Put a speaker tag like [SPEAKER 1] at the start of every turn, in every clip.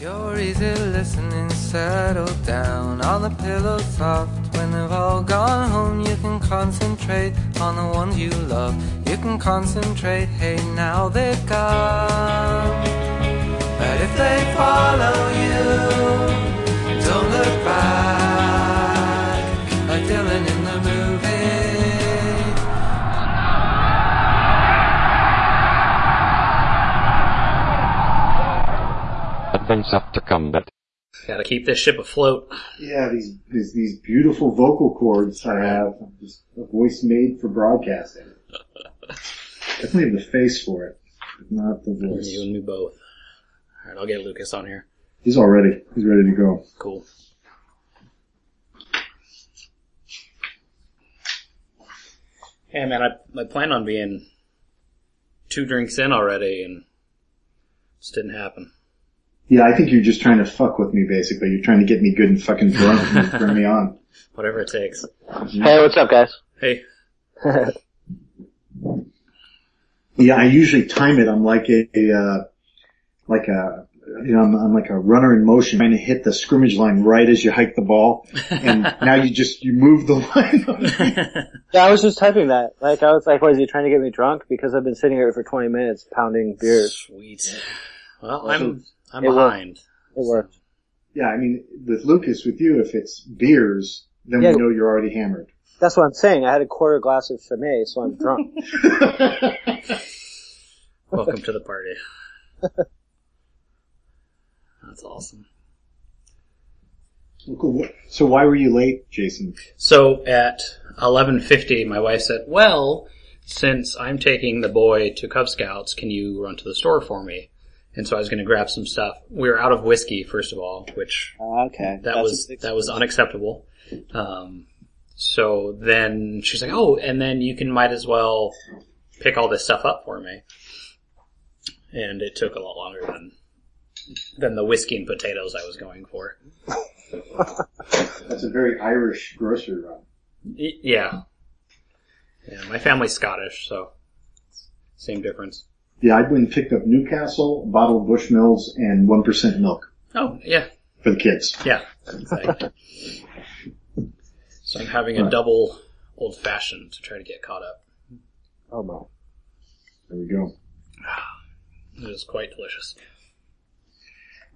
[SPEAKER 1] You're easy listening, settle down. All the pillows soft. When they've all gone home, you can concentrate on the ones you love. You can concentrate, hey, now they're gone. But if they follow you, don't look back. Like Dylan in the movie.
[SPEAKER 2] Advance after combat.
[SPEAKER 3] Gotta keep this ship afloat.
[SPEAKER 4] Yeah, these these, these beautiful vocal cords I have. Just a voice made for broadcasting. Definitely have the face for it, but not the
[SPEAKER 3] You
[SPEAKER 4] voice.
[SPEAKER 3] and me both. Alright, I'll get Lucas on here.
[SPEAKER 4] He's all ready. He's ready to go.
[SPEAKER 3] Cool. Yeah, man, I, I plan on being two drinks in already and just didn't happen.
[SPEAKER 4] Yeah, I think you're just trying to fuck with me, basically. You're trying to get me good and fucking drunk and turn me on.
[SPEAKER 3] Whatever it takes.
[SPEAKER 5] Hey, what's up, guys?
[SPEAKER 3] Hey,
[SPEAKER 4] Yeah, I usually time it. I'm like a, a uh, like a, you know, I'm, I'm like a runner in motion trying to hit the scrimmage line right as you hike the ball. And now you just, you move the line.
[SPEAKER 5] Yeah, I was just typing that. Like, I was like, what, is he trying to get me drunk? Because I've been sitting here for 20 minutes pounding beers.
[SPEAKER 3] sweet. Well, I'm I'm
[SPEAKER 5] It worked.
[SPEAKER 3] behind.
[SPEAKER 5] It worked.
[SPEAKER 4] yeah, I mean, with Lucas, with you, if it's beers, then
[SPEAKER 5] Yeah.
[SPEAKER 4] we know you're already hammered.
[SPEAKER 5] That's what I'm saying. I had a quarter glass of Chimay, so I'm drunk.
[SPEAKER 3] Welcome to the party. That's awesome.
[SPEAKER 4] Well, cool. So why were you late, Jason?
[SPEAKER 3] So at 11:50, my wife said, "Well, since I'm taking the boy to Cub Scouts, can you run to the store for me?" And so I was going to grab some stuff. We were out of whiskey, first of all, which
[SPEAKER 5] Uh, okay.
[SPEAKER 3] that was that was unacceptable. Um, so then she's like, "Oh, and then you can might as well pick all this stuff up for me." And it took a lot longer than than the whiskey and potatoes I was going for.
[SPEAKER 4] That's a very Irish grocery run.
[SPEAKER 3] Y- Yeah. Yeah, my family's Scottish, so same difference.
[SPEAKER 4] Yeah, I went and picked up Newcastle, a bottle of Bushmills, and 1% milk
[SPEAKER 3] Oh, yeah,
[SPEAKER 4] for the kids.
[SPEAKER 3] yeah. Exactly. so I'm having a double old fashioned to try to get caught up.
[SPEAKER 5] Oh my.
[SPEAKER 4] There we go.
[SPEAKER 3] It is quite delicious.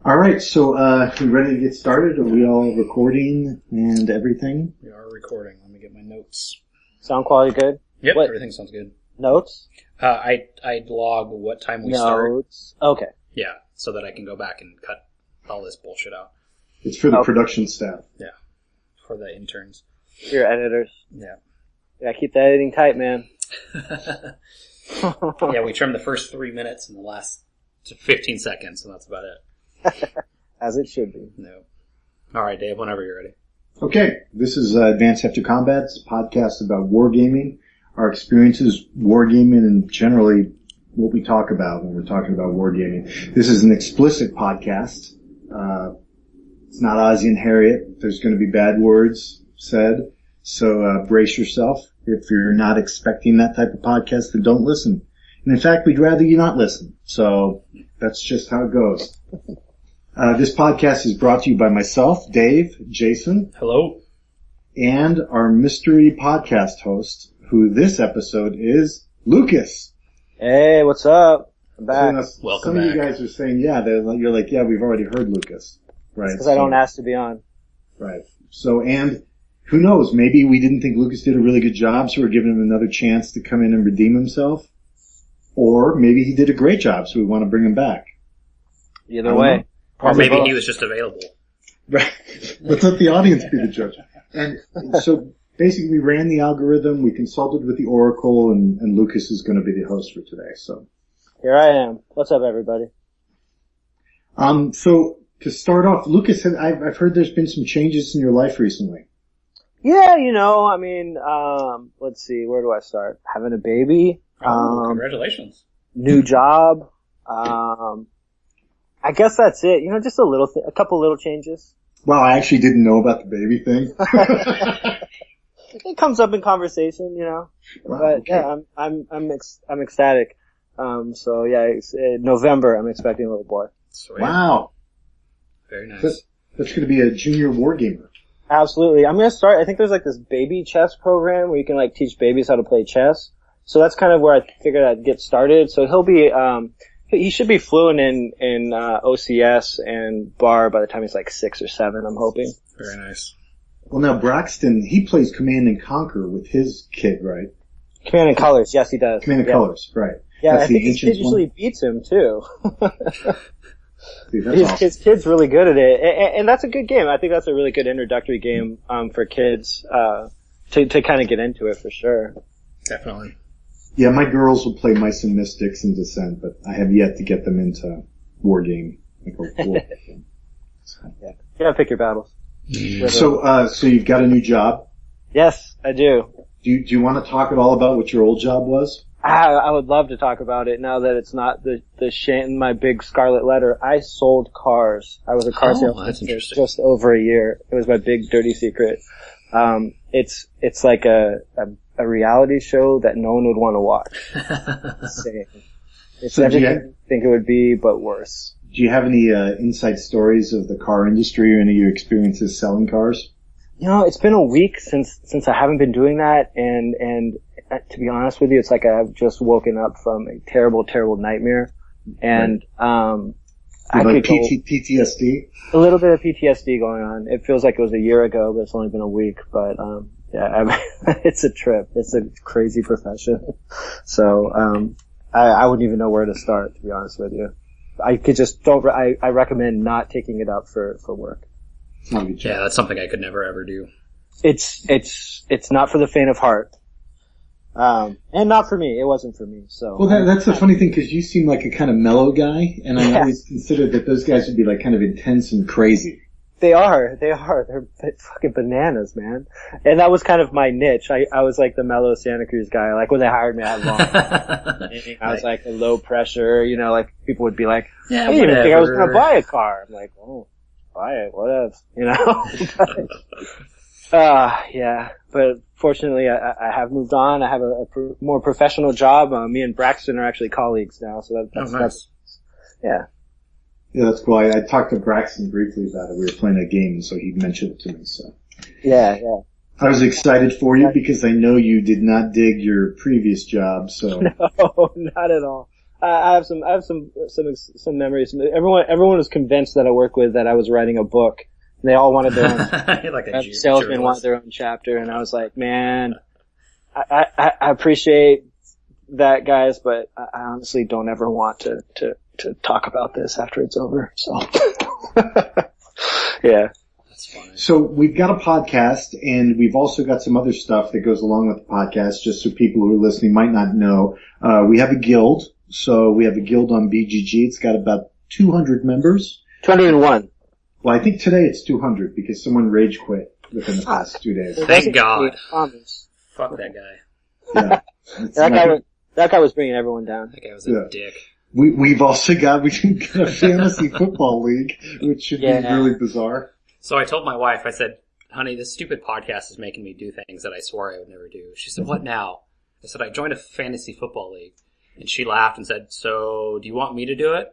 [SPEAKER 4] All right, so uh, we ready to get started? Are we all recording and everything?
[SPEAKER 3] We are recording. Let me get my notes.
[SPEAKER 5] Sound quality good?
[SPEAKER 3] Yep,
[SPEAKER 5] What-
[SPEAKER 3] everything sounds good.
[SPEAKER 5] Notes?
[SPEAKER 3] Uh, I I log what time we start.
[SPEAKER 5] Notes. Okay.
[SPEAKER 3] Yeah, so that I can go back and cut all this bullshit out
[SPEAKER 4] It's for the
[SPEAKER 5] Oh.
[SPEAKER 4] production staff.
[SPEAKER 3] for the interns.
[SPEAKER 5] Your editors.
[SPEAKER 3] Yeah.
[SPEAKER 5] Yeah, keep the editing tight, man.
[SPEAKER 3] Yeah, we trimmed the first three minutes and the last fifteen seconds, and that's about it.
[SPEAKER 5] As it should be.
[SPEAKER 3] No. All right, Dave, whenever you're ready.
[SPEAKER 4] Okay, this is uh, Advanced After Combat. It's a podcast about wargaming, our experiences wargaming, and generally what we talk about when we're talking about wargaming. This is an explicit podcast. Uh, it's not Ozzy and Harriet. There's going to be bad words said, so uh, brace yourself. If you're not expecting that type of podcast, then don't listen. And in fact, we'd rather you not listen. So that's just how it goes. Uh, this podcast is brought to you by myself, Dave, Jason,
[SPEAKER 3] Hello.
[SPEAKER 4] and our mystery podcast host, who this episode is Lucas.
[SPEAKER 5] Hey, what's up?
[SPEAKER 4] Some
[SPEAKER 5] I'm back.
[SPEAKER 4] of us-
[SPEAKER 3] Welcome
[SPEAKER 4] Some of you
[SPEAKER 3] back.
[SPEAKER 4] guys are saying, yeah, they're like- you're like, yeah, we've already heard Lucas, right?
[SPEAKER 5] Because I don't
[SPEAKER 4] So-
[SPEAKER 5] ask to be on.
[SPEAKER 4] Right. So, and who knows? Maybe we didn't think Lucas did a really good job, so we're giving him another chance to come in and redeem himself. Or maybe he did a great job, so we want to bring him back.
[SPEAKER 5] Either way.
[SPEAKER 3] Mm-hmm. Or maybe
[SPEAKER 4] both.
[SPEAKER 3] he was just available.
[SPEAKER 4] Right. Let's let the audience be the judge. And so basically we ran the algorithm, we consulted with the Oracle, and, and Lucas is going to be the host for today. So,
[SPEAKER 5] Here I am. What's up, everybody?
[SPEAKER 4] um, so to start off, Lucas, have- I've, I've heard there's been some changes in your life recently.
[SPEAKER 5] Yeah, you know, I mean, um, let's see, where do I start? Having a baby,
[SPEAKER 3] Oh,
[SPEAKER 5] um,
[SPEAKER 3] congratulations.
[SPEAKER 5] new job. Um, I guess that's it. You know, just a little, th- a couple little changes.
[SPEAKER 4] Wow, I actually didn't know about the baby thing.
[SPEAKER 5] It comes up in conversation, you know.
[SPEAKER 4] Wow,
[SPEAKER 5] but
[SPEAKER 4] okay.
[SPEAKER 5] yeah, I'm, I'm, I'm, ex- I'm ecstatic. Um, so yeah, it's, uh, November, I'm expecting a little boy.
[SPEAKER 3] Sweet.
[SPEAKER 4] Wow.
[SPEAKER 3] Very
[SPEAKER 4] That,
[SPEAKER 3] nice.
[SPEAKER 4] that's going to be a junior wargamer.
[SPEAKER 5] Absolutely. I'm gonna start, I think there's like this baby chess program where you can like teach babies how to play chess. So that's kind of where I figured I'd get started. So he'll be, um, he he should be fluent in, in, uh, OCS and bar by the time he's like six or seven, I'm hoping.
[SPEAKER 3] Very nice.
[SPEAKER 4] Well, now Braxton, he plays Command and Conquer with his kid, right?
[SPEAKER 5] Command and colors. Yes, he does.
[SPEAKER 4] Command and
[SPEAKER 5] yeah.
[SPEAKER 4] Colors, right?
[SPEAKER 5] Yeah,
[SPEAKER 4] That's
[SPEAKER 5] I
[SPEAKER 4] the
[SPEAKER 5] think his
[SPEAKER 4] ancient
[SPEAKER 5] kid usually beats him too.
[SPEAKER 4] Dude, that's
[SPEAKER 5] his,
[SPEAKER 4] awesome.
[SPEAKER 5] his kid's really good at it, and, and that's a good game. I think that's a really good introductory game um, for kids uh, to to kind of get into it for sure.
[SPEAKER 3] Definitely.
[SPEAKER 4] Yeah, my girls will play Mice and Mystics and Descent, but I have yet to get them into wargame. Like a war.
[SPEAKER 5] You gotta pick your battles.
[SPEAKER 4] so, uh, so you've got a new job.
[SPEAKER 5] Yes, I do.
[SPEAKER 4] Do you, do you want to talk at all about what your old job was?
[SPEAKER 5] I, Ah, I would love to talk about it now that it's not the the shame, my big scarlet letter. I sold cars. I was a car
[SPEAKER 3] Oh,
[SPEAKER 5] salesman
[SPEAKER 3] that's
[SPEAKER 5] for
[SPEAKER 3] interesting.
[SPEAKER 5] just over a year. It was my big dirty secret. Um, it's it's like a, a a reality show that no one would want to watch. Insane. It's
[SPEAKER 4] So do you
[SPEAKER 5] everything
[SPEAKER 4] have-
[SPEAKER 5] you think it would be, but worse.
[SPEAKER 4] Do you have any uh, inside stories of the car industry or any of your experiences selling cars?
[SPEAKER 5] You know, it's been a week since since I haven't been doing that, and and uh, to be honest with you, it's like I've just woken up from a terrible, terrible nightmare, and um, I
[SPEAKER 4] like
[SPEAKER 5] could go
[SPEAKER 4] PT, PTSD.
[SPEAKER 5] a little bit of PTSD going on. It feels like it was a year ago, but it's only been a week. But um, yeah, I'm, it's a trip. It's a crazy profession. So um, I, I wouldn't even know where to start, to be honest with you. I could just don't. re- I, I recommend not taking it up for for work.
[SPEAKER 4] It's not a good job.
[SPEAKER 3] Yeah, that's something I could never ever do.
[SPEAKER 5] it's it's it's not for the faint of heart. Um, and not for me. It wasn't for me. So
[SPEAKER 4] Well, that, that's the funny thing because you seem like a kind of mellow guy, and I
[SPEAKER 5] Yeah.
[SPEAKER 4] always considered that those guys would be like kind of intense and crazy.
[SPEAKER 5] they are, they are, they're b- fucking bananas, man. And that was kind of my niche. I, I was like the mellow Santa Cruz guy. Like when they hired me, I had long. hair. I
[SPEAKER 3] oh,
[SPEAKER 5] was like a low pressure. You know, like people would be like,
[SPEAKER 3] yeah,
[SPEAKER 5] I didn't even think I was
[SPEAKER 3] whatever.
[SPEAKER 5] gonna buy a car. I'm like, oh, buy it, whatever. You know. uh, yeah. But fortunately, I, I- I have moved on. I have a, a pro- more professional job. Uh, me and Braxton are actually colleagues now, so that,
[SPEAKER 3] Oh,
[SPEAKER 5] that's, that's
[SPEAKER 3] nice.
[SPEAKER 5] yeah.
[SPEAKER 4] Yeah, that's cool. I, I talked to Braxton briefly about it. We were playing a game, so he mentioned it to me. So
[SPEAKER 5] Yeah, yeah.
[SPEAKER 4] I was excited for you because I know you did not dig your previous job. So
[SPEAKER 5] Oh, not at all. I, I have some, I have some, some, ex- some memories. Everyone, everyone was convinced that I work with that I was writing a book. They all wanted their own.
[SPEAKER 3] You're like a
[SPEAKER 5] every
[SPEAKER 3] Jew,
[SPEAKER 5] salesman wanted their own chapter, and I was like, man, I, I, I appreciate that, guys, but I I honestly don't ever want to, to, to talk about this after it's over. So, yeah.
[SPEAKER 3] That's funny.
[SPEAKER 4] So we've got a podcast and we've also got some other stuff that goes along with the podcast just so people who are listening might not know. Uh, we have a guild. So we have a guild on BGG. It's got about 200 members.
[SPEAKER 5] 201.
[SPEAKER 4] Well, I think today it's 200 because someone rage quit within the past two days.
[SPEAKER 3] Thank God.
[SPEAKER 5] Promise.
[SPEAKER 3] Fuck that guy.
[SPEAKER 4] Yeah.
[SPEAKER 5] That guy, was- that guy was bringing everyone down.
[SPEAKER 3] That guy was a
[SPEAKER 4] Yeah.
[SPEAKER 3] dick.
[SPEAKER 4] we, we've also got, we can get a fantasy football league, which should be
[SPEAKER 5] Yeah.
[SPEAKER 4] really bizarre.
[SPEAKER 3] So I told my wife, I said, honey, this stupid podcast is making me do things that I swore I would never do. She said, what now? I said, I joined a fantasy football league. And she laughed and said, so do you want me to do it?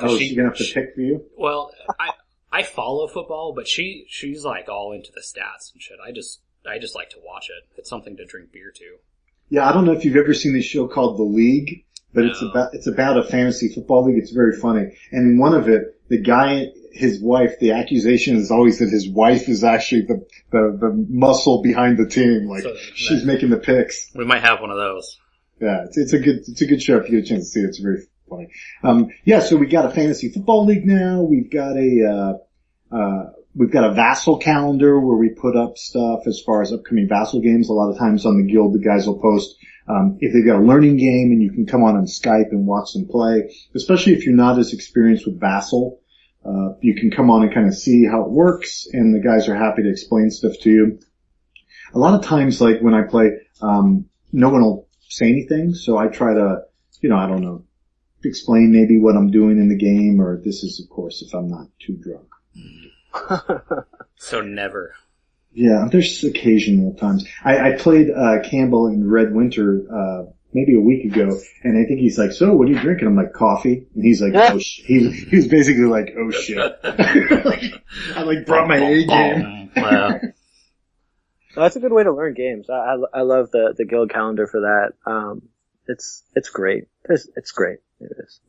[SPEAKER 4] Oh,
[SPEAKER 3] She-
[SPEAKER 4] she's going to have to pick for you?
[SPEAKER 3] Well, I, I follow football, but she, she's like all into the stats and shit. I just, I just like to watch it. It's something to drink beer to.
[SPEAKER 4] Yeah, I don't know if you've ever seen this show called The League, but it's
[SPEAKER 3] No.
[SPEAKER 4] about it's about a fantasy football league. It's very funny. And in one of it, the guy, his wife, the accusation is always that his wife is actually the the, the muscle behind the team. Like
[SPEAKER 3] So-
[SPEAKER 4] she's making the picks.
[SPEAKER 3] We might have one of those.
[SPEAKER 4] Yeah, it's, it's a good it's a good show if you get a chance to see it. It's very funny. Um, yeah, so we got a fantasy football league now. We've got a uh, uh, we've got a vassal calendar where we put up stuff as far as upcoming vassal games. A lot of times on the guild, the guys will post um, if they've got a learning game, and you can come on on Skype and watch them play. Especially if you're not as experienced with vassal, uh, you can come on and kind of see how it works, and the guys are happy to explain stuff to you. A lot of times, like when I play, um, no one will say anything, so I try to, you know, I don't know, explain maybe what I'm doing in the game, or this is, of course, if I'm not too drunk.
[SPEAKER 3] So never.
[SPEAKER 4] Yeah, there's occasional times. I, I played uh, Campbell in Red Winter uh, maybe a week ago, and I think he's like, "So, what are you drinking?" I'm like, "Coffee," and he's like, "Oh shit." He, was- he was basically like, "Oh shit." Like, I like brought my A game.
[SPEAKER 3] Wow.
[SPEAKER 5] No, that's a good way to learn games. I, I, I love the, the guild calendar for that. Um, it's it's great. It's, it's great. It is.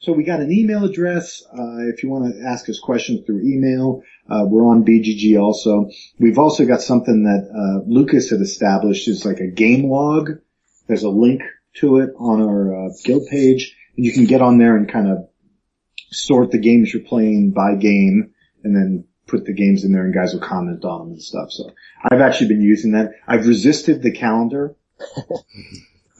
[SPEAKER 4] So we got an email address. Uh, if you want to ask us questions through email, uh, we're on BGG also. We've also got something that uh, Lucas had established. It's like a game log. There's a link to it on our uh, guild page, and you can get on there and kind of sort the games you're playing by game, and then put the games in there, and guys will comment on them and stuff. So I've actually been using that. I've resisted the calendar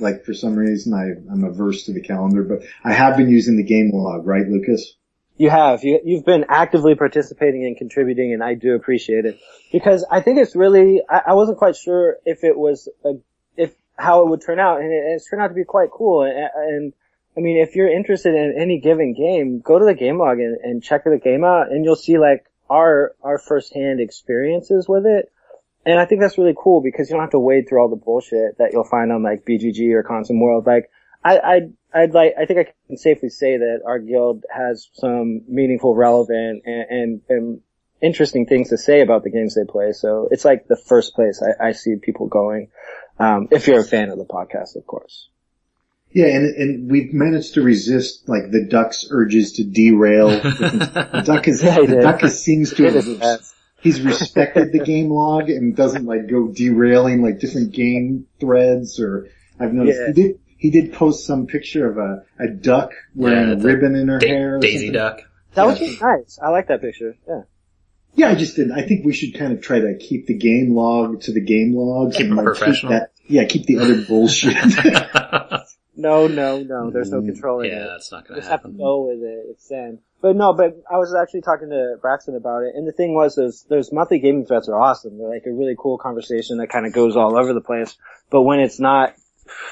[SPEAKER 4] like for some reason I, I'm averse to the calendar, but I have been using the game log, right, Lucas?
[SPEAKER 5] You have. You, you've been actively participating and contributing, and I do appreciate it. Because I think it's really, I, I wasn't quite sure if it was, a, if, how it would turn out, and it, it's turned out to be quite cool. And, and, I mean, if you're interested in any given game, go to the game log and, and check the game out, and you'll see like our, our firsthand experiences with it. And I think that's really cool because you don't have to wade through all the bullshit that you'll find on like BGG or Constant World. Like, I, I'd, I'd like, I think I can safely say that our guild has some meaningful, relevant, and, and, and interesting things to say about the games they play. So it's like the first place I, I see people going. Um, if you're a fan of the podcast, of course.
[SPEAKER 4] Yeah, and, and we've managed to resist like the duck's urges to derail. the duck is,
[SPEAKER 5] Yeah, he
[SPEAKER 4] the
[SPEAKER 5] did.
[SPEAKER 4] duck is, seems to
[SPEAKER 5] It
[SPEAKER 4] have,
[SPEAKER 5] is best.
[SPEAKER 4] he's respected the game log and doesn't like go derailing like different game threads or I've noticed
[SPEAKER 5] Yeah.
[SPEAKER 4] he did, he did post some picture of a, a duck wearing
[SPEAKER 3] Yeah,
[SPEAKER 4] a
[SPEAKER 3] the
[SPEAKER 4] ribbon in her hair.
[SPEAKER 3] Da-
[SPEAKER 4] or
[SPEAKER 3] Daisy
[SPEAKER 4] something.
[SPEAKER 3] Duck.
[SPEAKER 5] That would be nice. I like that picture. Yeah.
[SPEAKER 4] Yeah, I just didn't. I think we should kind of try to keep the game log to the game logs.
[SPEAKER 3] Keep
[SPEAKER 4] and,
[SPEAKER 3] it
[SPEAKER 4] like,
[SPEAKER 3] professional.
[SPEAKER 4] that, yeah, keep the other bullshit.
[SPEAKER 5] No, no, no. There's no
[SPEAKER 4] Mm,
[SPEAKER 5] controlling
[SPEAKER 3] yeah,
[SPEAKER 5] it.
[SPEAKER 3] that's not gonna
[SPEAKER 5] just have to
[SPEAKER 3] happen.
[SPEAKER 5] go with it. It's in. But no, but I was actually talking to Braxton about it, and the thing was, those those monthly gaming threads are awesome. They're like a really cool conversation that kind of goes all over the place. But when it's not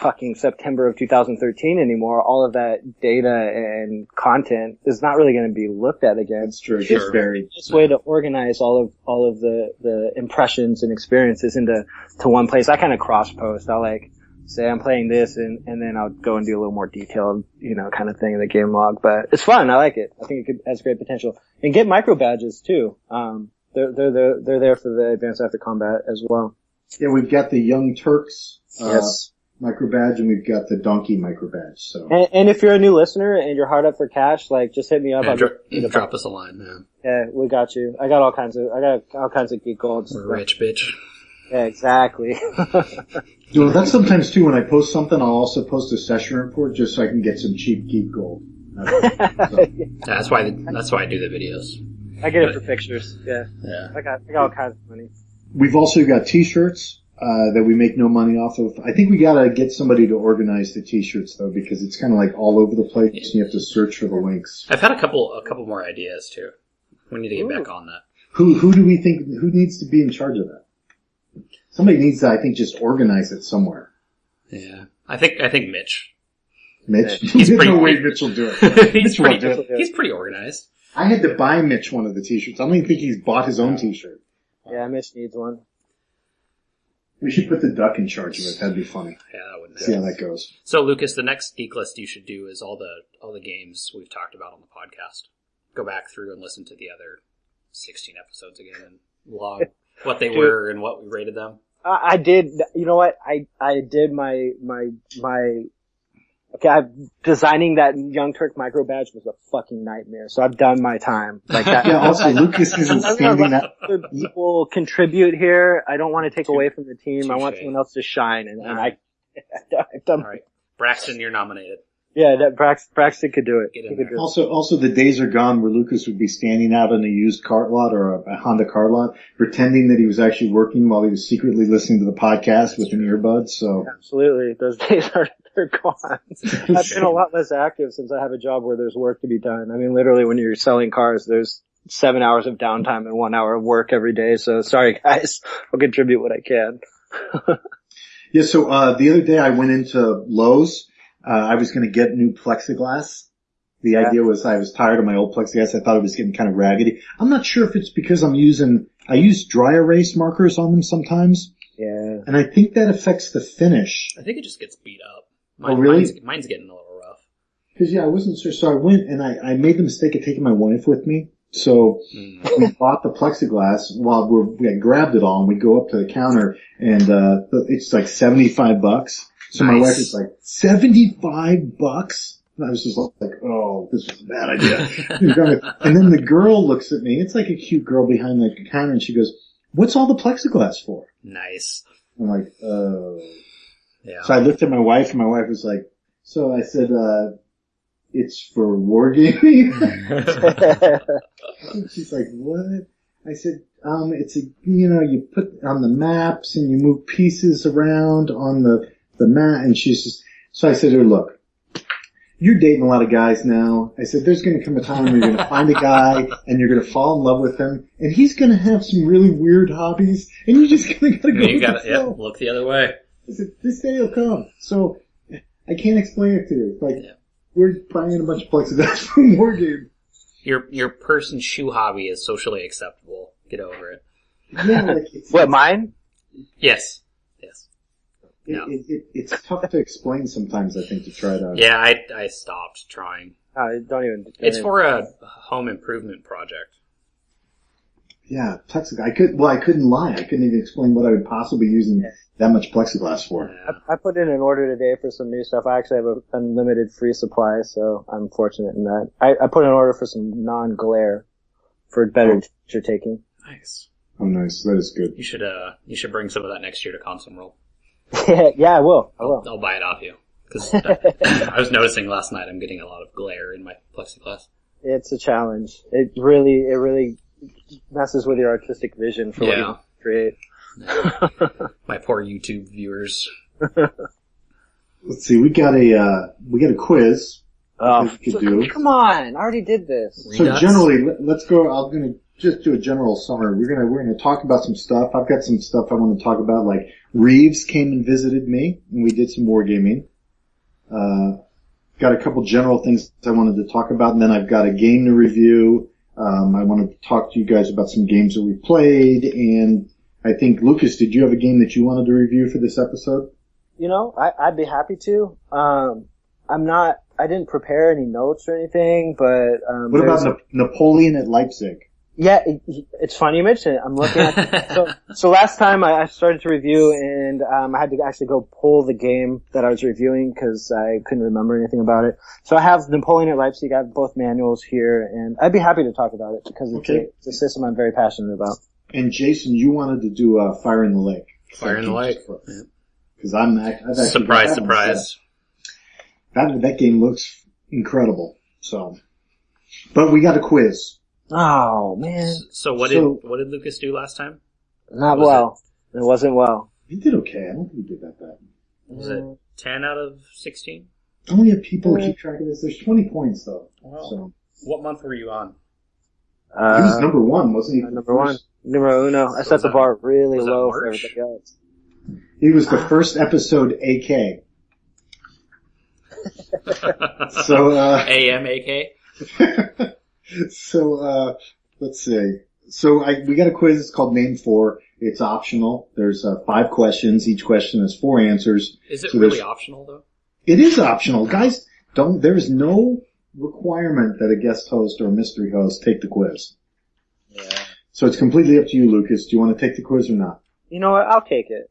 [SPEAKER 5] fucking September of 2013 anymore, all of that data and content is not really going to be looked at again.
[SPEAKER 4] That's true. It
[SPEAKER 3] Sure.
[SPEAKER 4] gets very
[SPEAKER 5] This way to organize all of all of the the impressions and experiences into to one place. I kind of cross post. I'll like say I'm playing this, and and then I'll go and do a little more detailed, you know, kind of thing in the game log. But it's fun. I like it. I think it could, has great potential. And get micro badges too. Um, they're they're they're, they're there for the advanced after combat as well.
[SPEAKER 4] Yeah, we've got the Young Turks uh, micro badge, and we've got the Donkey micro badge. So
[SPEAKER 5] And, and if you're a new listener and you're hard up for cash, like just hit me up.
[SPEAKER 3] Yeah,
[SPEAKER 5] I'll-
[SPEAKER 3] dro- drop us a line, man.
[SPEAKER 5] yeah, we got you. I got all kinds of I got all kinds of geek gold.
[SPEAKER 3] We're rich, bitch.
[SPEAKER 5] Yeah, exactly.
[SPEAKER 4] well, that's sometimes too. When I post something, I'll also post a session report just so I can get some cheap geek gold. So,
[SPEAKER 3] Yeah, that's why. That's why I do the videos.
[SPEAKER 5] I get it for pictures. Yeah.
[SPEAKER 3] Yeah.
[SPEAKER 5] I got, I got all kinds of money.
[SPEAKER 4] we've also got T-shirts uh, that we make no money off of. I think we gotta get somebody to organize the T-shirts though, because it's kind of like all over the place, and you have to search for the links.
[SPEAKER 3] I've had a couple. A couple more ideas too. We need to get back on that.
[SPEAKER 4] Who who do we think who needs to be in charge of that? Somebody needs to, I think, just organize it somewhere.
[SPEAKER 3] Yeah. I think. I think Mitch.
[SPEAKER 4] Mitch,
[SPEAKER 3] He's
[SPEAKER 4] there's
[SPEAKER 3] pretty
[SPEAKER 4] no way
[SPEAKER 3] weak.
[SPEAKER 4] Mitch will do it.
[SPEAKER 3] he's
[SPEAKER 4] won't
[SPEAKER 3] pretty.
[SPEAKER 4] do
[SPEAKER 5] it.
[SPEAKER 3] He's pretty organized.
[SPEAKER 4] I had to buy Mitch one of the t-shirts. I don't even think he's bought his own t-shirt.
[SPEAKER 5] Yeah, Mitch needs one.
[SPEAKER 4] We should put the duck in charge of it. That'd be funny.
[SPEAKER 3] Yeah, that wouldn't.
[SPEAKER 4] See how
[SPEAKER 3] happen.
[SPEAKER 4] that goes.
[SPEAKER 3] So Lucas, the next geek list you should do is all the all the games we've talked about on the podcast. Go back through and listen to the other sixteen episodes again and log what they were and what we rated them.
[SPEAKER 5] I, I did, you know what? I, I did my, my, my, okay, I'm designing that Young Turk micro badge was a fucking nightmare. So I've done my time. Like that.
[SPEAKER 4] Yeah, also Lucas isn't
[SPEAKER 5] I'm
[SPEAKER 4] standing
[SPEAKER 5] gonna
[SPEAKER 4] that.
[SPEAKER 5] let other people contribute here. I don't want to take away from the team. I want
[SPEAKER 3] touche.
[SPEAKER 5] someone else to shine, and, and I,
[SPEAKER 3] Alright.
[SPEAKER 5] I've done.
[SPEAKER 3] All right, Braxton, you're nominated.
[SPEAKER 5] Yeah, that Brax, Braxton could do it.
[SPEAKER 3] Get
[SPEAKER 5] He
[SPEAKER 3] in
[SPEAKER 5] could
[SPEAKER 3] there.
[SPEAKER 5] do it.
[SPEAKER 4] Also, also the days are gone where Lucas would be standing out on a used cart lot or a, a Honda car lot, pretending that he was actually working while he was secretly listening to the podcast with an earbud. So
[SPEAKER 5] Absolutely, those days are they're gone. I've been a
[SPEAKER 4] Sure.
[SPEAKER 5] lot less active since I have a job where there's work to be done. I mean, literally, when you're selling cars, there's seven hours of downtime and one hour of work every day. So sorry, guys, I'll contribute what I can.
[SPEAKER 4] yeah. So uh, the other day I went into Lowe's. Uh, I was going to get new plexiglass. The
[SPEAKER 5] Yeah.
[SPEAKER 4] idea was I was tired of my old plexiglass. I thought it was getting kind of raggedy. I'm not sure if it's because I'm using I use dry erase markers on them sometimes.
[SPEAKER 5] Yeah,
[SPEAKER 4] And I think that affects the finish.
[SPEAKER 3] I think it just gets beat up. Mine-
[SPEAKER 4] really?
[SPEAKER 3] Mine's, mine's getting a little rough.
[SPEAKER 4] Because yeah, I wasn't sure, so I went and I, I made the mistake of taking my wife with me. So we bought the plexiglass while we're, we had grabbed it all, and we go up to the counter, and uh, the- it's like seventy five bucks. So my
[SPEAKER 3] Nice.
[SPEAKER 4] wife is like seventy five bucks. And I was just like, oh, this was a bad idea. and then the girl looks at me. It's like a cute girl behind the counter, and she goes, "What's all the plexiglass for?"
[SPEAKER 3] Nice.
[SPEAKER 4] I'm like, oh.
[SPEAKER 3] Yeah.
[SPEAKER 4] So I looked at my wife, and my wife was like, "So I said, uh, it's for wargaming." She's like, "What?" I said, "Um, it's a you know you put on the maps and you move pieces around on the the map." And she's just so I said to her, "Look, you're dating a lot of guys now." I said, "There's going to come a time where you're going to find a guy and you're going to fall in love with him, and he's going to have some really weird hobbies, and you're just going to gotta go."
[SPEAKER 3] you
[SPEAKER 4] with
[SPEAKER 3] gotta
[SPEAKER 4] the
[SPEAKER 3] yeah,
[SPEAKER 4] flow."
[SPEAKER 3] look the other way.
[SPEAKER 4] I said, this day will come. So I can't explain it to you. It's Like
[SPEAKER 3] Yeah.
[SPEAKER 4] we're buying a bunch of plexiglass from War Game.
[SPEAKER 3] Your your person's shoe hobby is socially acceptable. Get over it.
[SPEAKER 4] Yeah, like it's,
[SPEAKER 5] what mine?
[SPEAKER 3] Yes. Yes.
[SPEAKER 4] it, it, it, it's tough to explain sometimes. I think to try to.
[SPEAKER 3] Yeah, I I stopped trying.
[SPEAKER 5] I don't even. don't
[SPEAKER 3] It's
[SPEAKER 5] even-
[SPEAKER 3] for a home improvement project.
[SPEAKER 4] Yeah, plexiglass. I could. Well, I couldn't lie. I couldn't even explain what I would possibly be using that much plexiglass for.
[SPEAKER 3] Yeah.
[SPEAKER 5] I put in an order today for some new stuff. I actually have an unlimited free supply, so I'm fortunate in that. I, I put in an order for some non-glare for better picture taking.
[SPEAKER 3] Nice.
[SPEAKER 4] Oh, nice. That is good.
[SPEAKER 3] You should uh you should bring some of that next year to Consum Roll.
[SPEAKER 5] yeah, I will. I will.
[SPEAKER 3] I'll buy it off you. 'Cause uh, I was noticing last night I'm getting a lot of glare in my plexiglass.
[SPEAKER 5] It's a challenge. It really, it really messes with your artistic vision for what
[SPEAKER 3] Yeah.
[SPEAKER 5] you create.
[SPEAKER 3] My poor YouTube viewers.
[SPEAKER 4] Let's see. We got a uh, we got a quiz.
[SPEAKER 5] Oh,
[SPEAKER 4] we could do.
[SPEAKER 5] come on! I already did this.
[SPEAKER 4] So
[SPEAKER 3] Redux.
[SPEAKER 4] generally, let- let's go. I'm gonna just do a general summary. We're gonna we're gonna talk about some stuff. I've got some stuff I want to talk about. Like Reeves came and visited me, and we did some wargaming. Uh, got a couple general things I wanted to talk about, and then I've got a game to review. Um, I want to talk to you guys about some games that we played, and I think Lucas, did you have a game that you wanted to review for this episode?
[SPEAKER 5] You know, I, I'd be happy to. Um, I'm not. I didn't prepare any notes or anything, but um,
[SPEAKER 4] What
[SPEAKER 5] there's-
[SPEAKER 4] about Na- Napoleon at Leipzig?
[SPEAKER 5] Yeah, it, it's funny you mention it. I'm looking at so, so last time I, I started to review and um, I had to actually go pull the game that I was reviewing because I couldn't remember anything about it. So I have Napoleon at Leipzig. I have both manuals here, and I'd be happy to talk about it because it's, a,
[SPEAKER 4] Okay.
[SPEAKER 5] it's a system I'm very passionate about.
[SPEAKER 4] And Jason, you wanted to do uh, Fire in the Lake.
[SPEAKER 3] Fire in the Lake.
[SPEAKER 4] Because I'm act- I've actually
[SPEAKER 3] Surprise,
[SPEAKER 4] got that one set.
[SPEAKER 3] surprise.
[SPEAKER 4] That that game looks incredible. So, but we got a quiz.
[SPEAKER 5] Oh man,
[SPEAKER 3] So what
[SPEAKER 4] So-
[SPEAKER 3] did what did Lucas do last time?
[SPEAKER 5] not
[SPEAKER 3] Was
[SPEAKER 5] well. It? wasn't well.
[SPEAKER 4] We did okay. I don't think we did that bad.
[SPEAKER 3] Was
[SPEAKER 4] Uh,
[SPEAKER 3] it ten out of sixteen?
[SPEAKER 4] How many people keep track of this? There's 20 points though.
[SPEAKER 3] Wow.
[SPEAKER 4] So
[SPEAKER 3] What month were you on?
[SPEAKER 4] he was
[SPEAKER 5] Uh,
[SPEAKER 4] number one, wasn't he?
[SPEAKER 5] number one, numero uno. I set the
[SPEAKER 3] that-
[SPEAKER 5] bar really
[SPEAKER 3] was that
[SPEAKER 5] low for
[SPEAKER 3] March?
[SPEAKER 5] everybody else.
[SPEAKER 4] He was the first episode AK. So, uh,
[SPEAKER 3] AMAK?
[SPEAKER 4] so uh, let's see. So I, we got a quiz. It's called Name Four. It's optional. There's uh, five questions. Each question has four answers.
[SPEAKER 3] Is it
[SPEAKER 4] So
[SPEAKER 3] really
[SPEAKER 4] there's-
[SPEAKER 3] optional though?
[SPEAKER 4] It is optional. Guys, don't, there is no requirement that a guest host or a mystery host take the quiz.
[SPEAKER 3] Yeah.
[SPEAKER 4] So it's completely up to you, Lucas. Do you want to take the quiz or not?
[SPEAKER 5] You know what? I'll take it.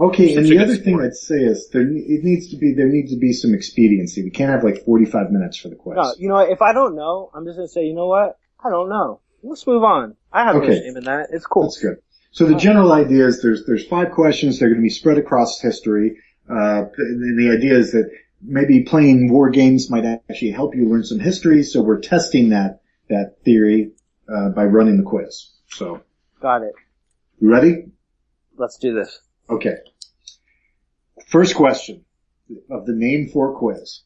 [SPEAKER 4] Okay,
[SPEAKER 3] Such
[SPEAKER 4] and
[SPEAKER 3] a
[SPEAKER 4] the
[SPEAKER 3] good
[SPEAKER 4] other thing
[SPEAKER 3] sport.
[SPEAKER 4] I'd say is there, it needs to be, there needs to be some expediency. We can't have like 45 minutes for the quiz.
[SPEAKER 5] No, you know what? If I don't know, I'm just gonna say, you know what? I don't know. Let's move on. I have no
[SPEAKER 4] Okay.
[SPEAKER 5] shame in that. It's cool.
[SPEAKER 4] That's good. So the general idea is there's there's five questions. They're going to be spread across history. Uh, and the idea is that maybe playing war games might actually help you learn some history. So we're testing that that theory uh, by running the quiz. So
[SPEAKER 5] Got it.
[SPEAKER 4] you ready?
[SPEAKER 5] Let's do this.
[SPEAKER 4] Okay. First question of the name for quiz.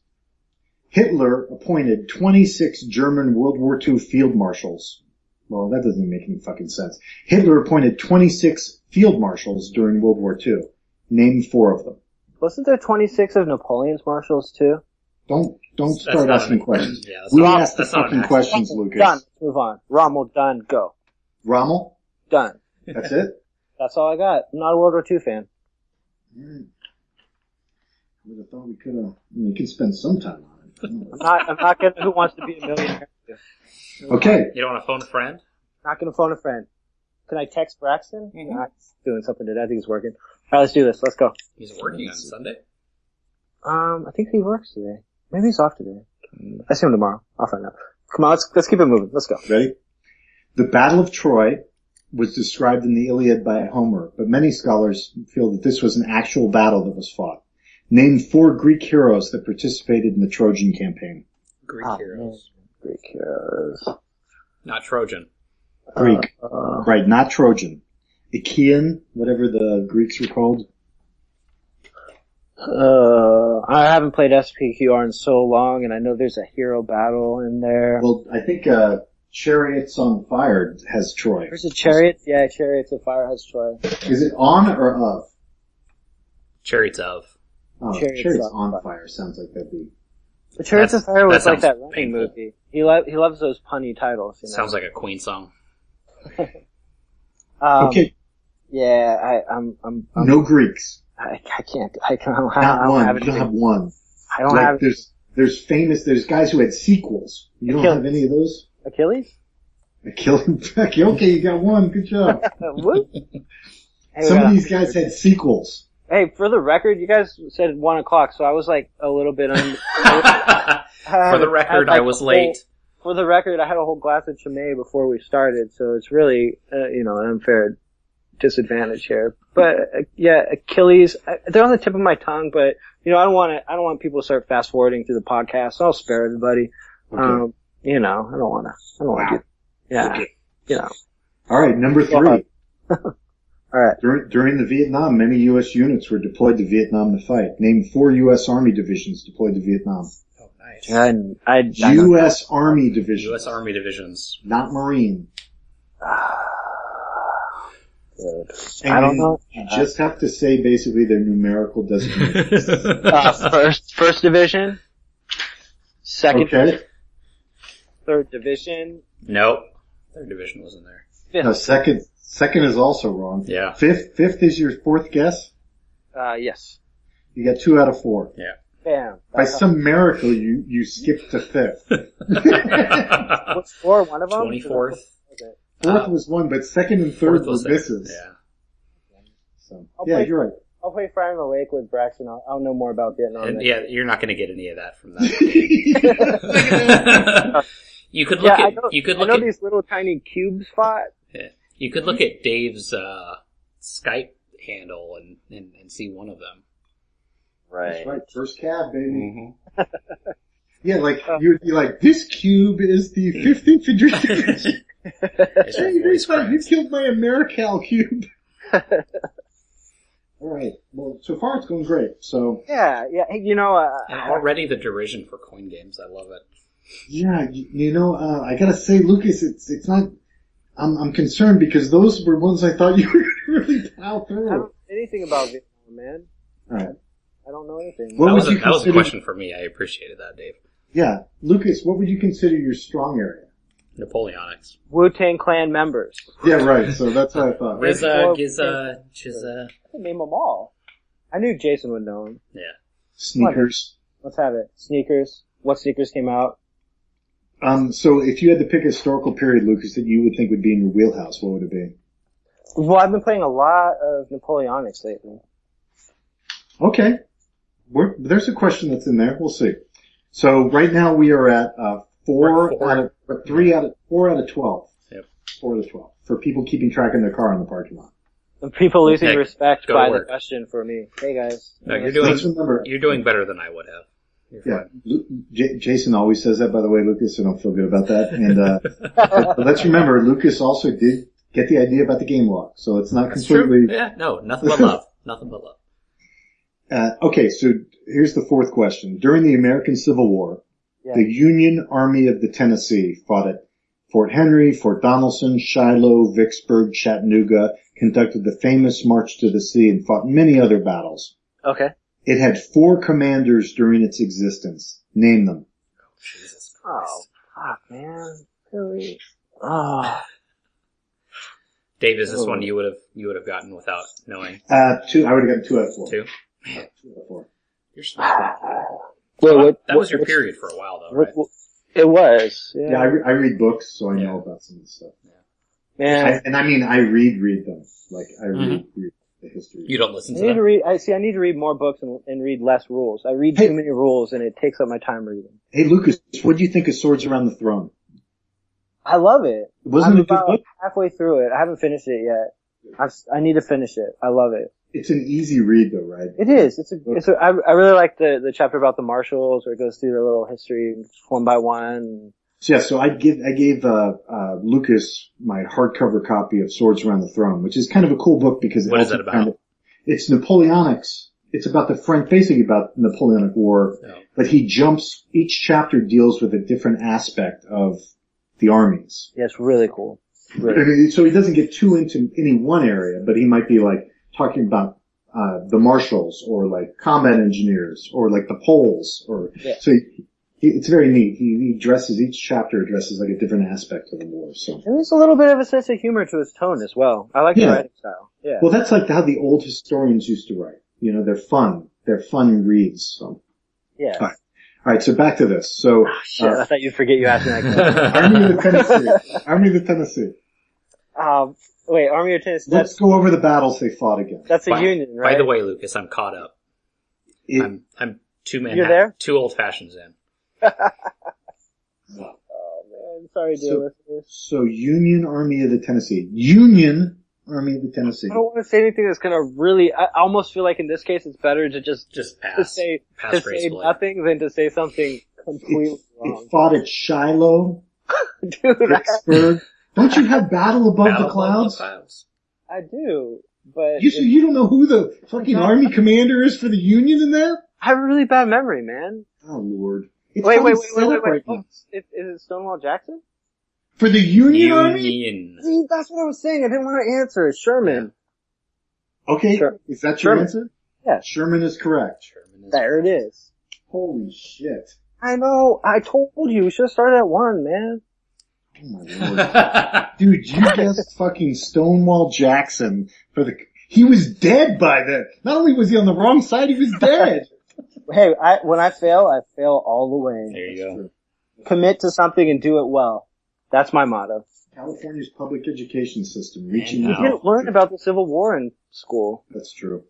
[SPEAKER 4] Hitler appointed 26 German World War II field marshals. Well, that doesn't make any fucking sense. Hitler appointed 26 field marshals during World War II. Name four of them.
[SPEAKER 5] Wasn't there 26 of Napoleon's marshals too?
[SPEAKER 4] Don't, don't
[SPEAKER 3] That's
[SPEAKER 4] start
[SPEAKER 3] not
[SPEAKER 4] asking
[SPEAKER 3] an-
[SPEAKER 4] questions.
[SPEAKER 3] yeah, that's
[SPEAKER 4] we
[SPEAKER 3] not-
[SPEAKER 4] asked the
[SPEAKER 3] that's not an
[SPEAKER 4] fucking
[SPEAKER 3] action.
[SPEAKER 4] questions,
[SPEAKER 5] Rommel,
[SPEAKER 4] Lucas.
[SPEAKER 5] Done. Let's move on. Rommel, done. Go.
[SPEAKER 4] Rommel?
[SPEAKER 5] Done.
[SPEAKER 4] That's it?
[SPEAKER 5] That's all I got. I'm not a World War II fan.
[SPEAKER 4] would have thought we could have. I mean, you could spend some time on
[SPEAKER 5] I'm
[SPEAKER 4] it.
[SPEAKER 5] not. I'm not gonna. Who wants to be a millionaire?
[SPEAKER 4] okay,
[SPEAKER 3] You don't want to phone a friend?
[SPEAKER 5] Not gonna phone a friend. Can I text Braxton? Nah, he's doing something today. I think it's working. All right, let's do this. Let's go.
[SPEAKER 3] He's working on Sunday.
[SPEAKER 5] Um, I think he works today. Maybe he's off today. I see him tomorrow. I'll find out. Come on, let's let's keep it moving. Let's go.
[SPEAKER 4] ready? The Battle of Troy was described in the Iliad by Homer, but many scholars feel that this was an actual battle that was fought. Name four Greek heroes that participated in the Trojan campaign.
[SPEAKER 3] Greek
[SPEAKER 5] Ah,
[SPEAKER 3] heroes.
[SPEAKER 5] Greek heroes.
[SPEAKER 3] Not Trojan.
[SPEAKER 4] Greek,
[SPEAKER 5] Uh,
[SPEAKER 4] right? Not Trojan. Achaean, whatever the Greeks were called.
[SPEAKER 5] uh, I haven't played SPQR in so long, and I know there's a hero battle in there.
[SPEAKER 4] Well, I think uh, Chariots on Fire has Troy.
[SPEAKER 5] There's a chariot. Yeah, chariots of fire has Troy.
[SPEAKER 4] Is it on or of?
[SPEAKER 3] Chariots of.
[SPEAKER 4] Oh,
[SPEAKER 5] Chariots
[SPEAKER 4] Chariots,
[SPEAKER 5] on
[SPEAKER 4] on Fire sounds like that'd be.
[SPEAKER 5] The chariots
[SPEAKER 3] That's-
[SPEAKER 5] of fire
[SPEAKER 3] that
[SPEAKER 5] was like
[SPEAKER 3] sounds
[SPEAKER 5] that running
[SPEAKER 3] painful.
[SPEAKER 5] movie. He lo- he loves those punny titles. You know?
[SPEAKER 3] Sounds like a Queen song.
[SPEAKER 5] Um,
[SPEAKER 4] okay,
[SPEAKER 5] Yeah, I, I'm I'm, I'm
[SPEAKER 4] no Greeks.
[SPEAKER 5] I, I can't. I, can, Um,
[SPEAKER 4] Not
[SPEAKER 5] I don't have
[SPEAKER 4] one. You
[SPEAKER 5] anything.
[SPEAKER 4] don't have one.
[SPEAKER 5] I don't
[SPEAKER 4] like
[SPEAKER 5] have
[SPEAKER 4] there's there's famous there's guys who had sequels. You don't
[SPEAKER 5] Achilles.
[SPEAKER 4] have any of those.
[SPEAKER 5] Achilles.
[SPEAKER 4] Achilles. okay, you got one. Good job.
[SPEAKER 5] Uh, What? Hey,
[SPEAKER 4] Some
[SPEAKER 5] uh,
[SPEAKER 4] of these guys had sequels.
[SPEAKER 5] Hey, for the record, you guys said one o'clock, so I was like a little bit. Un-
[SPEAKER 3] For the record, I was late.
[SPEAKER 5] For the record, I had a whole glass of Chimay before we started, so it's really uh, you know an unfair disadvantage here. But uh, yeah, Achilles, uh, they're on the tip of my tongue, but you know I don't want to. I don't want people to start fast forwarding through the podcast. So I'll spare everybody. Um, you know, I don't want to. I don't want to. Yeah, you know.
[SPEAKER 4] All right, number
[SPEAKER 5] Wow.
[SPEAKER 4] three.
[SPEAKER 5] All right.
[SPEAKER 4] During, during the Vietnam, many U.S. units were deployed to Vietnam to fight. Name four U.S. Army divisions deployed to Vietnam.
[SPEAKER 3] Oh, nice.
[SPEAKER 5] I, I, I don't-
[SPEAKER 4] U.S. Army divisions,
[SPEAKER 3] U.S. Army divisions.
[SPEAKER 4] not Marine. And
[SPEAKER 5] I don't know.
[SPEAKER 4] You just have to say basically their numerical designation.
[SPEAKER 5] Uh, first, first division, second,
[SPEAKER 4] okay.
[SPEAKER 5] third division,
[SPEAKER 3] nope. Their division wasn't there.
[SPEAKER 5] fifth.
[SPEAKER 4] No, second, second is also wrong.
[SPEAKER 3] Yeah.
[SPEAKER 4] Fifth, fifth is your fourth guess.
[SPEAKER 5] Uh, yes.
[SPEAKER 4] You got two out of four.
[SPEAKER 5] Bam. Uh,
[SPEAKER 4] By some miracle, you, you skipped to fifth.
[SPEAKER 5] What's four? One of them.
[SPEAKER 3] Twenty fourth.
[SPEAKER 4] Fourth was one, but second and third were misses.
[SPEAKER 3] Yeah.
[SPEAKER 4] So,
[SPEAKER 5] I'll
[SPEAKER 4] yeah,
[SPEAKER 5] play-
[SPEAKER 4] you're right.
[SPEAKER 5] I'll play Fire in the Lake with Braxton. I'll, I'll know more about Vietnam.
[SPEAKER 3] And
[SPEAKER 5] next-
[SPEAKER 3] yeah, you're not going to get any of that from
[SPEAKER 4] yeah,
[SPEAKER 3] that. you could
[SPEAKER 5] Yeah,
[SPEAKER 3] look
[SPEAKER 5] I
[SPEAKER 3] at
[SPEAKER 5] know.
[SPEAKER 3] you could
[SPEAKER 5] I
[SPEAKER 3] look
[SPEAKER 5] know
[SPEAKER 3] at
[SPEAKER 5] these little tiny cube spots.
[SPEAKER 3] yeah. you could look at Dave's uh, Skype handle and, and, and see one of them.
[SPEAKER 4] That's right. First cab, baby.
[SPEAKER 3] Mm-hmm.
[SPEAKER 4] Yeah, like you would be like, this cube is the
[SPEAKER 3] Mm-hmm.
[SPEAKER 4] fifth infantry division. Hey, you
[SPEAKER 3] voice
[SPEAKER 4] guys, you
[SPEAKER 3] cracks.
[SPEAKER 4] killed my AmeriCal cube. All right. Well, so far it's going great. So
[SPEAKER 5] Yeah, yeah. Hey, you know, uh,
[SPEAKER 3] And already the derision for coin games. I love it.
[SPEAKER 4] yeah, you, you know, uh, I gotta say, Lucas, it's it's not. I'm I'm concerned because those were ones I thought you were gonna really plow
[SPEAKER 5] I
[SPEAKER 4] through.
[SPEAKER 5] don't know anything about Vietnam, man.
[SPEAKER 4] All right.
[SPEAKER 5] I don't know anything.
[SPEAKER 4] What
[SPEAKER 3] that,
[SPEAKER 4] would
[SPEAKER 3] was a,
[SPEAKER 4] you
[SPEAKER 3] that was a
[SPEAKER 4] consider-
[SPEAKER 3] question for me. I appreciated that, Dave.
[SPEAKER 4] Yeah, Lucas, what would you consider your strong area?
[SPEAKER 3] Napoleonics.
[SPEAKER 5] Wu Tang Clan members.
[SPEAKER 3] Uh,
[SPEAKER 4] Yeah, right. So that's what I thought.
[SPEAKER 3] Rizza,
[SPEAKER 5] Well,
[SPEAKER 3] Gizza, Chizza.
[SPEAKER 5] I could name them all. I knew Jason would know them.
[SPEAKER 3] Yeah.
[SPEAKER 4] Sneakers.
[SPEAKER 5] Let's have it. Sneakers. What sneakers came out?
[SPEAKER 4] Um, so if you had to pick a historical period, Lucas, that you would think would be in your wheelhouse, what would it be?
[SPEAKER 5] Well, I've been playing a lot of Napoleonics lately.
[SPEAKER 4] Okay. We're, there's a question that's in there. We'll see. So right now we are at uh,
[SPEAKER 3] We're
[SPEAKER 4] four,
[SPEAKER 3] at four.
[SPEAKER 4] out of or three out of four out of twelve.
[SPEAKER 3] Yep.
[SPEAKER 4] Four out of twelve for people keeping track in their car in the parking lot.
[SPEAKER 5] And people losing
[SPEAKER 3] Hey,
[SPEAKER 5] respect
[SPEAKER 3] go to
[SPEAKER 5] by the
[SPEAKER 3] work.
[SPEAKER 5] question for me. Hey guys.
[SPEAKER 3] No, you're
[SPEAKER 4] Let's
[SPEAKER 3] doing
[SPEAKER 4] remember.
[SPEAKER 3] you're doing better than I would have. You're
[SPEAKER 4] Yeah, Lu- J- Jason always says that. By the way, Lucas, so don't feel good about that. And uh, but let's remember, Lucas also did get the idea about the game log, so it's not
[SPEAKER 3] That's
[SPEAKER 4] completely.
[SPEAKER 3] true. Yeah, no, nothing but love. nothing but love.
[SPEAKER 4] Uh, okay, so here's the fourth question. During the American Civil War,
[SPEAKER 5] Yeah.
[SPEAKER 4] the Union Army of the Tennessee fought at Fort Henry, Fort Donelson, Shiloh, Vicksburg, Chattanooga, conducted the famous March to the Sea, and fought many other battles.
[SPEAKER 5] Okay.
[SPEAKER 4] It had four commanders during its existence. Name them.
[SPEAKER 3] Jesus Christ.
[SPEAKER 5] Oh, fuck, man. Really?
[SPEAKER 4] Ah.
[SPEAKER 5] Oh,
[SPEAKER 3] Dave, is this
[SPEAKER 5] Oh.
[SPEAKER 3] one you would have you would have gotten without knowing
[SPEAKER 4] Uh, two, I would have gotten two out of four.
[SPEAKER 3] too?
[SPEAKER 4] Two out of four.
[SPEAKER 3] You're smart.
[SPEAKER 5] Well,
[SPEAKER 3] Well, that was your
[SPEAKER 5] what's-
[SPEAKER 3] period for a while, though,
[SPEAKER 5] what-
[SPEAKER 3] right?
[SPEAKER 5] what- it was. Yeah.
[SPEAKER 4] Yeah, I, re- I read books, so I
[SPEAKER 3] Yeah.
[SPEAKER 4] know about some of this stuff.
[SPEAKER 5] Man,
[SPEAKER 4] I, and I mean, I read, read them. Like, I read,
[SPEAKER 3] Mm-hmm.
[SPEAKER 4] read the history.
[SPEAKER 3] You don't listen
[SPEAKER 5] I
[SPEAKER 3] to
[SPEAKER 5] need to
[SPEAKER 3] them.
[SPEAKER 5] read. I see. I need to read more books and, and read less rules. I read
[SPEAKER 4] Hey.
[SPEAKER 5] too many rules, and it takes up my time reading.
[SPEAKER 4] hey, Lucas, what do you think of Swords Around the Throne?
[SPEAKER 5] I love it.
[SPEAKER 4] Wasn't
[SPEAKER 5] I'm
[SPEAKER 4] it a good
[SPEAKER 5] about
[SPEAKER 4] book?
[SPEAKER 5] halfway through it. I haven't finished it yet. I've, si need to finish it. I love it.
[SPEAKER 4] It's an easy read, though, right?
[SPEAKER 5] It is. It's a.
[SPEAKER 4] Mm.
[SPEAKER 5] It's a. I, I really like the the chapter about the marshals, where it goes through their little history one by one.
[SPEAKER 4] So, yeah, so I give I gave uh, uh, Lucas my hardcover copy of Swords Around the Throne, which is kind of a cool book because it
[SPEAKER 3] What is
[SPEAKER 4] helps
[SPEAKER 3] that
[SPEAKER 4] you kind of- it's Napoleonics. It's about the French, basically about Napoleonic War,
[SPEAKER 3] No.
[SPEAKER 4] but he jumps. Each chapter deals with a different aspect of the armies.
[SPEAKER 5] Yeah, it's really cool.
[SPEAKER 4] I
[SPEAKER 5] Really.
[SPEAKER 4] mean, so he doesn't get too into any one area, but he might be like talking about uh, the marshals or like combat engineers or like the Poles or
[SPEAKER 5] Yeah.
[SPEAKER 4] so. He, he, it's very neat. He, he addresses each chapter addresses like a different aspect of the war. So
[SPEAKER 5] And there's a little bit of a sense of humor to his tone as well. I like the
[SPEAKER 4] Yeah.
[SPEAKER 5] writing style. Yeah.
[SPEAKER 4] well, that's like how the old historians used to write. You know, they're fun. They're fun reads. So all
[SPEAKER 5] yeah.
[SPEAKER 4] right. All right, so back to this. So
[SPEAKER 5] Oh, Shit, I
[SPEAKER 4] uh,
[SPEAKER 5] thought you'd forget you asked me that question.
[SPEAKER 4] Army of the Tennessee. Army of the Tennessee.
[SPEAKER 5] Um, wait, Army of Tennessee.
[SPEAKER 4] Let's
[SPEAKER 5] That's
[SPEAKER 4] go over the battles they fought against.
[SPEAKER 5] that's a
[SPEAKER 3] By-
[SPEAKER 5] union, right?
[SPEAKER 3] By the way, Lucas, I'm caught up.
[SPEAKER 4] It-
[SPEAKER 3] I'm I'm two man.
[SPEAKER 5] You're there?
[SPEAKER 3] Two old fashions in.
[SPEAKER 5] oh man, sorry, dear
[SPEAKER 4] So-
[SPEAKER 5] listeners.
[SPEAKER 4] So Union Army of the Tennessee. Union Army of the Tennessee.
[SPEAKER 5] I don't want to say anything that's gonna really. I I almost feel like in this case, it's better to just
[SPEAKER 3] Just
[SPEAKER 5] to
[SPEAKER 3] pass.
[SPEAKER 5] say
[SPEAKER 3] Pass
[SPEAKER 5] to say
[SPEAKER 3] gracefully.
[SPEAKER 5] nothing than to say something completely
[SPEAKER 4] It,
[SPEAKER 5] wrong,
[SPEAKER 4] it fought at Shiloh,
[SPEAKER 5] dude. I,
[SPEAKER 4] Vicksburg. don't you have Battle Above
[SPEAKER 3] Battle
[SPEAKER 4] the
[SPEAKER 3] of
[SPEAKER 4] Clouds?
[SPEAKER 3] clouds.
[SPEAKER 5] I do, but
[SPEAKER 4] You so you don't know who the fucking
[SPEAKER 5] Okay.
[SPEAKER 4] Army commander is for the Union in that?
[SPEAKER 5] I have a really bad memory, man.
[SPEAKER 4] Oh Lord! It's
[SPEAKER 5] Wait,
[SPEAKER 4] probably
[SPEAKER 5] wait, wait, wait,
[SPEAKER 4] set
[SPEAKER 5] wait,
[SPEAKER 4] up
[SPEAKER 5] wait.
[SPEAKER 4] right now.
[SPEAKER 5] Oh, is, is it Stonewall Jackson?
[SPEAKER 4] For the Union, Army?
[SPEAKER 3] Union.
[SPEAKER 5] See, that's what I was saying. I didn't want to answer. It's Sherman.
[SPEAKER 4] Okay,
[SPEAKER 5] Sure.
[SPEAKER 4] is that your
[SPEAKER 5] Sherman.
[SPEAKER 4] answer?
[SPEAKER 5] Yeah.
[SPEAKER 4] Sherman is correct.
[SPEAKER 3] Sherman is-
[SPEAKER 5] There it is.
[SPEAKER 4] Holy shit!
[SPEAKER 5] I know. I told you. We should have started at one, man.
[SPEAKER 4] Oh my Lord. Dude, you guessed fucking Stonewall Jackson for the. He was dead by then. Not only was he on the wrong side, he was dead.
[SPEAKER 5] Hey, I, when I fail, I fail all the way.
[SPEAKER 3] there you go.
[SPEAKER 5] Commit to something and do it well. That's my motto.
[SPEAKER 4] California's public education system reaching
[SPEAKER 3] And
[SPEAKER 5] You didn't learn about the Civil War in school.
[SPEAKER 4] That's true.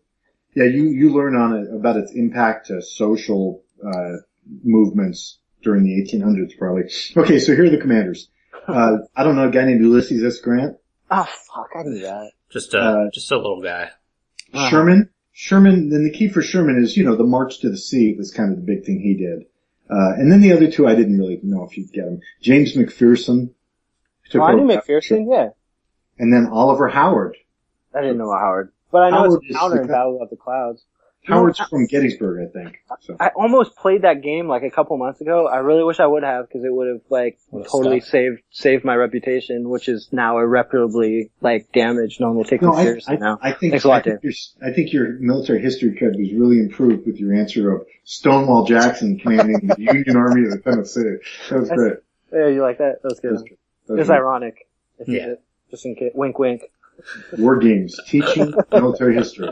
[SPEAKER 4] Yeah, you you learn on it about its impact to social uh, movements during the 1800s, probably. Okay, so here are the commanders. Uh, I don't know a guy named Ulysses S. Grant,
[SPEAKER 5] Oh fuck, I knew that.
[SPEAKER 3] Just a
[SPEAKER 4] Uh,
[SPEAKER 3] just a little guy.
[SPEAKER 5] Uh-huh.
[SPEAKER 4] Sherman. Sherman. Then the key for Sherman is you know the March to the Sea was kind of the big thing he did. Uh, and then the other two I didn't really know if you'd get them. James McPherson.
[SPEAKER 5] Oh, I knew
[SPEAKER 4] over-
[SPEAKER 5] McPherson, yeah.
[SPEAKER 4] And then Oliver Howard.
[SPEAKER 5] I didn't know about Howard. But I know
[SPEAKER 4] Howard
[SPEAKER 5] it's
[SPEAKER 4] is
[SPEAKER 5] counter in
[SPEAKER 4] the-
[SPEAKER 5] Battle of the Clouds. You know,
[SPEAKER 4] Howard's
[SPEAKER 5] I-
[SPEAKER 4] from Gettysburg, I think. So.
[SPEAKER 5] I almost played that game like a couple months ago. I really wish I would have because it would have like
[SPEAKER 3] Would've
[SPEAKER 5] totally
[SPEAKER 3] stuck.
[SPEAKER 5] saved saved my reputation, which is now irreparably like damaged. No one will take
[SPEAKER 4] No,
[SPEAKER 5] me
[SPEAKER 4] I,
[SPEAKER 5] seriously
[SPEAKER 4] I,
[SPEAKER 5] now.
[SPEAKER 4] I think,
[SPEAKER 5] Thanks a lot,
[SPEAKER 4] I, think your, I think your military history cred was really improved with your answer of Stonewall Jackson commanding the Union Army of the Tennessee. That was great.
[SPEAKER 5] Yeah, you like that? That was
[SPEAKER 4] That
[SPEAKER 5] good.
[SPEAKER 4] was good. That was
[SPEAKER 5] It's
[SPEAKER 4] good.
[SPEAKER 5] ironic. If you
[SPEAKER 3] Yeah.
[SPEAKER 5] did. Just in case. Wink, wink.
[SPEAKER 4] War games, teaching military history.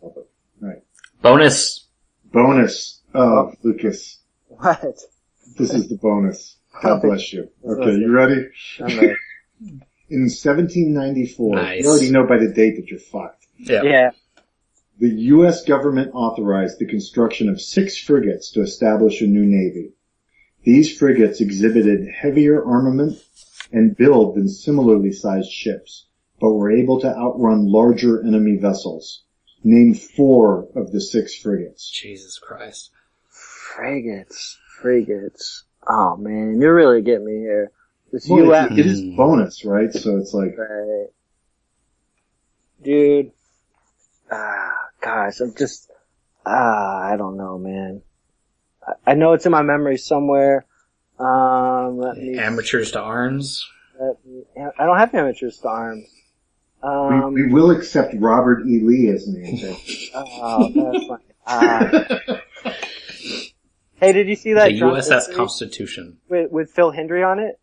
[SPEAKER 4] All right.
[SPEAKER 3] Bonus.
[SPEAKER 4] Bonus. Oh, Lucas,
[SPEAKER 5] What?
[SPEAKER 4] this is the bonus. God bless you. Okay, you ready?
[SPEAKER 5] I'm like,
[SPEAKER 4] In 1794,
[SPEAKER 3] Nice.
[SPEAKER 4] you already know by the date that you're fucked.
[SPEAKER 3] Yeah.
[SPEAKER 5] yeah.
[SPEAKER 4] The U.S. government authorized the construction of six frigates to establish a new navy. These frigates exhibited heavier armament and build than similarly sized ships, but were able to outrun larger enemy vessels. Name four of the six frigates.
[SPEAKER 3] Jesus Christ.
[SPEAKER 5] Frigates. Frigates. Oh man, you're really getting me here. This
[SPEAKER 4] Well,
[SPEAKER 5] U.S.
[SPEAKER 4] it- it is bonus, right? So it's like,
[SPEAKER 5] Right. Dude. Ah, gosh, I'm just, ah, I don't know, man. I, I know it's in my memory somewhere. Um, let me,
[SPEAKER 3] Amateurs to arms.
[SPEAKER 5] let me- I don't have amateur arms. Um,
[SPEAKER 4] we, we will accept Robert E. Lee as an answer.
[SPEAKER 5] oh, that's funny. Ah. hey, did you see that
[SPEAKER 3] the
[SPEAKER 5] drama
[SPEAKER 3] USS
[SPEAKER 5] series
[SPEAKER 3] Constitution.
[SPEAKER 5] with, with Phil Hendry on it?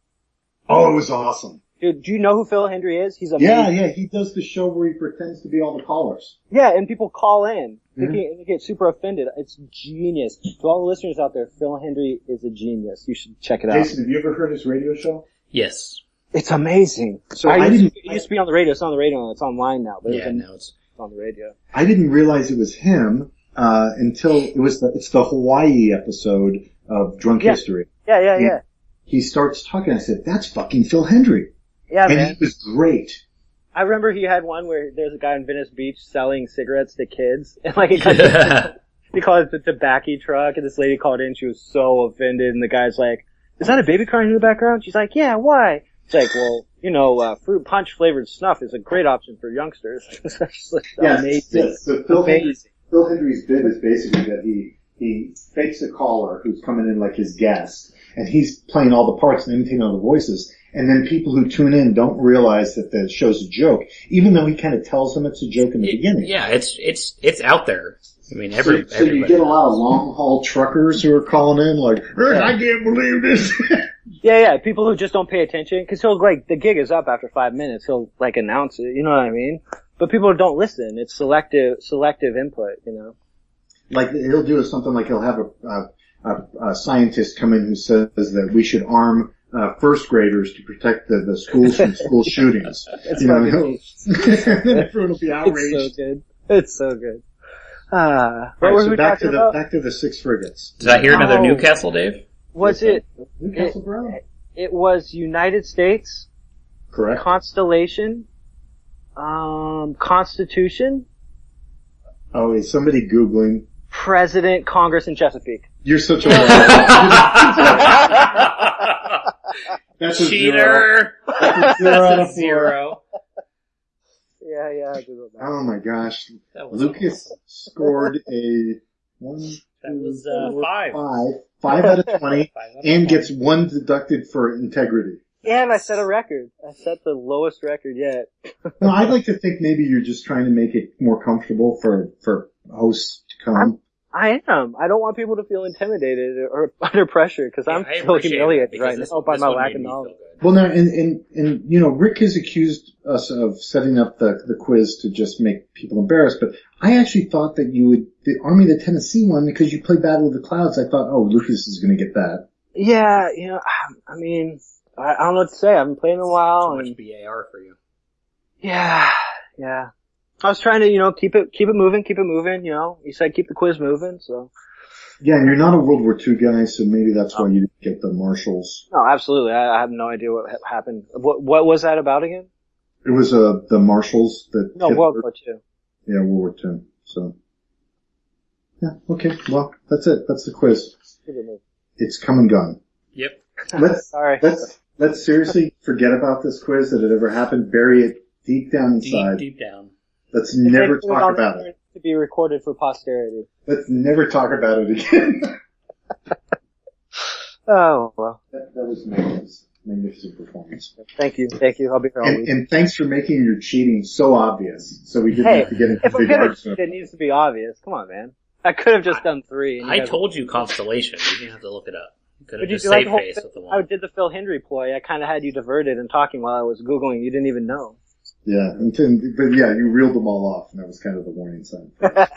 [SPEAKER 4] oh, it was awesome.
[SPEAKER 5] Dude, do you know who Phil Hendry is? He's amazing.
[SPEAKER 4] Yeah, yeah, he does the show where he pretends to be all the callers.
[SPEAKER 5] Yeah, and people call in. They,
[SPEAKER 4] Mhm.
[SPEAKER 5] get, they get super offended. It's genius. To all the listeners out there, Phil Hendry is a genius. You should check it out.
[SPEAKER 4] Jason, have you ever heard his radio show?
[SPEAKER 3] Yes.
[SPEAKER 5] It's amazing.
[SPEAKER 4] So
[SPEAKER 5] I
[SPEAKER 4] I
[SPEAKER 5] used,
[SPEAKER 4] didn't-
[SPEAKER 5] it used to be on the radio. It's on the radio. and It's online now, but
[SPEAKER 3] Yeah,
[SPEAKER 5] it was
[SPEAKER 3] no, it's
[SPEAKER 5] on the radio.
[SPEAKER 4] I didn't realize it was him uh, until it was the, it's the Hawaii episode of Drunk
[SPEAKER 5] Yeah.
[SPEAKER 4] History.
[SPEAKER 5] Yeah, yeah,
[SPEAKER 4] Yeah.
[SPEAKER 5] yeah.
[SPEAKER 4] He starts talking. I said, "That's fucking Phil Hendry,"
[SPEAKER 5] Yeah,
[SPEAKER 4] and
[SPEAKER 5] man.
[SPEAKER 4] he was great.
[SPEAKER 5] I remember he had one where there's a guy in Venice Beach selling cigarettes to kids, and like it got he called it the tobacco truck, and this lady called in. She was so offended, and the guy's like, "Is that a baby crying in the background?" She's like, "Yeah, why?" It's like, "Well, you know, uh, fruit punch flavored snuff is a great option for youngsters." It's like amazing.
[SPEAKER 4] So
[SPEAKER 5] Amazing.
[SPEAKER 4] Phil Hendry's bit is basically that he he fakes a caller who's coming in like his guest, and he's playing all the parts and imitating all the voices. And then people who tune in don't realize that the show's a joke, even though he kind of tells them it's a joke in the beginning.
[SPEAKER 3] yeah, it's it's it's out there. I mean,
[SPEAKER 4] So,
[SPEAKER 3] every
[SPEAKER 4] so you
[SPEAKER 3] everybody.
[SPEAKER 4] get a lot of long haul truckers who are calling in like, "Eh, I can't believe this.
[SPEAKER 5] Yeah, yeah. People who just don't pay attention, because he'll like the gig is up after five minutes. He'll like announce it. You know what I mean? But people don't listen. It's selective, selective input. You know.
[SPEAKER 4] like he'll do something like he'll have a, a, a, a scientist come in who says that we should arm uh, first graders to protect the, the schools from school shootings. You know, he'll- everyone will be
[SPEAKER 5] It's so
[SPEAKER 4] outraged.
[SPEAKER 5] good. It's so good. Ah, what
[SPEAKER 4] Right,
[SPEAKER 5] were
[SPEAKER 4] so
[SPEAKER 5] we
[SPEAKER 4] back
[SPEAKER 5] talking
[SPEAKER 4] to the
[SPEAKER 5] about?
[SPEAKER 4] back to the six frigates.
[SPEAKER 3] Did I hear another
[SPEAKER 5] Oh.
[SPEAKER 3] Newcastle, Dave?
[SPEAKER 5] Was it?
[SPEAKER 4] Newcastle Brown?
[SPEAKER 5] It was United States
[SPEAKER 4] Correct.
[SPEAKER 5] Constellation, um, Constitution,
[SPEAKER 4] Oh, is somebody googling?
[SPEAKER 5] President, Congress, and Chesapeake.
[SPEAKER 4] You're such a liar. That's
[SPEAKER 5] uh,
[SPEAKER 4] a zero.
[SPEAKER 3] Cheater.
[SPEAKER 4] That's a zero out of
[SPEAKER 3] That's a
[SPEAKER 4] four.
[SPEAKER 3] zero.
[SPEAKER 5] Yeah, yeah, I googled that.
[SPEAKER 4] Oh my gosh,
[SPEAKER 3] That was
[SPEAKER 4] Lucas scored a one,
[SPEAKER 3] That
[SPEAKER 4] two,
[SPEAKER 3] was, uh,
[SPEAKER 4] four,
[SPEAKER 3] five.
[SPEAKER 4] five, five out of twenty,
[SPEAKER 3] five out of
[SPEAKER 4] and
[SPEAKER 3] five.
[SPEAKER 4] gets one deducted for integrity.
[SPEAKER 5] Yeah, and I set a record. I set the lowest record yet.
[SPEAKER 4] No, I'd like to think maybe you're just trying to make it more comfortable for for hosts to come.
[SPEAKER 5] I am. I don't want people to feel intimidated or under pressure because I'm
[SPEAKER 3] I appreciate
[SPEAKER 5] so
[SPEAKER 3] that
[SPEAKER 5] humiliated
[SPEAKER 3] because
[SPEAKER 5] right
[SPEAKER 3] this-
[SPEAKER 5] now Oh, by
[SPEAKER 3] this
[SPEAKER 5] my
[SPEAKER 3] one
[SPEAKER 5] lack
[SPEAKER 3] made
[SPEAKER 5] of
[SPEAKER 3] me feel
[SPEAKER 5] knowledge.
[SPEAKER 3] good.
[SPEAKER 4] Well, now, and, and, and, you know, Rick has accused us of setting up the, the quiz to just make people embarrassed, but I actually thought that you would, the Army of the Tennessee one, because you play Battle of the Clouds, I thought, oh, Lucas is gonna get that.
[SPEAKER 5] Yeah, you know, I- I mean, I, I don't know what to say. I haven't played in a
[SPEAKER 3] Too
[SPEAKER 5] while, and
[SPEAKER 3] much BAR for you.
[SPEAKER 5] Yeah, yeah. I was trying to, you know, keep it, keep it moving, keep it moving, you know. You said keep the quiz moving, so.
[SPEAKER 4] Yeah, and you're not a World War II guy, so maybe that's why you didn't get the Marshals.
[SPEAKER 5] No, absolutely. I, I have no idea what ha- happened. What, what was that about again?
[SPEAKER 4] It was, uh, the Marshals that,
[SPEAKER 5] No,
[SPEAKER 4] Hitler-
[SPEAKER 5] World War II.
[SPEAKER 4] yeah, World War II, so. Yeah, okay, well, that's it, that's the quiz.
[SPEAKER 5] Keep it moving.
[SPEAKER 4] It's come and gone.
[SPEAKER 3] Yep.
[SPEAKER 4] Let's,
[SPEAKER 5] Sorry.
[SPEAKER 4] Let's let's seriously forget about this quiz that it ever happened. Bury it deep down
[SPEAKER 3] Deep,
[SPEAKER 4] inside.
[SPEAKER 3] deep down.
[SPEAKER 4] Let's never
[SPEAKER 5] It's on
[SPEAKER 4] talk about
[SPEAKER 5] record
[SPEAKER 4] it.
[SPEAKER 5] To be recorded for posterity.
[SPEAKER 4] Let's never talk about it again.
[SPEAKER 5] Oh, well.
[SPEAKER 4] that, that was magnificent, magnificent performance.
[SPEAKER 5] Thank you. Thank you. I'll be here all
[SPEAKER 4] And,
[SPEAKER 5] week.
[SPEAKER 4] and thanks for making your cheating so obvious, so we didn't
[SPEAKER 5] Hey,
[SPEAKER 4] have to get into
[SPEAKER 5] If I'm
[SPEAKER 4] big
[SPEAKER 5] gonna,
[SPEAKER 4] arguments.
[SPEAKER 5] it needs to be obvious. Come on, man. I could have just done three. And you
[SPEAKER 3] I
[SPEAKER 5] guys-
[SPEAKER 3] told you Constellation. You didn't have to look it up. You could
[SPEAKER 5] But
[SPEAKER 3] have
[SPEAKER 5] you
[SPEAKER 3] just
[SPEAKER 5] do like
[SPEAKER 3] saved
[SPEAKER 5] the whole
[SPEAKER 3] face
[SPEAKER 5] thing.
[SPEAKER 3] with the
[SPEAKER 5] I
[SPEAKER 3] one.
[SPEAKER 5] did the Phil Hendry ploy. I kind of had you diverted and talking while I was Googling. You didn't even know.
[SPEAKER 4] Yeah, and, and- but yeah, you reeled them all off, and that was kind of the warning sign.
[SPEAKER 5] Alright,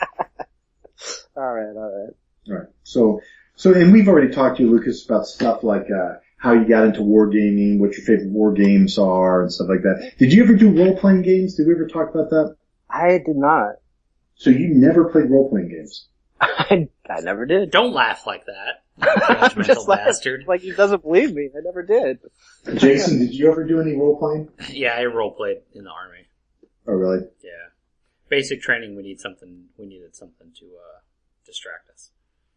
[SPEAKER 5] alright.
[SPEAKER 4] All right. So, so, and we've already talked to you, Lucas, about stuff like, uh, how you got into wargaming, what your favorite war games are, and stuff like that. Did you ever do role-playing games? Did we ever talk about that?
[SPEAKER 5] I did not.
[SPEAKER 4] So you never played role-playing games.
[SPEAKER 5] I, I never did.
[SPEAKER 3] Don't laugh like that.
[SPEAKER 5] I'm
[SPEAKER 3] Judgmental
[SPEAKER 5] just like,
[SPEAKER 3] bastard.
[SPEAKER 5] like he doesn't believe me. I never did.
[SPEAKER 4] Jason, did you ever do any role-playing?
[SPEAKER 3] Yeah, I role played in the army.
[SPEAKER 4] Oh, really?
[SPEAKER 3] Yeah. Basic training. We need something. We needed something to uh, distract us.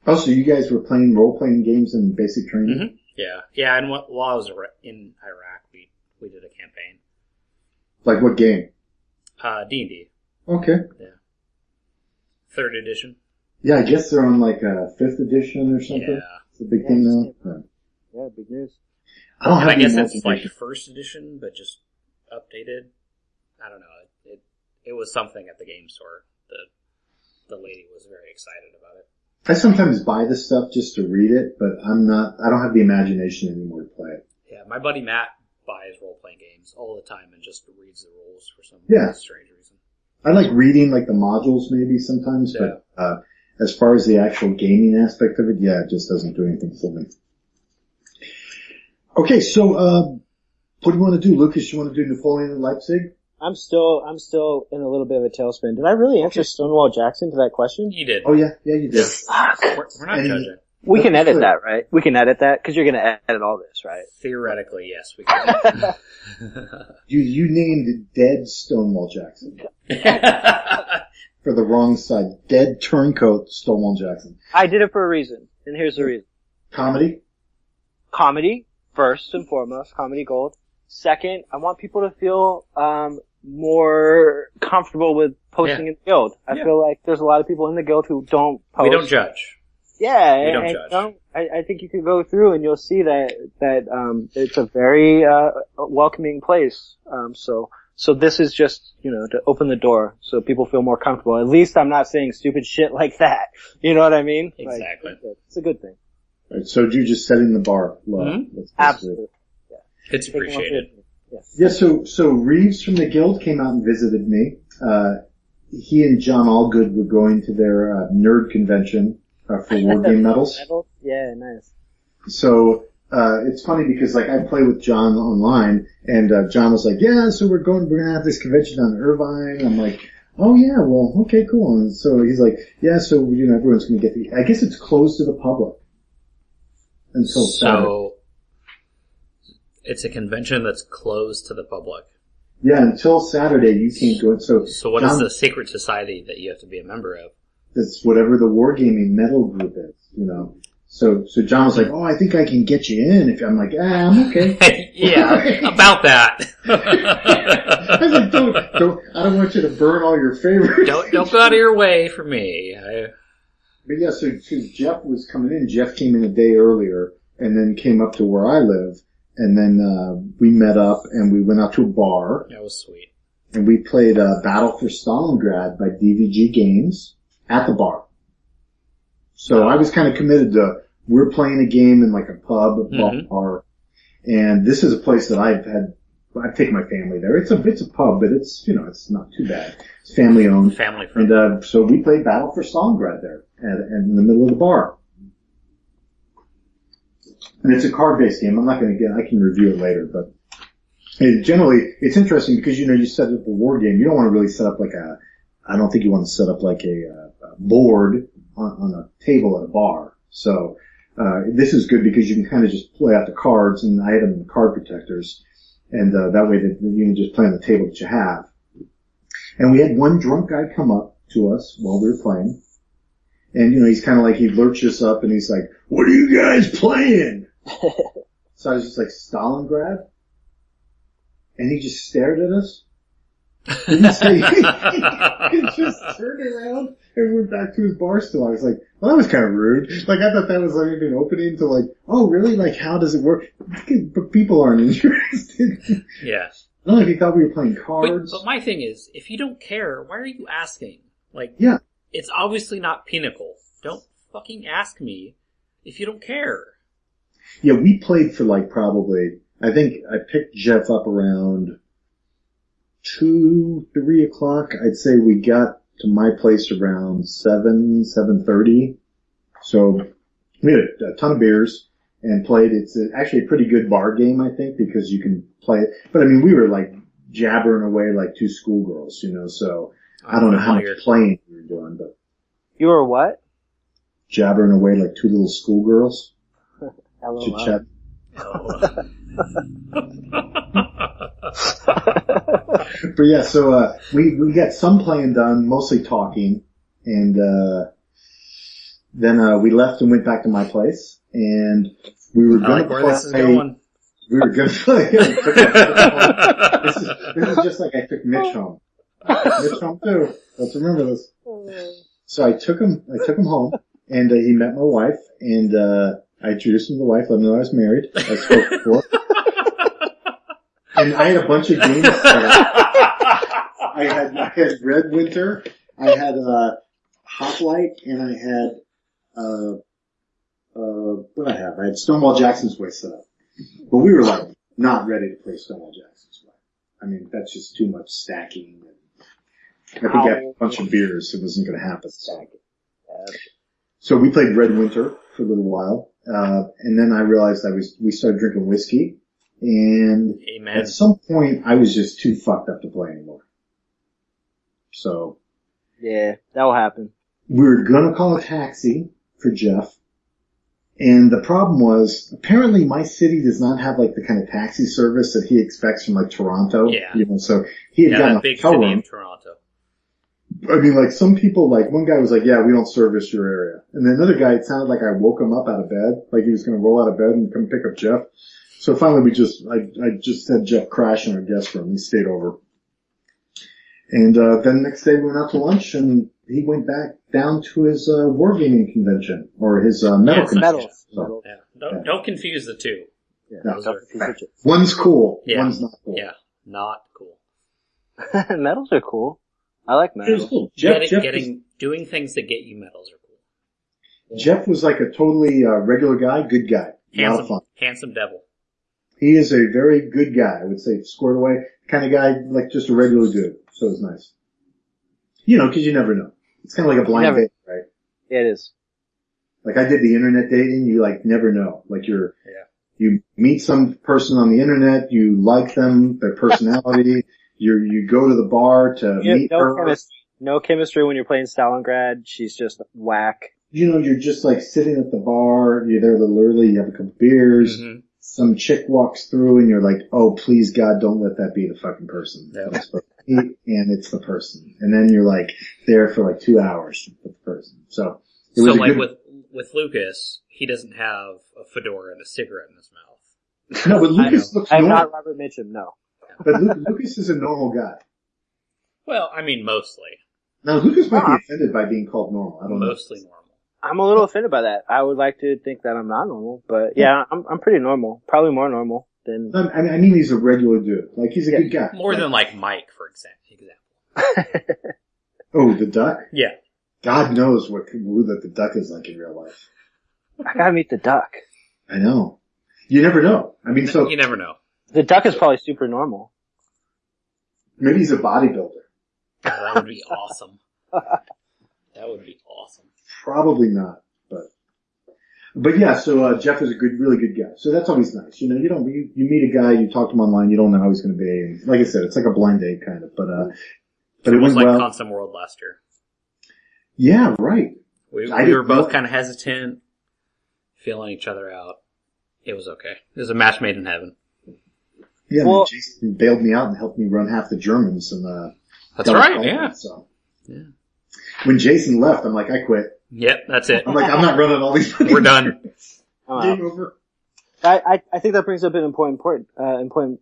[SPEAKER 4] Oh, so you guys were playing role-playing games in basic training?
[SPEAKER 5] Mm-hmm.
[SPEAKER 3] hmm Yeah, yeah. And wh- while I was Ira- in Iraq, we we did a campaign.
[SPEAKER 4] Like what game?
[SPEAKER 3] Uh, D and D,
[SPEAKER 4] Okay.
[SPEAKER 3] third edition.
[SPEAKER 4] Yeah, I guess they're on like a fifth edition or something.
[SPEAKER 3] Yeah.
[SPEAKER 4] It's a big
[SPEAKER 5] Yeah,
[SPEAKER 4] thing
[SPEAKER 5] it's
[SPEAKER 4] now.
[SPEAKER 5] different.
[SPEAKER 4] Yeah.
[SPEAKER 5] Yeah, big news.
[SPEAKER 4] I
[SPEAKER 5] Oh,
[SPEAKER 4] don't
[SPEAKER 3] And
[SPEAKER 4] have
[SPEAKER 3] I
[SPEAKER 4] any
[SPEAKER 3] guess it's like
[SPEAKER 4] imagination.
[SPEAKER 3] first edition, but just updated. I don't know. It, it it was something at the game store. The the lady was very excited about it.
[SPEAKER 4] I sometimes buy this stuff just to read it, but I'm not, I don't have the imagination anymore to play it.
[SPEAKER 3] Yeah, my buddy Matt buys role playing games all the time and just reads the rules for some
[SPEAKER 4] Yeah.
[SPEAKER 3] strange reason.
[SPEAKER 4] I like reading like the modules maybe sometimes, but uh, as far as the actual gaming aspect of it, yeah, it just doesn't do anything for me. Okay, so uh, what do you want to do, Lucas? You want to do Napoleon in Leipzig?
[SPEAKER 5] I'm still I'm still in a little bit of a tailspin. Did I really answer Stonewall Jackson to that question?
[SPEAKER 3] You did.
[SPEAKER 4] Oh yeah, yeah, you did.
[SPEAKER 3] We're, we're not
[SPEAKER 4] And-
[SPEAKER 3] judging.
[SPEAKER 5] We can edit that, right? We can edit that because you're going to edit all this, right?
[SPEAKER 3] Theoretically, yes, we can.
[SPEAKER 4] You you named dead Stonewall Jackson for the wrong side. Dead turncoat Stonewall Jackson.
[SPEAKER 5] I did it for a reason, and here's the reason:
[SPEAKER 4] Comedy.
[SPEAKER 5] comedy first and foremost, comedy gold. Second, I want people to feel um, more comfortable with posting in the guild. I
[SPEAKER 3] Yeah.
[SPEAKER 5] feel like there's a lot of people in the guild who don't post.
[SPEAKER 3] we don't judge.
[SPEAKER 5] Yeah,
[SPEAKER 3] We don't
[SPEAKER 5] and,
[SPEAKER 3] judge.
[SPEAKER 5] um, I, I think you could go through and you'll see that that um, it's a very uh, welcoming place. Um, so so this is just you know to open the door so people feel more comfortable. At least I'm not saying stupid shit like that. You know what I mean? Like,
[SPEAKER 3] Exactly.
[SPEAKER 5] it's a good thing.
[SPEAKER 4] Right, so you're just setting the bar low.
[SPEAKER 3] Mhm.
[SPEAKER 4] That's basically it.
[SPEAKER 5] Absolutely.
[SPEAKER 3] It's appreciated.
[SPEAKER 5] Yes.
[SPEAKER 4] Yeah, so so Reeves from the Guild came out and visited me. Uh, he and John Allgood were going to their uh, nerd convention uh, for war game medals.
[SPEAKER 5] Medals? Yeah, nice.
[SPEAKER 4] So uh, it's funny because like I play with John online, and uh, John was like, "Yeah, so we're going, we're gonna have this convention down in Irvine." I'm like, "Oh yeah, well, okay, cool." And so he's like, "Yeah, so you know everyone's gonna get the. I guess it's closed to the public until Saturday.
[SPEAKER 3] So it's a convention that's closed to the public.
[SPEAKER 4] Yeah, until Saturday you can't go. So
[SPEAKER 3] So what is
[SPEAKER 4] John-
[SPEAKER 3] the secret society that you have to be a member of?
[SPEAKER 4] That's whatever the wargaming metal group is, you know. So, so John was like, "Oh, I think I can get you in." If I'm like, "Ah, I'm okay."
[SPEAKER 3] yeah, about
[SPEAKER 4] I was like,
[SPEAKER 3] that.
[SPEAKER 4] "Don't, don't, I don't want you to burn all your favorites."
[SPEAKER 3] don't don't go out of your way for me. I,
[SPEAKER 4] But yeah, so, so Jeff was coming in. Jeff came in a day earlier, and then came up to where I live, and then uh, we met up, and we went out to a bar,
[SPEAKER 3] that was sweet.
[SPEAKER 4] and we played uh, Battle for Stalingrad by DVG Games at the bar. So I was kind of committed to we're playing a game in like a pub, a
[SPEAKER 3] Mhm.
[SPEAKER 4] bar, and this is a place that I've had. I've taken my family there. It's a it's a pub, but it's you know it's not too bad. It's family owned,
[SPEAKER 3] Family friend.
[SPEAKER 4] and uh, so we played Battle for Stalingrad there, and, and in the middle of the bar. And it's a card-based game. I'm not going to get. I can review it later, but it generally it's interesting because you know you set up a war game. You don't want to really set up like a. I don't think you want to set up like a, uh, a board on, on a table at a bar. So uh, this is good because you can kind of just play out the cards, and I had them in card protectors, and uh, that way that you can just play on the table that you have. And we had one drunk guy come up to us while we were playing. And you know, he's kind of like, he lurches up and he's like, what are you guys playing? so I was just like, Stalingrad? And he just stared at us. He didn't say, he just turned around and went back to his bar stool. I was like, well that was kind of rude. Like I thought that was like an opening to like, oh really? Like how does it work? But people aren't interested. I
[SPEAKER 3] yeah.
[SPEAKER 4] don't know if he thought we were playing
[SPEAKER 3] But,
[SPEAKER 4] cards.
[SPEAKER 3] but my thing is, if you don't care, why are you asking? Like,
[SPEAKER 4] Yeah.
[SPEAKER 3] it's obviously not pinnacle. Don't fucking ask me if you don't care.
[SPEAKER 4] Yeah, we played for like probably, I think I picked Jeff up around two, three o'clock. I'd say we got to my place around seven, seven thirty. So we had a ton of beers and played. It's a- actually a pretty good bar game, I think, because you can play it. But I mean, we were like jabbering away like two schoolgirls, you know, so I don't know how much
[SPEAKER 3] You're-
[SPEAKER 4] playing we were doing, but
[SPEAKER 5] You were what?
[SPEAKER 4] jabbering away like two little schoolgirls.
[SPEAKER 5] Oh,
[SPEAKER 4] Chit chat. But yeah, so uh, we we got some playing done, mostly talking, and uh, then uh, we left and went back to my place, and we were
[SPEAKER 3] I
[SPEAKER 4] gonna
[SPEAKER 3] like where
[SPEAKER 4] play.
[SPEAKER 3] this is going.
[SPEAKER 4] We were gonna play. this, is, this is just like I took Mitch home. I took Mitch home too. Let's remember this. So I took him. I took him home, and uh, he met my wife, and uh, I introduced him to the wife. Let him know I was married. I spoke before. And I had a bunch of games set up. I had I had Red Winter, I had uh, Hoplite, and I had uh, uh, what I have. I had Stonewall Jackson's way set up. But we were like not ready to play Stonewall Jackson's way. I mean, that's just too much stacking. I think
[SPEAKER 5] How-
[SPEAKER 4] after a bunch of beers, it wasn't going to happen.
[SPEAKER 5] Stacking. Yeah.
[SPEAKER 4] So we played Red Winter for a little while, uh, and then I realized I was we started drinking whiskey, and
[SPEAKER 3] Amen.
[SPEAKER 4] at some point I was just too fucked up to play anymore. So
[SPEAKER 5] Yeah, that will happen.
[SPEAKER 4] we were gonna call a taxi for Jeff. And the problem was, apparently my city does not have like the kind of taxi service that he expects from like Toronto.
[SPEAKER 3] Yeah.
[SPEAKER 4] You know, so he had
[SPEAKER 3] yeah,
[SPEAKER 4] gotten a
[SPEAKER 3] that big
[SPEAKER 4] hotel
[SPEAKER 3] city
[SPEAKER 4] room.
[SPEAKER 3] in Toronto.
[SPEAKER 4] I mean, like some people, like one guy was like, "Yeah, we don't service your area," and then another guy, it sounded like I woke him up out of bed, like he was going to roll out of bed and come pick up Jeff. So finally, we just, I, I just had Jeff crash in our guest room. He stayed over, and uh, then the next day we went out to lunch, and he went back down to his uh, wargaming convention or his uh, metal
[SPEAKER 3] Yeah, it's
[SPEAKER 4] convention.
[SPEAKER 5] Medals.
[SPEAKER 4] So,
[SPEAKER 5] Medals.
[SPEAKER 3] Yeah. Don't,
[SPEAKER 4] Yeah.
[SPEAKER 3] don't confuse the two.
[SPEAKER 5] Yeah.
[SPEAKER 4] No,
[SPEAKER 3] Those are,
[SPEAKER 5] Piece of shit.
[SPEAKER 4] One's cool,
[SPEAKER 3] Yeah.
[SPEAKER 4] one's not cool.
[SPEAKER 3] yeah, not cool.
[SPEAKER 5] medals are cool. I like
[SPEAKER 4] It was
[SPEAKER 5] medals.
[SPEAKER 4] cool. Jeff,
[SPEAKER 3] Getting-
[SPEAKER 4] Jeff,
[SPEAKER 3] getting, doing things that get you medals are cool.
[SPEAKER 4] was, Jeff was like a totally uh, regular guy, good guy, a lot of
[SPEAKER 3] Handsome,
[SPEAKER 4] fun.
[SPEAKER 3] handsome devil.
[SPEAKER 4] He is a very good guy, I would say, squared away kind of guy, like just a regular dude. So it's nice. You know, 'cause you never know. It's kind of like a blind
[SPEAKER 5] Never.
[SPEAKER 4] date, right?
[SPEAKER 5] Yeah, it is.
[SPEAKER 4] Like I did the internet dating, you like never know. Like you're,
[SPEAKER 3] Yeah.
[SPEAKER 4] you meet some person on the internet, you like them, their personality, you you go to the bar to
[SPEAKER 5] You have
[SPEAKER 4] meet
[SPEAKER 5] no
[SPEAKER 4] her.
[SPEAKER 5] chemistry. No chemistry when you're playing Stalingrad. She's just whack.
[SPEAKER 4] You know, you're just like sitting at the bar, you're there a little early, you have a couple beers,
[SPEAKER 3] Mhm.
[SPEAKER 4] some chick walks through and you're like, oh please God, don't let that be the fucking person.
[SPEAKER 3] Yeah.
[SPEAKER 4] that I'm supposed to meet. and it's the person. And then you're like there for like two hours with the person. So it
[SPEAKER 3] So
[SPEAKER 4] was a
[SPEAKER 3] like
[SPEAKER 4] good-
[SPEAKER 3] with with Lucas, he doesn't have a fedora and a cigarette in his mouth.
[SPEAKER 4] no, but
[SPEAKER 3] I
[SPEAKER 4] Lucas looks
[SPEAKER 5] I'm
[SPEAKER 4] normal.
[SPEAKER 5] not Robert Mitchum. No.
[SPEAKER 4] But Lu- Lucas is a normal guy.
[SPEAKER 3] Well, I mean, mostly,
[SPEAKER 4] Now Lucas might be
[SPEAKER 5] Ah.
[SPEAKER 4] offended by being called normal. I don't know.
[SPEAKER 3] mostly normal.
[SPEAKER 5] I'm a little offended by that. I would like to think that I'm not normal, but yeah, I'm I'm pretty normal. Probably more normal than
[SPEAKER 4] No, I mean, I mean he's a regular dude. Like he's a
[SPEAKER 5] Yeah.
[SPEAKER 4] good guy.
[SPEAKER 3] More than like Mike, for example. Example.
[SPEAKER 4] oh the duck.
[SPEAKER 3] Yeah.
[SPEAKER 4] God knows what that the duck is like in real life.
[SPEAKER 5] I gotta meet the duck.
[SPEAKER 4] I know. You never know. I mean, so
[SPEAKER 3] you never know.
[SPEAKER 5] The duck is probably super normal.
[SPEAKER 4] maybe he's a bodybuilder.
[SPEAKER 3] Oh, that would be awesome. That would be awesome.
[SPEAKER 4] Probably not, but but yeah. So uh, Jeff is a good, really good guy. So that's always nice. You know, you don't you, you meet a guy, you talk to him online, you don't know how he's going to be. And like I said, it's like a blind date kind of. But uh, but it
[SPEAKER 3] was
[SPEAKER 4] went
[SPEAKER 3] like
[SPEAKER 4] well.
[SPEAKER 3] Constant World last year.
[SPEAKER 4] yeah, right.
[SPEAKER 3] We,
[SPEAKER 4] I
[SPEAKER 3] we were
[SPEAKER 4] didn't
[SPEAKER 3] both
[SPEAKER 4] know.
[SPEAKER 3] kind of hesitant, feeling each other out. It was okay. It was a match made in heaven.
[SPEAKER 4] Yeah,
[SPEAKER 5] Well-
[SPEAKER 4] Jason bailed me out and helped me run half the Germans and uh,
[SPEAKER 3] That's
[SPEAKER 4] double
[SPEAKER 3] right.
[SPEAKER 4] double,
[SPEAKER 3] Yeah.
[SPEAKER 4] So
[SPEAKER 3] Yeah.
[SPEAKER 4] when Jason left, I'm like, I quit.
[SPEAKER 3] Yep. That's it.
[SPEAKER 4] I'm like, I'm not running all these.
[SPEAKER 3] We're done.
[SPEAKER 5] Uh,
[SPEAKER 4] Game over.
[SPEAKER 5] I, I I think that brings up an important point. Uh, important.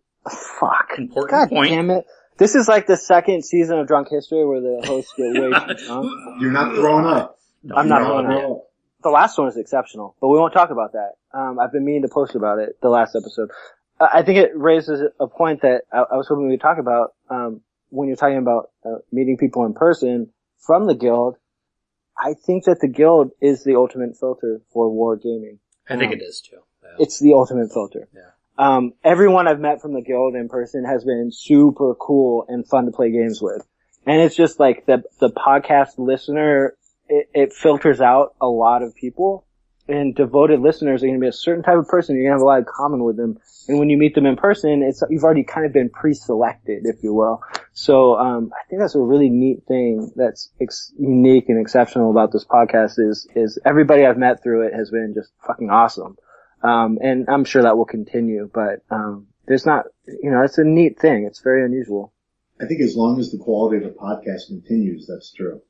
[SPEAKER 5] Fuck.
[SPEAKER 3] Important
[SPEAKER 5] God
[SPEAKER 3] point.
[SPEAKER 5] damn it. This is like the second season of Drunk History where the hosts get way too drunk.
[SPEAKER 4] You're not throwing up.
[SPEAKER 3] No,
[SPEAKER 5] I'm not
[SPEAKER 3] no,
[SPEAKER 5] throwing
[SPEAKER 3] no.
[SPEAKER 5] up. The last one is exceptional, but we won't talk about that. Um, I've been meaning to post about it, the last episode. I I think it raises a point that I, I was hoping we'd talk about um, when you're talking about uh, meeting people in person from the guild. I think that the guild is the ultimate filter for war gaming.
[SPEAKER 3] I think it is too. Yeah.
[SPEAKER 5] It's the ultimate filter.
[SPEAKER 3] Yeah.
[SPEAKER 5] Um, everyone I've met from the guild in person has been super cool and fun to play games with. And it's just like the, the podcast listener, it, it filters out a lot of people and devoted listeners are going to be a certain type of person. You're going to have a lot in common with them. And when you meet them in person, it's, you've already kind of been pre-selected, if you will. So, um, I think that's a really neat thing that's ex- unique and exceptional about this podcast is, is everybody I've met through it has been just fucking awesome. Um, and I'm sure that will continue, but, um, there's not, you know, it's a neat thing. It's very unusual.
[SPEAKER 4] I think as long as the quality of the podcast continues, that's true.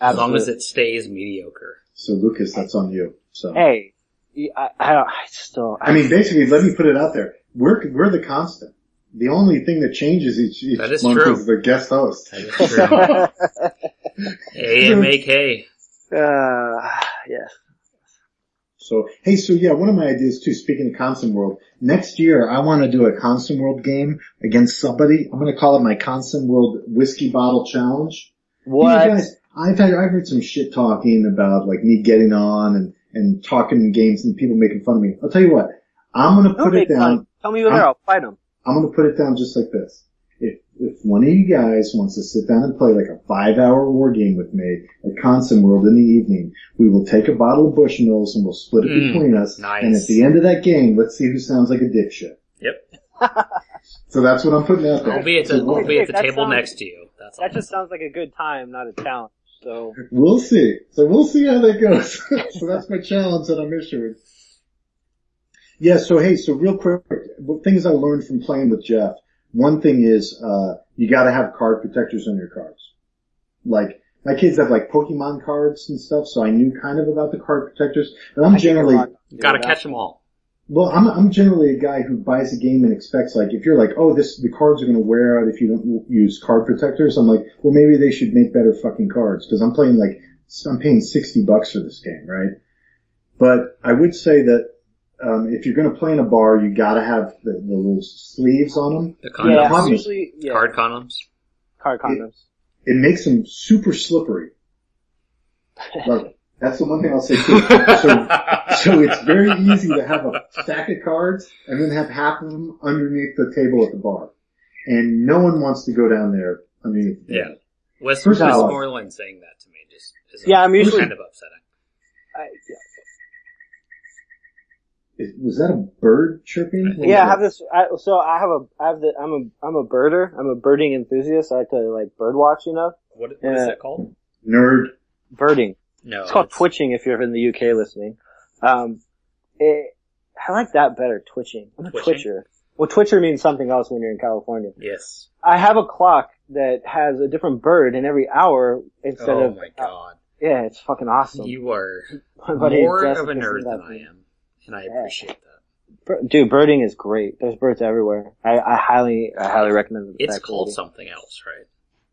[SPEAKER 3] As long as
[SPEAKER 5] Absolutely.
[SPEAKER 3] it stays mediocre.
[SPEAKER 4] So Lucas, that's on you. So
[SPEAKER 5] Hey, you- I, I don't, I still,
[SPEAKER 4] I mean, basically, let me put it out there. We're we're the constant. The only thing that changes each, each
[SPEAKER 3] That is
[SPEAKER 4] month
[SPEAKER 3] true.
[SPEAKER 4] is the guest host.
[SPEAKER 3] That is true. AMAK.
[SPEAKER 5] uh, yes.
[SPEAKER 4] So hey, so yeah, one of my ideas too. Speaking of Constant World, next year I want to do a Constant World game against somebody. I'm going to call it my Constant World Whiskey Bottle Challenge. You know,
[SPEAKER 5] What?
[SPEAKER 4] guys, I've had I've heard some shit talking about like me getting on and and talking games and people making fun of me. I'll tell you what, I'm going to
[SPEAKER 5] Don't
[SPEAKER 4] put it
[SPEAKER 5] make fun.
[SPEAKER 4] down.
[SPEAKER 5] Tell me who they
[SPEAKER 4] Huh?
[SPEAKER 5] are. I'll fight them.
[SPEAKER 4] I'm going to put it down just like this. If, if one of you guys wants to sit down and play like a five hour war game with me at Consum World in the evening, we will take a bottle of Bushmills and we'll split it
[SPEAKER 3] Mm,
[SPEAKER 4] between us.
[SPEAKER 3] nice.
[SPEAKER 4] And at the end of that game, let's see who sounds like a dipshit.
[SPEAKER 3] Yep.
[SPEAKER 4] So that's what I'm putting out there.
[SPEAKER 3] We'll be at the, we'll be at the
[SPEAKER 5] That
[SPEAKER 3] table
[SPEAKER 5] sounds-
[SPEAKER 3] next to you. That's all.
[SPEAKER 5] That just sounds like a good time, not a challenge. So
[SPEAKER 4] We'll see. So we'll see how that goes. so that's my challenge that I'm issuing. Yeah, so hey, so real quick, what things I learned from playing with Jeff. One thing is, uh, you gotta have card protectors on your cards. Like, my kids have like Pokemon cards and stuff, so I knew kind of about the card protectors, but I'm
[SPEAKER 5] I think you're
[SPEAKER 4] generally,
[SPEAKER 5] wrong.
[SPEAKER 3] Gotta catch them all.
[SPEAKER 4] well, I'm, I'm generally a guy who buys a game and expects like, if you're like, oh, this, the cards are gonna wear out if you don't use card protectors, I'm like, well maybe they should make better fucking cards, cause I'm playing like, I'm paying 60 bucks for this game, right? But I would say that, um, if you're gonna play in a bar, you gotta have the, the little sleeves on them.
[SPEAKER 3] The
[SPEAKER 5] Yeah,
[SPEAKER 3] condoms.
[SPEAKER 5] usually yeah,
[SPEAKER 3] Card condoms.
[SPEAKER 5] card condoms.
[SPEAKER 4] It makes them super slippery. Like, that's the one thing I'll say too. So, so it's very easy to have a stack of cards and then have half of them underneath the table at the bar. And no one wants to go down there underneath the
[SPEAKER 3] Yeah.
[SPEAKER 4] table.
[SPEAKER 3] West,
[SPEAKER 4] First of all-
[SPEAKER 3] Westmoreland saying that to me just is
[SPEAKER 5] Yeah, I'm usually-
[SPEAKER 3] kind of upsetting.
[SPEAKER 5] I,
[SPEAKER 4] Is- was that a bird chirping? What was
[SPEAKER 5] yeah, I
[SPEAKER 4] that?
[SPEAKER 5] have this. I, so I have a, I have the, I'm a, I'm a birder. I'm a birding enthusiast. I like to like bird watch, you know,
[SPEAKER 3] What, what is
[SPEAKER 5] Yeah.
[SPEAKER 3] that called?
[SPEAKER 4] Nerd.
[SPEAKER 5] birding.
[SPEAKER 3] No.
[SPEAKER 5] Uh, It's called twitching if you're in the UK listening. Um, it, I like that better, twitching. I'm a
[SPEAKER 3] Twitching?
[SPEAKER 5] twitcher. Well, twitcher means something else when you're in California.
[SPEAKER 3] Yes.
[SPEAKER 5] I have a clock that has a different bird in every hour instead
[SPEAKER 3] oh
[SPEAKER 5] of, uh,
[SPEAKER 3] my god.
[SPEAKER 5] yeah, it's fucking awesome.
[SPEAKER 3] You are
[SPEAKER 5] My buddy
[SPEAKER 3] more
[SPEAKER 5] Jess
[SPEAKER 3] of a
[SPEAKER 5] gets
[SPEAKER 3] nerd
[SPEAKER 5] into
[SPEAKER 3] than
[SPEAKER 5] that
[SPEAKER 3] I
[SPEAKER 5] thing.
[SPEAKER 3] am. And I
[SPEAKER 5] Yeah.
[SPEAKER 3] appreciate that.
[SPEAKER 5] Bir- Dude, birding is great. There's birds everywhere. I, I highly, I highly recommend it.
[SPEAKER 3] It's called something else, right?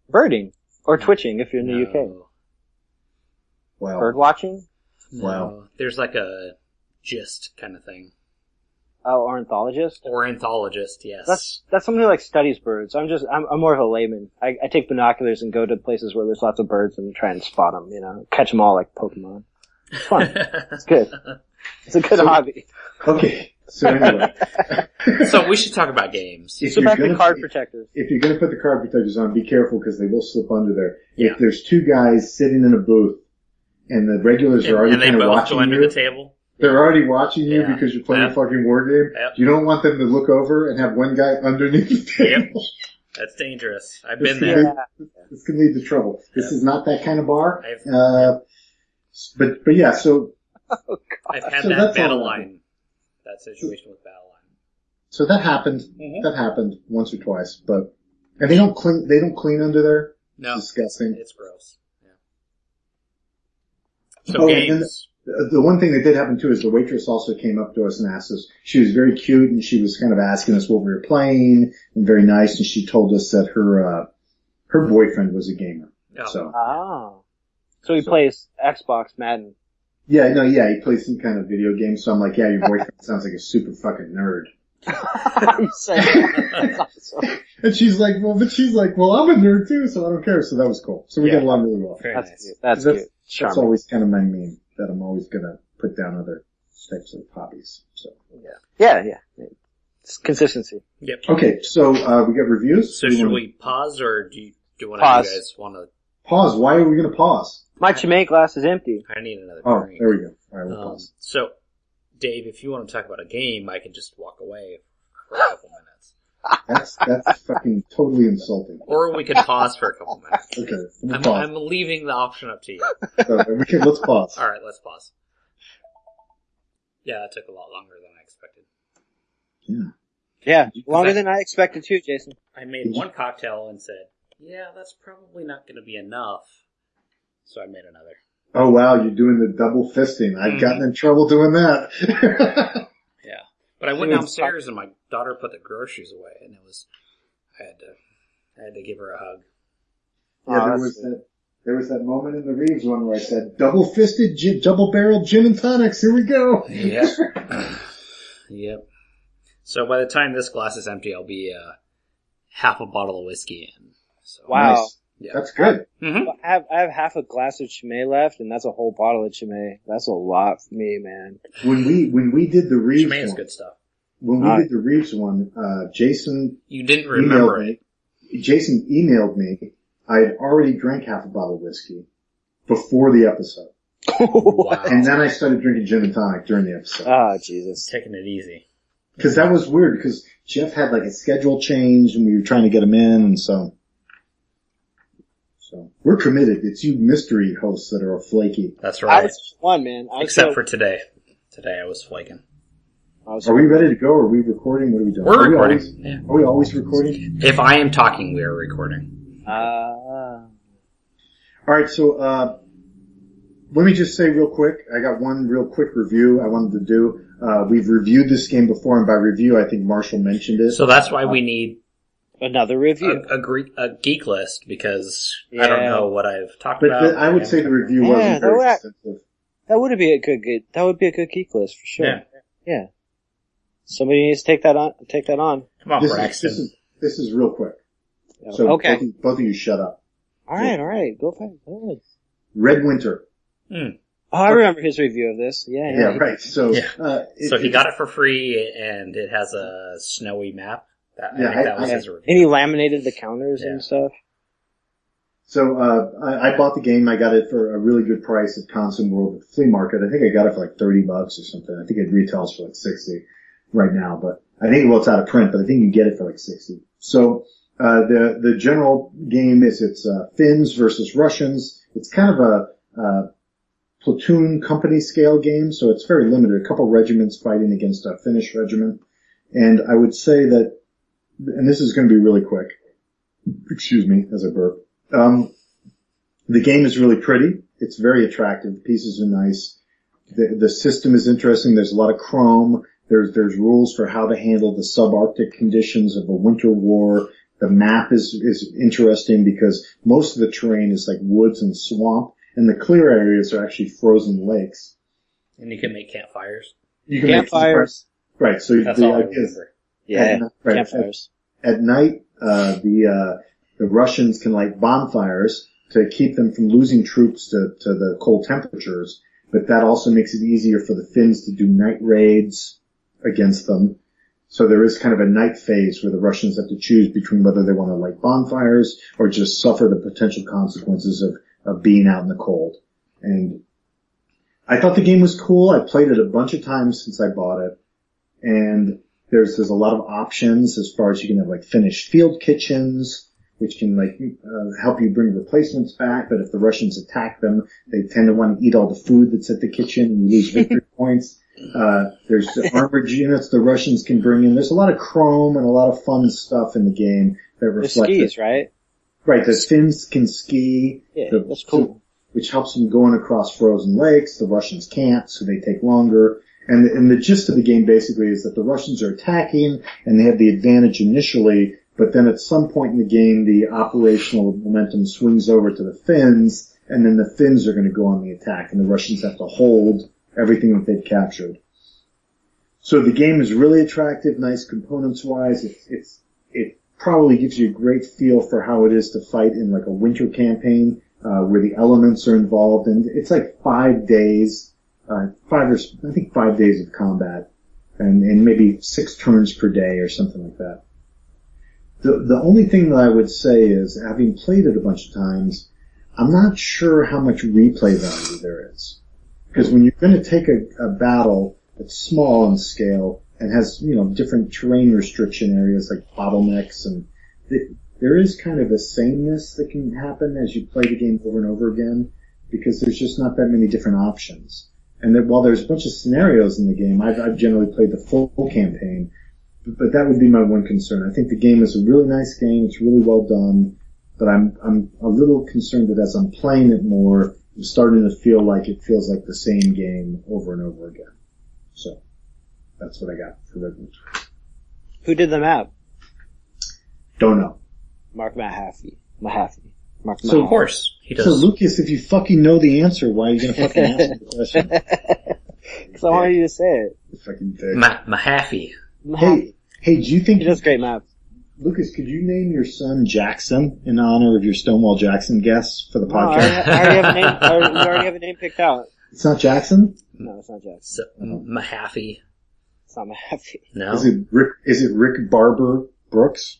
[SPEAKER 5] birding or twitching if you're in the UK.
[SPEAKER 3] No.
[SPEAKER 4] Wow.
[SPEAKER 5] Bird watching?
[SPEAKER 3] No.
[SPEAKER 4] Wow.
[SPEAKER 3] There's like a gist kind of thing.
[SPEAKER 5] Oh, ornithologist?
[SPEAKER 3] Or anthologist, yes.
[SPEAKER 5] That's that's somebody who, like studies birds. I'm just I'm, I'm more of a layman. I, I take binoculars and go to places where there's lots of birds and try and spot them. You know, catch them all like Pokemon. It's fun. it's good. It's a good
[SPEAKER 4] So-
[SPEAKER 5] hobby.
[SPEAKER 4] Okay. So anyway,
[SPEAKER 3] so we should talk about games.
[SPEAKER 4] if
[SPEAKER 5] So
[SPEAKER 4] you're
[SPEAKER 5] back
[SPEAKER 4] gonna-
[SPEAKER 5] to card protectors.
[SPEAKER 4] if you're going to put the card protectors on, be careful because they will slip under there.
[SPEAKER 3] Yeah.
[SPEAKER 4] If there's two guys sitting in a booth and the regulars
[SPEAKER 3] And,
[SPEAKER 4] are already
[SPEAKER 3] and they
[SPEAKER 4] kind of
[SPEAKER 3] both go
[SPEAKER 4] watching
[SPEAKER 3] under
[SPEAKER 4] you,
[SPEAKER 3] the table.
[SPEAKER 4] they're already watching you
[SPEAKER 3] Yeah.
[SPEAKER 4] because you're playing
[SPEAKER 3] Yeah.
[SPEAKER 4] a fucking war game.
[SPEAKER 3] Yep.
[SPEAKER 4] You don't want them to look over and have one guy underneath the
[SPEAKER 3] Yep.
[SPEAKER 4] table.
[SPEAKER 3] That's dangerous. I've been
[SPEAKER 4] This
[SPEAKER 3] there.
[SPEAKER 4] can lead- This can lead to trouble. This is not that kind of bar.
[SPEAKER 3] I've-
[SPEAKER 4] Uh, but but yeah, so
[SPEAKER 3] I've had
[SPEAKER 4] So
[SPEAKER 3] that
[SPEAKER 4] that's all
[SPEAKER 3] battle
[SPEAKER 4] that
[SPEAKER 3] line. That situation with battle line.
[SPEAKER 4] so that happened.
[SPEAKER 3] Mhm.
[SPEAKER 4] That happened once or twice, but and they don't clean. They don't clean under there.
[SPEAKER 3] No.
[SPEAKER 4] Disgusting.
[SPEAKER 3] It's gross. Yeah. So
[SPEAKER 4] Oh, and then-
[SPEAKER 3] games.
[SPEAKER 4] The the one thing that did happen too is the waitress also came up to us and asked us. She was very cute and she was kind of asking us what we were playing and very nice. And she told us that her uh, her boyfriend was a gamer.
[SPEAKER 3] Oh,
[SPEAKER 4] So
[SPEAKER 5] Oh, so he
[SPEAKER 4] So-
[SPEAKER 5] plays Xbox Madden.
[SPEAKER 4] yeah, no, yeah, he plays some kind of video game. So I'm like, yeah, your boyfriend sounds like a super fucking nerd.
[SPEAKER 5] I'm saying that's awesome.
[SPEAKER 4] And she's like, well, but she's like, well, I'm a nerd too, so I don't care. So that was cool. So we
[SPEAKER 3] Yeah.
[SPEAKER 4] got along really well.
[SPEAKER 3] very
[SPEAKER 5] That's
[SPEAKER 3] nice.
[SPEAKER 5] cute. That's,
[SPEAKER 4] That's-
[SPEAKER 5] cute.
[SPEAKER 4] That's
[SPEAKER 5] Charming.
[SPEAKER 4] always kind of my meme that I'm always gonna put down other types of hobbies. So
[SPEAKER 5] yeah, yeah. It's consistency.
[SPEAKER 3] Yep.
[SPEAKER 4] okay, so uh, we got reviews.
[SPEAKER 3] So
[SPEAKER 4] We
[SPEAKER 3] should
[SPEAKER 4] wanna-
[SPEAKER 3] we pause or do you, do one of
[SPEAKER 5] Pause.
[SPEAKER 3] you guys want to?
[SPEAKER 4] pause? Why are we gonna pause?
[SPEAKER 5] My Chimay glass is empty.
[SPEAKER 3] I need another
[SPEAKER 4] Oh,
[SPEAKER 3] drink.
[SPEAKER 4] there we go. All right, we'll
[SPEAKER 3] Um,
[SPEAKER 4] pause.
[SPEAKER 3] so, Dave, if you want to talk about a game, I can just walk away for a couple minutes,
[SPEAKER 4] That's that's fucking totally insulting.
[SPEAKER 3] or we could pause for a couple minutes.
[SPEAKER 4] Okay, we'll
[SPEAKER 3] I'm,
[SPEAKER 4] pause.
[SPEAKER 3] I'm leaving the option up to you.
[SPEAKER 4] So, we can- let's pause.
[SPEAKER 3] All right, let's pause. Yeah, that took a lot longer than I expected.
[SPEAKER 5] Yeah, longer
[SPEAKER 3] I-
[SPEAKER 5] than I expected too, Jason.
[SPEAKER 3] I made one cocktail and said, "Yeah, that's probably not going to be enough," so I made another.
[SPEAKER 4] Oh wow, you're doing the double fisting.
[SPEAKER 3] Mm-hmm.
[SPEAKER 4] I've gotten in trouble doing that.
[SPEAKER 3] Yeah. But I went
[SPEAKER 5] Dude,
[SPEAKER 3] downstairs and my daughter put the groceries away and it was I had to I had to give her a hug.
[SPEAKER 4] Yeah,
[SPEAKER 5] Oh,
[SPEAKER 4] there
[SPEAKER 5] that's
[SPEAKER 4] was
[SPEAKER 5] good.
[SPEAKER 4] that. There was that moment in the Reeves one where I said, "Double fisted, gin, double barreled gin and tonics." Here we go.
[SPEAKER 3] Yep. yep. So by the time this glass is empty I'll be uh half a bottle of whiskey in. So
[SPEAKER 5] Wow.
[SPEAKER 3] Yeah.
[SPEAKER 4] that's good.
[SPEAKER 3] Mhm.
[SPEAKER 5] I have I have half a glass of Chimay left, and that's a whole bottle of Chimay. That's a lot for me, man.
[SPEAKER 4] When we when we did the Reeves
[SPEAKER 3] Chimay is
[SPEAKER 4] one,
[SPEAKER 3] good stuff.
[SPEAKER 4] When we
[SPEAKER 5] All
[SPEAKER 4] did the Reeves one, uh, Jason
[SPEAKER 3] You didn't remember
[SPEAKER 4] emailed
[SPEAKER 3] it.
[SPEAKER 4] me. Jason emailed me. I had already drank half a bottle of whiskey before the episode,
[SPEAKER 3] Wow.
[SPEAKER 4] and then I started drinking gin and tonic during the
[SPEAKER 3] Uh,
[SPEAKER 4] episode
[SPEAKER 5] oh, Jesus.
[SPEAKER 3] Taking it easy.
[SPEAKER 4] because that was weird because Jeff had like a schedule change and we were trying to get him in, and so. So we're committed. It's you mystery hosts that are flaky.
[SPEAKER 3] That's
[SPEAKER 5] I
[SPEAKER 3] right.
[SPEAKER 5] was one, man. I was
[SPEAKER 3] Except
[SPEAKER 5] so-
[SPEAKER 3] for today. Today I was flaking.
[SPEAKER 5] I was
[SPEAKER 4] Are we ready to go? Are we recording? What are we doing?
[SPEAKER 3] We're
[SPEAKER 4] Are we
[SPEAKER 3] recording.
[SPEAKER 4] always-
[SPEAKER 3] Yeah.
[SPEAKER 4] Are we always recording?
[SPEAKER 3] If I am talking, we are recording.
[SPEAKER 5] Uh,
[SPEAKER 4] All right, so uh, let me just say real quick. I got one real quick review I wanted to do. Uh, we've reviewed this game before, and by review, I think Marshall mentioned it.
[SPEAKER 3] So that's why we need
[SPEAKER 5] another review.
[SPEAKER 3] a, a, gre- a geek list because I don't
[SPEAKER 5] Yeah.
[SPEAKER 3] know what I've talked
[SPEAKER 4] but
[SPEAKER 3] about.
[SPEAKER 4] the, I would say the review
[SPEAKER 5] Yeah,
[SPEAKER 4] wasn't
[SPEAKER 5] no,
[SPEAKER 4] very
[SPEAKER 5] I-
[SPEAKER 4] extensive.
[SPEAKER 5] that would be a good, good. That would be a good geek list for sure.
[SPEAKER 3] Yeah.
[SPEAKER 5] Yeah. Somebody needs to take that on. Take that on.
[SPEAKER 3] Come on,
[SPEAKER 4] This is,
[SPEAKER 3] Braxton.
[SPEAKER 4] this is this is real quick.
[SPEAKER 5] Yeah.
[SPEAKER 4] So
[SPEAKER 5] okay.
[SPEAKER 4] both, of, both of you shut up.
[SPEAKER 5] all right. All right. Go ahead. Go ahead.
[SPEAKER 4] Red Winter.
[SPEAKER 5] Oh, I remember his review of this. Yeah.
[SPEAKER 4] Yeah, right. So
[SPEAKER 3] Yeah.
[SPEAKER 4] uh, it-
[SPEAKER 3] so he got it for free, and it has a snowy map. That, I
[SPEAKER 4] Yeah,
[SPEAKER 3] think
[SPEAKER 4] I-
[SPEAKER 3] that was
[SPEAKER 4] I-
[SPEAKER 3] his review.
[SPEAKER 5] And he laminated the counters
[SPEAKER 3] Yeah.
[SPEAKER 5] and stuff.
[SPEAKER 4] So uh, I, I bought the game. I got it for a really good price at Consum World at the flea market. I think I got it for like thirty bucks or something. I think it retails for like sixty right now, but I think well it's out of print, but I think you can get it for like sixty. So uh, the the general game is it's uh, Finns versus Russians. It's kind of a uh, platoon company scale game, so it's very limited. A couple regiments fighting against a Finnish regiment, and I would say that, and this is going to be really quick. Excuse me, as I burp. Um, the game is really pretty. It's very attractive. The pieces are nice. The, the system is interesting. There's a lot of chrome. There's, there's rules for how to handle the subarctic conditions of a winter war. The map is, is interesting because most of the terrain is like woods and swamp and the clear areas are actually frozen lakes.
[SPEAKER 3] And you can make campfires.
[SPEAKER 4] You can make-
[SPEAKER 5] Campfires.
[SPEAKER 4] Right. So
[SPEAKER 3] That's
[SPEAKER 4] the
[SPEAKER 3] all I
[SPEAKER 4] idea is-
[SPEAKER 3] remember.
[SPEAKER 5] Yeah.
[SPEAKER 4] at- right, at-
[SPEAKER 5] Campfires.
[SPEAKER 4] at night, uh, the uh, the Russians can light bonfires to keep them from losing troops to, to the cold temperatures. But that also makes it easier for the Finns to do night raids against them. So there is kind of a night phase where the Russians have to choose between whether they want to light bonfires or just suffer the potential consequences of, of being out in the cold. And I thought the game was cool. I played it a bunch of times since I bought it. And there's there's a lot of options as far as you can have like finished field kitchens, which can like uh, help you bring replacements back. But if the Russians attack them, they tend to want to eat all the food that's at the kitchen and you lose victory points. Uh, there's the armored units the Russians can bring in. There's a lot of chrome and a lot of fun stuff in the game that
[SPEAKER 5] There's
[SPEAKER 4] reflects
[SPEAKER 5] skis, right?
[SPEAKER 4] right. The Finns can ski.
[SPEAKER 5] Yeah.
[SPEAKER 4] The-
[SPEAKER 5] That's cool.
[SPEAKER 4] which helps them going across frozen lakes. The Russians can't, so they take longer. And the, and the gist of the game basically is that the Russians are attacking and they have the advantage initially, but then at some point in the game, the operational momentum swings over to the Finns, and then the Finns are going to go on the attack, and the Russians have to hold everything that they've captured. So the game is really attractive, nice components wise. It's, it's, it probably gives you a great feel for how it is to fight in like a winter campaign, uh, where the elements are involved and it's like five days, uh, five or, s- I think five days of combat and, and maybe six turns per day or something like that. The, the only thing that I would say is having played it a bunch of times, I'm not sure how much replay value there is. Because when you're going to take a, a battle that's small in scale and has, you know, different terrain restriction areas like bottlenecks and th- there is kind of a sameness that can happen as you play the game over and over again because there's just not that many different options. And that while there's a bunch of scenarios in the game, I've, I've generally played the full campaign, but, but that would be my one concern. I think the game is a really nice game. It's really well done, but I'm, I'm a little concerned that as I'm playing it more, I'm starting to feel like it feels like the same game over and over again. So that's what I got for Red Winter.
[SPEAKER 5] Who did the map?
[SPEAKER 4] Don't know.
[SPEAKER 5] Mark Mahaffey. Mahaffey. Mark
[SPEAKER 4] So-
[SPEAKER 3] Of course, he does.
[SPEAKER 4] So Lucas, if you fucking know the answer, why are you gonna fucking ask me the question?
[SPEAKER 5] Because I wanted you to say it.
[SPEAKER 4] fucking dick.
[SPEAKER 3] Ma- Mahaffey.
[SPEAKER 5] Mahaffey.
[SPEAKER 4] Hey, hey, do you think
[SPEAKER 5] He does great maps.
[SPEAKER 4] Lucas? Could you name your son Jackson in honor of your Stonewall Jackson guest for the
[SPEAKER 5] No, I,
[SPEAKER 4] podcast?
[SPEAKER 5] already, I already have a name. I already, we already have a name picked out.
[SPEAKER 4] It's not Jackson.
[SPEAKER 5] No, it's not Jackson.
[SPEAKER 3] So, Mahaffey.
[SPEAKER 5] So I'm happy.
[SPEAKER 3] No.
[SPEAKER 4] Is it Rick? Is it Rick Barber Brooks?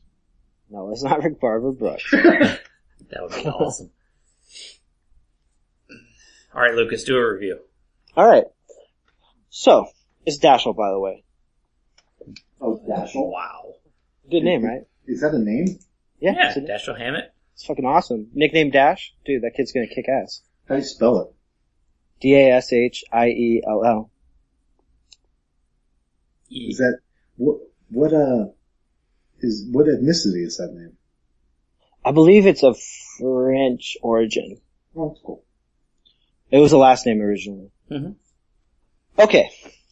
[SPEAKER 4] Oh,
[SPEAKER 5] No, it's not Rick Barber Brooks.
[SPEAKER 3] That would be awesome. All right, Lucas, do a review.
[SPEAKER 5] All right. So it's Dashel, by the way.
[SPEAKER 4] Oh, Dashel.
[SPEAKER 3] Wow.
[SPEAKER 5] Good name, right?
[SPEAKER 4] Is that a name?
[SPEAKER 5] Yeah.
[SPEAKER 3] Yeah,
[SPEAKER 5] It's, a-
[SPEAKER 3] Dashiell Hammett.
[SPEAKER 5] it's fucking awesome. Nickname Dash, dude. That kid's gonna kick ass.
[SPEAKER 4] How do you spell it?
[SPEAKER 5] D A S H I E L L.
[SPEAKER 3] E-
[SPEAKER 4] Is that what? What uh? Is what ethnicity is that name?
[SPEAKER 5] I believe it's of French origin.
[SPEAKER 4] Oh, that's cool.
[SPEAKER 5] It was the last name originally.
[SPEAKER 4] Mm-hmm.
[SPEAKER 3] Mhm.
[SPEAKER 5] Okay,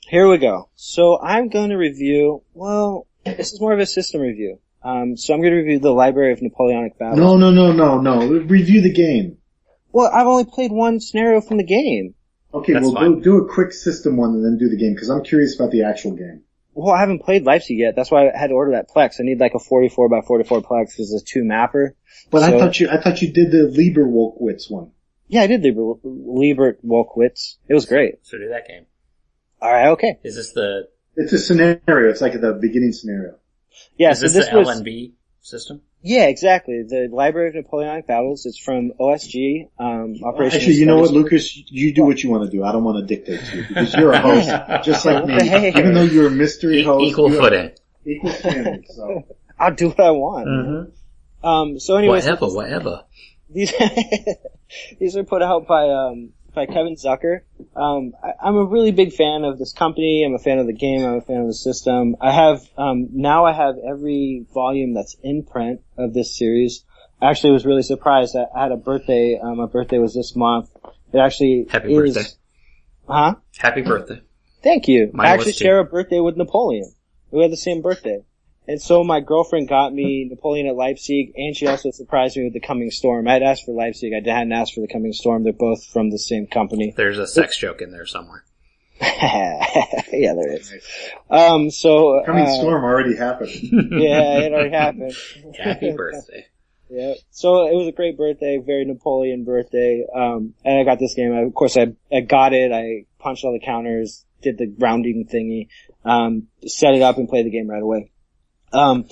[SPEAKER 5] here we go. So I'm going to review. Well, this is more of a system review. Um, so I'm going to review the Library of Napoleonic Battles.
[SPEAKER 4] No, no, no, no, no. Review the game.
[SPEAKER 5] Well, I've only played one scenario from the game.
[SPEAKER 4] Okay,
[SPEAKER 3] That's
[SPEAKER 4] well,
[SPEAKER 3] fine.
[SPEAKER 4] do, do a quick system one and then do the game because I'm curious about the actual game.
[SPEAKER 5] Well, I haven't played Leipzig yet. That's why I had to order that Plex. I need like a 44 by 44 Plex because it's a two mapper.
[SPEAKER 4] But I
[SPEAKER 5] So-
[SPEAKER 4] thought you, I thought you did the Lieber Wolkowitz one.
[SPEAKER 5] Yeah, I did Liber- Liebert Wolkowitz. It was great.
[SPEAKER 3] so do that game.
[SPEAKER 5] All right, okay.
[SPEAKER 3] Is this the
[SPEAKER 4] It's a scenario. It's like the beginning scenario.
[SPEAKER 5] Yeah,
[SPEAKER 3] is
[SPEAKER 5] so
[SPEAKER 3] this,
[SPEAKER 5] this
[SPEAKER 3] the
[SPEAKER 5] was
[SPEAKER 3] LNB system?
[SPEAKER 5] yeah, exactly. The Library of Napoleonic Battles. It's from OSG. Um, Operation.
[SPEAKER 4] Actually, you know what,
[SPEAKER 5] Studies-
[SPEAKER 4] Lucas? You do what you want to do. I don't want to dictate to you because you're a host, just like me.
[SPEAKER 5] Hey.
[SPEAKER 4] Even though you're a mystery
[SPEAKER 3] E-
[SPEAKER 4] host,
[SPEAKER 3] equal
[SPEAKER 4] you have
[SPEAKER 3] footing.
[SPEAKER 4] equal standards. So
[SPEAKER 5] I'll do what I want. Um, so anyways,
[SPEAKER 3] Mm-hmm. Whatever, whatever.
[SPEAKER 5] these these are put out by um, by Kevin Zucker. Um, I, I'm a really big fan of this company. I'm a fan of the game. I'm a fan of the system. I have um, now I have every volume that's in print of this series. I actually was really surprised. I, I had a birthday. Um, my birthday was this month. It actually
[SPEAKER 3] Happy
[SPEAKER 5] is,
[SPEAKER 3] birthday.
[SPEAKER 5] Huh?
[SPEAKER 3] Happy birthday.
[SPEAKER 5] Thank you.
[SPEAKER 3] Mine
[SPEAKER 5] I
[SPEAKER 3] was
[SPEAKER 5] actually
[SPEAKER 3] too.
[SPEAKER 5] share a birthday with Napoleon. We had the same birthday. And so my girlfriend got me Napoleon at Leipzig, and she also surprised me with The Coming Storm. I had asked for Leipzig. I hadn't asked for The Coming Storm. They're both from the same company.
[SPEAKER 3] There's a sex joke in there somewhere.
[SPEAKER 5] yeah, there is. Um, so.
[SPEAKER 4] coming
[SPEAKER 5] uh,
[SPEAKER 4] storm already happened.
[SPEAKER 5] Yeah, it already happened.
[SPEAKER 3] Happy birthday.
[SPEAKER 5] Yeah. So it was a great birthday, very Napoleon birthday. Um, and I got this game. I, of course, I, I got it. I punched all the counters, did the rounding thingy, um, set it up and played the game right away. Um,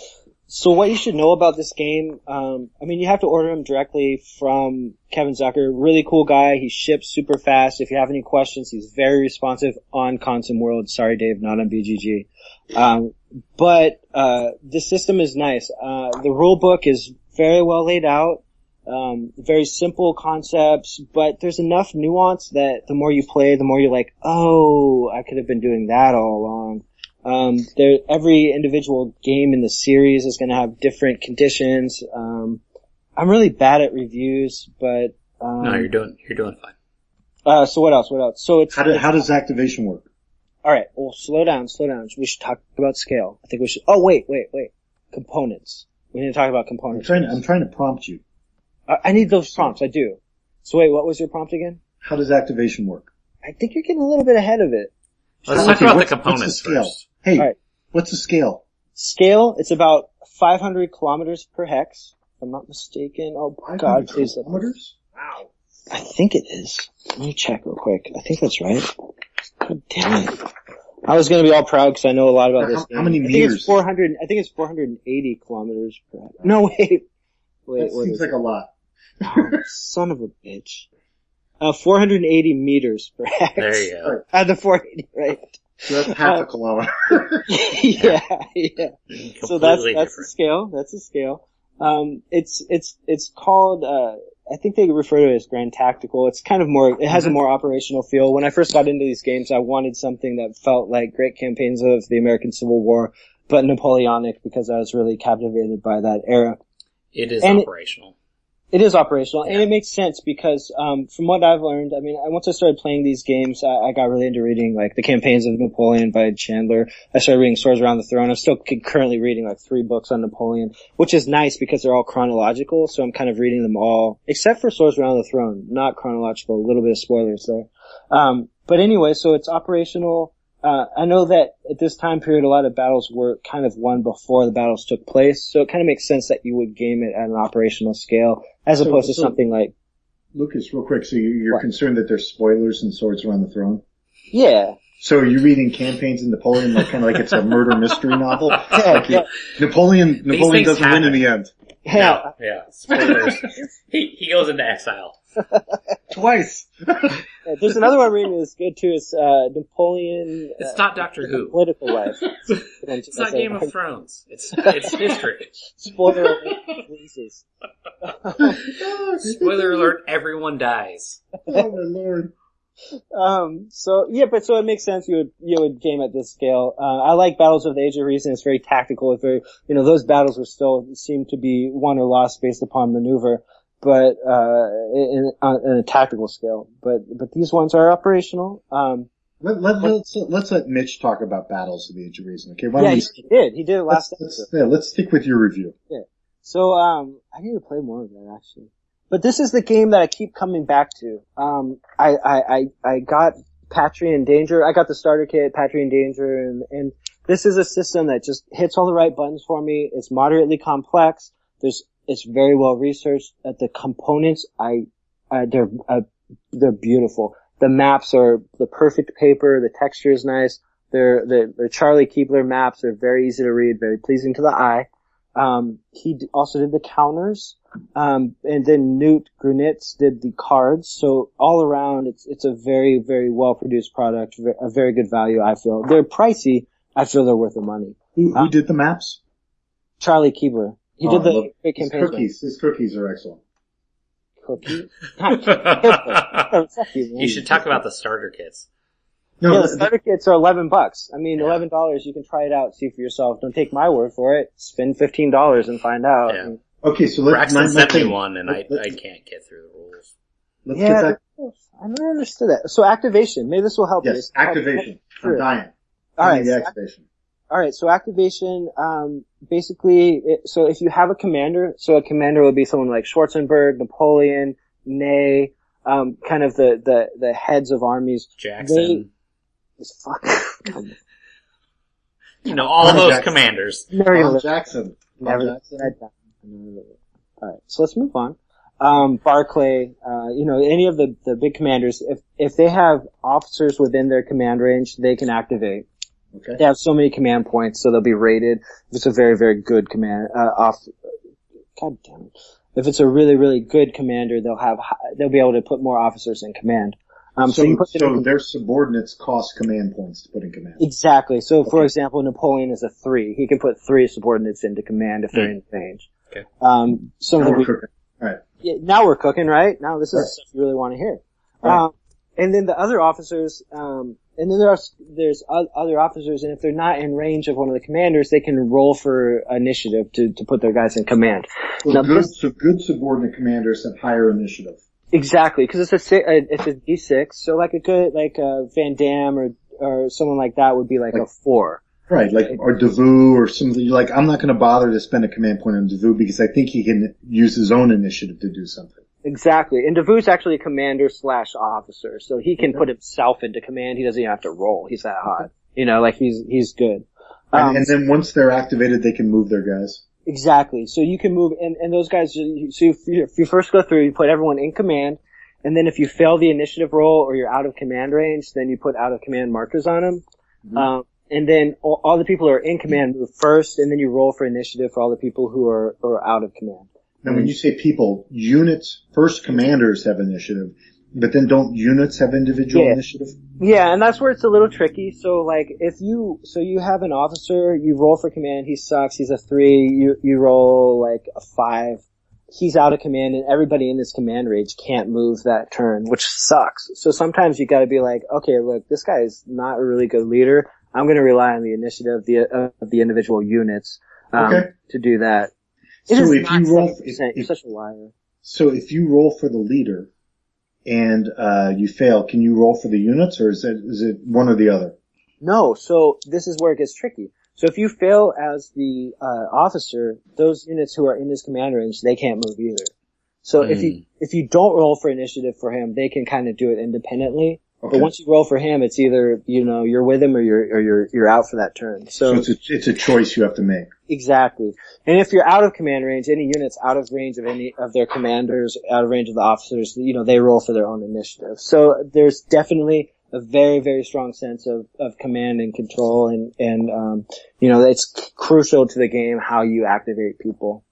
[SPEAKER 5] so what you should know about this game, um, I mean, you have to order him directly from Kevin Zucker. Really cool guy. He ships super fast. If you have any questions, he's very responsive on Consum World. Sorry, Dave, not on BGG. Um, but uh, the system is nice. Uh, the rule book is very well laid out, um, very simple concepts, but there's enough nuance that the more you play, the more you're like, oh, I could have been doing that all along. Um, there, every individual game in the series is going to have different conditions. Um, I'm really bad at reviews, but um,
[SPEAKER 3] No, you're doing you're doing fine.
[SPEAKER 5] uh, so what else? What else? So it's
[SPEAKER 4] How, do, how does activation work?
[SPEAKER 5] all right. Well, slow down, slow down. We should talk about scale. I think we should. Oh, wait, wait, wait. Components. We need to talk about
[SPEAKER 4] I'm
[SPEAKER 5] components.
[SPEAKER 4] trying. To, I'm trying to prompt you.
[SPEAKER 5] I, I need those prompts. I do. So wait, what was your prompt again?
[SPEAKER 4] How does activation work?
[SPEAKER 5] I think you're getting a little bit ahead of it.
[SPEAKER 3] Let's
[SPEAKER 4] Okay,
[SPEAKER 3] talk about the
[SPEAKER 4] what's-
[SPEAKER 3] components
[SPEAKER 4] what's the scale?
[SPEAKER 3] first.
[SPEAKER 4] Hey,
[SPEAKER 5] All right.
[SPEAKER 4] what's the scale?
[SPEAKER 5] Scale. It's about 500 kilometers per hex. If I'm not mistaken. Oh God, please. let-
[SPEAKER 4] kilometers.
[SPEAKER 5] I think it is. Let me check real quick. I think that's right. God damn it. I was gonna be all proud because I know a lot about
[SPEAKER 4] How-
[SPEAKER 5] this.
[SPEAKER 4] how
[SPEAKER 5] game.
[SPEAKER 4] many
[SPEAKER 5] I think
[SPEAKER 4] meters?
[SPEAKER 5] It's 400. I think it's 480 kilometers per. hex. No wait. Wait.
[SPEAKER 4] That
[SPEAKER 5] what
[SPEAKER 4] seems
[SPEAKER 5] is it?
[SPEAKER 4] like a lot.
[SPEAKER 5] Son of a bitch. Uh, 480 meters per hex.
[SPEAKER 3] There you go.
[SPEAKER 5] At the 480, right?
[SPEAKER 4] So that's half
[SPEAKER 5] Uh,
[SPEAKER 4] a kilometer.
[SPEAKER 5] yeah, yeah.
[SPEAKER 3] Completely
[SPEAKER 5] so that's that's the
[SPEAKER 3] different.
[SPEAKER 5] scale. That's the scale. Um, it's it's it's called. Uh, I think they refer to it as Grand Tactical. It's kind of more. It
[SPEAKER 3] Mm-hmm.
[SPEAKER 5] has a more operational feel. When I first got into these games, I wanted something that felt like great campaigns of the American Civil War, but Napoleonic because I was really captivated by that era.
[SPEAKER 3] It is
[SPEAKER 5] and it-
[SPEAKER 3] operational.
[SPEAKER 5] It is operational, and it makes sense because um, from what I've learned, I mean, I- once I started playing these games, I, I got really into reading like the campaigns of Napoleon by Chandler. I started reading Swords Around the Throne. I'm still c- currently reading like three books on Napoleon, which is nice because they're all chronological. So I'm kind of reading them all, except for Swords Around the Throne, not chronological. A little bit of spoilers there. Um, but anyway, so it's operational. Uh, I know that at this time period, a lot of battles were kind of won before the battles took place, so it kind of makes sense that you would game it at an operational scale as
[SPEAKER 4] So-
[SPEAKER 5] opposed to
[SPEAKER 4] so-
[SPEAKER 5] something like,
[SPEAKER 4] Lucas, real quick. So you- you're
[SPEAKER 5] What?
[SPEAKER 4] concerned that there's spoilers and swords around the throne.
[SPEAKER 5] yeah.
[SPEAKER 4] So are you reading campaigns in Napoleon, like kind of like it's a murder mystery novel? Like you- Napoleon, Napoleon
[SPEAKER 3] things
[SPEAKER 4] doesn't win in the end.
[SPEAKER 5] Yeah.
[SPEAKER 3] No, yeah. Spoilers. he he goes into exile.
[SPEAKER 4] Twice.
[SPEAKER 5] Yeah, There's another one I'm reading that's good too. It's uh, Napoleon. uh,
[SPEAKER 3] It's not Doctor Who.
[SPEAKER 5] Political life.
[SPEAKER 3] It's not Game of Thrones. It's it's history.
[SPEAKER 5] Spoiler alert, please.
[SPEAKER 3] Spoiler alert: everyone dies.
[SPEAKER 4] Oh my lord.
[SPEAKER 5] Um, so yeah, but so it makes sense you would you would game at this scale. Uh, I like battles of the Age of Reason. It's very tactical. It's very you know those battles were still seem to be won or lost based upon maneuver, but uh, in, on, on a tactical scale. But but these ones are operational. Um,
[SPEAKER 4] Let, let, let's, let's let Mitch talk about battles of the Age of Reason. Okay, why don't
[SPEAKER 5] yeah,
[SPEAKER 4] we,
[SPEAKER 5] he did. He did it
[SPEAKER 4] let's,
[SPEAKER 5] last
[SPEAKER 4] let's,
[SPEAKER 5] episode.
[SPEAKER 4] yeah, let's stick with your review.
[SPEAKER 5] So um, I need to play more of that actually. But this is the game that I keep coming back to. Um, I, I, I, I got Patry in Danger. I got the starter kit, Patry in Danger, and, and this is a system that just hits all the right buttons for me. It's moderately complex. There's, it's very well researched. Uh, the components, I, uh, they're, uh, they're beautiful. The maps are the perfect paper. The texture is nice. They're, they're, they're Charlie Keebler maps. They're very easy to read, very pleasing to the eye. Um, he d- also did the counters, um, and then Newt Grunitz did the cards. So all around, it's it's a very very well produced product, ve- a very good value. I feel they're pricey. I feel they're worth the money.
[SPEAKER 4] Who, who
[SPEAKER 5] Um,
[SPEAKER 4] did the maps?
[SPEAKER 5] Charlie Keebler, he
[SPEAKER 4] Oh,
[SPEAKER 5] did
[SPEAKER 4] I love-
[SPEAKER 5] the big
[SPEAKER 4] His
[SPEAKER 5] campaign
[SPEAKER 4] cookies, his cookies are excellent.
[SPEAKER 5] cookie.
[SPEAKER 3] you
[SPEAKER 5] Oh, fuck you, man.
[SPEAKER 3] should talk about the starter kits.
[SPEAKER 4] No,
[SPEAKER 5] yeah, the
[SPEAKER 4] th-
[SPEAKER 5] starter kits are eleven bucks. I mean, eleven dollars. You can try it out, see for yourself. Don't take my word for it. Spend fifteen dollars and find out.
[SPEAKER 3] Yeah.
[SPEAKER 4] okay, so let's,
[SPEAKER 3] Braxton
[SPEAKER 4] my- my
[SPEAKER 3] sent me
[SPEAKER 4] thing-
[SPEAKER 3] one, and I,
[SPEAKER 4] let-
[SPEAKER 3] I can't get through the rules.
[SPEAKER 4] Let's get
[SPEAKER 5] Yeah,
[SPEAKER 4] back.
[SPEAKER 5] I never understood that. So activation. Maybe this will help you.
[SPEAKER 4] Yes, activation.
[SPEAKER 5] Sure.
[SPEAKER 4] I'm dying.
[SPEAKER 5] All
[SPEAKER 4] I
[SPEAKER 5] right.
[SPEAKER 4] need
[SPEAKER 5] so
[SPEAKER 4] activation.
[SPEAKER 5] All right, so activation, um, basically, it, so if you have a commander, so a commander would be someone like Schwarzenberg, Napoleon, Ney, um, kind of the, the, the heads of armies.
[SPEAKER 3] Jackson,
[SPEAKER 5] Just fuck. Come
[SPEAKER 3] you know, all those
[SPEAKER 4] Jackson.
[SPEAKER 3] commanders.
[SPEAKER 5] on. Very
[SPEAKER 4] Tom
[SPEAKER 5] little.
[SPEAKER 4] Jackson. Tom
[SPEAKER 5] Never
[SPEAKER 4] Jackson.
[SPEAKER 5] said that. All right, so let's move on. Um, Barclay, uh, you know, any of the, the big commanders, if, if they have officers within their command range, they can activate.
[SPEAKER 4] Okay.
[SPEAKER 5] they have so many command points, so they'll be rated. If it's a very, very good command, uh, off, god damn it. If it's a really, really good commander, they'll have, hi- they'll be able to put more officers in command. Um, so, you
[SPEAKER 4] so,
[SPEAKER 5] put them
[SPEAKER 4] so
[SPEAKER 5] in-
[SPEAKER 4] their subordinates cost command points to put in command.
[SPEAKER 5] exactly. So for example, Napoleon is a three. He can put three subordinates into command if they're in range.
[SPEAKER 3] Okay.
[SPEAKER 5] Um, some
[SPEAKER 4] Now
[SPEAKER 5] of the
[SPEAKER 4] we're
[SPEAKER 5] weak-
[SPEAKER 4] cooking.
[SPEAKER 5] yeah, now we're cooking, right? Now this is
[SPEAKER 4] Right.
[SPEAKER 5] stuff you really want to hear.
[SPEAKER 4] Right.
[SPEAKER 5] Um, and then the other officers, um, and then there are s- there's o- other officers, and if they're not in range of one of the commanders, they can roll for initiative to to put their guys in command.
[SPEAKER 4] So
[SPEAKER 5] Now
[SPEAKER 4] good,
[SPEAKER 5] this-
[SPEAKER 4] so good subordinate commanders have higher initiative.
[SPEAKER 5] Exactly, because it's a si- uh, it's a d six, so like a good like a Van Dam or or someone like that would be like, a
[SPEAKER 4] Like-
[SPEAKER 5] four.
[SPEAKER 4] Right, like, or Devu or something, like, I'm not gonna bother to spend a command point on Devu because I think he can use his own initiative to do something.
[SPEAKER 5] Exactly, and Devue's actually a commander slash officer, so he can put himself into command. He doesn't even have to roll. He's that hot, you know, like he's he's good. Um,
[SPEAKER 4] and, and then once they're activated, they can move their guys.
[SPEAKER 5] Exactly. So you can move, and, and those guys, you- so if you, if you first go through, you put everyone in command, and then if you fail the initiative roll or you're out of command range, then you put out of command markers on them. Um, and then all, all the people who are in command move first, and then you roll for initiative for all the people who are, who are out of command.
[SPEAKER 4] Now
[SPEAKER 5] Mm-hmm.
[SPEAKER 4] when you say people, units, first commanders have initiative, but then don't units have individual
[SPEAKER 5] Yeah.
[SPEAKER 4] initiative?
[SPEAKER 5] Yeah, and that's where it's a little tricky. So like, if you, so you have an officer, you roll for command, he sucks, he's a three, you, you roll like a five, he's out of command and everybody in his command range can't move that turn, which sucks. So sometimes you gotta be like, okay, look, this guy is not a really good leader. I'm gonna rely on the initiative of the, of the individual units, um,
[SPEAKER 4] Okay.
[SPEAKER 5] to do that. It
[SPEAKER 4] So
[SPEAKER 5] is
[SPEAKER 4] if
[SPEAKER 5] not
[SPEAKER 4] you roll,
[SPEAKER 5] 70%.
[SPEAKER 4] if,
[SPEAKER 5] you're
[SPEAKER 4] if-
[SPEAKER 5] such a liar.
[SPEAKER 4] So if you roll for the leader and uh, you fail, can you roll for the units, or is it is it one or the other?
[SPEAKER 5] No, so this is where it gets tricky. So if you fail as the uh, officer, those units who are in his command range, they can't move either. So if you if you don't roll for initiative for him, they can kind of do it independently.
[SPEAKER 4] Okay.
[SPEAKER 5] But once you roll for him, it's either you know you're with him or you're or you're you're out for that turn.
[SPEAKER 4] So
[SPEAKER 5] So,
[SPEAKER 4] it's a, it's a choice you have to make.
[SPEAKER 5] exactly. And if you're out of command range, any units out of range of any of their commanders, out of range of the officers, you know they roll for their own initiative. So there's definitely a very very strong sense of, of command and control and and um, you know it's crucial to the game how you activate people.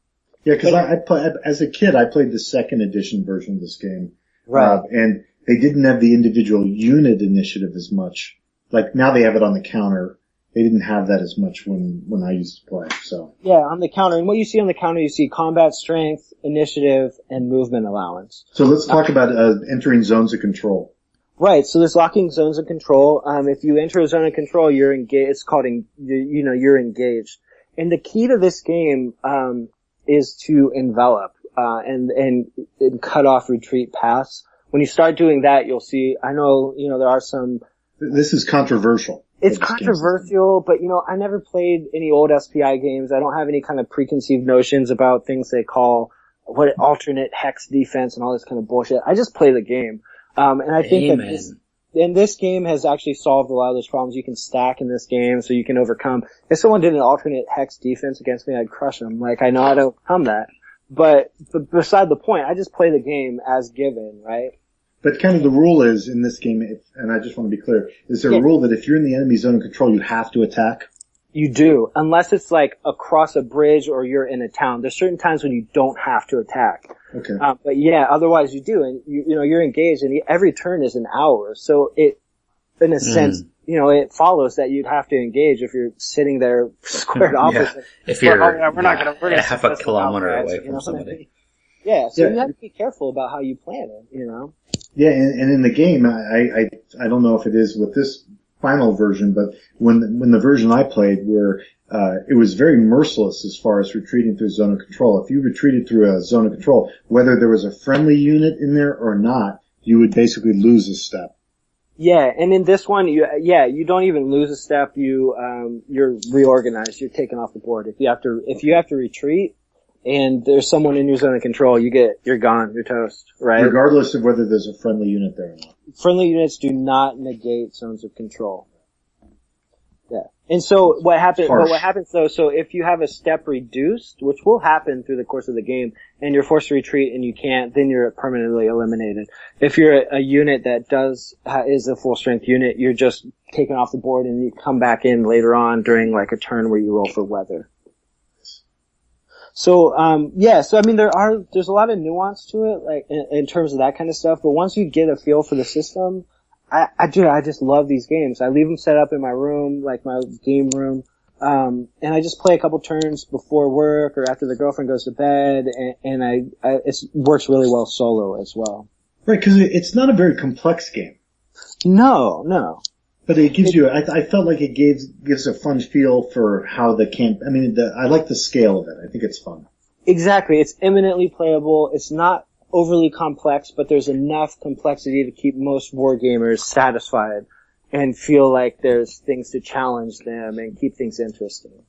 [SPEAKER 4] Yeah, because I, I play as a kid. I played the second edition version of this game,
[SPEAKER 5] Uh,
[SPEAKER 4] Rob, and they didn't have the individual unit initiative as much. Like now they have it on the counter. They didn't have that as much when when I used to play. So
[SPEAKER 5] yeah, on the counter. And what you see on the counter, you see combat strength, initiative, and movement allowance.
[SPEAKER 4] so let's talk about uh, entering zones of control.
[SPEAKER 5] Right. So there's locking zones of control. Um, if you enter a zone of control, you're engaged. It's called, en- you, you know, you're engaged. And the key to this game um, is to envelop uh, and, and and cut off retreat paths. When you start doing that, you'll see. I know, you know, there are some
[SPEAKER 4] Th- This is controversial.
[SPEAKER 5] it's
[SPEAKER 4] for this game system.
[SPEAKER 5] controversial, but you know, I never played any old SPI games. I don't have any kind of preconceived notions about things they call what alternate hex defense and all this kind of bullshit. I just play the game. Um, and I think that
[SPEAKER 3] Amen.
[SPEAKER 5] this, and this game has actually solved a lot of those problems. You can stack in this game so you can overcome. If someone did an alternate hex defense against me, I'd crush them. Like I know how to overcome that. But, but beside the point, I just play the game as given, right?
[SPEAKER 4] But kind of the rule is in this game, if, and I just want to be clear, is there
[SPEAKER 5] Yeah.
[SPEAKER 4] a rule that if you're in the enemy zone of control, you have to attack?
[SPEAKER 5] You do, unless it's like across a bridge or you're in a town. There's certain times when you don't have to attack.
[SPEAKER 4] Okay.
[SPEAKER 5] Um, but yeah, otherwise you do, and you, you know you're engaged, and every turn is an hour. So it, in a
[SPEAKER 3] Mm.
[SPEAKER 5] sense, you know, it follows that you'd have to engage if you're sitting there squared
[SPEAKER 3] Yeah.
[SPEAKER 5] opposite.
[SPEAKER 3] If you're
[SPEAKER 5] Well, oh, yeah, we're not
[SPEAKER 3] yeah,
[SPEAKER 5] gonna- we're gonna
[SPEAKER 3] half
[SPEAKER 5] set
[SPEAKER 3] a
[SPEAKER 5] this
[SPEAKER 3] kilometer
[SPEAKER 5] up,
[SPEAKER 3] away
[SPEAKER 5] guys, you
[SPEAKER 3] from
[SPEAKER 5] know?
[SPEAKER 3] somebody.
[SPEAKER 5] Yeah, so
[SPEAKER 4] Yeah.
[SPEAKER 5] you have to be careful about how you plan it. You know,
[SPEAKER 4] Yeah, and, and in the game, I, I I don't know if it is with this final version, but when when the version I played, where uh, it was very merciless as far as retreating through zone of control. If you retreated through a zone of control, whether there was a friendly unit in there or not, you would basically lose a step.
[SPEAKER 5] Yeah, and in this one, you yeah, you don't even lose a step. You um, you're reorganized. You're taken off the board. If you have to, if you have to retreat, and there's someone in your zone of control, you get you're gone. You're toast. Right.
[SPEAKER 4] Regardless of whether there's a friendly unit there or not.
[SPEAKER 5] Friendly units do not negate zones of control. Yeah. And so what happens? But
[SPEAKER 4] Harsh.
[SPEAKER 5] what happens though? So if you have a step reduced, which will happen through the course of the game, and you're forced to retreat and you can't, then you're permanently eliminated. If you're a, a unit that does ha, is a full strength unit, you're just taken off the board and you come back in later on during like a turn where you roll for weather. So um, yeah, so I mean there are there's a lot of nuance to it, like in, in terms of that kind of stuff. But once you get a feel for the system, I, I do I just love these games. I leave them set up in my room, like my game room, um, and I just play a couple turns before work or after the girlfriend goes to bed, and, and I, I it works really well solo as well.
[SPEAKER 4] Right, because it's not a very complex game.
[SPEAKER 5] No, no,
[SPEAKER 4] But it gives you. I, I felt like it gives gives a fun feel for how the camp. I mean, the, I like the scale of it. I think it's fun.
[SPEAKER 5] exactly. It's eminently playable. It's not overly complex, but there's enough complexity to keep most war gamers satisfied and feel like there's things to challenge them and keep things interesting.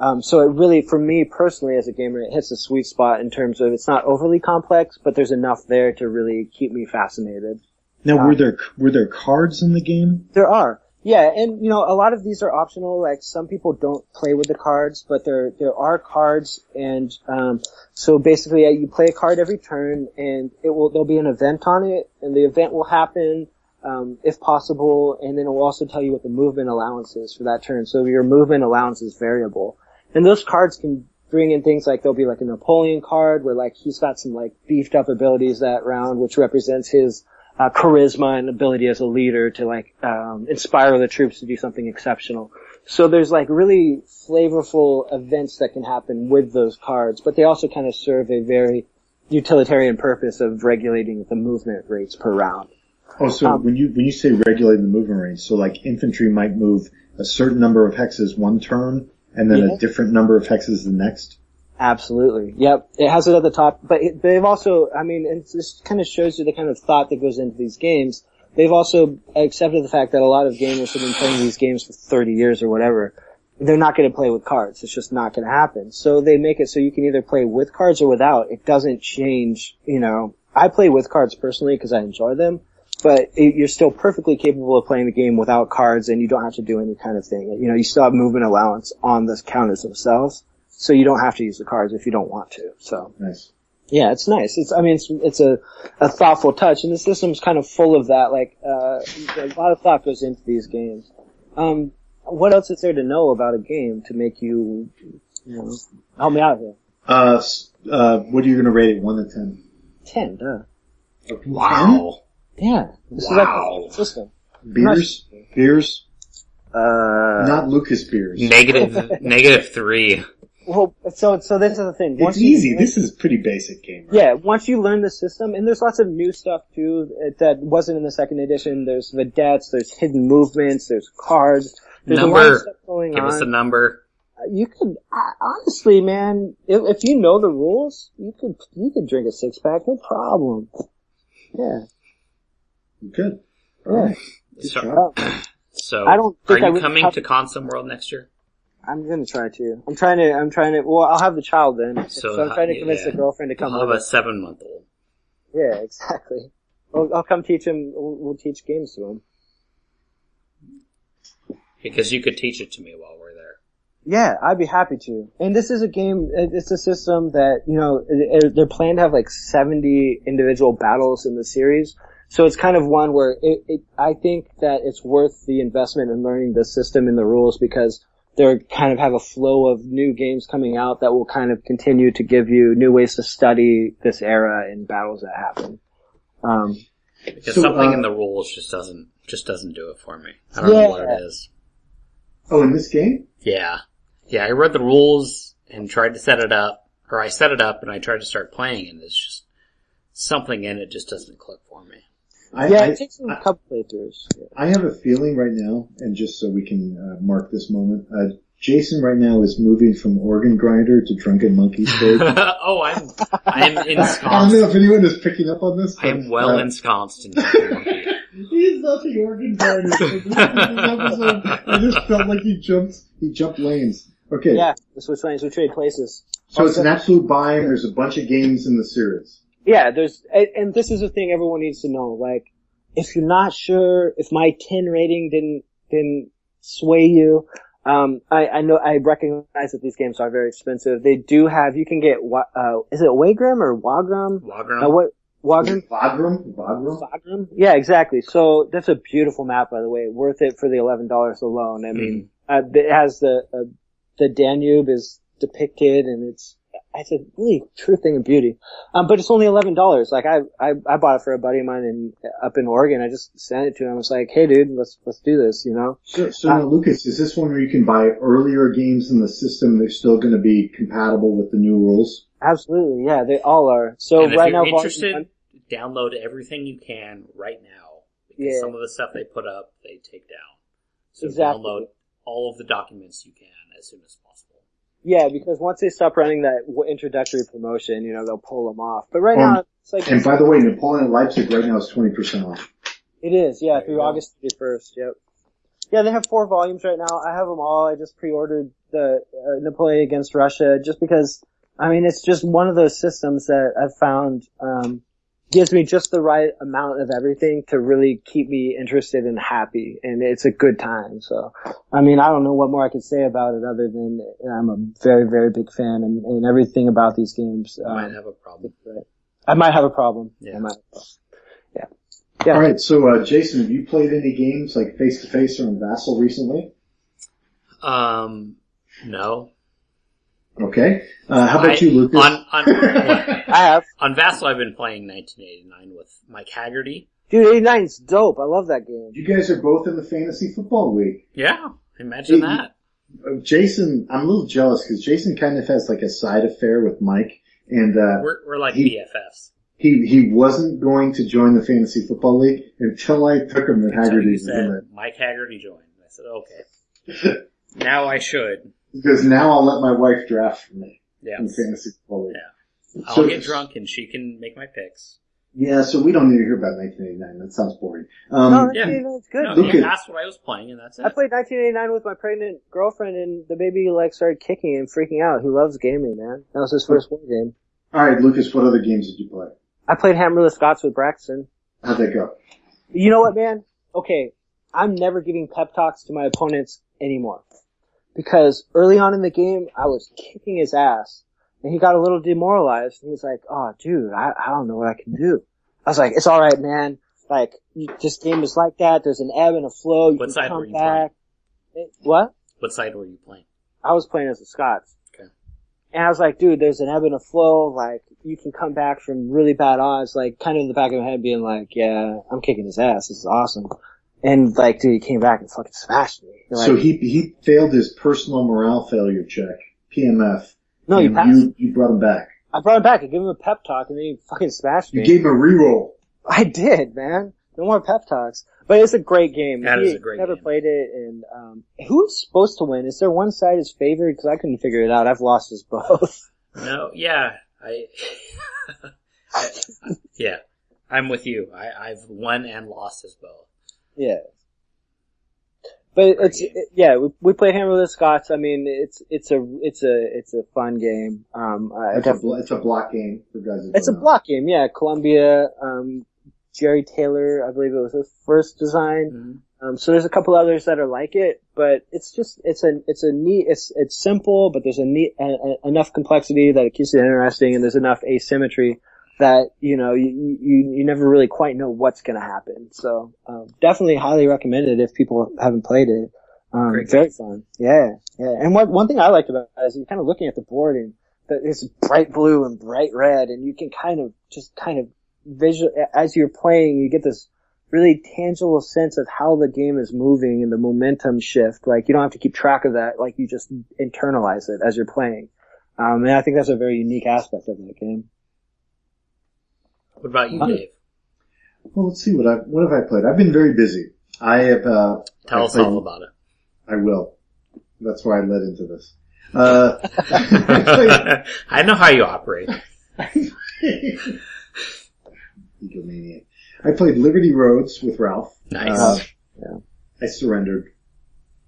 [SPEAKER 5] Um, so it really, for me personally as a gamer, it hits a sweet spot in terms of it's not overly complex, but there's enough there to really keep me fascinated.
[SPEAKER 4] Now, were there were there cards in the game?
[SPEAKER 5] There are. Yeah, and you know, a lot of these are optional. Like some people don't play with the cards, but there there are cards, and um, so basically, uh, you play a card every turn, and it will there'll be an event on it, and the event will happen um, if possible, and then it will also tell you what the movement allowance is for that turn. So your movement allowance is variable, and those cards can bring in things like there'll be like a Napoleon card where like he's got some like beefed up abilities that round, which represents his uh, charisma and ability as a leader to like um, inspire the troops to do something exceptional. So there's like really flavorful events that can happen with those cards, but they also kind of serve a very utilitarian purpose of regulating the movement rates per round.
[SPEAKER 4] Oh, so
[SPEAKER 5] Um,
[SPEAKER 4] when you when you say regulating the movement range, so like infantry might move a certain number of hexes one turn, and then
[SPEAKER 5] Yeah.
[SPEAKER 4] a different number of hexes the next.
[SPEAKER 5] Absolutely. Yep. It has it at the top, but it, they've also, I mean, and this kind of shows you the kind of thought that goes into these games. They've also accepted the fact that a lot of gamers have been playing these games for 30 years or whatever. They're not going to play with cards. It's just not going to happen. So they make it so you can either play with cards or without. It doesn't change, you know, I play with cards personally because I enjoy them, but it, you're still perfectly capable of playing the game without cards and you don't have to do any kind of thing. You know, you still have movement allowance on the counters themselves so you don't have to use the cards if you don't want to. So
[SPEAKER 4] Nice.
[SPEAKER 5] Yeah, it's nice. It's I mean it's it's a, a thoughtful touch, and the system's kind of full of that. Like uh, a lot of thought goes into these games. Um, what else is there to know about a game to make you, you know, help me out here?
[SPEAKER 4] Uh, s- uh, what are you going to rate it? One to ten.
[SPEAKER 5] Ten, duh.
[SPEAKER 3] Wow.
[SPEAKER 5] Yeah, this is
[SPEAKER 3] Wow.
[SPEAKER 5] like a system.
[SPEAKER 4] Beers, beers,
[SPEAKER 5] Uh,
[SPEAKER 4] not Lucas beers.
[SPEAKER 6] Negative, negative three.
[SPEAKER 5] well, so so this is the thing.
[SPEAKER 4] It's
[SPEAKER 5] you-
[SPEAKER 4] easy. This is a pretty basic game. Right?
[SPEAKER 5] Yeah, once you learn the system, and there's lots of new stuff too uh, that wasn't in the second edition. There's vedettes, there's hidden movements, there's cards. There's a lot
[SPEAKER 3] Number.
[SPEAKER 5] of stuff going
[SPEAKER 3] Give
[SPEAKER 5] on. Uh,
[SPEAKER 3] us a number.
[SPEAKER 5] you could I- honestly, man, if, if you know the rules, you could you could drink a six pack, no problem. Yeah,
[SPEAKER 4] Good.
[SPEAKER 5] yeah.
[SPEAKER 3] So,
[SPEAKER 5] Uh,
[SPEAKER 3] so
[SPEAKER 5] I don't
[SPEAKER 3] are
[SPEAKER 5] think I
[SPEAKER 3] you
[SPEAKER 5] would
[SPEAKER 3] coming
[SPEAKER 5] have-
[SPEAKER 3] to Consum World next year?
[SPEAKER 5] I'm gonna try to. I'm trying to. I'm trying to. Well, I'll have the child then.
[SPEAKER 3] So,
[SPEAKER 5] So, I'm trying to
[SPEAKER 3] uh,
[SPEAKER 5] convince
[SPEAKER 3] yeah.
[SPEAKER 5] the girlfriend to come.
[SPEAKER 3] I'll have
[SPEAKER 5] with
[SPEAKER 3] a seven month old.
[SPEAKER 5] us. Yeah, exactly. I'll, I'll come teach him. We'll, we'll teach games to him.
[SPEAKER 3] Because you could teach it to me while we're there.
[SPEAKER 5] Yeah, I'd be happy to. And this is a game, it- it's a system that, you know, it- it- they're planning to have like 70 individual battles in the series. So it's kind of one where it, it, I think that it's worth the investment in learning the system and the rules because they're kind of have a flow of new games coming out that will kind of continue to give you new ways to study this era and battles that happen. Um,
[SPEAKER 3] Because
[SPEAKER 4] So,
[SPEAKER 3] something
[SPEAKER 4] uh,
[SPEAKER 3] in the rules just doesn't just doesn't do it for me. I don't know what
[SPEAKER 5] Yeah.
[SPEAKER 3] it is.
[SPEAKER 4] Oh, in this game?
[SPEAKER 3] Yeah. Yeah, I read the rules and tried to set it up, or I set it up and I tried to start playing and it's just something in it just doesn't click for me.
[SPEAKER 4] I,
[SPEAKER 5] yeah,
[SPEAKER 4] I-
[SPEAKER 5] it takes a couple playthroughs.
[SPEAKER 4] I have a feeling right now, and just so we can uh, mark this moment, uh, Jason right now is moving from organ grinder to drunken monkey stage. I
[SPEAKER 3] oh, I'm I'm
[SPEAKER 4] don't know
[SPEAKER 3] ensconced.
[SPEAKER 4] if anyone is picking up on this. but,
[SPEAKER 3] I'm well
[SPEAKER 4] uh,
[SPEAKER 3] ensconced in Monkey.
[SPEAKER 4] He's not the organ grinder. So this is an episode. I just felt like he jumped. He jumped lanes. Okay,
[SPEAKER 5] Yeah, we switch lanes, we trade places.
[SPEAKER 4] so it's an absolute buy, and there's a bunch of games in the series.
[SPEAKER 5] Yeah, there's, and, and this is the thing everyone needs to know. Like, if you're not sure, if my 10 rating didn't, didn't sway you, um, I, I know, I recognize that these games are very expensive. They do have, you can get, Wa- uh, is it Wagram or Wagram? Uh,
[SPEAKER 3] Wagram.
[SPEAKER 5] what, Wagram?
[SPEAKER 4] Vagram, Vagram.
[SPEAKER 5] Wagram? Yeah, exactly. So that's a beautiful map, by the way. Worth it for the eleven dollars alone. I mean,
[SPEAKER 3] Mm-hmm.
[SPEAKER 5] uh, it has the uh, the Danube is depicted, and it's it's a really true thing of beauty. Um, but it's only eleven dollars. Like I, I I bought it for a buddy of mine in up in Oregon. I just sent it to him. I was like, hey, dude, let's let's do this. You know?
[SPEAKER 4] So, so now, Lucas, is this one where you can buy earlier games in the system? They're still going to be compatible with the new rules.
[SPEAKER 5] Absolutely. Yeah, they all are. So
[SPEAKER 3] and if
[SPEAKER 5] right
[SPEAKER 3] you're
[SPEAKER 5] now, volume one-
[SPEAKER 3] interested, download everything you can right now. Because
[SPEAKER 5] Yeah.
[SPEAKER 3] some of the stuff they put up, they take down. So
[SPEAKER 5] Exactly.
[SPEAKER 3] download all of the documents you can as soon as possible.
[SPEAKER 5] yeah, because once they stop running that w- introductory promotion, you know, they'll pull them off. But right
[SPEAKER 4] Um,
[SPEAKER 5] now, it's like
[SPEAKER 4] And by the way, Napoleon Leipzig right now is twenty percent off.
[SPEAKER 5] It is, yeah,
[SPEAKER 3] you
[SPEAKER 5] through
[SPEAKER 3] go.
[SPEAKER 5] August 31st, yep. Yeah, they have four volumes right now. I have them all. I just pre-ordered the uh, Napoleon against Russia just because, I mean, it's just one of those systems that I've found, um, gives me just the right amount of everything to really keep me interested and happy. And it's a good time. So, I mean, I don't know what more I could say about it other than I'm a very, very big fan and, and everything about these games.
[SPEAKER 3] You might
[SPEAKER 5] Um,
[SPEAKER 3] have a problem.
[SPEAKER 5] I might have a problem.
[SPEAKER 3] Yeah.
[SPEAKER 5] I might. Yeah.
[SPEAKER 4] All right, so uh, Jason, have you played any games like Face to Face or in Vassal recently?
[SPEAKER 3] Um, no.
[SPEAKER 4] Okay. Uh, how about
[SPEAKER 3] I-
[SPEAKER 4] you, Lucas?
[SPEAKER 3] On, on,
[SPEAKER 5] I have.
[SPEAKER 3] on Vassal, I've been playing 1989 with Mike Haggerty.
[SPEAKER 5] Dude, 89's dope. I love that game.
[SPEAKER 4] you guys are both in the fantasy football league.
[SPEAKER 3] Yeah, imagine
[SPEAKER 4] Hey,
[SPEAKER 3] that.
[SPEAKER 4] Uh, Jason, I'm a little jealous because Jason kind of has like a side affair with Mike, and uh,
[SPEAKER 3] We're, we're like
[SPEAKER 4] he-
[SPEAKER 3] BFFs.
[SPEAKER 4] he he wasn't going to join the fantasy football league until I took him
[SPEAKER 3] So
[SPEAKER 4] to
[SPEAKER 3] you
[SPEAKER 4] Haggerty's
[SPEAKER 3] said
[SPEAKER 4] in it.
[SPEAKER 3] Mike Haggerty joined. I said, okay. now I should.
[SPEAKER 4] Because now I'll let my wife draft for me
[SPEAKER 3] Yeah.
[SPEAKER 4] in the fantasy football league. Yeah.
[SPEAKER 3] I'll get drunk and she can make my picks.
[SPEAKER 4] Yeah, so we don't need to hear about 1989. That sounds boring. Um,
[SPEAKER 5] no,
[SPEAKER 3] yeah.
[SPEAKER 5] 1989's Oh, good.
[SPEAKER 3] No,
[SPEAKER 4] Look
[SPEAKER 3] he
[SPEAKER 4] at-
[SPEAKER 3] asked what I was playing and that's it.
[SPEAKER 5] I played 1989 with my pregnant girlfriend, and the baby like started kicking and freaking out. He loves gaming, man. That was his first war game.
[SPEAKER 4] All right, Lucas, what other games did you play?
[SPEAKER 5] I played Hammerless Scots with Braxton.
[SPEAKER 4] How'd that go?
[SPEAKER 5] You know what, man? Okay, I'm never giving pep talks to my opponents anymore because early on in the game, I was kicking his ass, And he got a little demoralized. He was like, "Oh, dude, I, I don't know what I can do." I was like, "It's all right, man. Like, you, this game is like that. There's an ebb and a flow. You
[SPEAKER 3] What
[SPEAKER 5] can
[SPEAKER 3] side
[SPEAKER 5] come
[SPEAKER 3] were you
[SPEAKER 5] back." It- what?
[SPEAKER 3] What side were you playing?
[SPEAKER 5] I was playing as the Scots.
[SPEAKER 3] Okay.
[SPEAKER 5] And I was like, dude, there's an ebb and a flow. Like, you can come back from really bad odds. Like, kind of in the back of my head being like, yeah, I'm kicking his ass. This is awesome. And like, dude, he came back and fucking smashed me. Like,
[SPEAKER 4] so he he failed his personal morale failure check, PMF.
[SPEAKER 5] no, you
[SPEAKER 4] and
[SPEAKER 5] passed.
[SPEAKER 4] you, you brought him back.
[SPEAKER 5] I brought him back. I gave him a pep talk and then he fucking smashed
[SPEAKER 4] You
[SPEAKER 5] me.
[SPEAKER 4] gave him a reroll.
[SPEAKER 5] I did, man. No more pep talks. But it's a great game.
[SPEAKER 3] That
[SPEAKER 5] He
[SPEAKER 3] is a great
[SPEAKER 5] never
[SPEAKER 3] game.
[SPEAKER 5] played it and, um, who's supposed to win? Is there one side is favored? Cause I couldn't figure it out. I've lost us both.
[SPEAKER 3] No, yeah, I, yeah, I'm with you. I, I've won and lost as well.
[SPEAKER 5] Yeah. But
[SPEAKER 3] Great
[SPEAKER 5] it's
[SPEAKER 3] game.
[SPEAKER 5] it- yeah, we, we played Hammer of the Scots. I mean, it's it's a it's a it's a fun game. Um, I
[SPEAKER 4] It's a,
[SPEAKER 5] definitely,
[SPEAKER 4] blo- it's a block game for guys. that
[SPEAKER 5] it's a
[SPEAKER 4] don't know.
[SPEAKER 5] block game. Yeah, Columbia, um, Jerry Taylor, I believe it was his first design. Um, so there's a couple others that are like it, but it's just it's a it's a neat it's it's simple, but there's a neat a, a, enough complexity that it keeps it interesting, and there's enough asymmetry that you know you you, you never really quite know what's going to happen. So um, definitely highly recommended if people haven't played it. Um,
[SPEAKER 3] Great
[SPEAKER 5] very fun. Yeah, yeah. And what one thing I liked about it is you're kind of looking at the board and that it's bright blue and bright red, and you can kind of just kind of visual as you're playing, you get this really tangible sense of how the game is moving and the momentum shift. Like you don't have to keep track of that. Like you just internalize it as you're playing. Um, and I think that's a very unique aspect of that game.
[SPEAKER 3] What about you,
[SPEAKER 4] Okay.
[SPEAKER 3] Dave?
[SPEAKER 4] Well, let's see what I what have I played. I've been very busy. I have. Uh,
[SPEAKER 3] Tell
[SPEAKER 4] I
[SPEAKER 3] us
[SPEAKER 4] played-
[SPEAKER 3] all about it.
[SPEAKER 4] I will. That's why I led into this. Uh, I played-
[SPEAKER 3] I know how you operate.
[SPEAKER 4] egomaniac. I played Liberty Roads with Ralph.
[SPEAKER 3] Nice.
[SPEAKER 4] Uh, I surrendered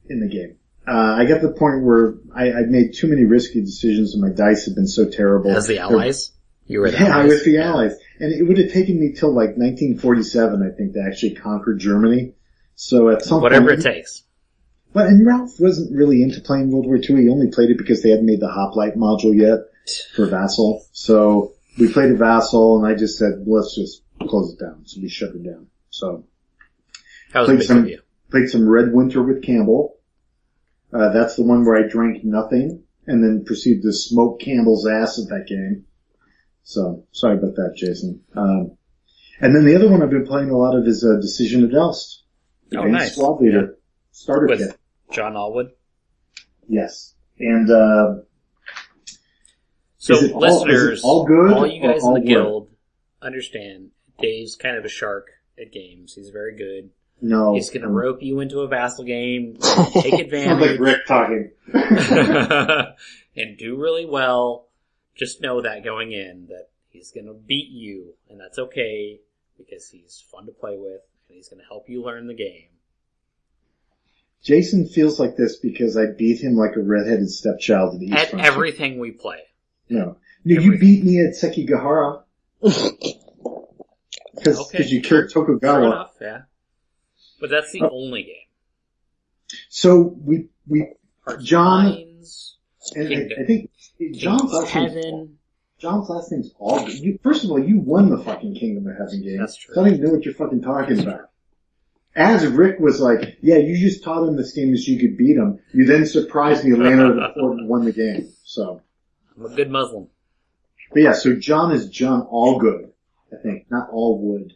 [SPEAKER 4] in the game. Uh, I got to the point where I, I made too many risky decisions and my dice have been so terrible.
[SPEAKER 3] As the allies, you were the
[SPEAKER 4] Yeah, I
[SPEAKER 3] allies.
[SPEAKER 4] was the allies. And it would have taken me till like 1947, I think, to actually conquer Germany. So at some
[SPEAKER 3] Whatever
[SPEAKER 4] point,
[SPEAKER 3] it takes.
[SPEAKER 4] But and Ralph wasn't really into playing World War II. He only played it because they hadn't made the Hoplite module yet for Vassal. So we played a Vassal, and I just said, let's just close it down. So we shut it down. So
[SPEAKER 3] That was a
[SPEAKER 4] Please,
[SPEAKER 3] big
[SPEAKER 4] um,
[SPEAKER 3] of you.
[SPEAKER 4] played some Red Winter with Campbell. Uh, that's the one where I drank nothing and then proceeded to smoke Campbell's ass at that game. So sorry about that, Jason. Um, and then the other one I've been playing a lot of is uh, Decision at Elst.
[SPEAKER 3] Oh,
[SPEAKER 4] Advanced
[SPEAKER 3] nice.
[SPEAKER 4] Squad Leader starter
[SPEAKER 3] With
[SPEAKER 4] kit.
[SPEAKER 3] John Allwood.
[SPEAKER 4] Yes. And, uh,
[SPEAKER 3] So
[SPEAKER 4] Is it all- is it
[SPEAKER 3] listeners,
[SPEAKER 4] all good
[SPEAKER 3] all you
[SPEAKER 4] or
[SPEAKER 3] guys
[SPEAKER 4] all
[SPEAKER 3] in
[SPEAKER 4] good?
[SPEAKER 3] the guild, understand Dave's kind of a shark at games. He's very good.
[SPEAKER 4] no.
[SPEAKER 3] He's gonna rope you into a vassal game, take
[SPEAKER 4] Oh, Sounds like
[SPEAKER 3] advantage,
[SPEAKER 4] Rick talking.
[SPEAKER 3] and do really well. Just know that going in that he's gonna beat you, and that's okay because he's fun to play with, and he's gonna help you learn the game.
[SPEAKER 4] Jason feels like this because I beat him like a redheaded stepchild in the East
[SPEAKER 3] At
[SPEAKER 4] Front.
[SPEAKER 3] everything we play,
[SPEAKER 4] No. No, you
[SPEAKER 3] everything.
[SPEAKER 4] beat me at Sekigahara. Because
[SPEAKER 3] Okay,
[SPEAKER 4] you killed
[SPEAKER 3] fair
[SPEAKER 4] Tokugawa.
[SPEAKER 3] enough, yeah. But that's
[SPEAKER 4] Uh,
[SPEAKER 3] the only game.
[SPEAKER 4] So we, we,
[SPEAKER 3] Hearts and
[SPEAKER 4] uh, John-
[SPEAKER 3] Minds,
[SPEAKER 4] and I,
[SPEAKER 3] Kingdom.
[SPEAKER 4] I think John's
[SPEAKER 3] Kingdom of
[SPEAKER 4] last name's,
[SPEAKER 3] Heaven.
[SPEAKER 4] John's last name's all, you, first of all, you won the fucking Kingdom of Heaven game.
[SPEAKER 3] That's true.
[SPEAKER 4] So I don't even know what you're fucking talking about. As Rick was like, yeah, you just taught him this game is you could beat him. You then surprised me later the court and won the game. So.
[SPEAKER 3] I'm a good Muslim.
[SPEAKER 4] But yeah, so John is John Allgood, I think, not Allwood.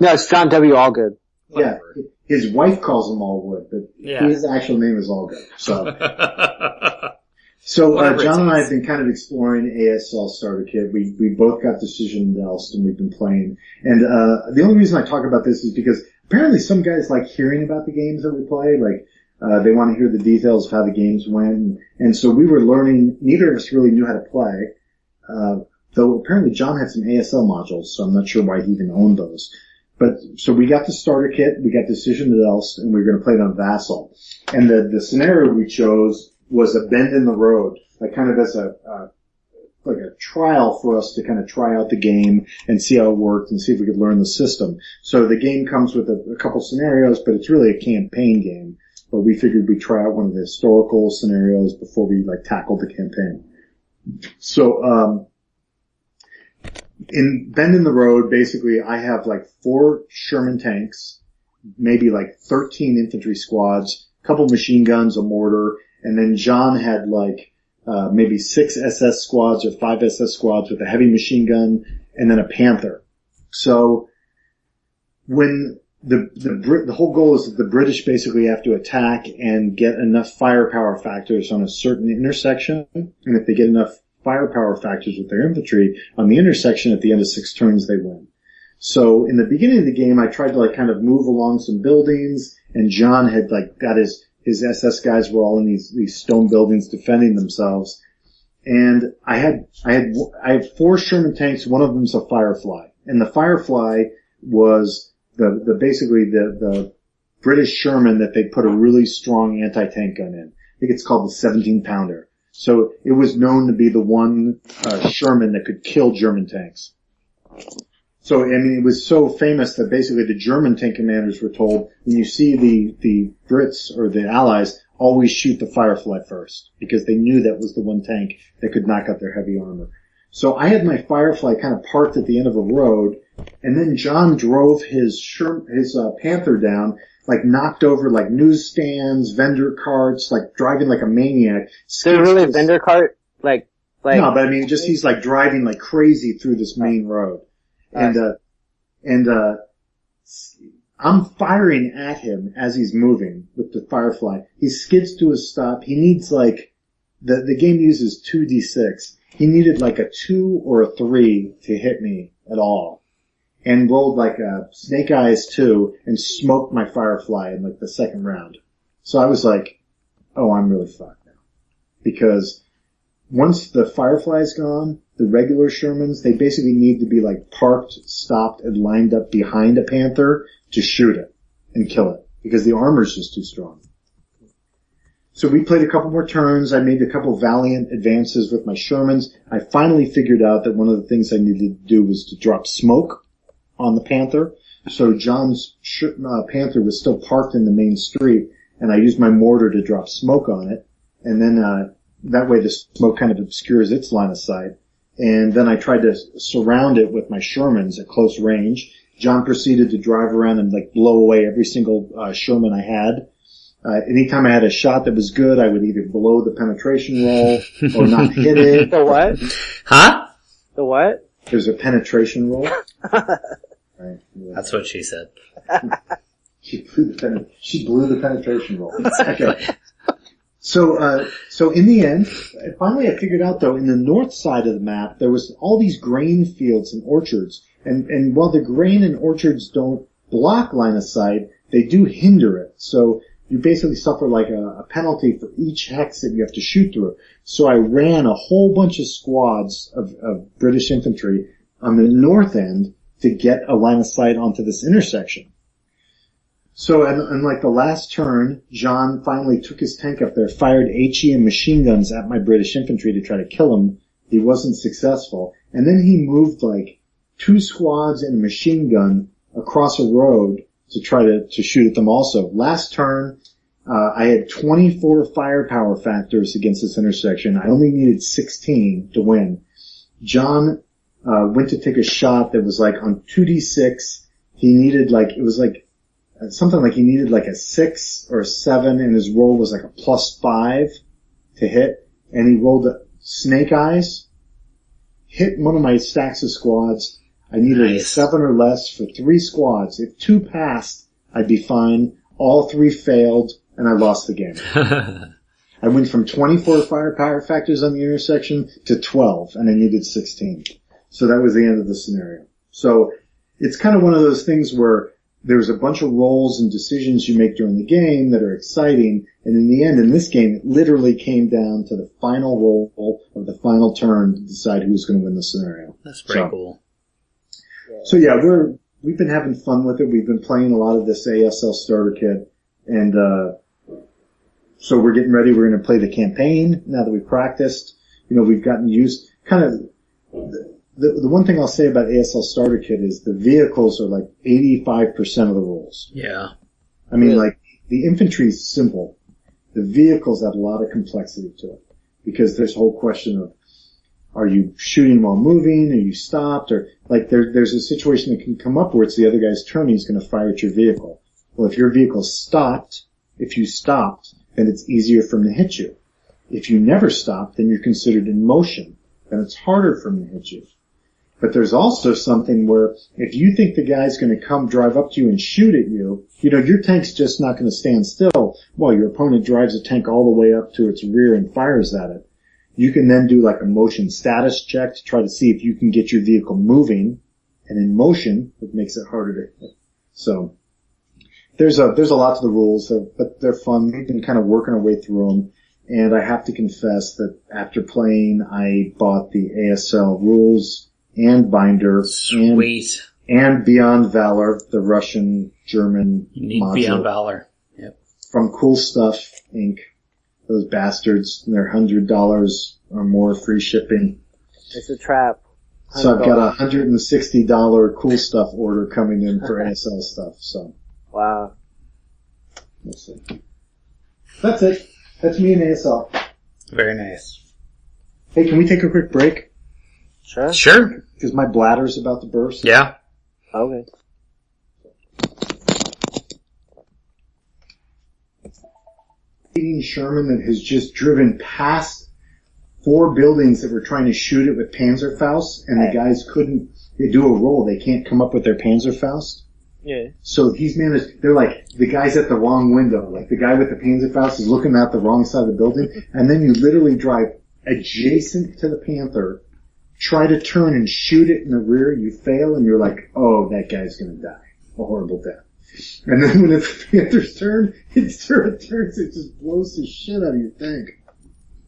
[SPEAKER 5] No, it's John W. Allgood.
[SPEAKER 3] Whatever.
[SPEAKER 4] Yeah, his wife calls him Allwood, but
[SPEAKER 3] Yeah.
[SPEAKER 4] his actual name is Allgood. So,
[SPEAKER 3] That's
[SPEAKER 4] so uh,
[SPEAKER 3] Whatever it
[SPEAKER 4] John and I
[SPEAKER 3] takes.
[SPEAKER 4] have been kind of exploring ASL Starter Kit. We we both got Decision Else, and we've been playing. And uh, the only reason I talk about this is because apparently some guys like hearing about the games that we play, like. Uh, they want to hear the details of how the games went, and, and so we were learning. Neither of us really knew how to play, uh, though apparently John had some ASL modules, so I'm not sure why he even owned those. But so we got the starter kit, we got Decision to Else, and we were going to play it on Vassal. And the the scenario we chose was a bend in the road, like kind of as a uh, like a trial for us to kind of try out the game and see how it worked and see if we could learn the system. So the game comes with a, a couple scenarios, but it's really a campaign game. But we figured we'd try out one of the historical scenarios before we like tackled the campaign. So, um, in Bend in the Road, basically, I have like four Sherman tanks, maybe like 13 infantry squads, a couple machine guns, a mortar, and then John had like, uh, maybe six SS squads or five SS squads with a heavy machine gun and then a Panther. So, when the, the, Brit- the whole goal is that the British basically have to attack and get enough firepower factors on a certain intersection, and if they get enough firepower factors with their infantry on the intersection at the end of six turns, they win. So in the beginning of the game, I tried to like kind of move along some buildings, and John had like got his his SS guys were all in these these stone buildings defending themselves, and I had I had I had four Sherman tanks. One of them's a Firefly, and the Firefly was the, the basically the, the British Sherman that they put a really strong anti-tank gun in. I think it's called the 17 pounder. So it was known to be the one uh, Sherman that could kill German tanks. So I mean, it was so famous that basically the German tank commanders were told when you see the the Brits or the Allies, always shoot the Firefly first because they knew that was the one tank that could knock out their heavy armor. So I had my Firefly kind of parked at the end of a road, and then John drove his Sher- his uh, Panther down, like knocked over like newsstands, vendor carts, like driving like a maniac.
[SPEAKER 5] There's
[SPEAKER 4] skids
[SPEAKER 5] really a
[SPEAKER 4] his-
[SPEAKER 5] vendor cart, like, like,
[SPEAKER 4] no, but I mean, just he's like driving like crazy through this main road, and uh, and uh, I'm firing at him as he's moving with the Firefly. He skids to a stop. He needs like the the game uses two d six. He needed like a two or a three to hit me at all, and rolled like a Snake Eyes two and smoked my Firefly in like the second round. So I was like, oh, I'm really fucked now because once the Firefly's gone, the regular Shermans, they basically need to be like parked, stopped, and lined up behind a Panther to shoot it and kill it because the armor's just too strong. So we played a couple more turns. I made a couple valiant advances with my Shermans. I finally figured out that one of the things I needed to do was to drop smoke on the Panther. So John's sh- uh, Panther was still parked in the main street and I used my mortar to drop smoke on it. And then, uh, that way the smoke kind of obscures its line of sight. And then I tried to s- surround it with my Shermans at close range. John proceeded to drive around and like blow away every single uh, Sherman I had. Uh, anytime I had a shot that was good, I would either blow the penetration roll or not hit it.
[SPEAKER 5] the what?
[SPEAKER 3] Huh?
[SPEAKER 5] The what?
[SPEAKER 4] There's a penetration roll. Right. yeah.
[SPEAKER 3] That's what she said.
[SPEAKER 4] She blew the, pen- she blew the penetration roll. Okay. So, uh, so in the end, finally I figured out though, in the north side of the map, there was all these grain fields and orchards, and, and while the grain and orchards don't block line of sight, they do hinder it. So you basically suffer like a, a penalty for each hex that you have to shoot through. So I ran a whole bunch of squads of, of British infantry on the north end to get a line of sight onto this intersection. So, and, and like the last turn, John finally took his tank up there, fired HE and machine guns at my British infantry to try to kill him. He wasn't successful. And then he moved like two squads and a machine gun across a road to try to, to shoot at them also. Last turn, uh, I had 24 firepower factors against this intersection. I only needed 16 to win. John, uh, went to take a shot that was like on 2d6. He needed like, it was like something like he needed like a six or a seven and his roll was like a plus five to hit and he rolled a snake eyes, hit one of my stacks of squads. I needed a
[SPEAKER 3] Nice.
[SPEAKER 4] seven or less for three squads. If two passed, I'd be fine. All three failed and I lost the game. I went from 24 firepower factors on the intersection to 12 and I needed 16. So that was the end of the scenario. So it's kind of one of those things where there's a bunch of roles and decisions you make during the game that are exciting. And in the end, in this game, it literally came down to the final roll of the final turn to decide who's going to win the scenario.
[SPEAKER 3] That's pretty
[SPEAKER 4] So-
[SPEAKER 3] cool.
[SPEAKER 4] So yeah, we're, we've been having fun with it. We've been playing a lot of this ASL starter kit and, uh, so we're getting ready. We're going to play the campaign now that we've practiced. You know, we've gotten used kind of the, the one thing I'll say about ASL starter kit is the vehicles are like 85% of the rules.
[SPEAKER 3] Yeah.
[SPEAKER 4] I mean,
[SPEAKER 5] Yeah.
[SPEAKER 4] like the infantry is simple. The vehicles add a lot of complexity to it because there's a whole question of are you shooting while moving? Are you stopped? Or like there, there's a situation that can come up where it's the other guy's turn. He's going to fire at your vehicle. Well, if your vehicle's stopped, if you stopped, then it's easier for him to hit you. If you never stop, then you're considered in motion. Then it's harder for him to hit you. But there's also something where if you think the guy's going to come drive up to you and shoot at you, you know, your tank's just not going to stand still while your opponent drives the tank all the way up to its rear and fires at it. You can then do like a motion status check to try to see if you can get your vehicle moving and in motion, it makes it harder to hit. So there's a, there's a lot to the rules, but they're fun. We've been kind of working our way through them. And I have to confess that after playing, I bought the ASL rules and Binder
[SPEAKER 3] Sweet.
[SPEAKER 4] And, and, Beyond Valor, the Russian German
[SPEAKER 3] module Beyond Valor. Yep.
[SPEAKER 4] From Cool Stuff Inc. Those bastards, and they're hundred dollars or more free shipping.
[SPEAKER 5] It's a trap.
[SPEAKER 4] $100. So I've got a hundred and sixty dollar cool stuff order coming in for ASL stuff. So
[SPEAKER 5] wow,
[SPEAKER 4] we'll see. That's it. That's me and ASL.
[SPEAKER 3] Very nice.
[SPEAKER 4] Hey, can we take a quick break?
[SPEAKER 5] Sure.
[SPEAKER 3] Sure.
[SPEAKER 4] Because my bladder's about to burst.
[SPEAKER 3] Yeah.
[SPEAKER 5] Okay.
[SPEAKER 4] Eating Sherman that has just driven past four buildings that were trying to shoot it with Panzerfaust, and the guys couldn't. They do a roll. They can't come up with their Panzerfaust.
[SPEAKER 5] Yeah.
[SPEAKER 4] So he's managed. They're like the guy's at the wrong window. Like the guy with the Panzerfaust is looking out the wrong side of the building, and then you literally drive adjacent to the Panther try to turn and shoot it in the rear, you fail, and you're like, oh, that guy's gonna die. A horrible death. And then when the Panther's turn, its turn turns, it just blows the shit out of your tank.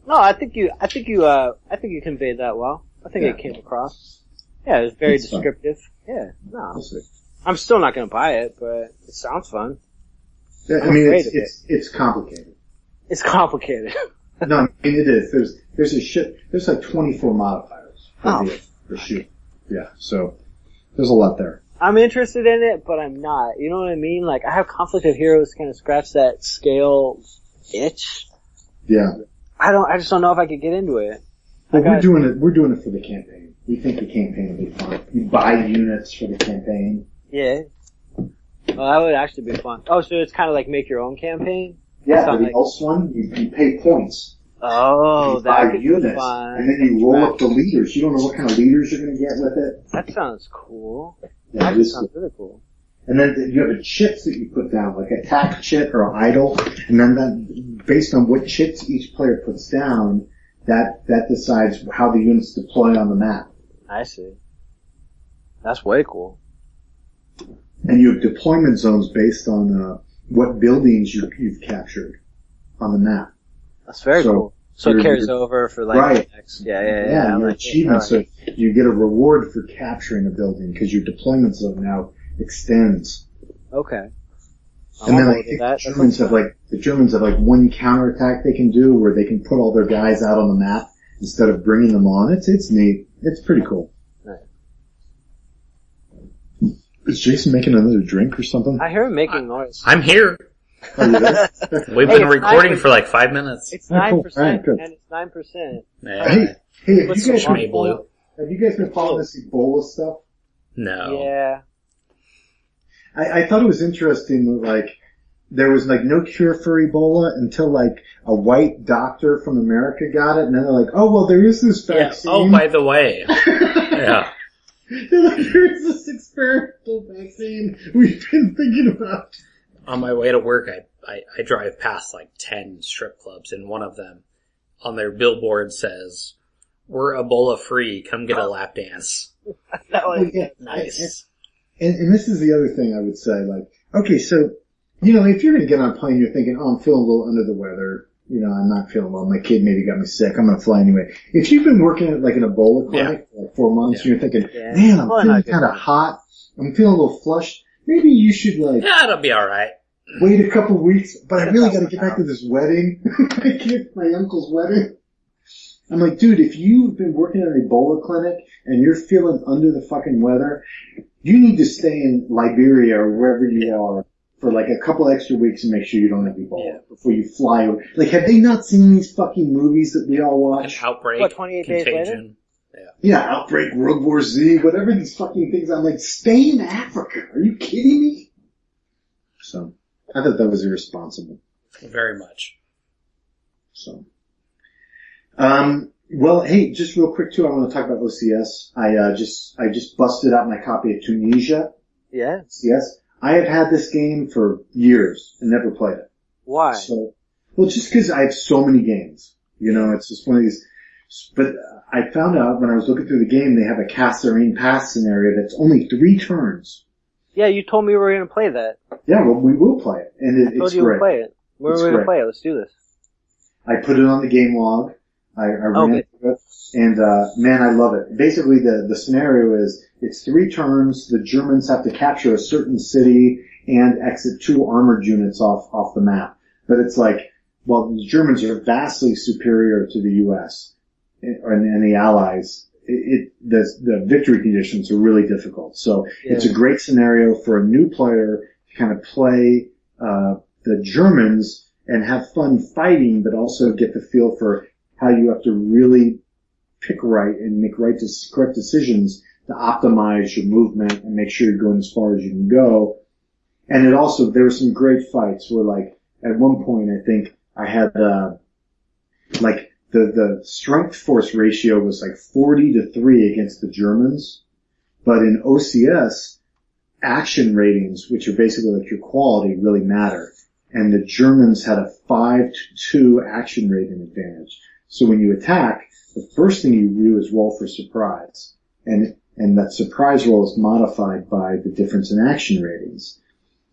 [SPEAKER 5] No, I think you, I think you, uh, I think you conveyed that well. I think yeah. it came across. Yeah, it was very it's descriptive. Fun. Yeah, no. We'll I'm still not gonna buy it, but it sounds fun.
[SPEAKER 4] Yeah, I mean, it's, it's, it. it's complicated.
[SPEAKER 5] It's complicated.
[SPEAKER 4] no, I mean, it is. There's, there's a shit, there's like 24 modifiers oh. for shoot. Yeah, so there's a lot there.
[SPEAKER 5] I'm interested in it, but I'm not. You know what I mean? Like I have conflict of heroes kind of scratch that scale itch.
[SPEAKER 4] Yeah.
[SPEAKER 5] I don't. I just don't know if I could get into it.
[SPEAKER 4] Well, gotta, we're doing it. We're doing it for the campaign. We think the campaign will be fun. You buy units for the campaign.
[SPEAKER 5] Yeah. Well, that would actually be fun. Oh, so it's kind of like make your own campaign.
[SPEAKER 4] Yeah, for the like, else one, you, you pay points.
[SPEAKER 5] Oh, that could units, be fun.
[SPEAKER 4] And then you roll right. up the leaders. You don't know what kind of leaders you're going to get with it.
[SPEAKER 5] That sounds cool. Yeah, that sounds cool. really cool.
[SPEAKER 4] And then you have a chits that you put down, like attack chit or idle, and then that, based on what chits each player puts down, that that decides how the units deploy on the map.
[SPEAKER 5] I see. That's way cool.
[SPEAKER 4] And you have deployment zones based on uh, what buildings you, you've captured on the map.
[SPEAKER 5] That's very so cool. So it carries over for like
[SPEAKER 4] right.
[SPEAKER 5] next, yeah, yeah, yeah.
[SPEAKER 4] yeah your
[SPEAKER 5] like,
[SPEAKER 4] achievement. So you get a reward for capturing a building because your deployment zone now extends.
[SPEAKER 5] Okay.
[SPEAKER 4] I'm and then like, the that. Germans have like the Germans have like one counterattack they can do where they can put all their guys out on the map instead of bringing them on. It's it's neat. It's pretty cool. Right. Is Jason making another drink or something?
[SPEAKER 5] I hear him making noise.
[SPEAKER 3] I'm here. We've hey, been recording for like five minutes.
[SPEAKER 5] It's nine oh, percent, cool. right, and it's nine percent.
[SPEAKER 4] Yeah. Hey, hey, have What's you guys been follow, have you guys been following this Ebola stuff?
[SPEAKER 3] No.
[SPEAKER 5] Yeah.
[SPEAKER 4] I, I thought it was interesting. Like there was like no cure for Ebola until like a white doctor from America got it, and then they're like, oh well, there is this vaccine.
[SPEAKER 3] Yeah. Oh, by the way, yeah.
[SPEAKER 4] They're like, here's this experimental vaccine we've been thinking about
[SPEAKER 3] on my way to work, I, I, I, drive past like 10 strip clubs and one of them on their billboard says, we're Ebola free. Come get a
[SPEAKER 5] Oh.
[SPEAKER 3] lap dance.
[SPEAKER 5] that was well, yeah.
[SPEAKER 3] nice.
[SPEAKER 4] And, and, and, this is the other thing I would say, like, okay, so, you know, if you're going to get on a plane, you're thinking, oh, I'm feeling a little under the weather. You know, I'm not feeling well. My kid maybe got me sick. I'm going to fly anyway. If you've been working at like an Ebola clinic yeah. for like four months, yeah. and you're thinking, yeah. man, I'm well, feeling kind of hot. I'm feeling a little flushed maybe you should like.
[SPEAKER 3] Yeah, it'll be all right.
[SPEAKER 4] Wait a couple weeks, but I really got to get back to this wedding. I get my uncle's wedding. I'm like, dude, if you've been working at an Ebola clinic and you're feeling under the fucking weather, you need to stay in Liberia or wherever you yeah. are for like a couple extra weeks and make sure you don't have Ebola yeah. before you fly. Like, have they not seen these fucking movies that we all watch?
[SPEAKER 3] An outbreak,
[SPEAKER 5] what, 28
[SPEAKER 3] contagion.
[SPEAKER 4] Yeah, Outbreak, World War Z, whatever these fucking things. I'm like, stay in Africa. Are you kidding me? So, I thought that was irresponsible.
[SPEAKER 3] Very much.
[SPEAKER 4] So, um, well, hey, just real quick too, I want to talk about OCS. I uh, just I just busted out my copy of Tunisia.
[SPEAKER 5] Yes.
[SPEAKER 4] Yes, I have had this game for years and never played it.
[SPEAKER 5] Why?
[SPEAKER 4] So, well, just because I have so many games, you know, it's just one of these. But I found out when I was looking through the game, they have a Casserine Pass scenario that's only three turns.
[SPEAKER 5] Yeah, you told me we were going to play that.
[SPEAKER 4] Yeah, well, we will play it, and
[SPEAKER 5] I
[SPEAKER 4] it,
[SPEAKER 5] told
[SPEAKER 4] it's
[SPEAKER 5] you
[SPEAKER 4] great.
[SPEAKER 5] we'd play it. We We're
[SPEAKER 4] It's
[SPEAKER 5] going to
[SPEAKER 4] great.
[SPEAKER 5] play it. Let's do this.
[SPEAKER 4] I put it on the game log. I, I ran
[SPEAKER 5] Okay.
[SPEAKER 4] through it, and uh, man, I love it. Basically, the the scenario is it's three turns. The Germans have to capture a certain city and exit two armored units off off the map. But it's like, well, the Germans are vastly superior to the U.S. and, and the Allies. It, it the the victory conditions are really difficult. So it's a
[SPEAKER 5] Yeah.
[SPEAKER 4] great scenario for a new player to kind of play uh, the Germans and have fun fighting, but also get the feel for how you have to really pick right and make right to correct decisions to optimize your movement and make sure you're going as far as you can go. And it also there were some great fights where like at one point I think I had uh like the the strength force ratio was like forty to three against the Germans, but in OCS action ratings, which are basically like your quality, really matter. And the Germans had a five to two action rating advantage. So when you attack, the first thing you do is roll for surprise. And, and that surprise roll is modified by the difference in action ratings.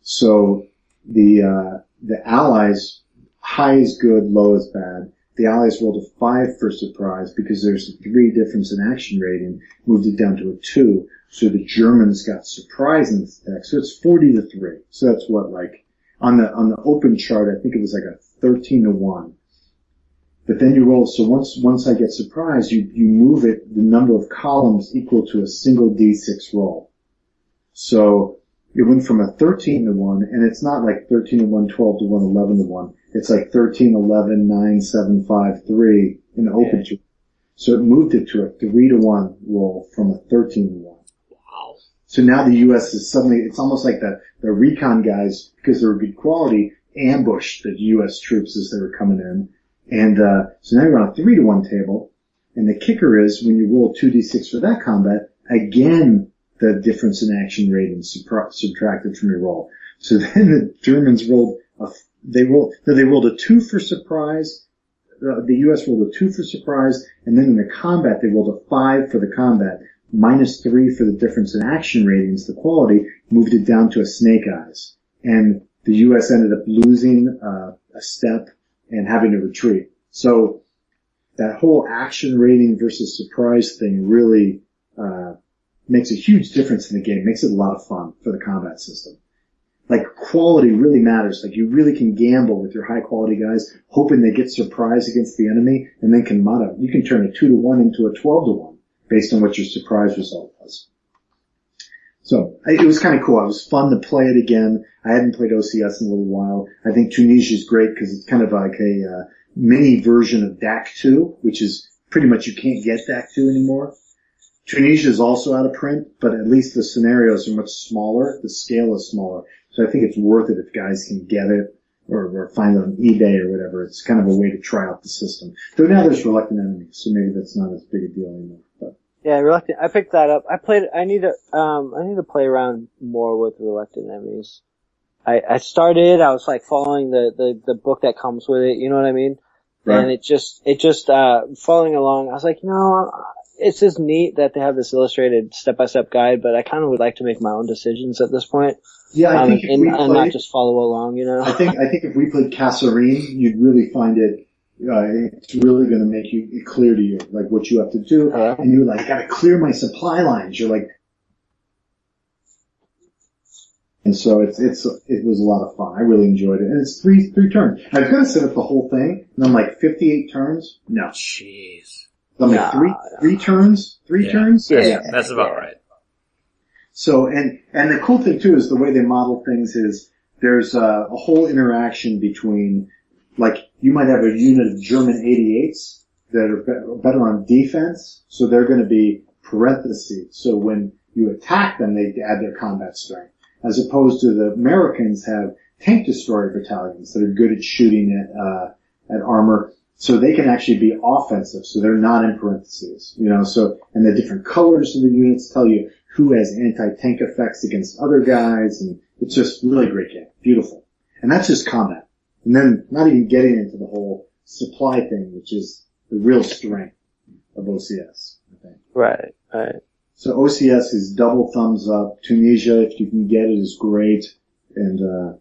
[SPEAKER 4] So the, uh, the allies, high is good, low is bad. The allies rolled a five for surprise because there's a three difference in action rating, moved it down to a two. So the Germans got surprise in this deck. So it's 40 to three. So that's what like on the, on the open chart, I think it was like a 13 to one. But then you roll. So once once I get surprised, you you move it the number of columns equal to a single d6 roll. So it went from a 13 to 1, and it's not like 13 to 1, 12 to 1, 11 to 1. It's like 13, 11, 9, 7, 5, 3 in the open chart. So it moved it to a 3 to 1 roll from a 13 to 1.
[SPEAKER 3] Wow.
[SPEAKER 4] So now the U.S. is suddenly, it's almost like the, the recon guys, because they were good quality, ambushed the U.S. troops as they were coming in. And, uh, so now you're on a three to one table. And the kicker is when you roll 2d6 for that combat, again, the difference in action rating supra- subtracted from your roll. So then the Germans rolled a, f- they rolled, no, they rolled a two for surprise. The, the U.S. rolled a two for surprise. And then in the combat, they rolled a five for the combat minus three for the difference in action ratings, the quality, moved it down to a snake eyes. And the U.S. ended up losing uh, a step and having to retreat. So that whole action rating versus surprise thing really uh, makes a huge difference in the game. Makes it a lot of fun for the combat system. Like quality really matters. Like you really can gamble with your high quality guys, hoping they get surprised against the enemy, and then can mod You can turn a two to one into a twelve to one based on what your surprise result was. So I- it was kind of cool. It was fun to play it again. I hadn't played OCS in a little while. I think Tunisia is great because it's kind of like a uh, mini version of DAC 2, which is pretty much you can't get DAC 2 anymore. Tunisia is also out of print, but at least the scenarios are much smaller. The scale is smaller. So I think it's worth it if guys can get it or, or find it on eBay or whatever. It's kind of a way to try out the system. Though now there's reluctant enemies, so maybe that's not as big a deal anymore. But
[SPEAKER 5] Yeah, reluctant. I picked that up. I played. I need to. Um, I need to play around more with reluctant enemies. I I started. I was like following the the the book that comes with it. You know what I mean?
[SPEAKER 4] Right.
[SPEAKER 5] And it just it just uh following along. I was like, you know, it's just neat that they have this illustrated step by step guide, but I kind of would like to make my own decisions at this point.
[SPEAKER 4] yeah, I
[SPEAKER 5] um,
[SPEAKER 4] think if
[SPEAKER 5] and,
[SPEAKER 4] we
[SPEAKER 5] and not
[SPEAKER 4] played,
[SPEAKER 5] just follow along. You know?
[SPEAKER 4] I think I think if we played Kasserine, you'd really find it. Uh, it's really going to make you it clear to you like what you have to do,
[SPEAKER 5] All right.
[SPEAKER 4] and you're like, I got to clear my supply lines. You're like, and so it's it's it was a lot of fun. I really enjoyed it, and it's three three turns. I was going to set up the whole thing, and I'm like, 58 turns? No,
[SPEAKER 3] Jeez.
[SPEAKER 4] I'm like
[SPEAKER 5] Nah.
[SPEAKER 4] three three turns, three
[SPEAKER 3] Yeah.
[SPEAKER 4] turns.
[SPEAKER 5] Yeah.
[SPEAKER 3] That's about right.
[SPEAKER 4] So, and, and the cool thing too is the way they model things is there's a, a whole interaction between, like, you might have a unit of German 88s that are be- better on defense, so they're going to be parentheses. So when you attack them, they add their combat strength, as opposed to the Americans have tank destroyer battalions that are good at shooting at uh, at armor, so they can actually be offensive. So they're not in parentheses, you know. So and the different colors of the units tell you who has anti-tank effects against other guys, and it's just really great game, beautiful. And that's just combat. And then not even getting into the whole supply thing, which is the real strength of OCS. I think.
[SPEAKER 5] Right, right.
[SPEAKER 4] So OCS is double thumbs up. Tunisia, if you can get it, is great. And uh,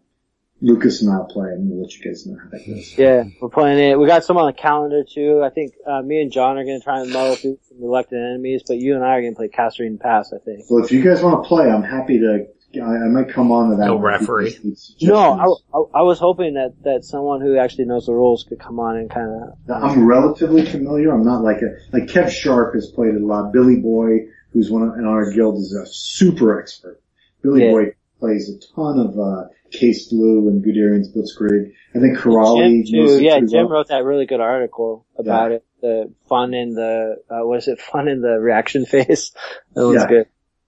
[SPEAKER 4] Lucas and I'll play, and we'll let you guys know how that goes.
[SPEAKER 5] Yeah, we're playing it. We got some on the calendar too. I think uh, me and John are going to try and muddle through some reluctant enemies, but you and I are going to play Castorine Pass, I think.
[SPEAKER 4] Well, if you guys want to play, I'm happy to. I, I might come on to that.
[SPEAKER 3] No
[SPEAKER 4] one.
[SPEAKER 3] referee.
[SPEAKER 4] Just- just- just-
[SPEAKER 5] No, I, I, I was hoping that, that someone who actually knows the rules could come on and kind of.
[SPEAKER 4] I'm relatively familiar. I'm not like a like Kev Sharp has played it a lot. Billy Boy, who's one of, in our guild, is a super expert. Billy
[SPEAKER 5] Yeah.
[SPEAKER 4] Boy plays a ton of uh, Case Blue and Guderian's Blitzkrieg. I think Corrali.
[SPEAKER 5] Jim too. Yeah, Jim
[SPEAKER 4] well.
[SPEAKER 5] wrote that really good article about it. The fun in the uh, what is it? Fun in the reaction phase. That was
[SPEAKER 4] Yeah.
[SPEAKER 5] good.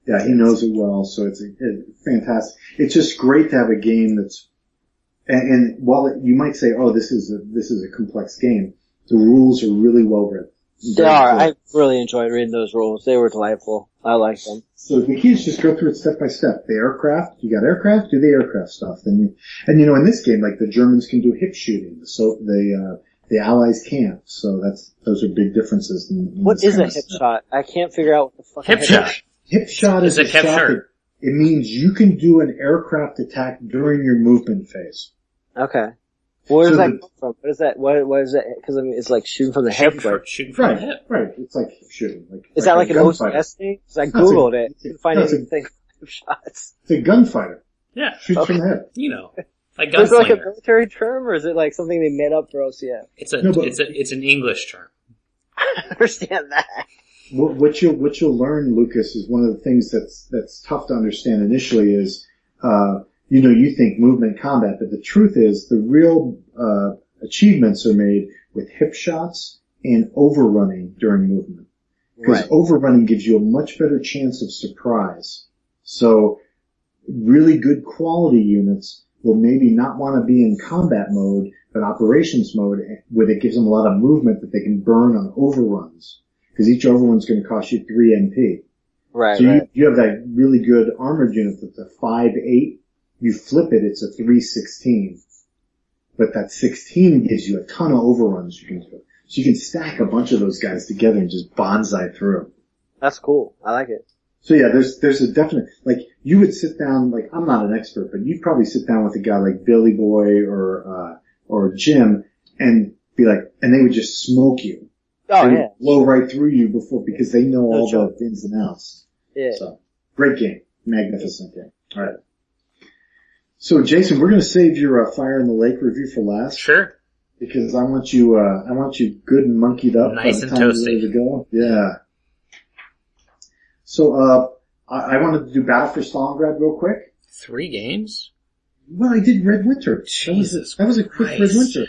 [SPEAKER 4] Yeah, he knows it well, so it's, it's fantastic. It's just great to have a game that's, and, and while it, you might say, "Oh, this is a this is a complex game," the rules are really well written.
[SPEAKER 5] They are. I really enjoyed reading those rules. They were delightful. I liked them.
[SPEAKER 4] So the key is just go through it step by step. The aircraft, you got aircraft, do the aircraft stuff. Then you, and you know, in this game, like the Germans can do hip shooting, so the uh, the Allies can't. So that's those are big differences. In, in
[SPEAKER 5] What
[SPEAKER 4] this
[SPEAKER 5] is a
[SPEAKER 4] kind of
[SPEAKER 5] hip
[SPEAKER 4] stuff.
[SPEAKER 5] shot? I can't figure out what the fuck. a
[SPEAKER 3] Hip shot.
[SPEAKER 4] Hip shot
[SPEAKER 3] It's
[SPEAKER 4] is
[SPEAKER 3] a
[SPEAKER 4] a,
[SPEAKER 3] hip
[SPEAKER 4] shot that-
[SPEAKER 3] shot.
[SPEAKER 4] It means you can do an aircraft attack during your movement phase.
[SPEAKER 5] Okay. Where does
[SPEAKER 4] So
[SPEAKER 5] that
[SPEAKER 4] the-
[SPEAKER 5] come from? What is that? What, what is that? Because I mean, it's like shooting from the hip.
[SPEAKER 3] Shooting,
[SPEAKER 5] Like,
[SPEAKER 3] from, shooting from
[SPEAKER 4] Right,
[SPEAKER 3] the hip.
[SPEAKER 4] right. It's like hip shooting. Like,
[SPEAKER 5] is that like
[SPEAKER 4] a
[SPEAKER 5] an
[SPEAKER 4] gunfighter.
[SPEAKER 5] OCS thing? 'Cause I
[SPEAKER 4] That's a-
[SPEAKER 5] googled it. Couldn't find
[SPEAKER 4] that's a-
[SPEAKER 5] anything. for hip Shots.
[SPEAKER 4] It's a gunfighter.
[SPEAKER 3] Yeah,
[SPEAKER 4] Shoots
[SPEAKER 5] Okay.
[SPEAKER 4] from the hip.
[SPEAKER 3] you know, like
[SPEAKER 5] Is it like a
[SPEAKER 3] gunslinger.
[SPEAKER 5] military term, or is it like something they made up for OCS?
[SPEAKER 3] It's a
[SPEAKER 4] No, but-
[SPEAKER 3] it's a it's an English term.
[SPEAKER 5] I don't understand that.
[SPEAKER 4] What, what you'll what you'll learn, Lucas, is one of the things that's that's tough to understand initially is, uh, you know, you think movement combat, but the truth is the real uh, achievements are made with hip shots and overrunning during movement. Because overrunning gives you a much better chance of surprise. So really good quality units will maybe not want to be in combat mode, but operations mode eh, where it gives them a lot of movement that they can burn on overruns. Because each overrun's going to cost you 3 MP.
[SPEAKER 5] Right,
[SPEAKER 4] so
[SPEAKER 5] right.
[SPEAKER 4] you, you have that really good armored unit that's a 5-8. You flip it, it's a 316. But that 16 gives you a ton of overruns you can do. So you can stack a bunch of those guys together and just bonsai through.
[SPEAKER 5] That's cool. I like it.
[SPEAKER 4] So yeah, there's there's a definite like you would sit down like I'm not an expert, but you'd probably sit down with a guy like Billy Boy or uh or Jim and be like, and they would just smoke you,
[SPEAKER 5] Oh
[SPEAKER 4] they
[SPEAKER 5] yeah,
[SPEAKER 4] would blow right through you before because they know
[SPEAKER 5] No
[SPEAKER 4] all
[SPEAKER 5] joke.
[SPEAKER 4] the ins and outs.
[SPEAKER 5] yeah.
[SPEAKER 4] So great game, magnificent game. All right. So Jason, we're gonna save your uh, Fire in the Lake review for last
[SPEAKER 3] Sure.
[SPEAKER 4] because I want you uh I want you good and monkeyed up
[SPEAKER 3] Nice
[SPEAKER 4] by
[SPEAKER 3] and
[SPEAKER 4] the time
[SPEAKER 3] toasty.
[SPEAKER 4] you're ready to go. Yeah. So uh I, I wanted to do Battle for Stalingrad real quick.
[SPEAKER 3] Three games.
[SPEAKER 4] Well, I did Red Winter. That was a-
[SPEAKER 3] Jesus
[SPEAKER 4] that was a, quick
[SPEAKER 3] Christ.
[SPEAKER 4] Red Winter.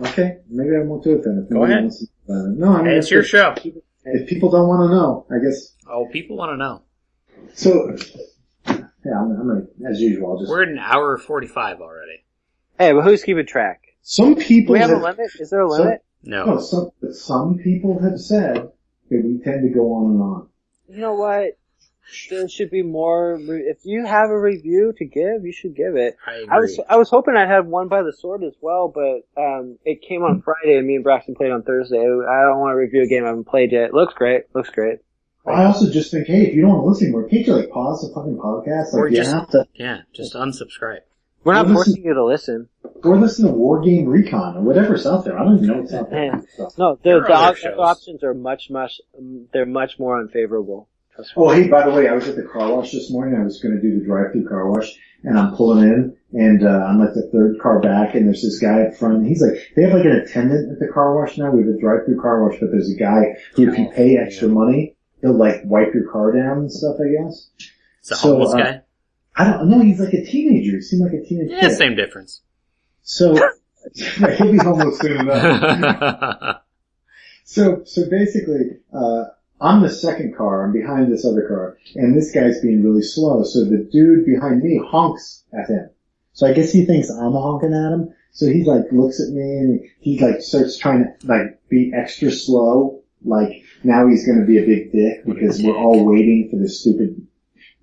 [SPEAKER 4] Okay, maybe I won't do it then. If
[SPEAKER 3] Go
[SPEAKER 4] nobody
[SPEAKER 3] ahead.
[SPEAKER 4] wants to- uh, no, I mean,
[SPEAKER 3] Hey, it's
[SPEAKER 4] if,
[SPEAKER 3] your show.
[SPEAKER 4] if people don't want to know, I guess.
[SPEAKER 3] Oh, people want to know.
[SPEAKER 4] So, yeah, I'm, I'm gonna, as usual, I'll just.
[SPEAKER 3] We're at an hour forty-five already.
[SPEAKER 5] Hey, but who's keeping track?
[SPEAKER 4] Some
[SPEAKER 5] Do
[SPEAKER 4] people
[SPEAKER 5] we have a
[SPEAKER 4] have-
[SPEAKER 5] limit? Is there a
[SPEAKER 4] Oh, So-
[SPEAKER 5] limit?
[SPEAKER 4] No,
[SPEAKER 3] No,
[SPEAKER 4] some, but some people have said that we tend to go on and on.
[SPEAKER 5] You know what? There should be more. Re- if you have a review to give, you should give it.
[SPEAKER 3] I agree.
[SPEAKER 5] I was I was hoping I'd have one by the sword as well, but um, it came on Friday, and me and Braxton played on Thursday. I don't want to review a game I haven't played yet. Looks great. Looks great.
[SPEAKER 4] I also just think, hey, if you don't want to listen anymore, can't you like pause the fucking podcast? Like,
[SPEAKER 3] Or
[SPEAKER 4] you
[SPEAKER 3] just-
[SPEAKER 4] have to,
[SPEAKER 3] yeah, just unsubscribe.
[SPEAKER 5] We're not
[SPEAKER 4] Well, this
[SPEAKER 5] forcing you to listen.
[SPEAKER 4] or listen to War Game Recon or whatever's out there. I don't even know what's out there.
[SPEAKER 5] Man.
[SPEAKER 4] So-
[SPEAKER 5] No,
[SPEAKER 3] There
[SPEAKER 5] the,
[SPEAKER 3] are
[SPEAKER 5] the
[SPEAKER 3] other
[SPEAKER 5] op-
[SPEAKER 3] shows.
[SPEAKER 5] options are much much. They're much more unfavorable.
[SPEAKER 4] Oh, hey, by the way, I was at the car wash this morning. I was going to do the drive-through car wash, and I'm pulling in, and uh, I'm like the third car back, and there's this guy up front. And he's like, they have like an attendant at the car wash now. We have a drive-through car wash, but there's a guy who,
[SPEAKER 3] Oh,
[SPEAKER 4] if you pay extra money, he'll like wipe your car down and stuff. I guess.
[SPEAKER 3] It's a
[SPEAKER 4] So,
[SPEAKER 3] homeless
[SPEAKER 4] uh,
[SPEAKER 3] guy.
[SPEAKER 4] I don't know. He's like a teenager. He seemed like a teenager.
[SPEAKER 3] Yeah, same difference.
[SPEAKER 4] So he'll be homeless soon enough. So, so basically, uh, I'm the second car. I'm behind this other car, and this guy's being really slow. So the dude behind me honks at him. So I guess he thinks I'm honking at him. So he like looks at me and he like starts trying to like be extra slow. Like now he's going to be a big dick because we're all waiting for this stupid,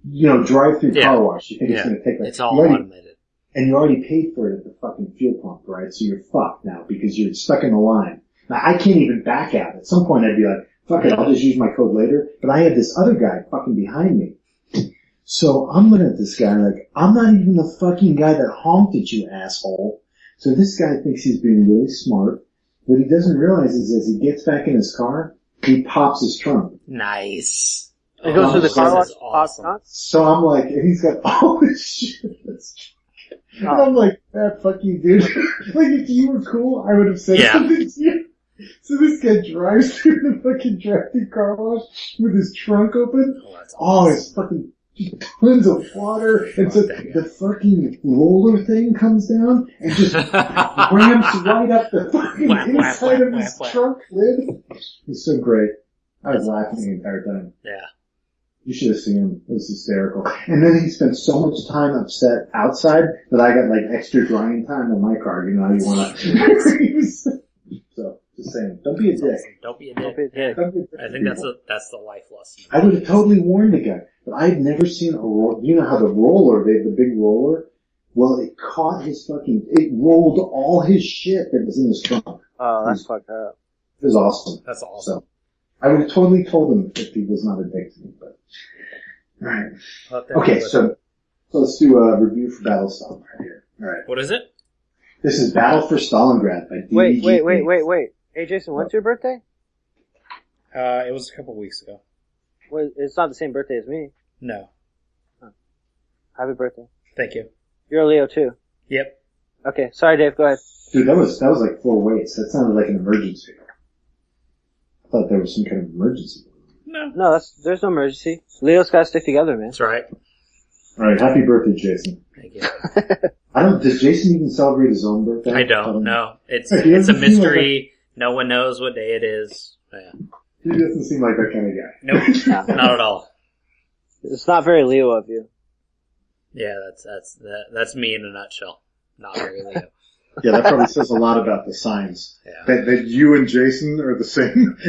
[SPEAKER 4] you know, drive-through
[SPEAKER 3] Yeah.
[SPEAKER 4] car wash. You think it's
[SPEAKER 3] Yeah.
[SPEAKER 4] going to take like
[SPEAKER 3] It's all
[SPEAKER 4] you already-
[SPEAKER 3] automated.
[SPEAKER 4] and you already paid for it at the fucking fuel pump, right? So you're fucked now because you're stuck in the line. Now I can't even back out. At some point I'd be like, fuck it, I'll just use my code later. But I had this other guy fucking behind me. So I'm looking at this guy like, I'm not even the fucking guy that honked at you, asshole. So this guy thinks he's being really smart. What he doesn't realize is as he gets back in his car, he pops his trunk.
[SPEAKER 3] Nice.
[SPEAKER 5] It goes
[SPEAKER 4] to
[SPEAKER 5] through the
[SPEAKER 3] this
[SPEAKER 5] car wash.
[SPEAKER 3] is
[SPEAKER 5] Awesome.
[SPEAKER 4] So I'm like, and he's got all this shit. And I'm like, that fucking dude. like, if you were cool, I would have said
[SPEAKER 3] Yeah.
[SPEAKER 4] something to you. So this guy drives through the fucking drive-through car wash with his trunk open.
[SPEAKER 3] Oh, that's
[SPEAKER 4] Oh, it's fucking tons of water. And so
[SPEAKER 3] Fuck that
[SPEAKER 4] the fucking roller thing comes down and just
[SPEAKER 3] awesome.
[SPEAKER 4] ramps right up the fucking
[SPEAKER 3] Whack, whack,
[SPEAKER 4] inside
[SPEAKER 3] whack,
[SPEAKER 4] of his
[SPEAKER 3] whack, whack.
[SPEAKER 4] trunk lid. It's so great. I was laughing the entire time.
[SPEAKER 3] yeah.
[SPEAKER 4] You should have seen him. It was hysterical. And then he spent so much time upset outside that I got like extra drying time on my car. You know, how you want to. so, just saying, don't be a dick.
[SPEAKER 3] Awesome. Don't be a
[SPEAKER 5] Don't be a
[SPEAKER 3] dick.
[SPEAKER 5] dick.
[SPEAKER 4] Don't be a dick
[SPEAKER 3] I
[SPEAKER 4] to
[SPEAKER 3] think that's
[SPEAKER 4] people.
[SPEAKER 3] a, that's the life lesson.
[SPEAKER 4] I would have totally warned the guy, but I had never seen a roll. You know how the roller, they have the big roller. Well, it caught his fucking. It rolled all his shit that was in his trunk. It
[SPEAKER 5] Oh, that's fucked up.
[SPEAKER 4] was awesome.
[SPEAKER 3] That's awesome.
[SPEAKER 4] So, I would have totally told him if he was not a dick to me. But all right.
[SPEAKER 3] I'll have to
[SPEAKER 4] Okay,
[SPEAKER 3] have a-
[SPEAKER 4] so, so let's do a review for Battlestar right here. Alright.
[SPEAKER 3] what is it?
[SPEAKER 4] This is Battle for Stalingrad by DDG.
[SPEAKER 5] Wait, wait, wait, wait, wait. Hey, Jason, when's your birthday?
[SPEAKER 3] Uh, it was a couple weeks ago.
[SPEAKER 5] Well, it's not the same birthday as me.
[SPEAKER 3] No,
[SPEAKER 5] Happy birthday.
[SPEAKER 3] thank you.
[SPEAKER 5] You're a Leo too.
[SPEAKER 3] Yep.
[SPEAKER 5] Okay, sorry, Dave. Go ahead.
[SPEAKER 4] Dude, that was, that was like four weights. That sounded like an emergency. I thought there was some kind of emergency.
[SPEAKER 3] No,
[SPEAKER 5] No, that's there's no emergency. Leo's gotta stick together, man.
[SPEAKER 3] that's right.
[SPEAKER 4] Alright, happy birthday, Jason.
[SPEAKER 3] Thank you.
[SPEAKER 4] I don't, does Jason even celebrate his own birthday? Um,
[SPEAKER 3] I don't know. It's
[SPEAKER 4] Hey, he
[SPEAKER 3] it's a
[SPEAKER 4] doesn't seem like
[SPEAKER 3] mystery. No one knows what day it is. Yeah.
[SPEAKER 4] He doesn't seem like that kind of guy.
[SPEAKER 3] Nope,
[SPEAKER 5] Nah,
[SPEAKER 3] not at all.
[SPEAKER 5] it's not very Leo of you.
[SPEAKER 3] Yeah, that's that's that, that's me in a nutshell. Not very Leo.
[SPEAKER 4] Yeah, that probably says a lot about the signs.
[SPEAKER 3] Yeah.
[SPEAKER 4] That, that you and Jason are the same.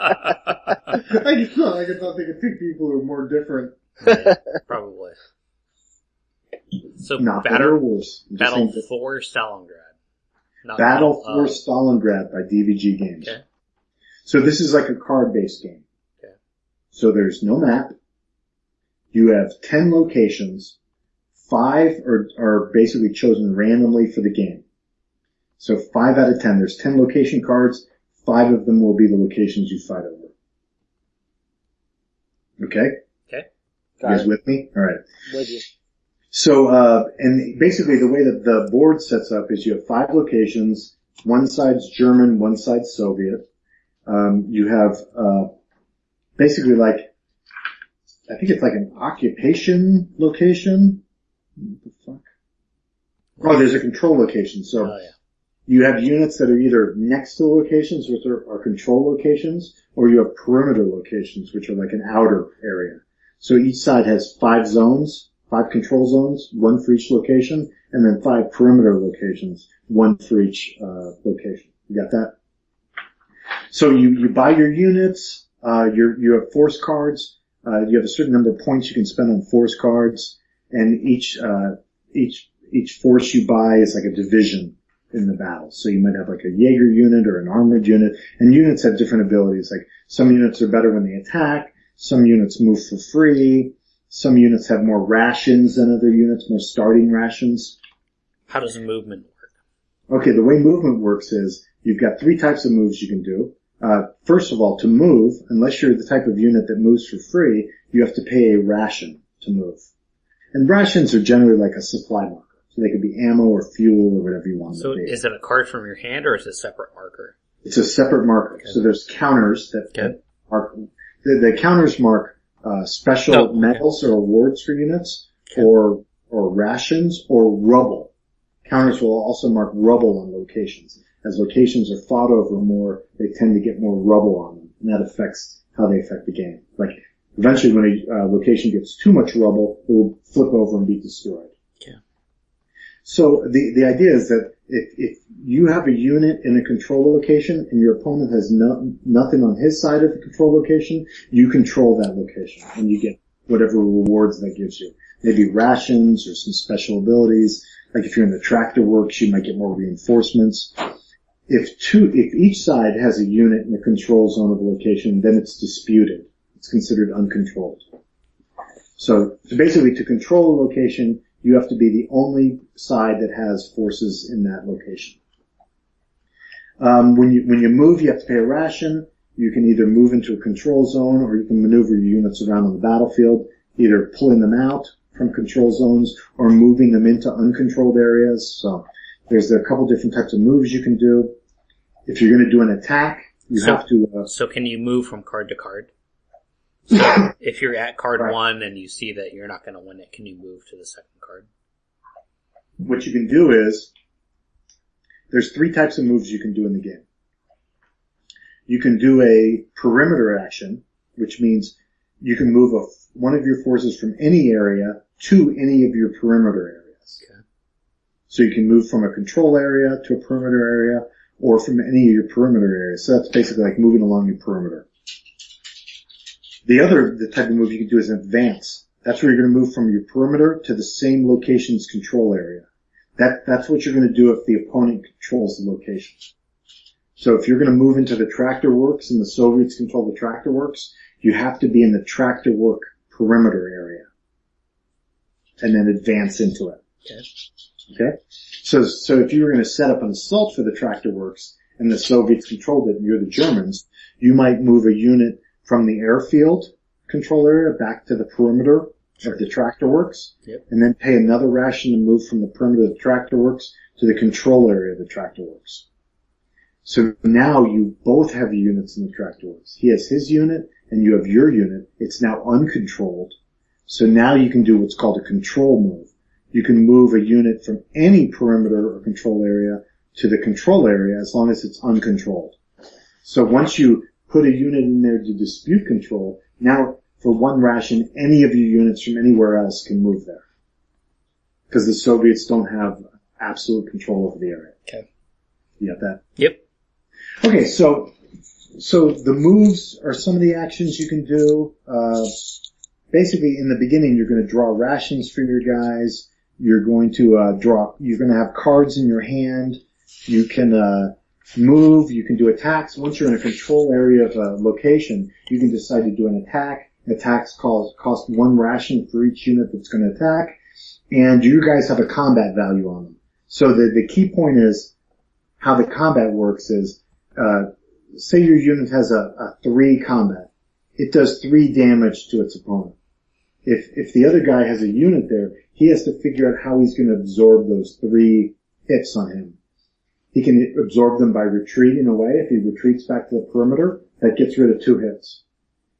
[SPEAKER 4] I could not, I could not think of two people who are more different.
[SPEAKER 3] Yeah, probably. So
[SPEAKER 4] Not better or
[SPEAKER 3] battle
[SPEAKER 4] worse. Just
[SPEAKER 3] battle
[SPEAKER 4] think that-
[SPEAKER 3] for Stalingrad. Not
[SPEAKER 4] Battle for
[SPEAKER 3] of-
[SPEAKER 4] Stalingrad by DVG Games.
[SPEAKER 3] Uh, Okay.
[SPEAKER 4] So this is like a card-based game.
[SPEAKER 3] Okay.
[SPEAKER 4] So there's no map. You have 10 locations. Five are, are basically chosen randomly for the game. So five out of 10. There's 10 location cards. Five of them will be the locations you fight over. Okay? You
[SPEAKER 5] Got
[SPEAKER 4] guys
[SPEAKER 5] it.
[SPEAKER 4] with me? Alright.
[SPEAKER 5] With you.
[SPEAKER 4] So, uh, and basically the way that the board sets up is you have five locations. One side's German, one side's Soviet. Um, you have, uh, basically like, I think it's like an occupation location. What the fuck? Oh, there's a control location. So,
[SPEAKER 3] Oh yeah.
[SPEAKER 4] you have units that are either next to locations, which are, are control locations, or you have perimeter locations, which are like an outer area. So each side has five zones, five control zones, one for each location, and then five perimeter locations, one for each uh, location. You got that? So you, you buy your units, uh, you you have force cards, uh, you have a certain number of points you can spend on force cards, and each, uh, each, each force you buy is like a division in the battle. So you might have like a Jaeger unit or an armored unit, and units have different abilities. Like some units are better when they attack, some units move for free, some units have more rations than other units, more starting rations.
[SPEAKER 3] How does movement work?
[SPEAKER 4] Okay, the way movement works is you've got three types of moves you can do. Uh, first of all, to move, unless you're the type of unit that moves for free, you have to pay a ration to move. And rations are generally like a supply marker. So they could be ammo or fuel or whatever you want
[SPEAKER 3] So
[SPEAKER 4] them to be.
[SPEAKER 3] is it a card from your hand or is it a separate marker?
[SPEAKER 4] It's a separate marker. So there's counters that
[SPEAKER 3] Okay.
[SPEAKER 4] mark the, the counters mark uh, special
[SPEAKER 3] Oh, okay.
[SPEAKER 4] medals or awards for units, or or rations, or rubble. Counters will also mark rubble on locations. as locations are fought over more, they tend to get more rubble on them, and that affects how they affect the game. Like eventually, when a uh, location gets too much rubble, it will flip over and be destroyed.
[SPEAKER 3] Yeah.
[SPEAKER 4] So the the idea is that if if you have a unit in a control location and your opponent has no, nothing on his side of the control location, you control that location and you get whatever rewards that gives you. Maybe rations or some special abilities. Like if you're in the tractor works, you might get more reinforcements. If two, if each side has a unit in the control zone of a location, then it's disputed. It's considered uncontrolled. So basically to control a location, you have to be the only side that has forces in that location. Um, when you, when you move, you have to pay a ration. You can either move into a control zone or you can maneuver your units around on the battlefield, either pulling them out from control zones or moving them into uncontrolled areas. So there's a couple different types of moves you can do. If you're going to do an attack, you
[SPEAKER 3] So-
[SPEAKER 4] have to, uh,
[SPEAKER 3] So can you move from card to card? So if you're at card
[SPEAKER 4] Right.
[SPEAKER 3] one and you see that you're not going to win it, can you move to the second card?
[SPEAKER 4] what you can do is there's three types of moves you can do in the game. You can do a perimeter action, which means you can move a, one of your forces from any area to any of your perimeter areas.
[SPEAKER 3] Okay.
[SPEAKER 4] So you can move from a control area to a perimeter area or from any of your perimeter areas. So that's basically like moving along your perimeter. The other the type of move you can do is advance. That's where you're going to move from your perimeter to the same location's control area. That that's what you're going to do if the opponent controls the location. So if you're going to move into the tractor works and the Soviets control the tractor works, you have to be in the tractor work perimeter area, and then advance into it.
[SPEAKER 3] Okay.
[SPEAKER 4] Okay. So so if you were going to set up an assault for the tractor works and the Soviets controlled it, and you're the Germans, you might move a unit from the airfield control area back to the perimeter of the tractor works,
[SPEAKER 3] Yep.
[SPEAKER 4] and then pay another ration to move from the perimeter of the tractor works to the control area of the tractor works. So now you both have units in the tractor works. He has his unit and you have your unit. It's now uncontrolled. So now you can do what's called a control move. You can move a unit from any perimeter or control area to the control area as long as it's uncontrolled. So once you put a unit in there to dispute control, now for one ration, any of your units from anywhere else can move there. Because the Soviets don't have absolute control over the area.
[SPEAKER 3] Okay.
[SPEAKER 4] You got that?
[SPEAKER 3] Yep.
[SPEAKER 4] Okay, so, so the moves are some of the actions you can do. Uh, basically in the beginning, you're going to draw rations for your guys. You're going to, uh, draw, you're going to have cards in your hand. You can, uh, move, you can do attacks. Once you're in a control area of a location, you can decide to do an attack. Attacks cost, cost one ration for each unit that's going to attack, and you guys have a combat value on them. So the, the key point is how the combat works is, uh, say your unit has a, a three combat. It does three damage to its opponent. If, if the other guy has a unit there, he has to figure out how he's going to absorb those three hits on him. He can absorb them by retreating away. If he retreats back to the perimeter, that gets rid of two hits.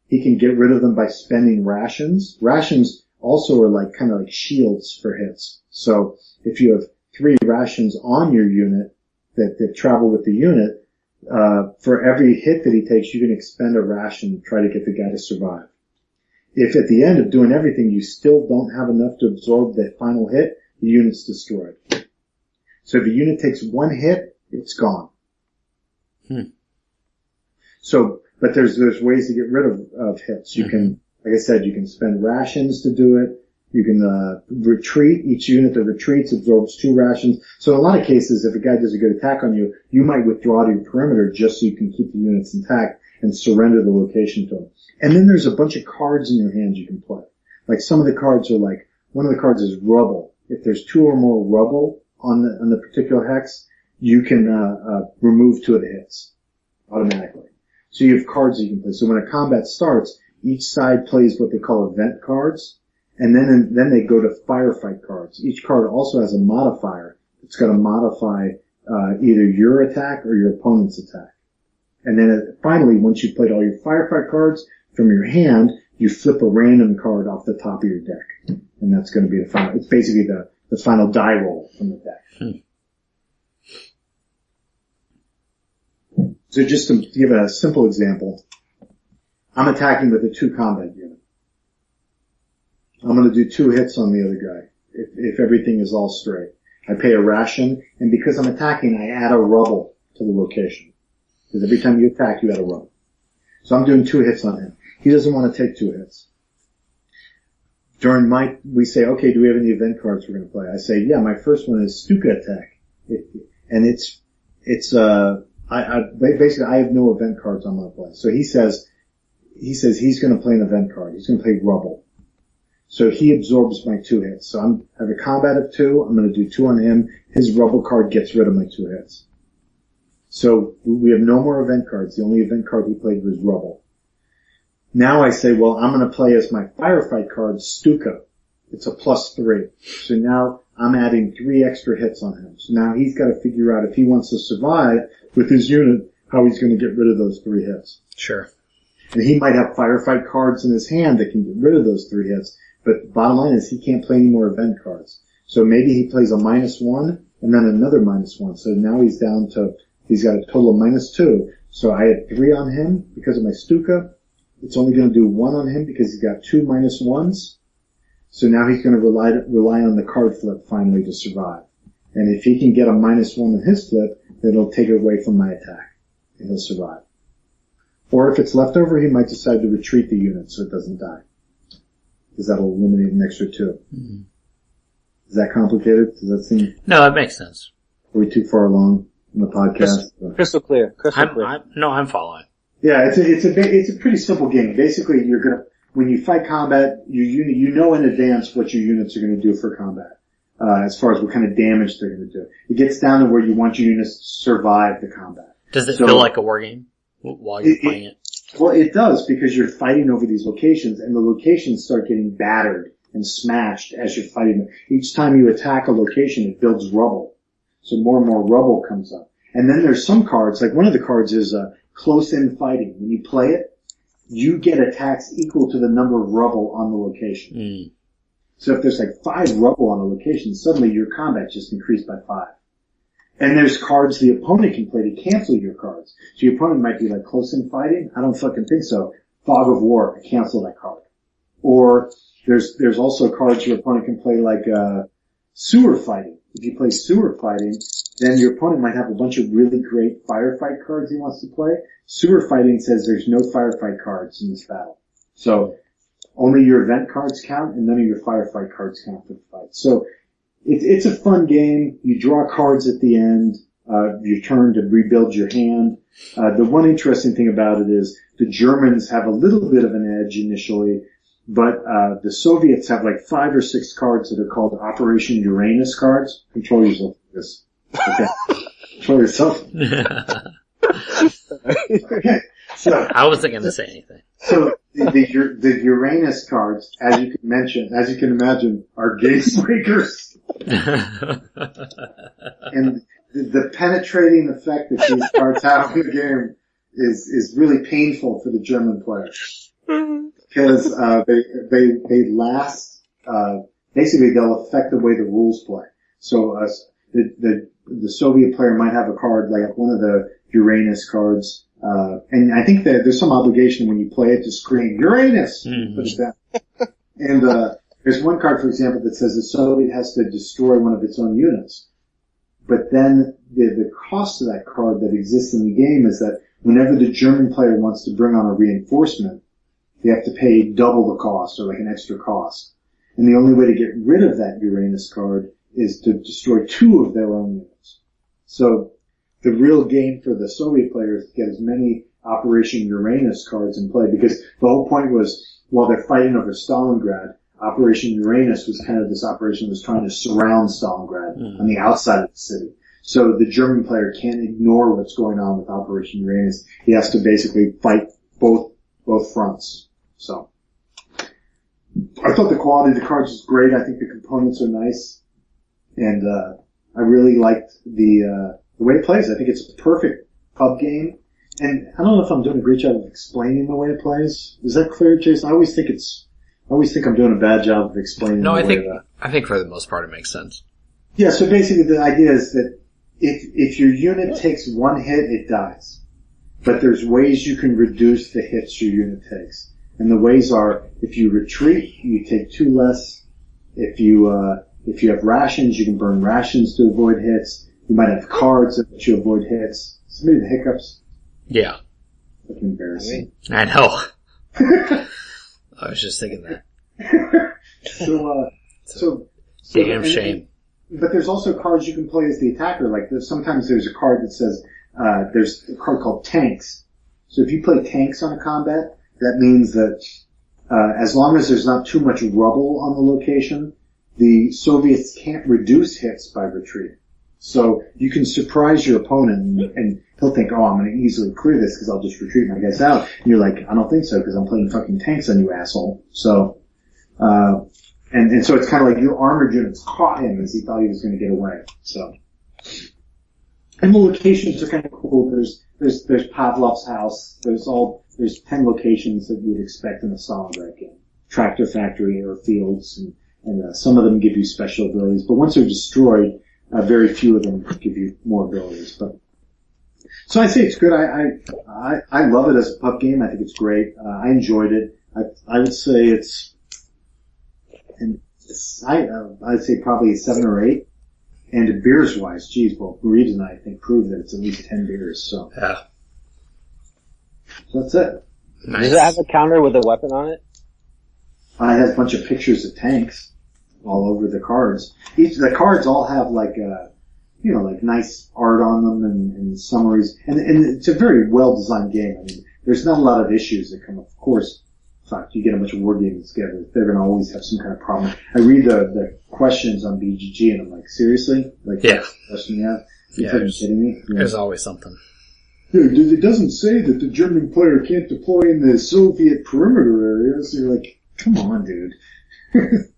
[SPEAKER 4] He can get rid of them by spending rations. Rations also are like kind of like shields for hits. So if you have three rations on your unit that, that travel with the unit, uh, for every hit that he takes, you can expend a ration to try to get the guy to survive. If at the end of doing everything you still don't have enough to absorb that final hit, the unit's destroyed. So if a unit takes one hit, it's gone.
[SPEAKER 3] Hmm.
[SPEAKER 4] So, but there's there's ways to get rid of, of hits. You can, like I said, you can spend rations to do it. You can uh, retreat. Each unit that retreats absorbs two rations. So in a lot of cases, if a guy does a good attack on you, you might withdraw to your perimeter just so you can keep the units intact and surrender the location to them. And then there's a bunch of cards in your hand you can play. Like some of the cards are like one of the cards is rubble. If there's two or more rubble on the on the particular hex, you can uh, uh, remove two of the hits automatically. So you have cards that you can play. So when a combat starts, each side plays what they call event cards, and then and then they go to firefight cards. Each card also has a modifier. It's going to modify uh, either your attack or your opponent's attack. And then uh, finally, once you've played all your firefight cards from your hand, you flip a random card off the top of your deck and that's going to be the final. It's basically the the final die roll from the deck. So just to give a simple example, I'm attacking with a two combat unit. I'm going to do two hits on the other guy if, if everything is all straight. I pay a ration, and because I'm attacking, I add a rubble to the location. Because every time you attack, you add a rubble. So I'm doing two hits on him. He doesn't want to take two hits. During my, we say, okay, do we have any event cards we're going to play? I say, yeah, my first one is Stuka Attack. It, and it's, it's, uh, I, I, ba- basically, I have no event cards on my play. So he says, he says he's going to play an event card. He's going to play Rubble. So he absorbs my two hits. So I'm I have a combat of two. I'm going to do two on him. His rubble card gets rid of my two hits. So we have no more event cards. The only event card he played was rubble. Now I say, well, I'm going to play as my firefight card Stuka. It's a plus three. So now I'm adding three extra hits on him. So now he's got to figure out if he wants to survive with his unit, how he's going to get rid of those three hits.
[SPEAKER 3] Sure.
[SPEAKER 4] And he might have firefight cards in his hand that can get rid of those three hits. But the bottom line is he can't play any more event cards. So maybe he plays a minus one and then another minus one. So now he's down to, he's got a total of minus two. So I had three on him because of my Stuka. It's only going to do one on him because he's got two minus ones. So now he's going to rely, rely on the card flip finally to survive. And if he can get a minus one on his flip, then it'll take it away from my attack and he'll survive. Or if it's left over, he might decide to retreat the unit so it doesn't die because that'll eliminate an extra 2 Is that complicated? Does that seem
[SPEAKER 3] No, it makes sense.
[SPEAKER 4] are we too far along in the podcast?
[SPEAKER 5] Crystal clear. Crystal
[SPEAKER 3] I'm,
[SPEAKER 5] clear.
[SPEAKER 3] I'm no, I'm following.
[SPEAKER 4] Yeah, it's a, it's a ba- it's a pretty simple game. Basically, you're gonna when you fight combat, your unit you know in advance what your units are gonna do for combat, uh, as far as what kind of damage they're gonna do. It gets down to where you want your units to survive the combat.
[SPEAKER 3] Does it
[SPEAKER 4] So-
[SPEAKER 3] feel like a war game w- while you're
[SPEAKER 4] It- it-
[SPEAKER 3] playing it?
[SPEAKER 4] Well, it does because you're fighting over these locations, and the locations start getting battered and smashed as you're fighting them. Each time you attack a location, it builds rubble, so more and more rubble comes up. And then there's some cards, like one of the cards is uh, close-in fighting. When you play it, you get attacks equal to the number of rubble on the location.
[SPEAKER 3] Mm.
[SPEAKER 4] So if there's like five rubble on a location, suddenly your combat just increased by five. And there's cards the opponent can play to cancel your cards. So your opponent might be like close in fighting. I don't fucking think so. Fog of War. I cancel that card. Or there's there's also cards your opponent can play like uh, sewer fighting. If you play sewer fighting, then your opponent might have a bunch of really great firefight cards he wants to play. Sewer fighting says there's no firefight cards in this battle. So only your event cards count and none of your firefight cards count for the fight. So it, it's a fun game. You draw cards at the end, uh, your turn to rebuild your hand. Uh, the one interesting thing about it is the Germans have a little bit of an edge initially, but uh, the Soviets have like five or six cards that are called Operation Uranus cards. Control yourself with this. Okay. Control yourself. okay. So
[SPEAKER 3] Mm. I wasn't going to say anything.
[SPEAKER 4] so the, the, Ur- the Uranus cards, as you can mention, as you can imagine, are game breakers, and the, the penetrating effect that these cards have on the game is is really painful for the German player because uh, they they they last. Uh, basically, they'll affect the way the rules play. So uh, the the the Soviet player might have a card like one of the Uranus cards. Uh, and I think that there's some obligation when you play it to scream Uranus.
[SPEAKER 3] Mhm.
[SPEAKER 4] Put it down. and uh, there's one card, for example, that says the Soviet has to destroy one of its own units. But then the, the cost of that card that exists in the game is that whenever the German player wants to bring on a reinforcement, they have to pay double the cost or like an extra cost. And the only way to get rid of that Uranus card is to destroy two of their own units. So the real game for the Soviet players is to get as many Operation Uranus cards in play because the whole point was while they're fighting over Stalingrad, Operation Uranus was kind of this operation that was trying to surround Stalingrad on the outside of the city. So the German player can't ignore what's going on with Operation Uranus. He has to basically fight both both fronts. So I thought the quality of the cards was great. I think the components are nice, and uh, I really liked the uh, the way it plays. I think it's a perfect pub game. And I don't know if I'm doing a great job of explaining the way it plays. Is that clear, Jason? I always think it's I always think I'm doing a bad job of explaining.
[SPEAKER 3] No,
[SPEAKER 4] the
[SPEAKER 3] I
[SPEAKER 4] way
[SPEAKER 3] think
[SPEAKER 4] that-
[SPEAKER 3] I think for the most part it makes sense.
[SPEAKER 4] yeah, so basically the idea is that if if your unit takes one hit, it dies. But there's ways you can reduce the hits your unit takes. And the ways are, if you retreat, you take two less. If you, uh, if you have rations, you can burn rations to avoid hits. You might have cards that let you avoid hits. Some of the hiccups.
[SPEAKER 3] Yeah,
[SPEAKER 4] Fucking embarrassing.
[SPEAKER 3] I know. I was just thinking that.
[SPEAKER 4] so, uh, so, so-
[SPEAKER 3] Damn
[SPEAKER 4] and-
[SPEAKER 3] shame.
[SPEAKER 4] But there's also cards you can play as the attacker. Like there's, sometimes there's a card that says uh, there's a card called tanks. So if you play tanks on a combat, that means that uh, as long as there's not too much rubble on the location, the Soviets can't reduce hits by retreat. So you can surprise your opponent, and, and he'll think, "Oh, I'm going to easily clear this because I'll just retreat my guys out." And you're like, "I don't think so because I'm playing fucking tanks on you, asshole." So. Uh, and, and so it's kind of like your armored units caught him as he thought he was going to get away. So, and the locations are kind of cool. There's there's there's Pavlov's house. There's all there's ten locations that you would expect in a solid red game. Tractor factory or fields, and, and uh, some of them give you special abilities. But once they're destroyed, uh, very few of them give you more abilities. But so I say it's good. I I I, I love it as a pup game. I think it's great. Uh, I enjoyed it. I I would say it's and I, uh, I'd say probably seven or eight. And beers wise, geez, well, Reeves and I, I think proved that it's at least ten beers. So,
[SPEAKER 3] Yeah.
[SPEAKER 4] so that's it.
[SPEAKER 5] Does it have a counter with a weapon on it?
[SPEAKER 4] I had a bunch of pictures of tanks all over the cards. Each the cards all have like a, you know, like nice art on them and, and summaries. And, and it's a very well designed game. I mean, there's not a lot of issues that come up. Of course, fuck, you get a bunch of war games together, they're gonna always have some kind of problem. I read the, the questions on BGG and I'm like, seriously? Like,
[SPEAKER 3] Yeah.
[SPEAKER 4] question you have? You're
[SPEAKER 3] Yeah,
[SPEAKER 4] fucking
[SPEAKER 3] there's-
[SPEAKER 4] kidding me? Yeah.
[SPEAKER 3] There's always something.
[SPEAKER 4] Yeah, it it doesn't say that the German player can't deploy in the Soviet perimeter area, so you're like, come on, dude.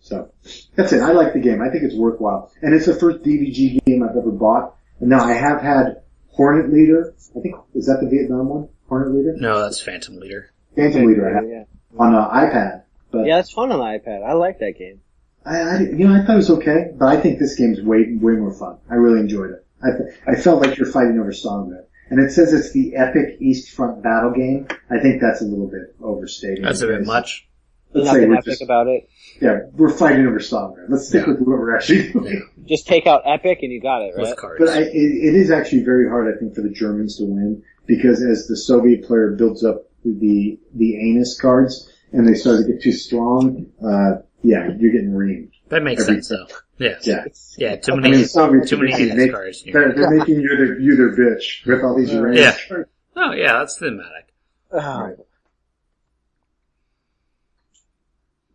[SPEAKER 4] so, that's it. I like the game. I think it's worthwhile. And it's the first DVG game I've ever bought. And now I have had Hornet Leader. I think, is that the Vietnam one? Hornet Leader?
[SPEAKER 3] No, that's Phantom Leader.
[SPEAKER 4] Phantom Leader I have
[SPEAKER 5] Yeah.
[SPEAKER 4] on an iPad. But
[SPEAKER 5] yeah, it's fun on the iPad. I like that game.
[SPEAKER 4] I, I, you know, I thought it was okay, but I think this game's way, way more fun. I really enjoyed it. I, th- I felt like you're fighting over Songbird. And it says it's the epic East Front battle game. I think that's a little bit overstating.
[SPEAKER 3] That's a bit much.
[SPEAKER 4] Let's say
[SPEAKER 5] Nothing
[SPEAKER 4] we're
[SPEAKER 5] epic
[SPEAKER 4] just,
[SPEAKER 5] about it.
[SPEAKER 4] yeah, we're fighting over Songbird. Let's stick
[SPEAKER 3] Yeah.
[SPEAKER 4] with what we're actually doing.
[SPEAKER 5] Just take out epic and you got it, right?
[SPEAKER 3] With cards.
[SPEAKER 4] But I, it, it is actually very hard, I think, for the Germans to win because as the Soviet player builds up the the anus cards and they start to get too strong, uh, yeah, you're getting reamed.
[SPEAKER 3] that makes
[SPEAKER 4] every-
[SPEAKER 3] sense though. Yeah.
[SPEAKER 4] Yeah.
[SPEAKER 3] Yeah, too
[SPEAKER 4] I
[SPEAKER 3] many
[SPEAKER 4] mean, Soviets
[SPEAKER 3] too many
[SPEAKER 4] are basically
[SPEAKER 3] anus
[SPEAKER 4] ma-
[SPEAKER 3] cards. in your-
[SPEAKER 4] They're, they're making you their, you their bitch with all these uranium
[SPEAKER 3] Yeah.
[SPEAKER 4] cards.
[SPEAKER 3] Oh yeah, that's thematic.
[SPEAKER 5] Oh,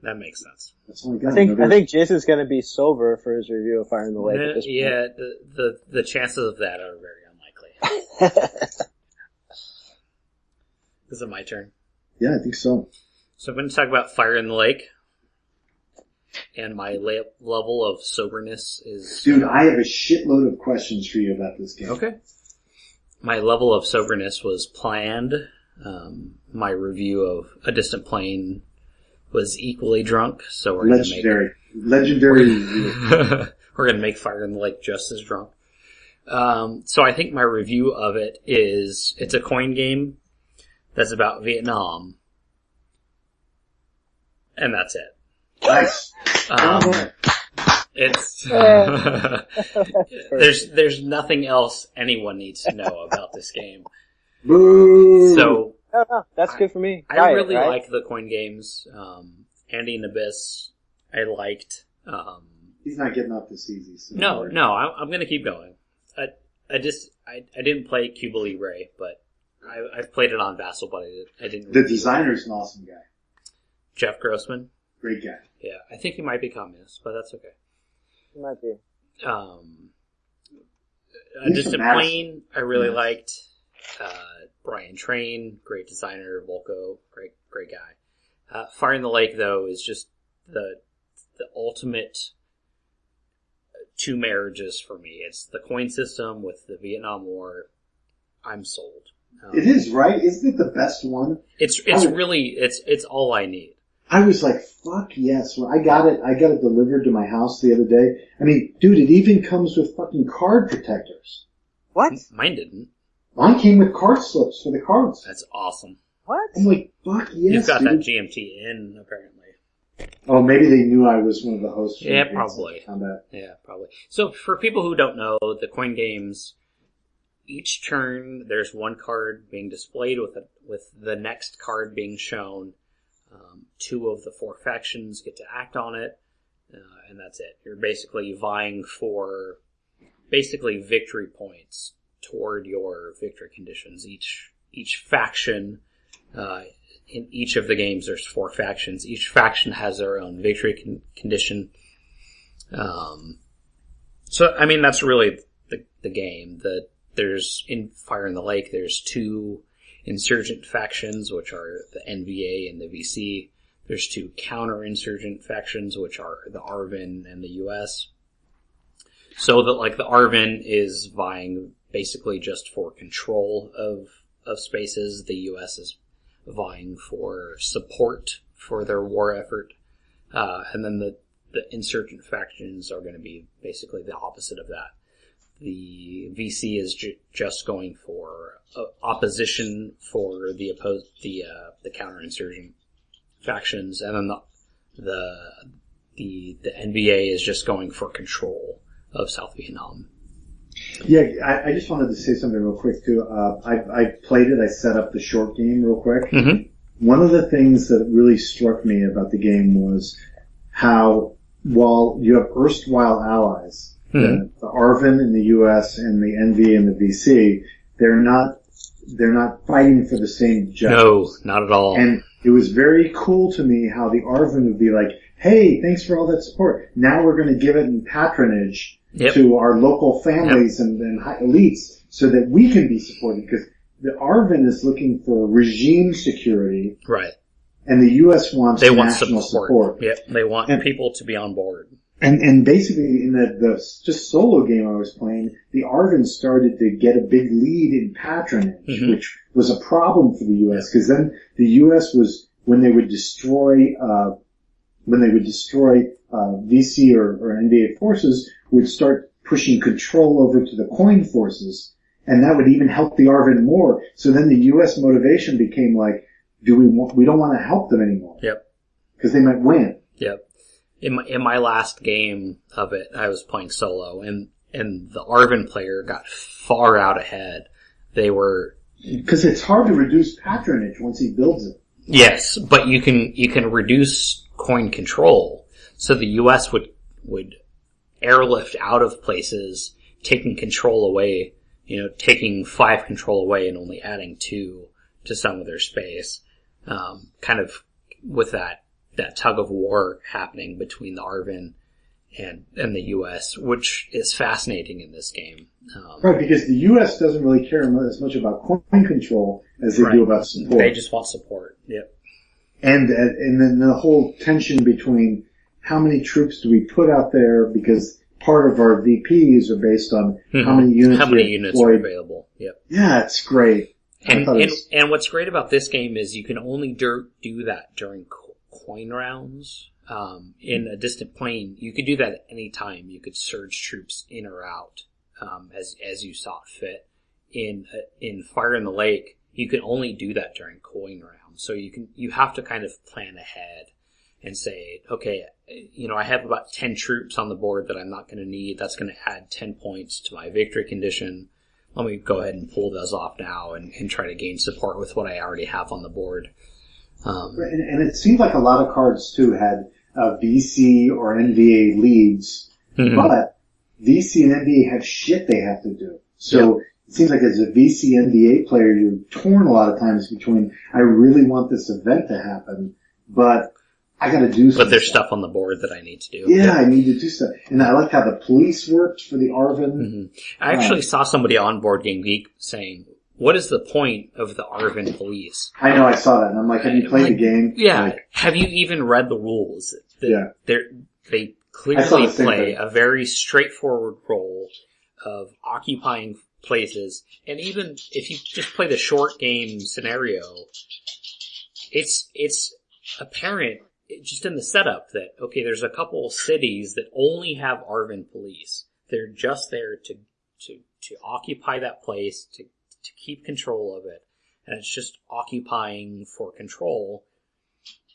[SPEAKER 3] That makes sense.
[SPEAKER 4] That's all I got.
[SPEAKER 5] I think I
[SPEAKER 4] Another-
[SPEAKER 5] think Jason's gonna be sober for his review of Fire in the Lake.
[SPEAKER 3] Uh,
[SPEAKER 5] at this point.
[SPEAKER 3] yeah, the, the the chances of that are very unlikely. Is it my turn?
[SPEAKER 4] Yeah, I think so.
[SPEAKER 3] So I'm going to talk about Fire in the Lake, and my la- level of soberness is
[SPEAKER 4] Dude, I have a shitload of questions for you about this game.
[SPEAKER 3] Okay. My level of soberness was planned. Um, my review of A Distant Plane was equally drunk, so we're going to make
[SPEAKER 4] Legendary. Legendary review.
[SPEAKER 3] we're gonna make Fire in the Lake just as drunk. Um, so I think my review of it is it's a coin game that's about Vietnam, and that's it.
[SPEAKER 4] Nice.
[SPEAKER 3] Um, it's there's there's nothing else anyone needs to know about this game.
[SPEAKER 4] Boo.
[SPEAKER 3] So
[SPEAKER 5] No, no, that's good for me.
[SPEAKER 3] I
[SPEAKER 5] Got it,
[SPEAKER 3] really
[SPEAKER 5] right?
[SPEAKER 3] like the coin games. Um, Andy and Abyss, I liked. Um,
[SPEAKER 4] He's not getting off this easy. So
[SPEAKER 3] No, no, I, I'm going to keep going. I, I just, I, I didn't play Cuba Libre, but I, I've played it on Vassal, but I, did- I didn't.
[SPEAKER 4] The
[SPEAKER 3] review it.
[SPEAKER 4] designer's an awesome guy.
[SPEAKER 3] Jeff Grossman.
[SPEAKER 4] Great guy.
[SPEAKER 3] Yeah, I think he might be communist, but that's okay.
[SPEAKER 5] It might be.
[SPEAKER 3] Um, uh,
[SPEAKER 4] He's
[SPEAKER 3] just a
[SPEAKER 4] from Madison.
[SPEAKER 3] plane I really
[SPEAKER 4] Yeah.
[SPEAKER 3] liked. Uh, Brian Train, great designer. Volko, great, great guy. Uh, Fire in the Lake though is just the the ultimate two marriages for me. It's the coin system with the Vietnam War. I'm sold. Um,
[SPEAKER 4] It is, right? Isn't it the best one?
[SPEAKER 3] It's it's
[SPEAKER 4] Oh.
[SPEAKER 3] really it's it's all I need.
[SPEAKER 4] I was like, fuck yes. When I got it, I got it delivered to my house the other day. I mean, dude, it even comes with fucking card protectors.
[SPEAKER 5] What?
[SPEAKER 3] Mine didn't.
[SPEAKER 4] Mine came with card slips for the cards.
[SPEAKER 3] That's awesome.
[SPEAKER 5] What?
[SPEAKER 4] I'm like, Oh fuck yes,
[SPEAKER 3] You've got
[SPEAKER 4] dude.
[SPEAKER 3] that GMT in apparently.
[SPEAKER 4] Oh, maybe they knew I was one of the hosts. for
[SPEAKER 3] Yeah,
[SPEAKER 4] Advanced
[SPEAKER 3] probably.
[SPEAKER 4] Combat.
[SPEAKER 3] Yeah, probably. So for people who don't know, the coin games, each turn there's one card being displayed with a, with the next card being shown. Um, two of the four factions get to act on it, uh, and that's it. You're basically vying for basically victory points toward your victory conditions. Each each faction. Uh, in each of the games, there's four factions. Each faction has their own victory con- condition. Um, so I mean that's really the the game. That there's in Fire in the Lake. There's two insurgent factions, which are the NVA and the VC. There's two counter-insurgent factions, which are the Arvin and the U.S. So that like the Arvin is vying basically just for control of of spaces. The U.S. is vying for support for their war effort, uh, and then the the insurgent factions are going to be basically the opposite of that. The VC is ju- just going for uh, opposition for the opposed the uh, the counterinsurgent factions, and then the the the the NBA is just going for control of South Vietnam.
[SPEAKER 4] Yeah, I, I just wanted to say something real quick too. Uh, I, I played it. I set up the short game real quick.
[SPEAKER 3] Mhm.
[SPEAKER 4] One of the things that really struck me about the game was how, while you have erstwhile allies,
[SPEAKER 3] Mm-hmm.
[SPEAKER 4] the, the Arvin in the U.S. and the NV and the VC, they're not they're not fighting for the same objectives.
[SPEAKER 3] No, not at all.
[SPEAKER 4] And it was very cool to me how the Arvin would be like, hey, thanks for all that support. Now we're going to give it in patronage
[SPEAKER 3] Yep.
[SPEAKER 4] to our local families and, and high elites so that we can be supported because the Arvin is looking for regime security
[SPEAKER 3] right.
[SPEAKER 4] and the U.S. wants
[SPEAKER 3] They want
[SPEAKER 4] national
[SPEAKER 3] support.
[SPEAKER 4] support.
[SPEAKER 3] Yep. They want
[SPEAKER 4] And-
[SPEAKER 3] people to be on board.
[SPEAKER 4] And, and basically in the, the just solo game I was playing, the Arvin started to get a big lead in patronage,
[SPEAKER 3] Mhm.
[SPEAKER 4] which was a problem for the U.S. because then the U.S. was, when they would destroy, uh, when they would destroy, uh, VC or, or NVA forces, would start pushing control over to the coin forces, and that would even help the Arvin more. So then the U.S. motivation became like, do we want, we don't want to help them anymore.
[SPEAKER 3] Yep.
[SPEAKER 4] Because they might win.
[SPEAKER 3] Yep. In my, in my last game of it, I was playing solo, and and the Arvin player got far out ahead. They were
[SPEAKER 4] Because it's hard to reduce patronage once he builds it.
[SPEAKER 3] yes, but you can you can reduce coin control. So the U.S. would would airlift out of places, taking control away. You know, taking five control away and only adding two to some of their space. Um, kind of with that that tug of war happening between the Arvin and and the U.S., which is fascinating in this game. Um,
[SPEAKER 4] Right, because the U.S. doesn't really care mu- as much about coin control as they do
[SPEAKER 3] Right.
[SPEAKER 4] about support.
[SPEAKER 3] They just want support. Yep.
[SPEAKER 4] and uh, and then the whole tension between how many troops do we put out there because part of our VPs are based on how many units
[SPEAKER 3] Mm-hmm. How many
[SPEAKER 4] we
[SPEAKER 3] units are
[SPEAKER 4] deployed.
[SPEAKER 3] available? Yep.
[SPEAKER 4] yeah, it's great. I
[SPEAKER 3] And,
[SPEAKER 4] thought it
[SPEAKER 3] and,
[SPEAKER 4] was-
[SPEAKER 3] and what's great about this game is you can only dur- do that during co- coin rounds. Um, in a distant plane, you could do that at any time. You could surge troops in or out um, as as you saw fit. In uh, in Fire in the Lake, you can only do that during coin rounds. So you can you have to kind of plan ahead and say, okay, you know, I have about ten troops on the board that I'm not going to need. That's going to add ten points to my victory condition let me go ahead and pull those off now and, and try to gain support with what I already have on the board. Um,
[SPEAKER 4] Right, and, and it seemed like a lot of cards too had uh, VC or NVA leads,
[SPEAKER 3] Mm-hmm.
[SPEAKER 4] but VC and NVA have shit they have to do. So it seems like as a VC NVA player, you're torn a lot of times between I really want this event to happen, but I got to do. some
[SPEAKER 3] but there's stuff on the board that I need to do.
[SPEAKER 4] Yeah, I need to do stuff. And I liked how the police worked for the
[SPEAKER 3] Mm-hmm.
[SPEAKER 4] Arvin.
[SPEAKER 3] I actually saw somebody on Board Game Geek saying, what is the point of the Arvin police?
[SPEAKER 4] I know I saw that, and I'm like, have you played the game?
[SPEAKER 3] Yeah.
[SPEAKER 4] Like,
[SPEAKER 3] have you even read the rules? The-
[SPEAKER 4] Yeah.
[SPEAKER 3] they're- They
[SPEAKER 4] saw
[SPEAKER 3] clearly
[SPEAKER 4] the same
[SPEAKER 3] play
[SPEAKER 4] thing.
[SPEAKER 3] a very straightforward role of occupying places. And even if you just play the short game scenario, it's, it's apparent it- just in the setup that, okay, there's a couple of cities that only have Arvin police. They're just there to, to, to occupy that place, to to keep control of it, and it's just occupying for control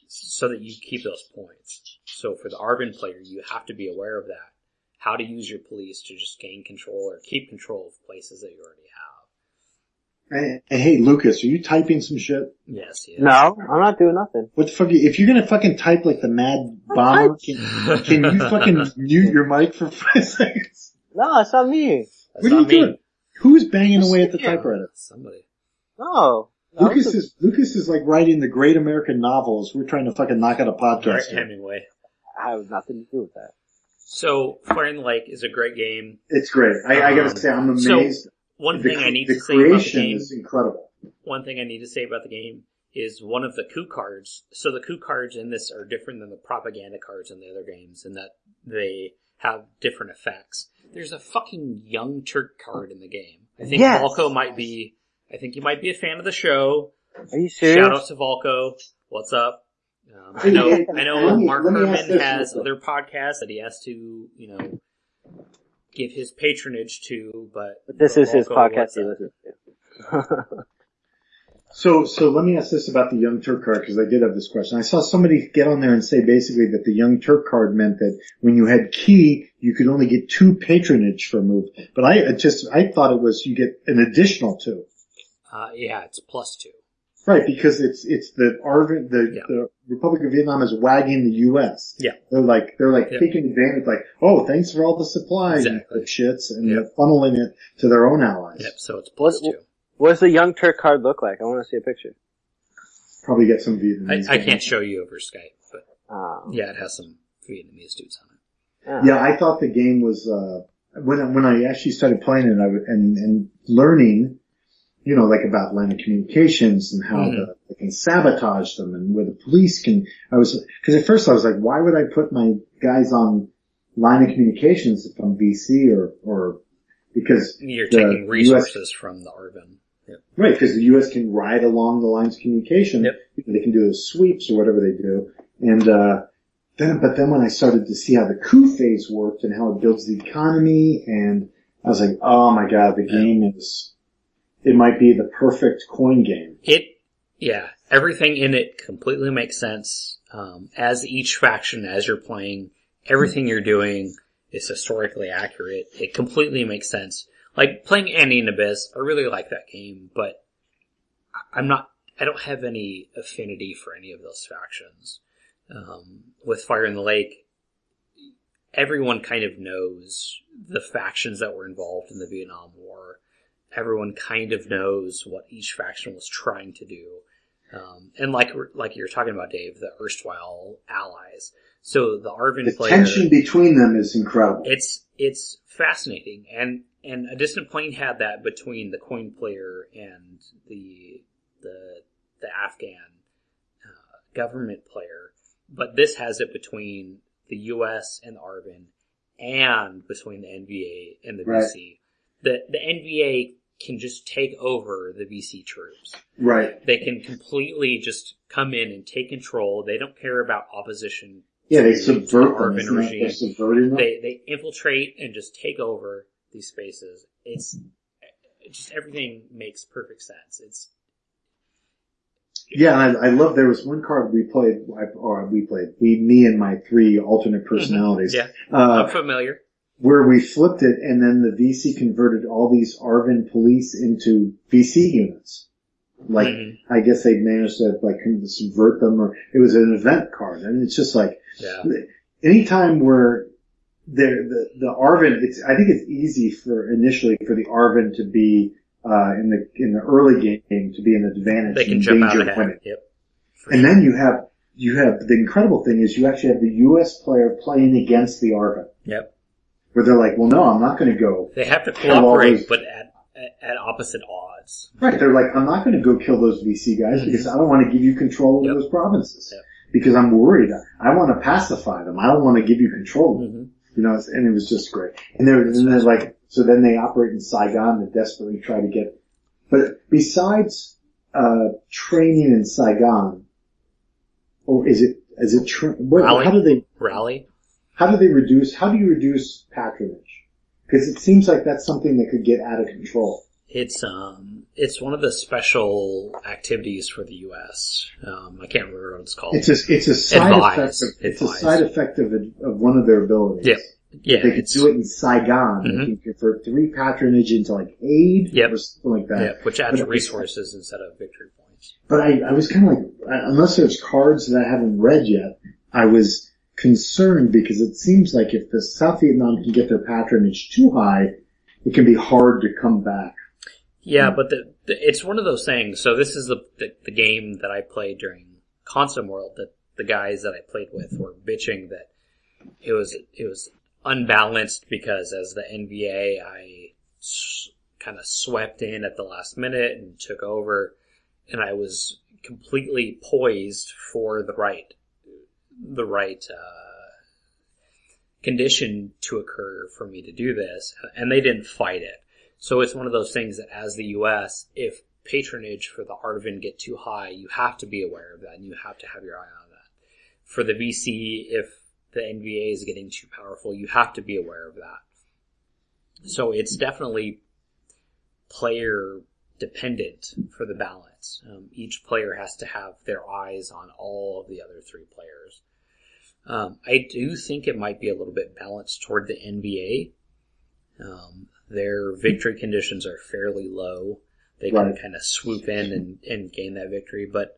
[SPEAKER 3] so that you keep those points. So for the Arvin player, you have to be aware of that. How to use your police to just gain control or keep control of places that you already have.
[SPEAKER 4] And, and hey, Lucas, are you typing some shit?
[SPEAKER 3] Yes, yes.
[SPEAKER 5] No, I'm not doing nothing.
[SPEAKER 4] What the fuck? you- If you're gonna fucking type like the mad bomber, can, can you fucking mute your mic for five seconds?
[SPEAKER 5] No, it's not me.
[SPEAKER 3] That's
[SPEAKER 4] What are you
[SPEAKER 3] not me.
[SPEAKER 4] doing? Who's banging away at the
[SPEAKER 5] Just here.
[SPEAKER 4] typewriter?
[SPEAKER 3] Somebody.
[SPEAKER 5] No. No,
[SPEAKER 4] Lucas
[SPEAKER 5] it's a-
[SPEAKER 4] is Lucas is like writing the great American novels. We're trying to fucking knock out a
[SPEAKER 3] Right,
[SPEAKER 4] podcast. here.
[SPEAKER 3] Hemingway.
[SPEAKER 5] I have nothing to do with that.
[SPEAKER 3] So Fire in the Lake is a great game.
[SPEAKER 4] It's great. I, I gotta say, I'm
[SPEAKER 3] Um, So,
[SPEAKER 4] amazed.
[SPEAKER 3] One
[SPEAKER 4] The
[SPEAKER 3] thing
[SPEAKER 4] cre-
[SPEAKER 3] I need
[SPEAKER 4] the
[SPEAKER 3] to say about the
[SPEAKER 4] creation
[SPEAKER 3] game.
[SPEAKER 4] is incredible.
[SPEAKER 3] one thing I need to say about the game is one of the coup cards. So the coup cards in this are different than the propaganda cards in the other games in that they have different effects. There's a fucking young Turk card in the game. I think
[SPEAKER 5] Yes.
[SPEAKER 3] Volko might be, I think you might be a fan of the show.
[SPEAKER 5] Are you serious?
[SPEAKER 3] Shout out to Volko. What's up? Um, I know,
[SPEAKER 4] Hey,
[SPEAKER 3] I
[SPEAKER 4] let
[SPEAKER 3] know
[SPEAKER 4] me-
[SPEAKER 3] Mark
[SPEAKER 4] let me ask
[SPEAKER 3] Herman
[SPEAKER 4] this
[SPEAKER 3] has
[SPEAKER 4] real
[SPEAKER 3] other podcasts that he has to, you know, give his patronage to, but,
[SPEAKER 5] But this
[SPEAKER 3] but
[SPEAKER 5] is his
[SPEAKER 3] Volko,
[SPEAKER 5] podcast
[SPEAKER 3] what's
[SPEAKER 5] he
[SPEAKER 3] up?
[SPEAKER 5] listens to.
[SPEAKER 4] So, so let me ask this about the Young Turk card because I did have this question. I saw somebody get on there and say basically that the Young Turk card meant that when you had key, you could only get two patronage for a move. But I it just I thought it was you get an additional two,
[SPEAKER 3] Uh, yeah, it's plus two.
[SPEAKER 4] right? Because it's it's the Arvin the,
[SPEAKER 3] Yeah.
[SPEAKER 4] the Republic of Vietnam is wagging the U.S.
[SPEAKER 3] Yeah.
[SPEAKER 4] they're like they're like
[SPEAKER 3] Yeah.
[SPEAKER 4] taking advantage, like oh thanks for all the supplies
[SPEAKER 3] Exactly.
[SPEAKER 4] and shits, and
[SPEAKER 3] Yeah.
[SPEAKER 4] they're funneling it to their own allies.
[SPEAKER 3] Yep, so it's plus
[SPEAKER 5] What-
[SPEAKER 3] two.
[SPEAKER 5] what does the Young Turk card look like? I want to see a picture.
[SPEAKER 4] Probably get some Vietnamese.
[SPEAKER 3] I, I can't show you over Skype, but
[SPEAKER 5] Um,
[SPEAKER 3] yeah, it has some Vietnamese dudes on it.
[SPEAKER 4] Yeah, I thought the game was uh, when I- when I actually started playing it I w- and and learning, you know, like about line of communications and how
[SPEAKER 3] Mhm.
[SPEAKER 4] the, they can sabotage them and where the police can. I was because at first I was like, why would I put my guys on line of communications if I'm VC or or because
[SPEAKER 3] You're
[SPEAKER 4] the
[SPEAKER 3] taking
[SPEAKER 4] US
[SPEAKER 3] resources from the Arvin. Yep.
[SPEAKER 4] Right, because the U.S. can ride along the lines of communication.
[SPEAKER 3] Yep.
[SPEAKER 4] They can do those sweeps or whatever they do. And uh, then, but then when I started to see how the coup phase worked and how it builds the economy, and I was like, oh my god, the game is. It might be the perfect coin game.
[SPEAKER 3] It, yeah, everything in it completely makes sense. Um, as each faction, as you're playing, everything you're doing is historically accurate. It completely makes sense. Like playing Annie and Abyss, I really like that game, but I- I'm not, I don't have any affinity for any of those factions. Um, with Fire in the Lake, everyone kind of knows the factions that were involved in the Vietnam War everyone kind of knows what each faction was trying to do. Um, and like like you're talking about, Dave, the erstwhile allies. So the Arvin
[SPEAKER 4] The
[SPEAKER 3] player,
[SPEAKER 4] tension between them is incredible.
[SPEAKER 3] it's it's fascinating, and and a distant plane had that between the coin player and the the the Afghan uh, government player, but this has it between the U.S. and the Arvin, and between the NBA and the
[SPEAKER 4] Right.
[SPEAKER 3] VC. The the NBA can just take over the VC troops.
[SPEAKER 4] right.
[SPEAKER 3] They can completely just come in and take control. They don't care about opposition.
[SPEAKER 4] Yeah, they
[SPEAKER 3] to
[SPEAKER 4] subvert
[SPEAKER 3] the Arvin
[SPEAKER 4] them. Isn't that- They're
[SPEAKER 3] regime
[SPEAKER 4] subverting them.
[SPEAKER 3] they they infiltrate and just take over these spaces. It's it just everything makes perfect sense. It's
[SPEAKER 4] Yeah, and I, I love there was one card we played, I- or we played, we, me and my three alternate personalities.
[SPEAKER 3] Mm-hmm. yeah,
[SPEAKER 4] Uh,
[SPEAKER 3] I'm familiar.
[SPEAKER 4] where we flipped it and then the VC converted all these Arvin police into VC units. Like,
[SPEAKER 3] Mhm.
[SPEAKER 4] I guess they managed to like kind of subvert them or it was an event card and it's just like
[SPEAKER 3] Yeah,
[SPEAKER 4] anytime where there, the, the Arvin, it's, I think it's easy for initially for the Arvin to be, uh, in the, in the early game to be an advantage.
[SPEAKER 3] they can
[SPEAKER 4] and
[SPEAKER 3] jump out
[SPEAKER 4] danger
[SPEAKER 3] ahead.
[SPEAKER 4] when it-
[SPEAKER 3] Yep. For
[SPEAKER 4] And
[SPEAKER 3] sure.
[SPEAKER 4] then you have, you have, the incredible thing is you actually have the U.S. player playing against the Arvin
[SPEAKER 3] yep,
[SPEAKER 4] where they're like, well no, I'm not gonna go
[SPEAKER 3] they have to
[SPEAKER 4] Kill all
[SPEAKER 3] cooperate,
[SPEAKER 4] those-
[SPEAKER 3] but at, at at opposite odds.
[SPEAKER 4] Right. They're like, I'm not going to go kill those VC guys
[SPEAKER 3] Mhm.
[SPEAKER 4] because I don't want to give you control of
[SPEAKER 3] Yep.
[SPEAKER 4] those provinces
[SPEAKER 3] Yep.
[SPEAKER 4] because I'm worried. I want to pacify them. I don't want to give you control.
[SPEAKER 3] Mhm.
[SPEAKER 4] You know, and it was just great. And they're, and they're like, so then they operate in Saigon and desperately try to get, but besides, uh, training in Saigon, or is it, is it, tra- what,
[SPEAKER 3] Rally.
[SPEAKER 4] how do they,
[SPEAKER 3] Rally.
[SPEAKER 4] how do they reduce, how do you reduce patronage? Because it seems like that's something that could get out of control.
[SPEAKER 3] It's um, it's one of the special activities for the U.S. Um, I can't remember what it's called.
[SPEAKER 4] It's a it's a side
[SPEAKER 3] Advise.
[SPEAKER 4] effect. Of, it's a
[SPEAKER 3] Advise.
[SPEAKER 4] side effect of of one of their abilities.
[SPEAKER 3] Yep. yeah,
[SPEAKER 4] They could
[SPEAKER 3] it's,
[SPEAKER 4] do it in Saigon.
[SPEAKER 3] Mhm.
[SPEAKER 4] They can convert three patronage into like aid
[SPEAKER 3] Yep.
[SPEAKER 4] or something like that.
[SPEAKER 3] yeah, which adds
[SPEAKER 4] But-
[SPEAKER 3] resources instead of victory points.
[SPEAKER 4] But I, I was kind of like, uh, unless there's cards that I haven't read yet, I was concerned because it seems like if the South Vietnam can get their patronage too high, it can be hard to come back.
[SPEAKER 3] Yeah, but the, the it's one of those things. So this is the, the the game that I played during Constant World that the guys that I played with were bitching that it was it was unbalanced because as the NBA I s- kind of swept in at the last minute and took over and I was completely poised for the right the right uh condition to occur for me to do this and they didn't fight it. So it's one of those things that as the US, if patronage for the Arvin get too high, you have to be aware of that and you have to have your eye on that. For the VC, if the NVA is getting too powerful, you have to be aware of that. So it's definitely player dependent for the balance. Um, each player has to have their eyes on all of the other three players. Um, I do think it might be a little bit balanced toward the NBA. Um, their victory conditions are fairly low. They can
[SPEAKER 4] Right.
[SPEAKER 3] kind of swoop in and, and gain that victory. But,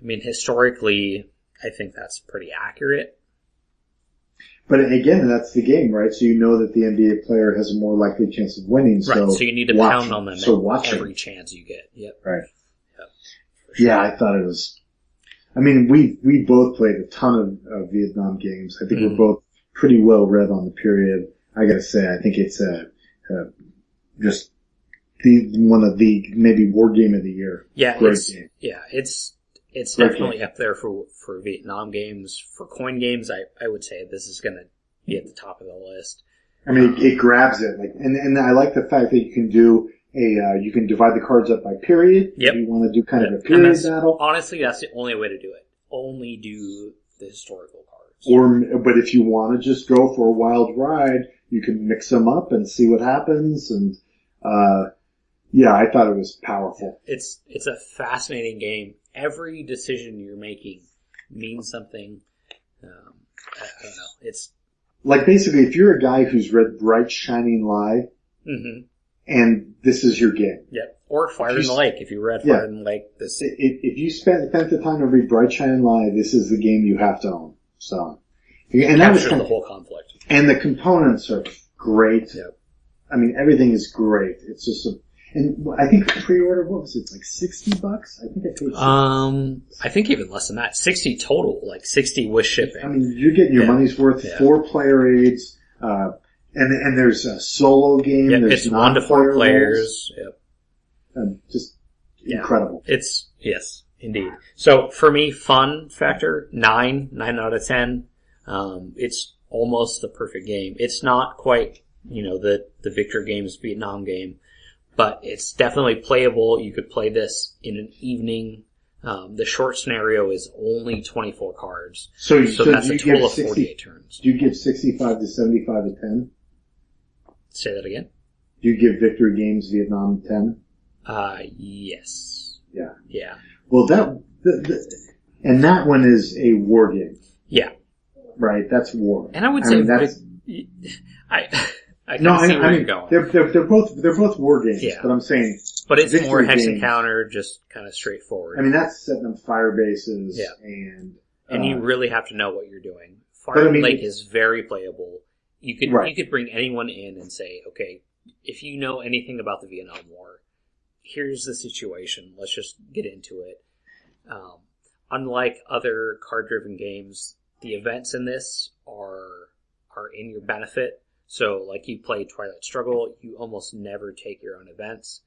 [SPEAKER 3] I mean, historically, I think that's pretty accurate.
[SPEAKER 4] But again, that's the game, right? So you know that the NBA player has a more likely chance of winning.
[SPEAKER 3] Right.
[SPEAKER 4] So,
[SPEAKER 3] So, you need to
[SPEAKER 4] watch
[SPEAKER 3] pound
[SPEAKER 4] it.
[SPEAKER 3] on them
[SPEAKER 4] So
[SPEAKER 3] at
[SPEAKER 4] watch
[SPEAKER 3] every
[SPEAKER 4] it.
[SPEAKER 3] chance you get. Yep.
[SPEAKER 4] Right.
[SPEAKER 3] Yep.
[SPEAKER 4] Yeah, I thought it was. I mean, we we both played a ton of, of Vietnam games. I think
[SPEAKER 3] Mhm.
[SPEAKER 4] we're both pretty well read on the period. I gotta say, I think it's uh uh just the one of the maybe war game of the year.
[SPEAKER 3] Yeah,
[SPEAKER 4] Great
[SPEAKER 3] it's,
[SPEAKER 4] game.
[SPEAKER 3] yeah, it's it's
[SPEAKER 4] Great
[SPEAKER 3] definitely up there for for Vietnam games. For coin games, I I would say this is going to be at the top of the list.
[SPEAKER 4] I mean, it, it grabs it. Like, and and I like the fact that you can do a uh, you can divide the cards up by period.
[SPEAKER 3] Yep.
[SPEAKER 4] You want to do kind of a
[SPEAKER 3] And
[SPEAKER 4] period
[SPEAKER 3] that's-
[SPEAKER 4] battle.
[SPEAKER 3] Honestly, that's the only way to do it. Only do the historical cards.
[SPEAKER 4] Or, but if you want to just go for a wild ride, you can mix them up and see what happens. And, uh, yeah, I thought it was powerful.
[SPEAKER 3] it's it's a fascinating game. Every decision you're making means something. Um, I, I don't know. It's
[SPEAKER 4] Like basically, if you're a guy who's read Bright Shining Lie
[SPEAKER 3] mm-hmm,
[SPEAKER 4] and this is your game,
[SPEAKER 3] yeah. Or Fire in
[SPEAKER 4] If
[SPEAKER 3] the
[SPEAKER 4] you-
[SPEAKER 3] Lake. If you read Fire
[SPEAKER 4] Yeah.
[SPEAKER 3] in the Lake, this
[SPEAKER 4] if, if you spent, spent the time to read Bright Shining Lie, this is the game you have to own. So, and that was
[SPEAKER 3] captures
[SPEAKER 4] kind
[SPEAKER 3] the
[SPEAKER 4] of,
[SPEAKER 3] whole conflict.
[SPEAKER 4] and the components are great.
[SPEAKER 3] Yep.
[SPEAKER 4] I mean, everything is great. It's just a, and I think pre-order, what was it, like 60 bucks? I think I paid 60
[SPEAKER 3] Um, I think even less than that. Sixty total, like sixty with shipping.
[SPEAKER 4] I mean, you're getting your
[SPEAKER 3] Yeah.
[SPEAKER 4] money's worth.
[SPEAKER 3] Yeah.
[SPEAKER 4] Four player aids, uh, and and there's a solo game.
[SPEAKER 3] Yep,
[SPEAKER 4] there's
[SPEAKER 3] it's one to four
[SPEAKER 4] non-player roles.
[SPEAKER 3] players. Yep.
[SPEAKER 4] Um, just
[SPEAKER 3] Yeah.
[SPEAKER 4] incredible.
[SPEAKER 3] It's yes, indeed. So for me, fun factor nine, nine out of ten. Um, it's almost the perfect game. It's not quite, you know, the the Victor Games Vietnam game, but it's definitely playable. You could play this in an evening. Um, the short scenario is only twenty four cards,
[SPEAKER 4] So, you-
[SPEAKER 3] so
[SPEAKER 4] so
[SPEAKER 3] that's a
[SPEAKER 4] do you
[SPEAKER 3] total
[SPEAKER 4] give
[SPEAKER 3] of forty eight
[SPEAKER 4] 60,
[SPEAKER 3] turns.
[SPEAKER 4] do you give 65 to 75 a 10?
[SPEAKER 3] Say that again.
[SPEAKER 4] Do you give Victory Games Vietnam 10?
[SPEAKER 3] Uh, yes.
[SPEAKER 4] Yeah.
[SPEAKER 3] Yeah.
[SPEAKER 4] Well, that, the, the, and that one is a war game,
[SPEAKER 3] Yeah.
[SPEAKER 4] right? That's war.
[SPEAKER 3] And I would say,
[SPEAKER 4] mean, that's,
[SPEAKER 3] I, I can
[SPEAKER 4] no, I,
[SPEAKER 3] see
[SPEAKER 4] I
[SPEAKER 3] where
[SPEAKER 4] mean,
[SPEAKER 3] you're going.
[SPEAKER 4] they're, they're, they're both, they're both war games,
[SPEAKER 3] Yeah.
[SPEAKER 4] but I'm saying
[SPEAKER 3] But it's
[SPEAKER 4] Victory
[SPEAKER 3] more hex
[SPEAKER 4] games.
[SPEAKER 3] encounter, just kind of straightforward.
[SPEAKER 4] I mean, that's setting up fire bases
[SPEAKER 3] Yeah.
[SPEAKER 4] and.
[SPEAKER 3] and
[SPEAKER 4] uh,
[SPEAKER 3] you really have to know what you're doing.
[SPEAKER 4] But
[SPEAKER 3] Fire
[SPEAKER 4] I
[SPEAKER 3] I
[SPEAKER 4] mean-
[SPEAKER 3] Lake is very playable. You could
[SPEAKER 4] Right.
[SPEAKER 3] you could bring anyone in and say, okay, if you know anything about the Vietnam War, here's the situation. Let's just get into it. Um, unlike other card-driven games, the events in this are are in your benefit. So, like you play Twilight Struggle, you almost never take your own events.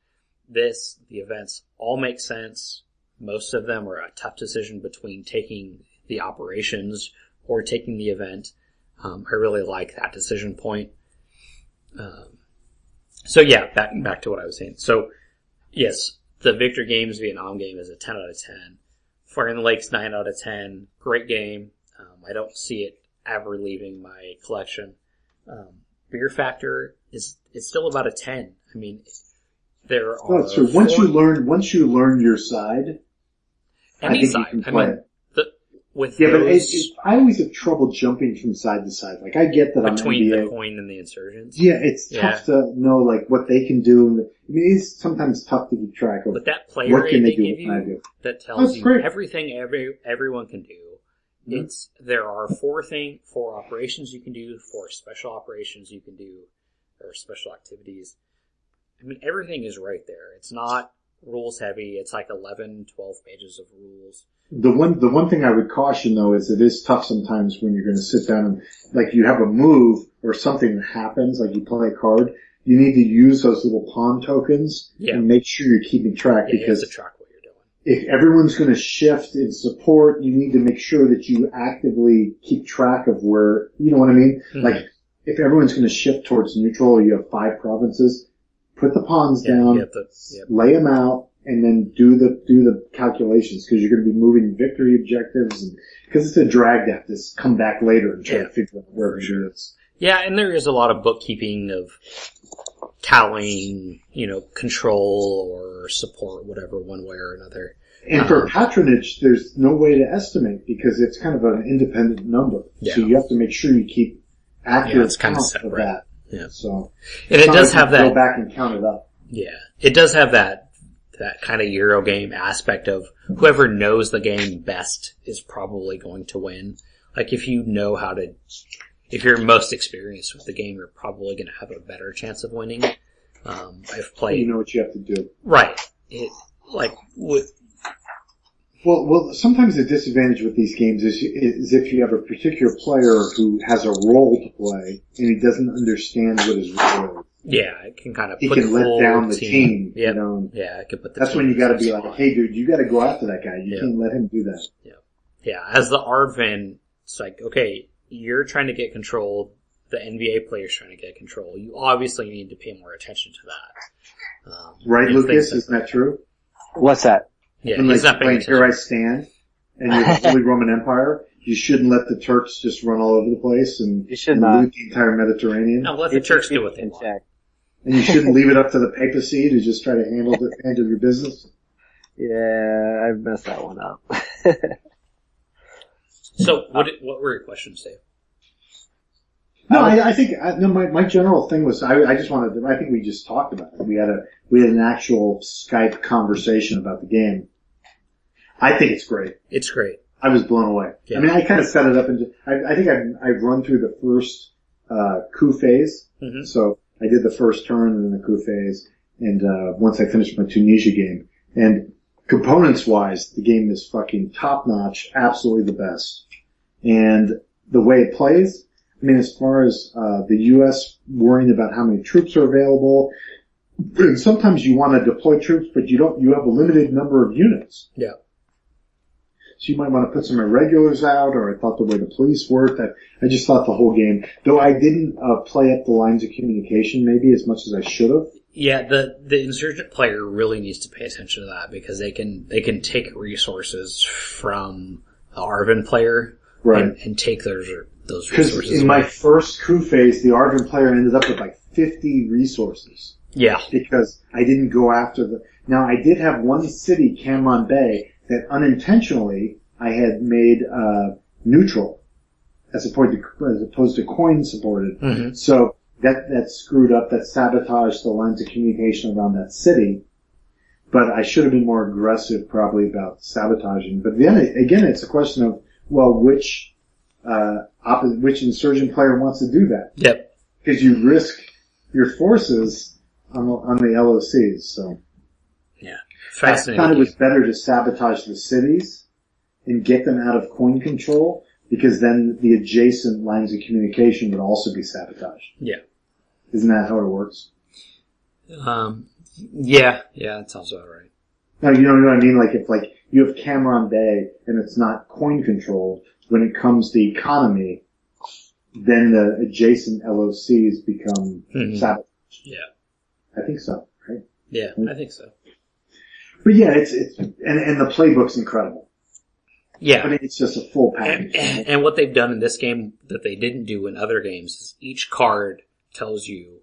[SPEAKER 3] This, the events all make sense. Most of them are a tough decision between taking the operations or taking the event. Um, I really like that decision point. Um, so yeah, back back to what I was saying. So yes, the Victor Games Vietnam game is a ten out of ten. Fire in the Lakes nine out of ten. Great game. Um, I don't see it ever leaving my collection. Um, Beer Factor is it's still about a ten. I mean, There are
[SPEAKER 4] That's true. Once you learn, once you learn your side, I
[SPEAKER 3] any
[SPEAKER 4] think
[SPEAKER 3] side.
[SPEAKER 4] you can
[SPEAKER 3] I
[SPEAKER 4] play.
[SPEAKER 3] mean,
[SPEAKER 4] it.
[SPEAKER 3] the, with
[SPEAKER 4] yeah, but it,
[SPEAKER 3] those
[SPEAKER 4] it, I always have trouble jumping from side to side. Like I get that
[SPEAKER 3] between
[SPEAKER 4] I'm
[SPEAKER 3] the
[SPEAKER 4] NBA.
[SPEAKER 3] coin and the insurgents.
[SPEAKER 4] yeah, it's tough to know like what they can do. and- I mean, it's sometimes tough to keep track of
[SPEAKER 3] But that player
[SPEAKER 4] what
[SPEAKER 3] aid
[SPEAKER 4] can
[SPEAKER 3] they
[SPEAKER 4] they do,
[SPEAKER 3] give
[SPEAKER 4] what can I
[SPEAKER 3] you
[SPEAKER 4] do.
[SPEAKER 3] that
[SPEAKER 4] That's
[SPEAKER 3] tells you
[SPEAKER 4] great.
[SPEAKER 3] everything every everyone can do.
[SPEAKER 4] Mhm.
[SPEAKER 3] It's there are four thing four operations you can do, four special operations you can do, or special activities. I mean everything is right there. It's not rules heavy. It's like 11, 12 pages of rules.
[SPEAKER 4] The one, the one thing I would caution though is it is tough sometimes when you're going to sit down and like you have a move or something that happens, like you play a card. You need to use those little pawn tokens
[SPEAKER 3] Yeah.
[SPEAKER 4] and make sure you're keeping track
[SPEAKER 3] Yeah, you have
[SPEAKER 4] because
[SPEAKER 3] to track what you're doing.
[SPEAKER 4] if everyone's going to shift in support, you need to make sure that you actively keep track of where, you know what I mean?
[SPEAKER 3] Mhm.
[SPEAKER 4] Like, if everyone's going to shift towards neutral, or you have five provinces, put the pawns
[SPEAKER 3] Yeah,
[SPEAKER 4] down,
[SPEAKER 3] you have to. Yep.
[SPEAKER 4] lay them out, and then do the, do the calculations, because you're going to be moving victory objectives, and, because it's a drag to have to s- come back later and try
[SPEAKER 3] Yeah,
[SPEAKER 4] to figure out where it is.
[SPEAKER 3] Yeah, and there is a lot of bookkeeping of tallying, you know, control or support, whatever, one way or another.
[SPEAKER 4] And for patronage, there's no way to estimate, because it's kind of an independent number. So
[SPEAKER 3] Yeah.
[SPEAKER 4] you have to make sure you keep accurate
[SPEAKER 3] Yeah, it's kind of
[SPEAKER 4] count of
[SPEAKER 3] separate.
[SPEAKER 4] that.
[SPEAKER 3] Yeah.
[SPEAKER 4] So
[SPEAKER 3] And it does
[SPEAKER 4] Sorry,
[SPEAKER 3] have
[SPEAKER 4] Go
[SPEAKER 3] that.
[SPEAKER 4] back and count it up.
[SPEAKER 3] Yeah, it does have that that kind of Euro game aspect of whoever knows the game best is probably going to win. Like if you know how to, if you're most experienced with the game, you're probably going to have a better chance of winning. Um, I've
[SPEAKER 4] You
[SPEAKER 3] played
[SPEAKER 4] know what you have to do.
[SPEAKER 3] right. It, like with
[SPEAKER 4] Well, well, sometimes the disadvantage with these games is is if you have a particular player who has a role to play and he doesn't understand what his role is.
[SPEAKER 3] yeah, it can kind of
[SPEAKER 4] He
[SPEAKER 3] put
[SPEAKER 4] can
[SPEAKER 3] the
[SPEAKER 4] let
[SPEAKER 3] whole
[SPEAKER 4] down the team.
[SPEAKER 3] Yeah,
[SPEAKER 4] You know?
[SPEAKER 3] yeah, it could put the
[SPEAKER 4] That's
[SPEAKER 3] team
[SPEAKER 4] when you
[SPEAKER 3] in
[SPEAKER 4] got to
[SPEAKER 3] some
[SPEAKER 4] be
[SPEAKER 3] spot.
[SPEAKER 4] like, hey, dude, you got to go after that guy. You
[SPEAKER 3] Yeah.
[SPEAKER 4] can't let him do that.
[SPEAKER 3] Yeah, as the Arvin, it's like, okay, you're trying to get control. The NBA player's trying to get control. You obviously need to pay more attention to that. Um,
[SPEAKER 4] Right,
[SPEAKER 3] and
[SPEAKER 4] Lucas?
[SPEAKER 3] things
[SPEAKER 4] Isn't that true?
[SPEAKER 5] What's that?
[SPEAKER 3] like- yeah,
[SPEAKER 4] When,
[SPEAKER 3] he's
[SPEAKER 4] like,
[SPEAKER 3] not
[SPEAKER 4] playing
[SPEAKER 3] paying
[SPEAKER 4] Here I
[SPEAKER 3] attention.
[SPEAKER 4] Stand and you're the Holy Roman Empire, you shouldn't let the Turks just run all over the place and,
[SPEAKER 5] You should
[SPEAKER 4] and
[SPEAKER 5] not.
[SPEAKER 4] loot the entire Mediterranean.
[SPEAKER 3] No, let the Turks do what they
[SPEAKER 5] In
[SPEAKER 3] want.
[SPEAKER 5] check.
[SPEAKER 4] And you shouldn't leave it up to the papacy to just try to handle the, handle your business.
[SPEAKER 5] Yeah, I messed that one up.
[SPEAKER 3] So, what, did- what were your questions, Dave?
[SPEAKER 4] No, I, I think I, no. My, my general thing was I, I just wanted. To, I think we just talked about it. We had a we had an actual Skype conversation about the game. I think it's great.
[SPEAKER 3] It's great.
[SPEAKER 4] I was blown away.
[SPEAKER 3] Yeah.
[SPEAKER 4] I mean, I kind of set it up and I, I think I've, I've run through the first uh, coup phase.
[SPEAKER 3] Mhm.
[SPEAKER 4] So I did the first turn and then the coup phase, and uh, once I finished my Tunisia game, and components wise, the game is fucking top notch, absolutely the best. And the way it plays, I mean, as far as uh, the U.S. worrying about how many troops are available, and sometimes you want to deploy troops, but you don't. You have a limited number of units.
[SPEAKER 3] Yeah.
[SPEAKER 4] So you might want to put some irregulars out, or I thought the way the police worked. I, I just thought the whole game, though I didn't uh, play up the lines of communication maybe as much as I should have.
[SPEAKER 3] Yeah, the, the insurgent player really needs to pay attention to that because they can, they can take resources from the Arvin player and, and take those, those
[SPEAKER 4] Because
[SPEAKER 3] resources.
[SPEAKER 4] in my
[SPEAKER 3] away.
[SPEAKER 4] first coup phase, the Arvin player ended up with like 50 resources
[SPEAKER 3] yeah,
[SPEAKER 4] because I didn't go after the. Now I did have one city, Cameron Bay, that unintentionally I had made uh, neutral as opposed to as opposed to coin supported.
[SPEAKER 3] Mhm.
[SPEAKER 4] So that that screwed up. That sabotaged the lines of communication around that city. But I should have been more aggressive, probably about sabotaging. But then again, it's a question of well, which uh, oppo- which insurgent player wants to do that?
[SPEAKER 3] yep.
[SPEAKER 4] because you risk your forces on the, on the LOCs. So I
[SPEAKER 3] Fascinating.
[SPEAKER 4] thought it was better to sabotage the cities and get them out of coin control because then the adjacent lines of communication would also be sabotaged.
[SPEAKER 3] Yeah.
[SPEAKER 4] Isn't that how it works?
[SPEAKER 3] Um, yeah, yeah, that sounds about right.
[SPEAKER 4] No, you know what I mean? Like if like you have Cameron Bay and it's not coin controlled, when it comes to economy, then the adjacent LOCs become
[SPEAKER 3] Mhm.
[SPEAKER 4] sabotaged.
[SPEAKER 3] Yeah,
[SPEAKER 4] I think so, right?
[SPEAKER 3] yeah, I think so.
[SPEAKER 4] But yeah, it's it's and, and the playbook's incredible. I
[SPEAKER 3] Yeah,
[SPEAKER 4] mean, it's just a full
[SPEAKER 3] and,
[SPEAKER 4] package.
[SPEAKER 3] and what they've done in this game that they didn't do in other games is each card tells you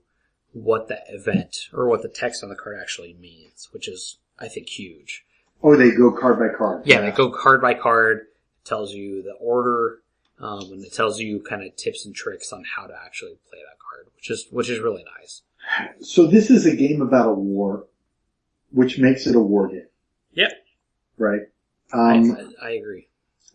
[SPEAKER 3] what the event or what the text on the card actually means, which is, I think, huge.
[SPEAKER 4] Or Oh, they go card by card.
[SPEAKER 3] Yeah, they go card by card, tells you the order, um, and it tells you kind of tips and tricks on how to actually play that card, which is, which is really nice.
[SPEAKER 4] So this is a game about a war, which makes it a war game,
[SPEAKER 3] Yep.
[SPEAKER 4] right?
[SPEAKER 3] I-
[SPEAKER 4] Um,
[SPEAKER 3] I, I agree.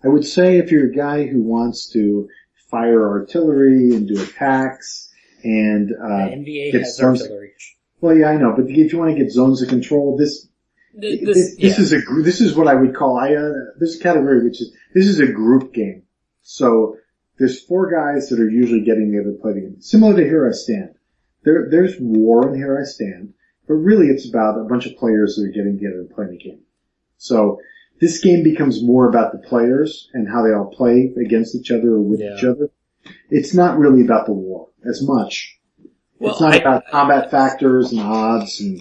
[SPEAKER 4] I would say if you're a guy who wants to fire artillery and do attacks and, uh,
[SPEAKER 3] the NBA
[SPEAKER 4] get
[SPEAKER 3] has
[SPEAKER 4] zones-
[SPEAKER 3] artillery.
[SPEAKER 4] well, yeah, I know, but if you want to get zones of control, this,
[SPEAKER 3] Th-
[SPEAKER 4] this,
[SPEAKER 3] This,
[SPEAKER 4] this,
[SPEAKER 3] yeah.
[SPEAKER 4] is a, gr- this is what I would call, I, uh, this category, which is, this is a group game. So there's four guys that are usually getting the other play the game. Similar to Here I Stand. There, there's war in Here I Stand, but really it's about a bunch of players that are getting together and playing a game. So this game becomes more about the players and how they all play against each other or with
[SPEAKER 3] Yeah.
[SPEAKER 4] each other. It's not really about the war as much.
[SPEAKER 3] Well,
[SPEAKER 4] it's not
[SPEAKER 3] I-
[SPEAKER 4] about combat factors and odds and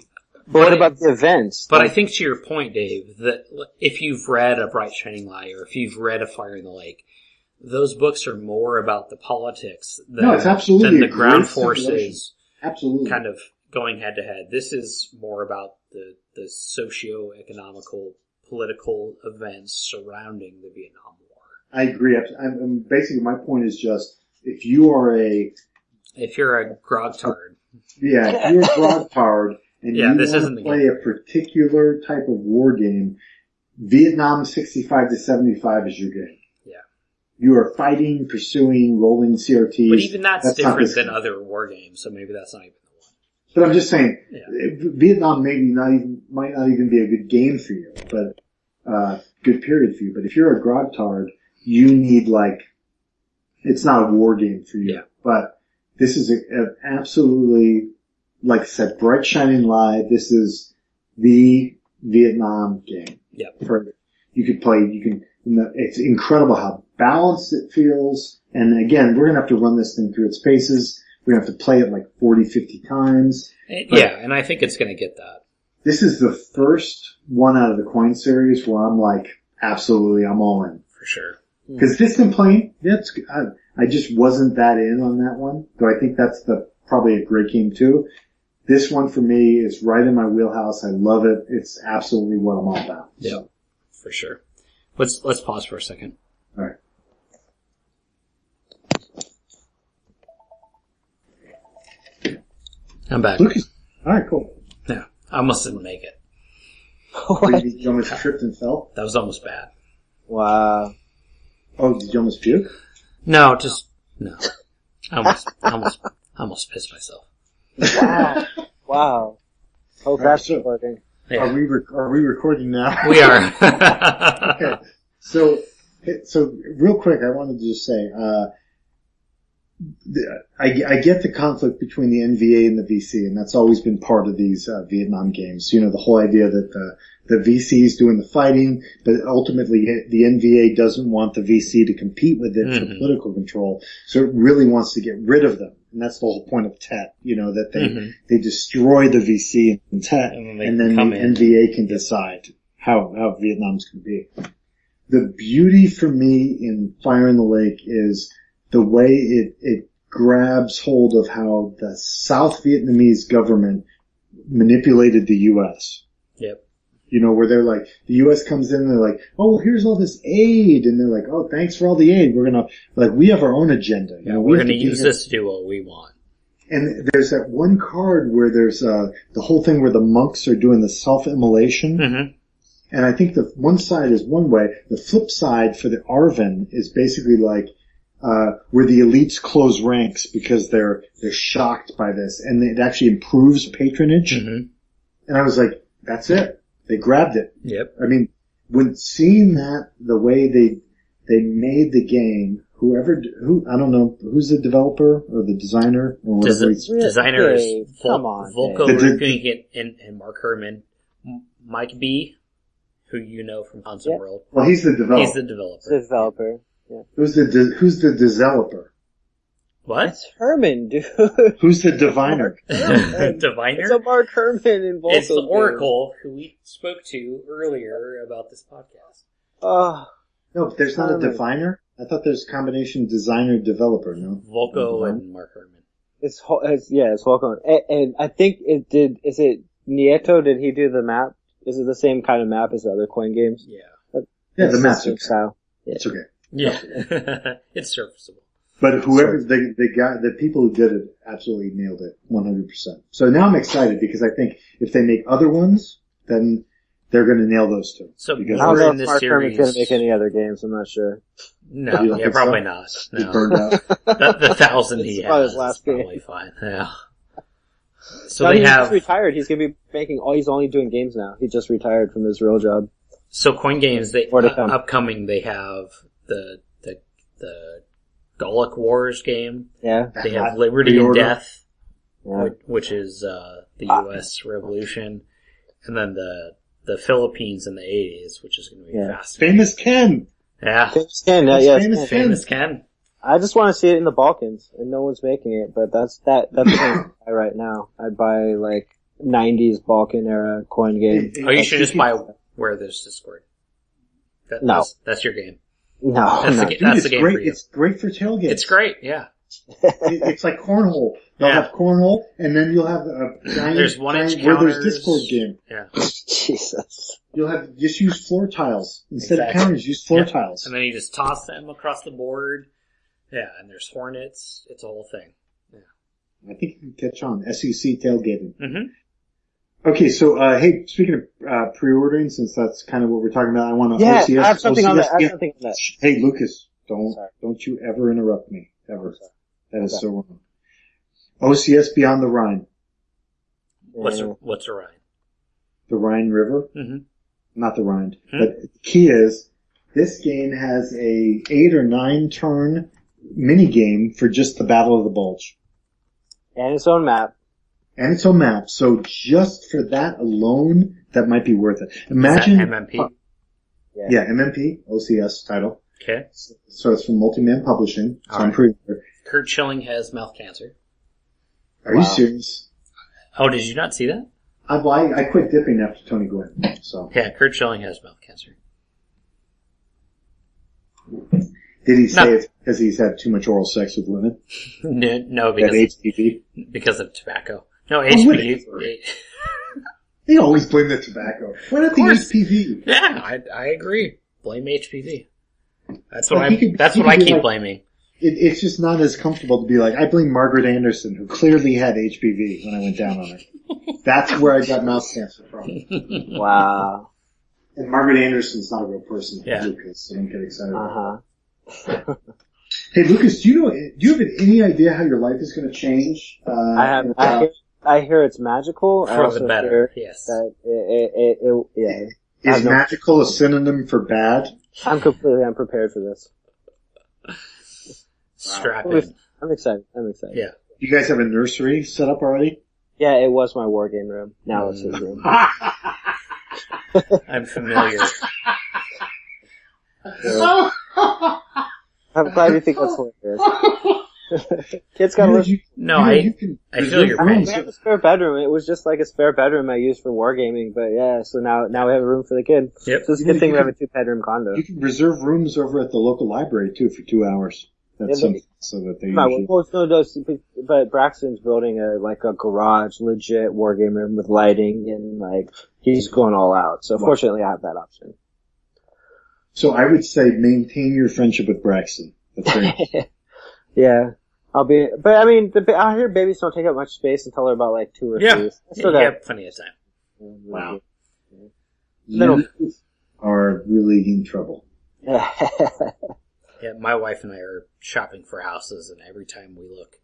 [SPEAKER 5] But what about the events?
[SPEAKER 3] But I think to your point, Dave, that l- if you've read A Bright Shining Light or if you've read A Fire in the Lake, those books are more about the politics than,
[SPEAKER 4] No, it's absolutely
[SPEAKER 3] than
[SPEAKER 4] a
[SPEAKER 3] the ground
[SPEAKER 4] great simulation.
[SPEAKER 3] forces
[SPEAKER 4] absolutely.
[SPEAKER 3] kind of going head to head. This is more about the, the socio-economical political events surrounding the Vietnam War.
[SPEAKER 4] I agree. I'm, I'm- basically my point is just if you are a
[SPEAKER 3] If you're a grogtard,
[SPEAKER 4] Yeah, if you're Broadtard and
[SPEAKER 3] Yeah,
[SPEAKER 4] you
[SPEAKER 3] this
[SPEAKER 4] want
[SPEAKER 3] isn't the
[SPEAKER 4] to play a particular type of war game, Vietnam 65 to 75 is your game.
[SPEAKER 3] Yeah.
[SPEAKER 4] You are fighting, pursuing, rolling CRTs.
[SPEAKER 3] but even that's,
[SPEAKER 4] not
[SPEAKER 3] different
[SPEAKER 4] this
[SPEAKER 3] than
[SPEAKER 4] game.
[SPEAKER 3] other war games, so maybe that's not even the one.
[SPEAKER 4] But I'm just saying,
[SPEAKER 3] Yeah.
[SPEAKER 4] Vietnam maybe not even, might not even be a good game for you, but, uh, good period for you. But if you're a Grogtard, you need like, it's not a war game for you,
[SPEAKER 3] Yeah.
[SPEAKER 4] but this is a, a absolutely, like I said, bright shining light. This is the Vietnam game.
[SPEAKER 3] Yeah.
[SPEAKER 4] Perfect. You could play, you can, you know, it's incredible how balanced it feels. And again, we're going to have to run this thing through its paces. We're going to have to play it like 40, 50 times.
[SPEAKER 3] And-
[SPEAKER 4] Right.
[SPEAKER 3] yeah, and I think it's going to get that.
[SPEAKER 4] This is the first one out of the coin series where I'm like, absolutely, I'm all in.
[SPEAKER 3] For sure.
[SPEAKER 4] Because Distant Plane, that's, I, I just wasn't that in on that one, though I think that's the, probably a great game too. This one for me is right in my wheelhouse. I love it. It's absolutely what I'm all about.
[SPEAKER 3] Yeah. For sure. Let's, let's pause for a second.
[SPEAKER 4] Alright.
[SPEAKER 3] I'm back.
[SPEAKER 4] Lucas. Alright, cool.
[SPEAKER 3] Yeah. I almost didn't make it.
[SPEAKER 4] Wait, did you almost tripped and fell?
[SPEAKER 3] That was almost bad.
[SPEAKER 5] Wow.
[SPEAKER 4] Oh, did you almost puke?
[SPEAKER 3] No, just, no. I almost, I almost, I almost pissed myself.
[SPEAKER 5] Wow. wow. Hope that's
[SPEAKER 4] Alright, so-
[SPEAKER 5] recording.
[SPEAKER 4] Are
[SPEAKER 3] Yeah.
[SPEAKER 4] we, rec- are we recording now?
[SPEAKER 3] We are.
[SPEAKER 4] Okay. So, so real quick, I wanted to just say, uh, the- I, I get the conflict between the NVA and the VC, and that's always been part of these uh, Vietnam games. You know, the whole idea that the the VC is doing the fighting, but ultimately eh, the NVA doesn't want the VC to compete with it for
[SPEAKER 3] Mhm.
[SPEAKER 4] political control, so it really wants to get rid of them, and that's the whole point of TET. You know, that they
[SPEAKER 3] Mhm.
[SPEAKER 4] they destroy the VC in TET,
[SPEAKER 3] And then
[SPEAKER 4] and
[SPEAKER 3] they
[SPEAKER 4] then, the
[SPEAKER 3] come in.
[SPEAKER 4] NVA can decide how how Vietnam's going to be the beauty for me in Fire in the Lake is the way it, it grabs hold of how the South Vietnamese government manipulated the U.S.
[SPEAKER 3] Yep.
[SPEAKER 4] You know, where they're like, the U.S. comes in, they're like, oh, here's all this aid. And they're like, oh, thanks for all the aid. We're going to, like, we have our own agenda. You
[SPEAKER 3] Yeah,
[SPEAKER 4] know, we
[SPEAKER 3] we're
[SPEAKER 4] have
[SPEAKER 3] going to
[SPEAKER 4] do
[SPEAKER 3] use
[SPEAKER 4] this."
[SPEAKER 3] this to do what we want.
[SPEAKER 4] And there's that one card where there's, uh, the whole thing where the monks are doing the self-immolation.
[SPEAKER 3] Mm-hmm.
[SPEAKER 4] And I think the one side is one way. The flip side for the Arvin is basically like uh, where the elites close ranks because they're they're shocked by this, and it actually improves patronage.
[SPEAKER 3] Mm-hmm.
[SPEAKER 4] And I was like, that's it. They grabbed it.
[SPEAKER 3] Yep.
[SPEAKER 4] I mean, when seeing that, the way they they made the game, whoever d- who I don't know who's the developer or the designer or
[SPEAKER 3] Des-
[SPEAKER 4] whatever. he's-
[SPEAKER 3] designers
[SPEAKER 5] Dave,
[SPEAKER 3] Vol-
[SPEAKER 5] come on,
[SPEAKER 3] Volko
[SPEAKER 4] Dave.
[SPEAKER 3] Rudnick and, and Mark Herman, M- Mike B, who you know from Concept
[SPEAKER 5] Yeah.
[SPEAKER 3] World.
[SPEAKER 4] well, he's the developer.
[SPEAKER 3] He's the developer.
[SPEAKER 5] Developer.
[SPEAKER 4] who's the de- who's the developer?
[SPEAKER 3] What?
[SPEAKER 5] That's Herman, dude.
[SPEAKER 4] Who's the diviner?
[SPEAKER 3] Diviner?
[SPEAKER 5] It's a Mark Herman in Volko.
[SPEAKER 3] It's the
[SPEAKER 5] dude.
[SPEAKER 3] Oracle who we spoke to earlier about this podcast.
[SPEAKER 5] Oh,
[SPEAKER 4] No, but there's not a
[SPEAKER 5] Herman.
[SPEAKER 4] diviner. I thought there's a combination designer developer. No,
[SPEAKER 3] Volko and Mark Herman.
[SPEAKER 5] It's, ho- it's yeah, it's Holcomb, and, and I think it did. Is it Nieto? Did he do the map? Is it the same kind of map as the other coin games?
[SPEAKER 3] Yeah.
[SPEAKER 4] Yeah, the
[SPEAKER 5] It's
[SPEAKER 4] map's
[SPEAKER 5] same
[SPEAKER 4] okay.
[SPEAKER 5] style.
[SPEAKER 4] It's okay.
[SPEAKER 3] Yeah. it's serviceable.
[SPEAKER 4] But whoever the the guy, the people who did it, absolutely nailed it, one hundred percent. So now I'm excited because I think if they make other ones, then they're going to nail those two.
[SPEAKER 3] So
[SPEAKER 4] because
[SPEAKER 5] I don't
[SPEAKER 3] We're
[SPEAKER 5] know
[SPEAKER 3] in
[SPEAKER 5] if
[SPEAKER 3] this
[SPEAKER 5] Mark Herman's gonna
[SPEAKER 3] series.
[SPEAKER 5] make any other games. I'm not sure.
[SPEAKER 3] No,
[SPEAKER 4] You don't
[SPEAKER 3] yeah,
[SPEAKER 4] think so?
[SPEAKER 3] probably not.
[SPEAKER 4] he's
[SPEAKER 3] No.
[SPEAKER 4] burned out.
[SPEAKER 3] the, the thousand he
[SPEAKER 5] It's probably his
[SPEAKER 3] has
[SPEAKER 5] last
[SPEAKER 3] is probably fine. Yeah. So
[SPEAKER 5] No,
[SPEAKER 3] they
[SPEAKER 5] he's
[SPEAKER 3] have
[SPEAKER 5] retired. He's gonna be making. all he's only doing games now. He just retired from his real job.
[SPEAKER 3] so coin games. They
[SPEAKER 5] More to
[SPEAKER 3] uh,
[SPEAKER 5] come.
[SPEAKER 3] upcoming. They have the the the Gallic Wars game.
[SPEAKER 5] Yeah.
[SPEAKER 3] They have
[SPEAKER 4] I-
[SPEAKER 3] Liberty and
[SPEAKER 4] Reorder.
[SPEAKER 3] Death,
[SPEAKER 5] Yeah.
[SPEAKER 3] whi- which is uh, the
[SPEAKER 5] Ah.
[SPEAKER 3] U.S. Revolution, and then the the Philippines in the eighties, which is going to be
[SPEAKER 5] Yeah.
[SPEAKER 3] fascinating.
[SPEAKER 4] Famous Ken.
[SPEAKER 3] Yeah,
[SPEAKER 5] It's Ken, yeah,
[SPEAKER 4] It's
[SPEAKER 5] yeah, it's
[SPEAKER 4] famous
[SPEAKER 5] Ken.
[SPEAKER 4] Ken.
[SPEAKER 3] famous Ken.
[SPEAKER 5] I just want to see it in the Balkans, and no one's making it. But that's that. That's what I buy right now. I buy like '90s Balkan era coin game.
[SPEAKER 4] It- it-
[SPEAKER 3] Oh, you should just
[SPEAKER 4] it-
[SPEAKER 3] buy where there's Discord. That,
[SPEAKER 5] No.
[SPEAKER 3] that's, that's your game.
[SPEAKER 5] No,
[SPEAKER 3] That's the game.
[SPEAKER 5] no.
[SPEAKER 4] Dude,
[SPEAKER 3] That's
[SPEAKER 4] it's
[SPEAKER 3] the game
[SPEAKER 4] great.
[SPEAKER 3] for you.
[SPEAKER 4] It's great for tailgates.
[SPEAKER 3] It's great. Yeah.
[SPEAKER 4] It- it's like cornhole. You'll
[SPEAKER 3] Yeah.
[SPEAKER 4] have cornhole, and then you'll have a giant,
[SPEAKER 3] There's one inch
[SPEAKER 4] giant- where there's
[SPEAKER 3] counters.
[SPEAKER 4] Discord game.
[SPEAKER 3] Yeah.
[SPEAKER 5] Jesus.
[SPEAKER 4] You'll have just use floor tiles instead
[SPEAKER 3] Exactly.
[SPEAKER 4] of counters. Use floor
[SPEAKER 3] Yeah.
[SPEAKER 4] tiles.
[SPEAKER 3] And then you just toss them across the board. Yeah, and there's hornets. It's a whole thing.
[SPEAKER 4] I think you can catch on. SEC tailgating.
[SPEAKER 3] Mm-hmm.
[SPEAKER 4] Okay, so uh, hey, speaking of uh, pre-ordering, since that's kind of what we're talking about, I want to
[SPEAKER 5] Yeah,
[SPEAKER 4] OCS.
[SPEAKER 5] I have something on that. I
[SPEAKER 4] yeah.
[SPEAKER 5] have something on that.
[SPEAKER 4] Shh, Hey, Lucas, don't
[SPEAKER 5] Sorry.
[SPEAKER 4] don't you ever interrupt me ever.
[SPEAKER 5] sorry.
[SPEAKER 4] That is
[SPEAKER 5] Okay.
[SPEAKER 4] so wrong. OCS Beyond the Rhine,
[SPEAKER 3] What's
[SPEAKER 5] Yeah.
[SPEAKER 3] what's Orion?
[SPEAKER 4] the Rhine River,
[SPEAKER 3] Mm-hmm.
[SPEAKER 4] not the Rhine.
[SPEAKER 3] Hmm.
[SPEAKER 4] But the key is this game has a eight or nine turn mini game for just the Battle of the Bulge
[SPEAKER 5] and its own map.
[SPEAKER 4] and its own map. So just for that alone, that might be worth it. Imagine
[SPEAKER 3] MMP.
[SPEAKER 4] yeah, MMP OCS title.
[SPEAKER 3] okay.
[SPEAKER 4] So it's from Multiman Publishing. So
[SPEAKER 3] All
[SPEAKER 4] I'm
[SPEAKER 3] right.
[SPEAKER 4] pretty sure.
[SPEAKER 3] Kurt Schilling has mouth cancer.
[SPEAKER 4] Are
[SPEAKER 5] Wow.
[SPEAKER 4] you serious?
[SPEAKER 3] Oh, did you not see that?
[SPEAKER 4] I, well, I, I quit dipping after Tony Gwynn. So
[SPEAKER 3] Yeah, Kurt Schilling has mouth cancer.
[SPEAKER 4] did he say
[SPEAKER 3] No.
[SPEAKER 4] it's because he's had too much oral sex with women?
[SPEAKER 3] No, no
[SPEAKER 4] That
[SPEAKER 3] because
[SPEAKER 4] HPV.
[SPEAKER 3] because of tobacco.
[SPEAKER 4] Oh,
[SPEAKER 3] No,
[SPEAKER 4] whatever.
[SPEAKER 3] HPV.
[SPEAKER 4] They always blame the tobacco. Why not the
[SPEAKER 3] course.
[SPEAKER 4] HPV?
[SPEAKER 3] Yeah, I, I agree. Blame HPV. That's what
[SPEAKER 4] Well,
[SPEAKER 3] I.
[SPEAKER 4] he could-
[SPEAKER 3] that's
[SPEAKER 4] he
[SPEAKER 3] what I
[SPEAKER 4] could be
[SPEAKER 3] keep
[SPEAKER 4] like-
[SPEAKER 3] blaming.
[SPEAKER 4] It, it's just not as comfortable to be like, I blame Margaret Anderson, who clearly had HPV when I went down on her. That's where I got mouth cancer from.
[SPEAKER 5] Wow.
[SPEAKER 4] And Margaret Anderson's not a real person,
[SPEAKER 3] Yeah.
[SPEAKER 4] Lucas, so don't get excited.
[SPEAKER 5] Uh huh.
[SPEAKER 4] Hey, Lucas, do you know? Do you have any idea how your life is going to change? Uh,
[SPEAKER 5] I have.
[SPEAKER 4] in
[SPEAKER 5] I
[SPEAKER 4] about-
[SPEAKER 5] hear, I hear it's magical. I
[SPEAKER 3] For
[SPEAKER 5] also
[SPEAKER 3] the better.
[SPEAKER 5] hear
[SPEAKER 3] Yes.
[SPEAKER 5] that it, it, it, it, yeah. I
[SPEAKER 4] Is
[SPEAKER 5] don't know.
[SPEAKER 4] magical a synonym for bad?
[SPEAKER 5] I'm completely unprepared for this.
[SPEAKER 3] Strap
[SPEAKER 5] With-
[SPEAKER 3] in.
[SPEAKER 5] I'm excited. I'm excited.
[SPEAKER 3] Yeah.
[SPEAKER 4] You guys have a nursery set up already?
[SPEAKER 5] Yeah, it was my war game room. Now it's his room.
[SPEAKER 3] I'm familiar.
[SPEAKER 4] Oh,
[SPEAKER 5] I'm glad you think that's hilarious. Kids gotta live.
[SPEAKER 4] You-
[SPEAKER 3] No,
[SPEAKER 4] you-
[SPEAKER 3] I.
[SPEAKER 4] you can-
[SPEAKER 3] I feel your
[SPEAKER 4] rooms.
[SPEAKER 5] We
[SPEAKER 3] pain.
[SPEAKER 5] have a spare bedroom. It was just like a spare bedroom I used for wargaming, but yeah, so now now we have a room for the kid.
[SPEAKER 3] Yep.
[SPEAKER 5] So it's a good thing we have a two bedroom condo.
[SPEAKER 4] You can reserve rooms over at the local library too for two hours. That's
[SPEAKER 5] Yeah, but-
[SPEAKER 4] something so that they
[SPEAKER 5] My,
[SPEAKER 4] usually.
[SPEAKER 5] well, it's no, no, it's- but Braxton's building a like a garage, legit wargame room with lighting and like he's going all out. So fortunately, I have that option.
[SPEAKER 4] So I would say maintain your friendship with Braxton. That's very,
[SPEAKER 5] Yeah, I'll be. But I mean, the, ba- I hear babies don't take up much space until they're about like two or
[SPEAKER 3] Yeah.
[SPEAKER 5] three. I
[SPEAKER 3] You
[SPEAKER 5] Still got,
[SPEAKER 3] have plenty of time.
[SPEAKER 5] wow. Little-
[SPEAKER 4] you are really in trouble.
[SPEAKER 3] Yeah, my wife and I are shopping for houses, and every time we look,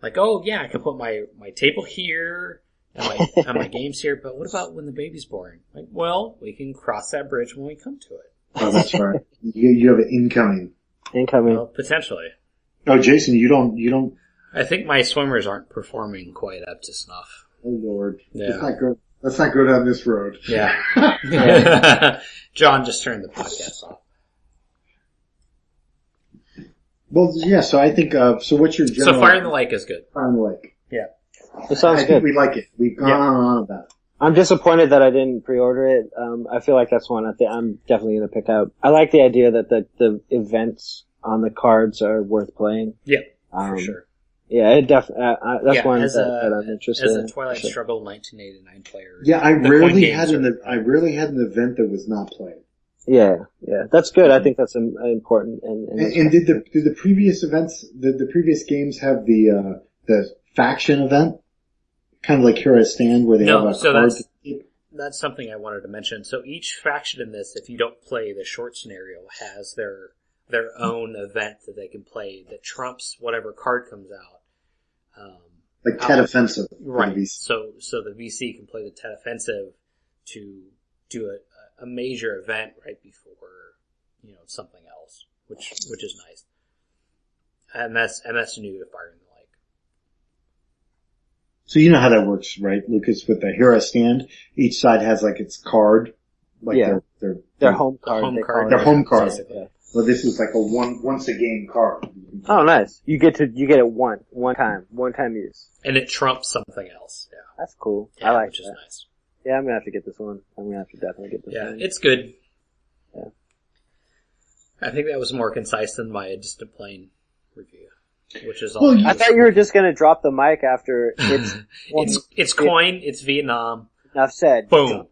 [SPEAKER 3] like, oh yeah, I can put my my table here and my and my games here. But what about when the baby's born? Like, well, we can cross that bridge when we come to it.
[SPEAKER 4] Oh, that's right. you, you have an incoming.
[SPEAKER 5] Incoming.
[SPEAKER 3] Well, potentially.
[SPEAKER 4] Oh, Jason, you don't, you don't,
[SPEAKER 3] I think my swimmers aren't performing quite up to snuff.
[SPEAKER 4] oh lord.
[SPEAKER 3] Yeah.
[SPEAKER 4] Let's not go, let's not go down this road.
[SPEAKER 3] Yeah. John just turned the podcast off.
[SPEAKER 4] Well, yeah, so I think, uh, so what's your general?
[SPEAKER 3] So fire in the lake is good.
[SPEAKER 4] Fire in the lake.
[SPEAKER 5] It sounds
[SPEAKER 4] I think
[SPEAKER 5] good.
[SPEAKER 4] we like it. We've gone
[SPEAKER 3] Yeah.
[SPEAKER 4] on and on about it.
[SPEAKER 5] I'm disappointed that I didn't pre-order it. Um, I feel like that's one I think I'm definitely going to pick up. I like the idea that the, the events on the cards are worth playing.
[SPEAKER 3] Yeah,
[SPEAKER 5] Um,
[SPEAKER 3] for sure.
[SPEAKER 5] Yeah, it definitely. Uh, uh, that's
[SPEAKER 3] Yeah,
[SPEAKER 5] one
[SPEAKER 3] as
[SPEAKER 5] that,
[SPEAKER 3] a-
[SPEAKER 5] that I'm interested
[SPEAKER 3] As a
[SPEAKER 5] in.
[SPEAKER 3] Twilight
[SPEAKER 5] Sure.
[SPEAKER 3] Struggle 1989 player.
[SPEAKER 4] Yeah, I
[SPEAKER 3] the point
[SPEAKER 4] rarely
[SPEAKER 3] games
[SPEAKER 4] had
[SPEAKER 3] are-
[SPEAKER 4] an e, I rarely had an event that was not played.
[SPEAKER 5] Yeah, yeah, that's good. I think that's um, important. And, and,
[SPEAKER 4] And, and did the did the previous events did the previous games have the uh, the faction event? Kind of like here I stand, where they
[SPEAKER 3] No,
[SPEAKER 4] have a
[SPEAKER 3] so
[SPEAKER 4] card.
[SPEAKER 3] that's- That's something I wanted to mention. So each faction in this, if you don't play the short scenario, has their their own event that they can play that trumps whatever card comes out. Um,
[SPEAKER 4] like Ted Offensive,
[SPEAKER 3] right.
[SPEAKER 4] Maybe.
[SPEAKER 3] So so the VC can play the Tet Offensive to do a, a major event right before you know something else, which which is nice. And that's and that's new to Fire and the Like.
[SPEAKER 4] So you know how that works, right, Lucas? With the here I stand, each side has like its card, like
[SPEAKER 5] Yeah.
[SPEAKER 4] their their
[SPEAKER 5] their home card.
[SPEAKER 3] home
[SPEAKER 5] they
[SPEAKER 3] card.
[SPEAKER 5] call it.
[SPEAKER 4] their home card.
[SPEAKER 3] Basically.
[SPEAKER 4] Well, this is like a one once a game card.
[SPEAKER 5] Oh, nice. You get to you get it one one time, one time use.
[SPEAKER 3] And it trumps something else. Yeah.
[SPEAKER 5] That's cool.
[SPEAKER 3] yeah
[SPEAKER 5] I like
[SPEAKER 3] which
[SPEAKER 5] that.
[SPEAKER 3] is nice.
[SPEAKER 5] Yeah, I'm gonna have to get this one. I'm gonna have to definitely get this
[SPEAKER 3] Yeah,
[SPEAKER 5] one.
[SPEAKER 3] it's good.
[SPEAKER 5] Yeah.
[SPEAKER 3] I think that was more concise than my distant plane review, which is all.
[SPEAKER 4] Well,
[SPEAKER 5] I thought you were just gonna drop the mic after it's
[SPEAKER 3] it's it's coin, it's Vietnam.
[SPEAKER 5] enough said.
[SPEAKER 3] Boom. Yeah.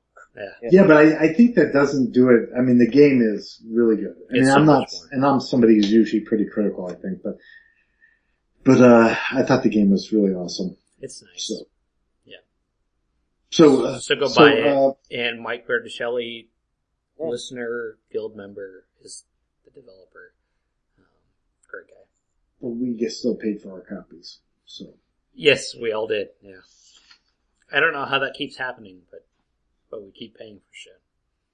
[SPEAKER 4] Yeah, but I, I think that doesn't do it. I mean, the game is really good. I mean,
[SPEAKER 3] It's so
[SPEAKER 4] I'm not,
[SPEAKER 3] much fun.
[SPEAKER 4] and I'm somebody who's usually pretty critical, I think, but, but, uh, I thought the game was really awesome.
[SPEAKER 3] It's nice.
[SPEAKER 4] So,
[SPEAKER 3] Yeah.
[SPEAKER 4] So, uh,
[SPEAKER 3] So go
[SPEAKER 4] so,
[SPEAKER 3] buy it.
[SPEAKER 4] uh,
[SPEAKER 3] And Mike Berticelli,
[SPEAKER 5] Yeah.
[SPEAKER 3] listener, guild member, is the developer. Um, great guy.
[SPEAKER 4] but we get still paid for our copies. So,
[SPEAKER 3] Yes, we all did. Yeah. I don't know how that keeps happening, but but we keep paying for shit.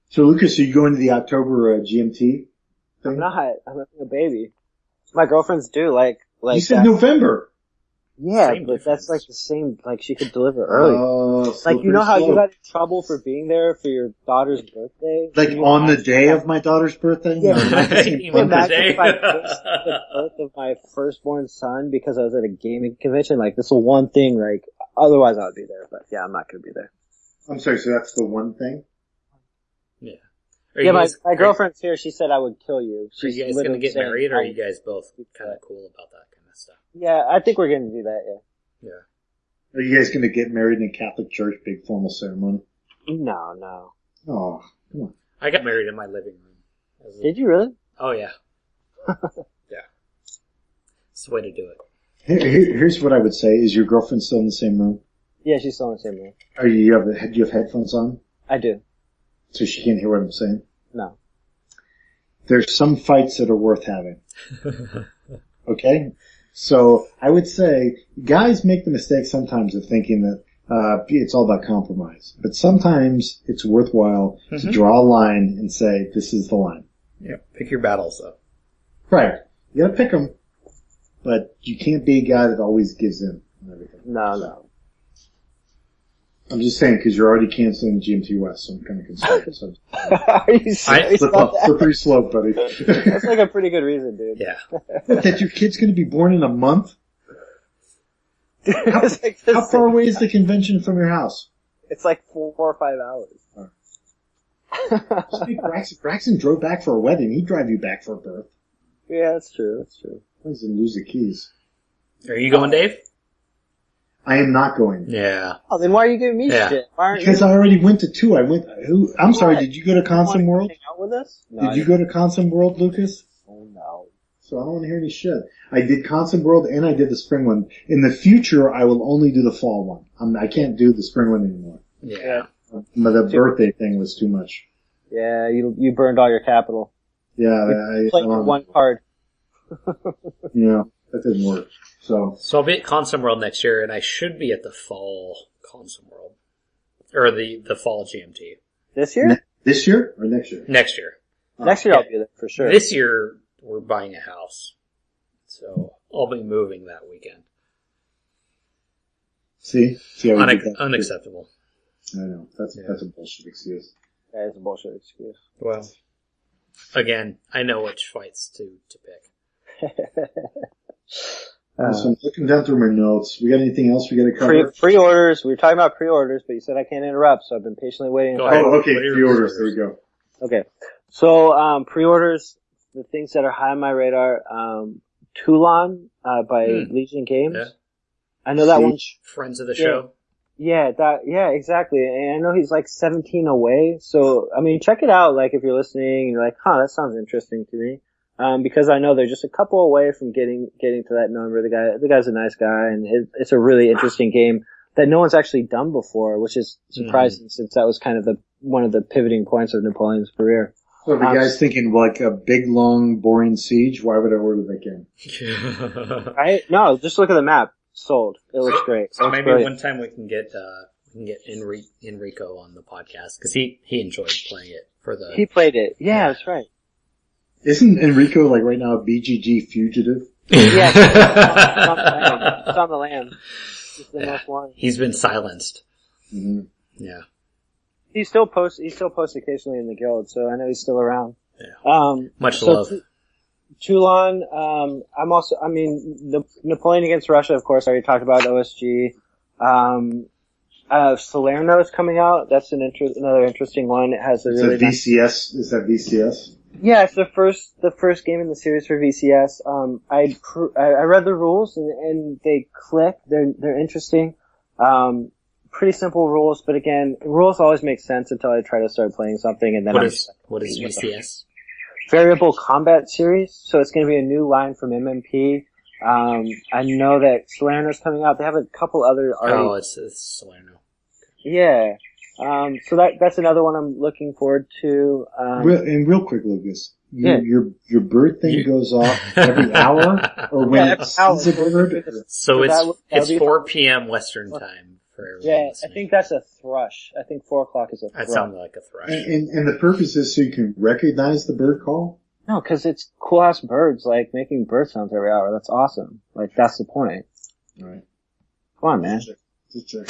[SPEAKER 4] so Lucas, are you going to the October uh, GMT?
[SPEAKER 5] I'm not. I'm having a baby. My girlfriends do like like uh,
[SPEAKER 4] you said
[SPEAKER 5] that.
[SPEAKER 4] November.
[SPEAKER 5] Yeah,
[SPEAKER 3] Same
[SPEAKER 5] but
[SPEAKER 3] difference.
[SPEAKER 5] that's like the same. Like she could deliver early.
[SPEAKER 4] Oh,
[SPEAKER 5] like you
[SPEAKER 4] slippery
[SPEAKER 5] know how you
[SPEAKER 4] slope.
[SPEAKER 5] got in trouble for being there for your daughter's birthday.
[SPEAKER 4] like
[SPEAKER 5] You
[SPEAKER 4] on the
[SPEAKER 5] asked-
[SPEAKER 4] day of my daughter's birthday?
[SPEAKER 5] Yeah.
[SPEAKER 4] No, not the
[SPEAKER 3] Even
[SPEAKER 4] same thing.
[SPEAKER 3] the
[SPEAKER 5] Imagine
[SPEAKER 3] day.
[SPEAKER 5] if I missed the birth of my firstborn son because I was at a gaming convention. Like this will one thing. Like otherwise I would be there, but yeah, I'm not gonna be there.
[SPEAKER 4] I'm sorry, so that's the one thing?
[SPEAKER 3] Yeah. Are
[SPEAKER 5] Yeah,
[SPEAKER 3] you
[SPEAKER 5] my,
[SPEAKER 3] guys-
[SPEAKER 5] my
[SPEAKER 3] are-
[SPEAKER 5] girlfriend's here. She said I would kill you.
[SPEAKER 3] Are
[SPEAKER 5] She's
[SPEAKER 3] you guys gonna
[SPEAKER 5] literally
[SPEAKER 3] get
[SPEAKER 5] saying,
[SPEAKER 3] married, or
[SPEAKER 5] "I
[SPEAKER 3] are you
[SPEAKER 5] would
[SPEAKER 3] guys both
[SPEAKER 5] do
[SPEAKER 3] kind
[SPEAKER 5] that."
[SPEAKER 3] of cool about that kind of stuff?
[SPEAKER 5] Yeah, I think we're gonna do that. Yeah.
[SPEAKER 3] Yeah.
[SPEAKER 4] Are you guys going to get married in a Catholic church, big formal ceremony?
[SPEAKER 5] No, no.
[SPEAKER 4] Oh, come on.
[SPEAKER 3] I got married in my living room. As a-
[SPEAKER 5] Did you really?
[SPEAKER 3] Oh yeah. yeah. It's the way to do it.
[SPEAKER 4] Here, here- here's what I would say: Is your girlfriend still in the same room?
[SPEAKER 5] Yeah, she's still in the same room.
[SPEAKER 4] Are you you have do you have headphones on
[SPEAKER 5] I do.
[SPEAKER 4] so she can't hear what I'm saying?
[SPEAKER 5] No.
[SPEAKER 4] There's some fights that are worth having. okay, so I would say guys make the mistake sometimes of thinking that uh, it's all about compromise, but sometimes it's worthwhile
[SPEAKER 5] Mm-hmm.
[SPEAKER 4] to draw a line and say this is the line.
[SPEAKER 3] Yeah. Pick your battles though.
[SPEAKER 4] Right, you gotta pick them, but you can't be a guy that always gives in on everything.
[SPEAKER 5] No, no.
[SPEAKER 4] I'm just saying because you're already canceling GMT West, so I'm kind of concerned. So
[SPEAKER 5] Are you serious
[SPEAKER 4] slip
[SPEAKER 5] about
[SPEAKER 4] up,
[SPEAKER 5] that?
[SPEAKER 4] slippery slope, buddy.
[SPEAKER 5] That's like a pretty good reason, dude.
[SPEAKER 3] Yeah.
[SPEAKER 4] that your kid's going to be born in a month.
[SPEAKER 5] it's, like
[SPEAKER 4] How
[SPEAKER 5] the
[SPEAKER 4] far
[SPEAKER 5] same-
[SPEAKER 4] away is the convention from your house?
[SPEAKER 5] it's like four or five hours.
[SPEAKER 4] Speak Braxton, Braxton drove back for a wedding. He'd drive you back for a birth.
[SPEAKER 5] yeah, that's true. That's true.
[SPEAKER 4] Doesn't lose the keys.
[SPEAKER 3] Are you going, Dave?
[SPEAKER 4] I am not going
[SPEAKER 3] Yeah.
[SPEAKER 5] Oh, then why are you giving me
[SPEAKER 3] Yeah.
[SPEAKER 5] shit? Why aren't you
[SPEAKER 4] because I already went to two. I went. Who? I'm sorry. Did you go to Consum
[SPEAKER 5] wanting to
[SPEAKER 4] World?
[SPEAKER 5] hang out with us? No, I
[SPEAKER 4] Did you go to Consum World, Lucas?
[SPEAKER 5] Oh, no.
[SPEAKER 4] So I don't want to hear any shit. I did Consum World and I did the spring one. In the future, I will only do the fall one. I'm, I can't do the spring one anymore.
[SPEAKER 3] Yeah.
[SPEAKER 4] But the birthday thing was too much.
[SPEAKER 5] Yeah, you you burned all your capital.
[SPEAKER 4] Yeah,
[SPEAKER 5] You
[SPEAKER 4] I,
[SPEAKER 5] played
[SPEAKER 4] I
[SPEAKER 5] your
[SPEAKER 4] um,
[SPEAKER 5] one card.
[SPEAKER 4] Yeah, that didn't work. So
[SPEAKER 3] So I'll be at Consum World next year, and I should be at the fall Consum World, or the the fall GMT
[SPEAKER 5] This year?
[SPEAKER 4] Ne- this year or next year?
[SPEAKER 3] next year.
[SPEAKER 5] Next year I'll be there for sure.
[SPEAKER 3] This year we're buying a house, so I'll be moving that weekend.
[SPEAKER 4] See, see how we
[SPEAKER 3] Unac
[SPEAKER 4] did that?
[SPEAKER 3] unacceptable.
[SPEAKER 4] I know that's that's a bullshit excuse.
[SPEAKER 5] that is a bullshit excuse.
[SPEAKER 3] Well, again, I know which fights to to pick.
[SPEAKER 4] so I'm looking down through my notes. We got anything else we got to
[SPEAKER 5] Pre,
[SPEAKER 4] cover?
[SPEAKER 5] pre-orders. We were talking about pre-orders, but you said I can't interrupt, so I've been patiently waiting. Oh,
[SPEAKER 3] Go ahead.
[SPEAKER 4] oh, okay,
[SPEAKER 3] What are your
[SPEAKER 4] pre-orders.
[SPEAKER 3] pre-orders?
[SPEAKER 4] There you go.
[SPEAKER 5] Okay. So, um, pre-orders, the things that are high on my radar, um, Toulon, uh, by
[SPEAKER 3] Hmm.
[SPEAKER 5] Legion Games.
[SPEAKER 3] Yeah.
[SPEAKER 5] I know that
[SPEAKER 4] See?
[SPEAKER 5] one. sh-
[SPEAKER 3] Friends of the
[SPEAKER 5] Yeah.
[SPEAKER 3] show.
[SPEAKER 5] Yeah, that. Yeah, exactly. And I know he's like 17 away. So I mean, check it out. Like if you're listening, you're like, huh, that sounds interesting to me. Um, because I know they're just a couple away from getting getting to that number. The guy, the guy's a nice guy, and it, it's a really interesting game that no one's actually done before, which is surprising since that was kind of the one of the pivoting points of Napoleon's career.
[SPEAKER 4] So if the guy's thinking like a big, long, boring siege, why would I order that game?
[SPEAKER 5] I no, just look at the map. Sold. It looks great.
[SPEAKER 3] so
[SPEAKER 5] It looks
[SPEAKER 3] maybe
[SPEAKER 5] great.
[SPEAKER 3] one time we can get uh, we can get Enri- Enrico on the podcast because he he enjoyed playing it for the.
[SPEAKER 5] he played it. Yeah, that's right.
[SPEAKER 4] Isn't Enrico like right now a BGG fugitive?
[SPEAKER 5] Yeah, it's on the lamb. It's on the lamb. It's the most wanted.
[SPEAKER 3] He's been silenced.
[SPEAKER 4] Mm-hmm.
[SPEAKER 3] Yeah.
[SPEAKER 5] He still posts. He still posts occasionally in the guild, so I know he's still around.
[SPEAKER 3] Yeah.
[SPEAKER 5] Um,
[SPEAKER 3] Much
[SPEAKER 5] so
[SPEAKER 3] love.
[SPEAKER 5] Tu- Toulon. Um, I'm also. I mean, the Napoleon against Russia, of course. I already talked about OSG. Um, uh, Salerno is coming out. That's an inter- another interesting one. It has a
[SPEAKER 4] Is
[SPEAKER 5] really
[SPEAKER 4] that
[SPEAKER 5] nice-
[SPEAKER 4] VCS? Is that VCS?
[SPEAKER 5] Yeah, it's the first the first game in the series for VCS. Um, I pr- I I read the rules and, and they click. They're they're interesting. Um, pretty simple rules, but again, rules always make sense until I try to start playing something, and then
[SPEAKER 3] What
[SPEAKER 5] I'm
[SPEAKER 3] is what is VCS?
[SPEAKER 5] variable combat series. So it's going to be a new line from MMP. Um, I know that Salerno's coming out. They have a couple other already
[SPEAKER 3] Oh, it's, it's Salerno.
[SPEAKER 5] Yeah. Um, so that that's another one I'm looking forward to. Um,
[SPEAKER 4] Real, and real quick, Lucas, your
[SPEAKER 5] Yeah.
[SPEAKER 4] your, your bird thing
[SPEAKER 3] You-
[SPEAKER 4] goes off every hour, or when it
[SPEAKER 5] Yeah, every hour.
[SPEAKER 4] sees a bird.
[SPEAKER 3] So
[SPEAKER 5] So
[SPEAKER 3] it's
[SPEAKER 5] that would- that would
[SPEAKER 3] it's
[SPEAKER 5] be-
[SPEAKER 3] 4 p.m. Western time for everyone.
[SPEAKER 5] Yeah, I
[SPEAKER 3] listening.
[SPEAKER 5] think that's a thrush. I think four o'clock is a thrush.
[SPEAKER 3] that sounded like a thrush.
[SPEAKER 4] And, and, and the purpose is so you can recognize the bird call.
[SPEAKER 5] No, because it's cool ass birds like making bird sounds every hour. That's awesome. Like that's the point.
[SPEAKER 4] All right,
[SPEAKER 5] Come on, man.
[SPEAKER 4] just check.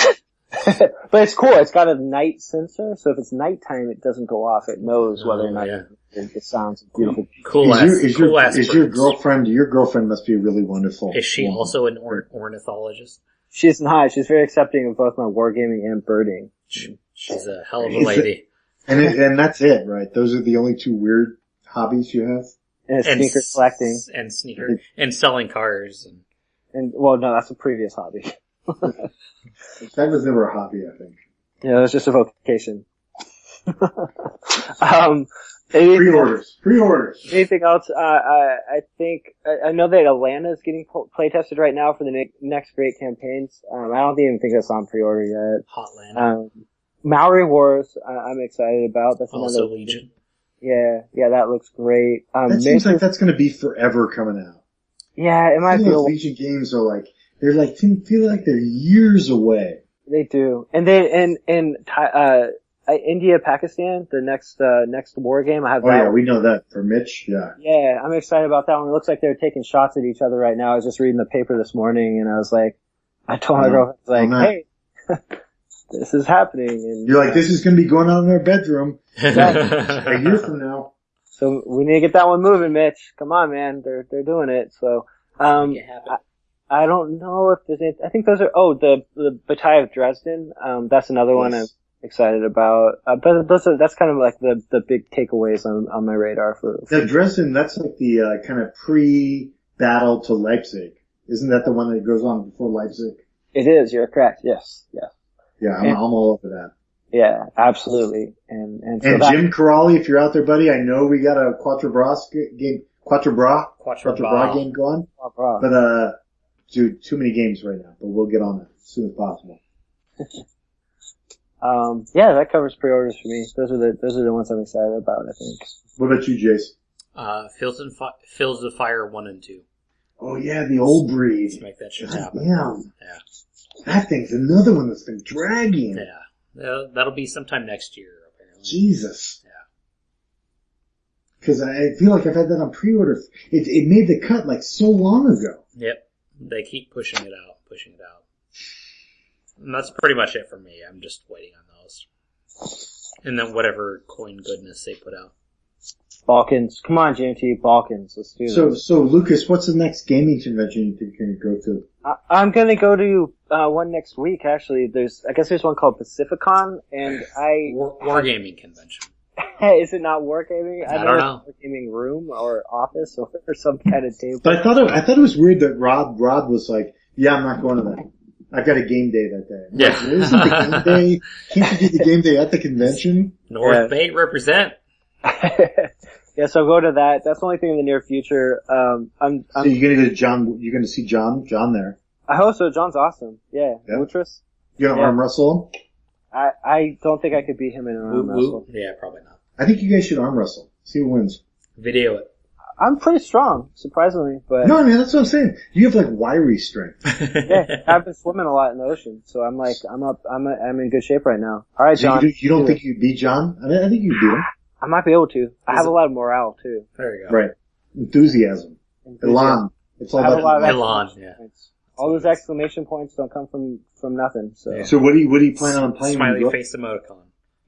[SPEAKER 5] but it's cool. It's got a night sensor, so if it's nighttime, it doesn't go off. It knows whether or
[SPEAKER 3] Oh,
[SPEAKER 5] not
[SPEAKER 3] yeah.
[SPEAKER 5] it, it sounds beautiful.
[SPEAKER 3] Cool
[SPEAKER 4] is
[SPEAKER 3] ass.
[SPEAKER 4] your is
[SPEAKER 3] cool
[SPEAKER 4] your,
[SPEAKER 3] ass
[SPEAKER 4] is your
[SPEAKER 3] birds.
[SPEAKER 4] girlfriend? Your girlfriend must be a really wonderful.
[SPEAKER 3] Is she
[SPEAKER 4] woman.
[SPEAKER 3] also an or- ornithologist?
[SPEAKER 5] She's not. She's very accepting of both my wargaming and birding.
[SPEAKER 3] She, she's a hell of a
[SPEAKER 4] Is it-
[SPEAKER 3] lady.
[SPEAKER 4] And it, and that's it, right? Those are the only two weird hobbies you have.
[SPEAKER 5] And
[SPEAKER 3] And
[SPEAKER 5] sneaker
[SPEAKER 3] s-
[SPEAKER 5] collecting.
[SPEAKER 3] and sneaker and selling cars. And,
[SPEAKER 5] And well, no, that's a previous hobby.
[SPEAKER 4] That was never a hobby, I think.
[SPEAKER 5] Yeah, that's just a vocation. um, anything-
[SPEAKER 4] Pre-orders, pre-orders.
[SPEAKER 5] Anything else? Uh, I, I think I, I know that Atlanta is getting po- play tested right now for the ne- next great campaigns. Um, I don't even think that's on pre-order
[SPEAKER 3] Hotland.
[SPEAKER 5] yet. Um, Maori Wars, I, I'm excited about. That's another.
[SPEAKER 3] also Legion.
[SPEAKER 5] Yeah, yeah, that looks great. Um,
[SPEAKER 4] That seems like
[SPEAKER 5] Matrix-
[SPEAKER 4] that's going to be forever coming out.
[SPEAKER 5] yeah, it
[SPEAKER 4] I
[SPEAKER 5] might
[SPEAKER 4] think
[SPEAKER 5] be. A,
[SPEAKER 4] those Legion games are like they're like feel feel like they're years away.
[SPEAKER 5] they do, and then and and Thai- uh, uh, India Pakistan, the next uh, next war game. I have
[SPEAKER 4] Oh
[SPEAKER 5] that.
[SPEAKER 4] yeah, we know that for Mitch. Yeah,
[SPEAKER 5] Yeah, I'm excited about that one. It looks like they're taking shots at each other right now. I was just reading the paper this morning and I was like, I told my
[SPEAKER 4] Mhm.
[SPEAKER 5] girlfriend, like,
[SPEAKER 4] Mhm.
[SPEAKER 5] hey, this is happening. And
[SPEAKER 4] you're like this is going to be going on in our bedroom a year
[SPEAKER 3] That's
[SPEAKER 4] from now.
[SPEAKER 5] So we need to get that one moving, Mitch. Come on, man. They're, they're doing it. So, um,
[SPEAKER 3] Make it happen.
[SPEAKER 5] I, I don't know if there's any, I think those are, oh, the, the Bataille of Dresden. Um, that's another one I'm
[SPEAKER 4] Yes.
[SPEAKER 5] excited about. Uh, but those are, that's kind of like the, the big takeaways on, on my radar for,
[SPEAKER 4] Now Dresden, that's like the uh, kind of pre-battle to Leipzig. Isn't that the one that goes on before Leipzig?
[SPEAKER 5] it is. You're correct. Yes. Yes.
[SPEAKER 4] Yeah, I'm,
[SPEAKER 5] Yeah.
[SPEAKER 4] I'm all over that.
[SPEAKER 5] Yeah, absolutely. And, and so
[SPEAKER 4] And
[SPEAKER 5] that-
[SPEAKER 4] Jim Corrali, if you're out there, buddy, I know we got a Quattro Bras g- game, Quattro Bra,
[SPEAKER 3] Quattro
[SPEAKER 4] Quattro Bra
[SPEAKER 3] Ball.
[SPEAKER 4] game going,
[SPEAKER 5] Oh, wow.
[SPEAKER 4] but uh, dude, too many games right now. But we'll get on it as soon as possible.
[SPEAKER 5] Um, yeah, that covers pre-orders for me. Those are the those are the ones I'm excited about. I think.
[SPEAKER 4] What about you, Jason?
[SPEAKER 3] Uh, Fields and Fi- Fields of Fire one and two.
[SPEAKER 4] Oh yeah, the old breed.
[SPEAKER 3] Let's make that shit
[SPEAKER 4] God
[SPEAKER 3] happen.
[SPEAKER 4] damn.
[SPEAKER 3] Yeah.
[SPEAKER 4] That thing's another one that's been dragging.
[SPEAKER 3] Yeah, That'll- that'll be sometime next year apparently.
[SPEAKER 4] Jesus.
[SPEAKER 3] Yeah.
[SPEAKER 4] Because I feel like I've had that on pre-order. It, it made the cut like so long ago.
[SPEAKER 3] Yep, they keep pushing it out, pushing it out. And that's pretty much it for me. I'm just waiting on those, and then whatever coin goodness they put out.
[SPEAKER 5] Balkans, come on, GMT, Balkans, let's do
[SPEAKER 4] So,
[SPEAKER 5] this.
[SPEAKER 4] so Lucas, what's the next gaming convention you think you're going to go to?
[SPEAKER 5] I, I'm gonna go to uh, one next week. Actually, there's I guess there's one called Pacificon, and I
[SPEAKER 3] War, wargaming convention.
[SPEAKER 5] Is it not wargaming?
[SPEAKER 3] I don't know.
[SPEAKER 5] Wargaming room or office or, or some kind of table.
[SPEAKER 4] But I thought it, I thought it was weird that Rob Rob was like, "Yeah, I'm not going to that. I've got a game day that day." I'm like,
[SPEAKER 3] Yeah.
[SPEAKER 4] "Well, isn't the game day? Can't you do the game day at the convention?
[SPEAKER 3] North
[SPEAKER 5] Yeah.
[SPEAKER 3] Bay represent.
[SPEAKER 5] yeah, so go to that. That's the only thing in the near future. Um, I'm,
[SPEAKER 4] So
[SPEAKER 5] I'm,
[SPEAKER 4] you're gonna go to John. You're gonna see John. John there.
[SPEAKER 5] I hope so. John's awesome. Yeah.
[SPEAKER 4] Yeah.
[SPEAKER 5] Lutris?
[SPEAKER 4] You're gonna
[SPEAKER 5] Yeah.
[SPEAKER 4] arm wrestle him.
[SPEAKER 5] I, I don't think I could beat him in an arm
[SPEAKER 3] Whoop, whoop.
[SPEAKER 5] wrestle.
[SPEAKER 3] Yeah, probably not.
[SPEAKER 4] I think you guys should arm wrestle. See who wins.
[SPEAKER 3] Video it.
[SPEAKER 5] I'm pretty strong, surprisingly, but
[SPEAKER 4] No, man, that's what I'm saying. You have like wiry strength.
[SPEAKER 5] yeah, I've been swimming a lot in the ocean, so I'm like, I'm up, I'm, I'm in good shape right now. All right,
[SPEAKER 4] So
[SPEAKER 5] John.
[SPEAKER 4] you, do, you don't
[SPEAKER 5] do
[SPEAKER 4] think
[SPEAKER 5] it.
[SPEAKER 4] you beat John? I mean, I think you beat him.
[SPEAKER 5] I might be able to? I
[SPEAKER 3] Is
[SPEAKER 5] have
[SPEAKER 3] it-
[SPEAKER 5] a lot of morale too.
[SPEAKER 3] There you go.
[SPEAKER 4] Right. Enthusiasm. Elan. It's all
[SPEAKER 5] I have a lot
[SPEAKER 4] about.
[SPEAKER 5] of
[SPEAKER 3] Elan,
[SPEAKER 5] exclamation
[SPEAKER 3] yeah.
[SPEAKER 5] points. All those exclamation points don't come from from nothing. So
[SPEAKER 3] Yeah.
[SPEAKER 4] So what do you what do you plan on playing? when you
[SPEAKER 3] Smiley
[SPEAKER 4] go-
[SPEAKER 3] face emoticon.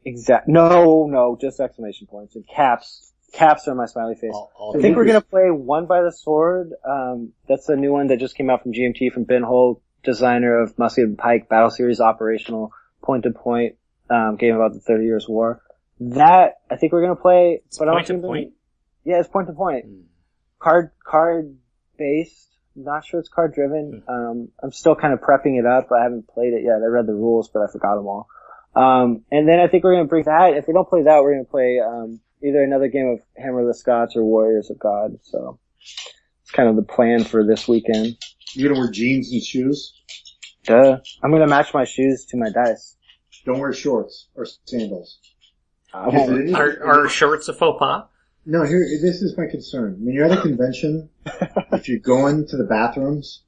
[SPEAKER 5] exact. No, no, just exclamation points and caps. Caps are my smiley face.
[SPEAKER 4] Oh,
[SPEAKER 3] All, all
[SPEAKER 5] I think we're gonna play One by the Sword. Um, that's a new one that just came out from GMT from Ben Holt, designer of Musket and Pike Battle Series operational point to point um game about the Thirty Years War. That I think we're gonna play, but I'm
[SPEAKER 3] point to
[SPEAKER 5] assuming-
[SPEAKER 3] point.
[SPEAKER 5] Yeah, it's point to point,
[SPEAKER 3] Mm.
[SPEAKER 5] card card based. Not sure it's card driven.
[SPEAKER 3] Hmm.
[SPEAKER 5] Um, I'm still kind of prepping it up. I haven't played it yet. I read the rules, but I forgot them all. Um, and then I think we're gonna bring that. If we don't play that, we're gonna play um, either another game of Hammer of the Scots or Warriors of God. So it's kind of the plan for this weekend.
[SPEAKER 4] You're gonna wear jeans and shoes.
[SPEAKER 5] Duh. I'm gonna match my shoes to my dice.
[SPEAKER 4] Don't wear shorts or sandals.
[SPEAKER 5] I won't-
[SPEAKER 3] Are, are shorts a faux pas?
[SPEAKER 4] No, here, this is my concern. When you're at a convention, if you're going to the bathrooms,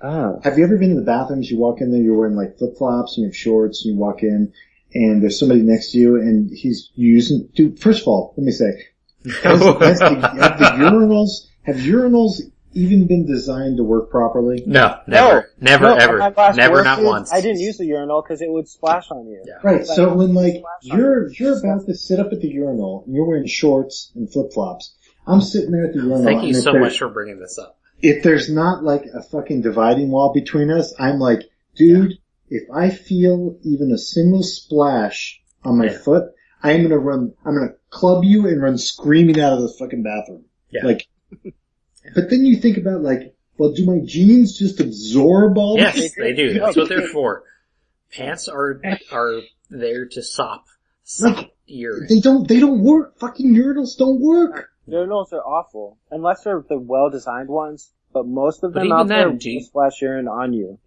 [SPEAKER 5] Oh.
[SPEAKER 4] have you ever been to the bathrooms? You walk in there, you're wearing like flip flops and you have shorts and you walk in and there's somebody next to you and he's using, dude, first of all, let me say, has, has the, have the urinals, have urinals even been designed to work properly?
[SPEAKER 3] No, never, never,
[SPEAKER 5] No,
[SPEAKER 3] ever,
[SPEAKER 5] my last
[SPEAKER 3] never,
[SPEAKER 5] work
[SPEAKER 3] not
[SPEAKER 5] is
[SPEAKER 3] once.
[SPEAKER 5] I didn't use the urinal because it would splash on you.
[SPEAKER 3] Yeah.
[SPEAKER 4] Right, so when like, you're, you're about to sit up at the urinal and you're wearing shorts and flip flops, I'm sitting there at the urinal.
[SPEAKER 3] Thank you
[SPEAKER 4] and if
[SPEAKER 3] so
[SPEAKER 4] there's-
[SPEAKER 3] much for bringing this up.
[SPEAKER 4] if there's not like a fucking dividing wall between us, I'm like, dude, if I feel even a single splash on my
[SPEAKER 3] Yeah.
[SPEAKER 4] foot, I'm gonna run, I'm gonna club you and run screaming out of the fucking bathroom.
[SPEAKER 3] Yeah.
[SPEAKER 4] Like, but then you think about like, well, do my jeans just absorb all
[SPEAKER 3] Yes,
[SPEAKER 4] this?
[SPEAKER 3] they do. That's
[SPEAKER 4] Oh,
[SPEAKER 3] what they're for. Pants are are there to sop sop urine.
[SPEAKER 4] They don't, they don't work. Fucking urinals don't work.
[SPEAKER 5] Urinals are awful, unless they're the well-designed ones. But most of
[SPEAKER 3] But
[SPEAKER 5] them
[SPEAKER 3] even
[SPEAKER 5] out there
[SPEAKER 3] then,
[SPEAKER 5] will
[SPEAKER 3] do you-
[SPEAKER 5] splash urine on you.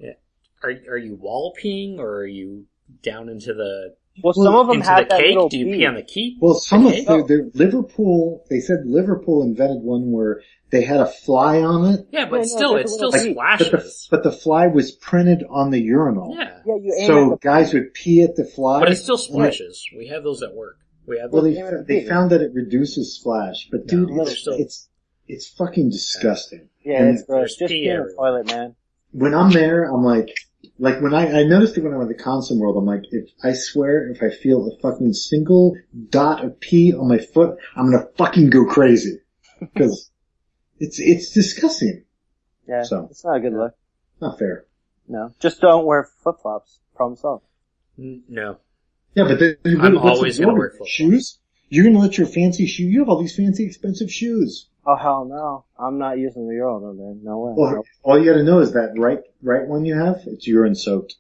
[SPEAKER 3] Are are you wall peeing or are you down into the
[SPEAKER 5] Well, some of them
[SPEAKER 3] into the
[SPEAKER 5] have that
[SPEAKER 3] cake?
[SPEAKER 5] little
[SPEAKER 3] Do you
[SPEAKER 5] bead.
[SPEAKER 3] pee on the key?
[SPEAKER 4] Well, some of
[SPEAKER 3] Okay.
[SPEAKER 4] the, the Liverpool, they said Liverpool invented one where they had a fly on it,
[SPEAKER 3] Yeah,
[SPEAKER 5] No, no,
[SPEAKER 3] but still, it
[SPEAKER 5] it's a
[SPEAKER 3] still
[SPEAKER 5] little bead.
[SPEAKER 4] but the,
[SPEAKER 3] splashes.
[SPEAKER 4] but the fly was printed on the urinal.
[SPEAKER 3] Yeah,
[SPEAKER 5] Yeah, you aim
[SPEAKER 4] So
[SPEAKER 5] at the.
[SPEAKER 4] guys would pee at the fly.
[SPEAKER 3] but it still splashes. We have those at work. We have
[SPEAKER 4] Well,
[SPEAKER 3] those.
[SPEAKER 4] they,
[SPEAKER 5] Yeah, but
[SPEAKER 4] they
[SPEAKER 5] pee.
[SPEAKER 4] found that it reduces splash, but dude,
[SPEAKER 3] No,
[SPEAKER 4] it's,
[SPEAKER 3] there's still-
[SPEAKER 4] it's it's fucking disgusting.
[SPEAKER 5] Yeah, it's
[SPEAKER 4] and
[SPEAKER 5] gross.
[SPEAKER 3] there's
[SPEAKER 5] Just
[SPEAKER 3] pee
[SPEAKER 5] pee in the
[SPEAKER 3] everywhere.
[SPEAKER 5] toilet, man.
[SPEAKER 4] When I'm there, I'm like, like when I I noticed it when I went to Consum World, I'm like, if I swear, if I feel a fucking single dot of pee on my foot, I'm gonna fucking go crazy because it's it's disgusting.
[SPEAKER 5] Yeah,
[SPEAKER 4] So.
[SPEAKER 5] it's not a good look.
[SPEAKER 4] Not fair.
[SPEAKER 5] No, just don't wear flip-flops. Problem solved.
[SPEAKER 3] N- No,
[SPEAKER 4] Yeah, but then you
[SPEAKER 3] I'm
[SPEAKER 4] what's the
[SPEAKER 3] always gonna
[SPEAKER 4] order?
[SPEAKER 3] wear flip-flops.
[SPEAKER 4] shoes. You're gonna let your fancy shoe. You have all these fancy expensive shoes.
[SPEAKER 5] Oh hell no! I'm not using the urinal, man. No way.
[SPEAKER 4] Well, all you got to know is that right, right one you have, it's urine soaked.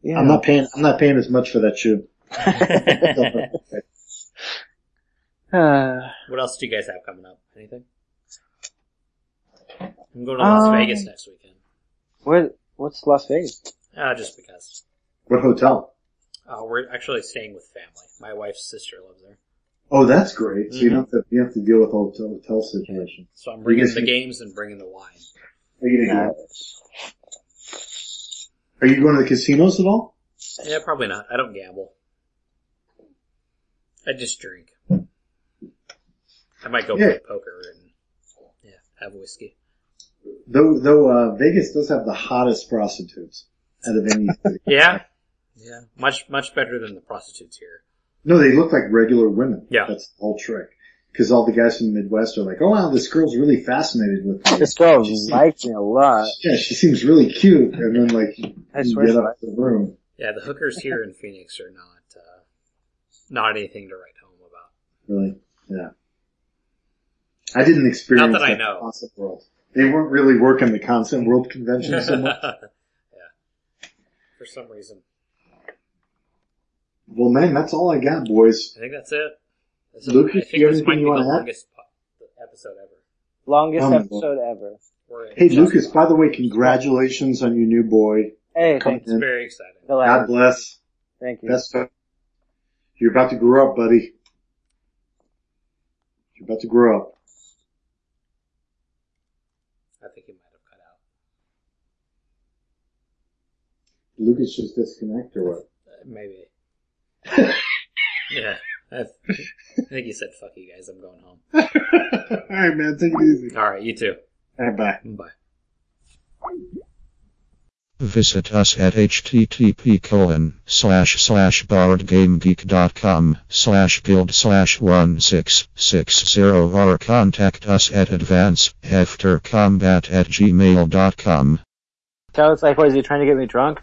[SPEAKER 5] yeah.
[SPEAKER 4] I'm not paying. I'm not paying as much for that shoe.
[SPEAKER 5] Uh,
[SPEAKER 3] What else do you guys have coming up? Anything? I'm going to Las
[SPEAKER 5] Um,
[SPEAKER 3] Vegas next weekend.
[SPEAKER 5] where? What's Las Vegas?
[SPEAKER 3] Uh, just because.
[SPEAKER 4] what hotel?
[SPEAKER 3] Uh, we're actually staying with family. My wife's sister lives there.
[SPEAKER 4] Oh, that's great. So you
[SPEAKER 3] Mhm.
[SPEAKER 4] don't have to. You have to deal with the hotel, hotel situation.
[SPEAKER 3] So I'm bringing
[SPEAKER 4] guys
[SPEAKER 3] the
[SPEAKER 4] can-
[SPEAKER 3] games and bringing the wine.
[SPEAKER 4] Are you, gonna go- are you going to the casinos at all?
[SPEAKER 3] Yeah, probably not. I don't gamble. I just drink. I might go
[SPEAKER 4] Yeah.
[SPEAKER 3] play poker and, yeah, have whiskey.
[SPEAKER 4] Though, though uh, Vegas does have the hottest prostitutes out of any city.
[SPEAKER 3] Yeah? Yeah. Much, much better than the prostitutes here.
[SPEAKER 4] No, they look like regular women.
[SPEAKER 3] Yeah.
[SPEAKER 4] that's the whole trick. Because all the guys from the Midwest are like, "Oh wow, this girl's really fascinated with me."
[SPEAKER 5] This girl
[SPEAKER 4] She seems-
[SPEAKER 5] likes me a lot.
[SPEAKER 4] Yeah, she seems really cute. And then like, you
[SPEAKER 5] I swear
[SPEAKER 4] get
[SPEAKER 5] she
[SPEAKER 4] out of the room.
[SPEAKER 3] Yeah, the hookers here in Phoenix are not, uh, not anything to write home about.
[SPEAKER 4] Really? Yeah. I didn't experience
[SPEAKER 3] Not that I
[SPEAKER 4] that
[SPEAKER 3] know.
[SPEAKER 4] concept world. They weren't really working the concept world convention so much.
[SPEAKER 3] yeah. For some reason.
[SPEAKER 4] Well, man, that's all I got, boys.
[SPEAKER 3] I think that's it. This
[SPEAKER 4] Luke,
[SPEAKER 3] I
[SPEAKER 4] you
[SPEAKER 3] think
[SPEAKER 4] have
[SPEAKER 3] this
[SPEAKER 4] anything
[SPEAKER 3] might be
[SPEAKER 4] you
[SPEAKER 3] the
[SPEAKER 4] wanna add?
[SPEAKER 3] longest po- episode ever.
[SPEAKER 5] Longest
[SPEAKER 4] Oh my
[SPEAKER 5] episode ever.
[SPEAKER 3] We're at
[SPEAKER 4] Hey,
[SPEAKER 3] just-
[SPEAKER 4] Lucas, by the way, congratulations on your new boy.
[SPEAKER 5] Hey,
[SPEAKER 4] Come
[SPEAKER 5] thank
[SPEAKER 3] It's
[SPEAKER 4] in.
[SPEAKER 3] very exciting.
[SPEAKER 5] you.
[SPEAKER 4] God bless.
[SPEAKER 5] Thank you.
[SPEAKER 4] Best of- You're about to grow up, buddy. You're about to grow up.
[SPEAKER 3] I think he might have cut out.
[SPEAKER 4] Lucas just disconnect or what?
[SPEAKER 3] Uh, Maybe. Uh, yeah. I, I think he said, fuck you guys, I'm going home.
[SPEAKER 4] all right, man, take it easy.
[SPEAKER 3] All right, you too.
[SPEAKER 4] All right, bye.
[SPEAKER 3] Bye.
[SPEAKER 7] Visit us at http colon slash slash barredgamegeek.com slash guild slash 1660 or contact us at advanceaftercombat at gmail.com.
[SPEAKER 5] So it's like, what is he trying to get me drunk?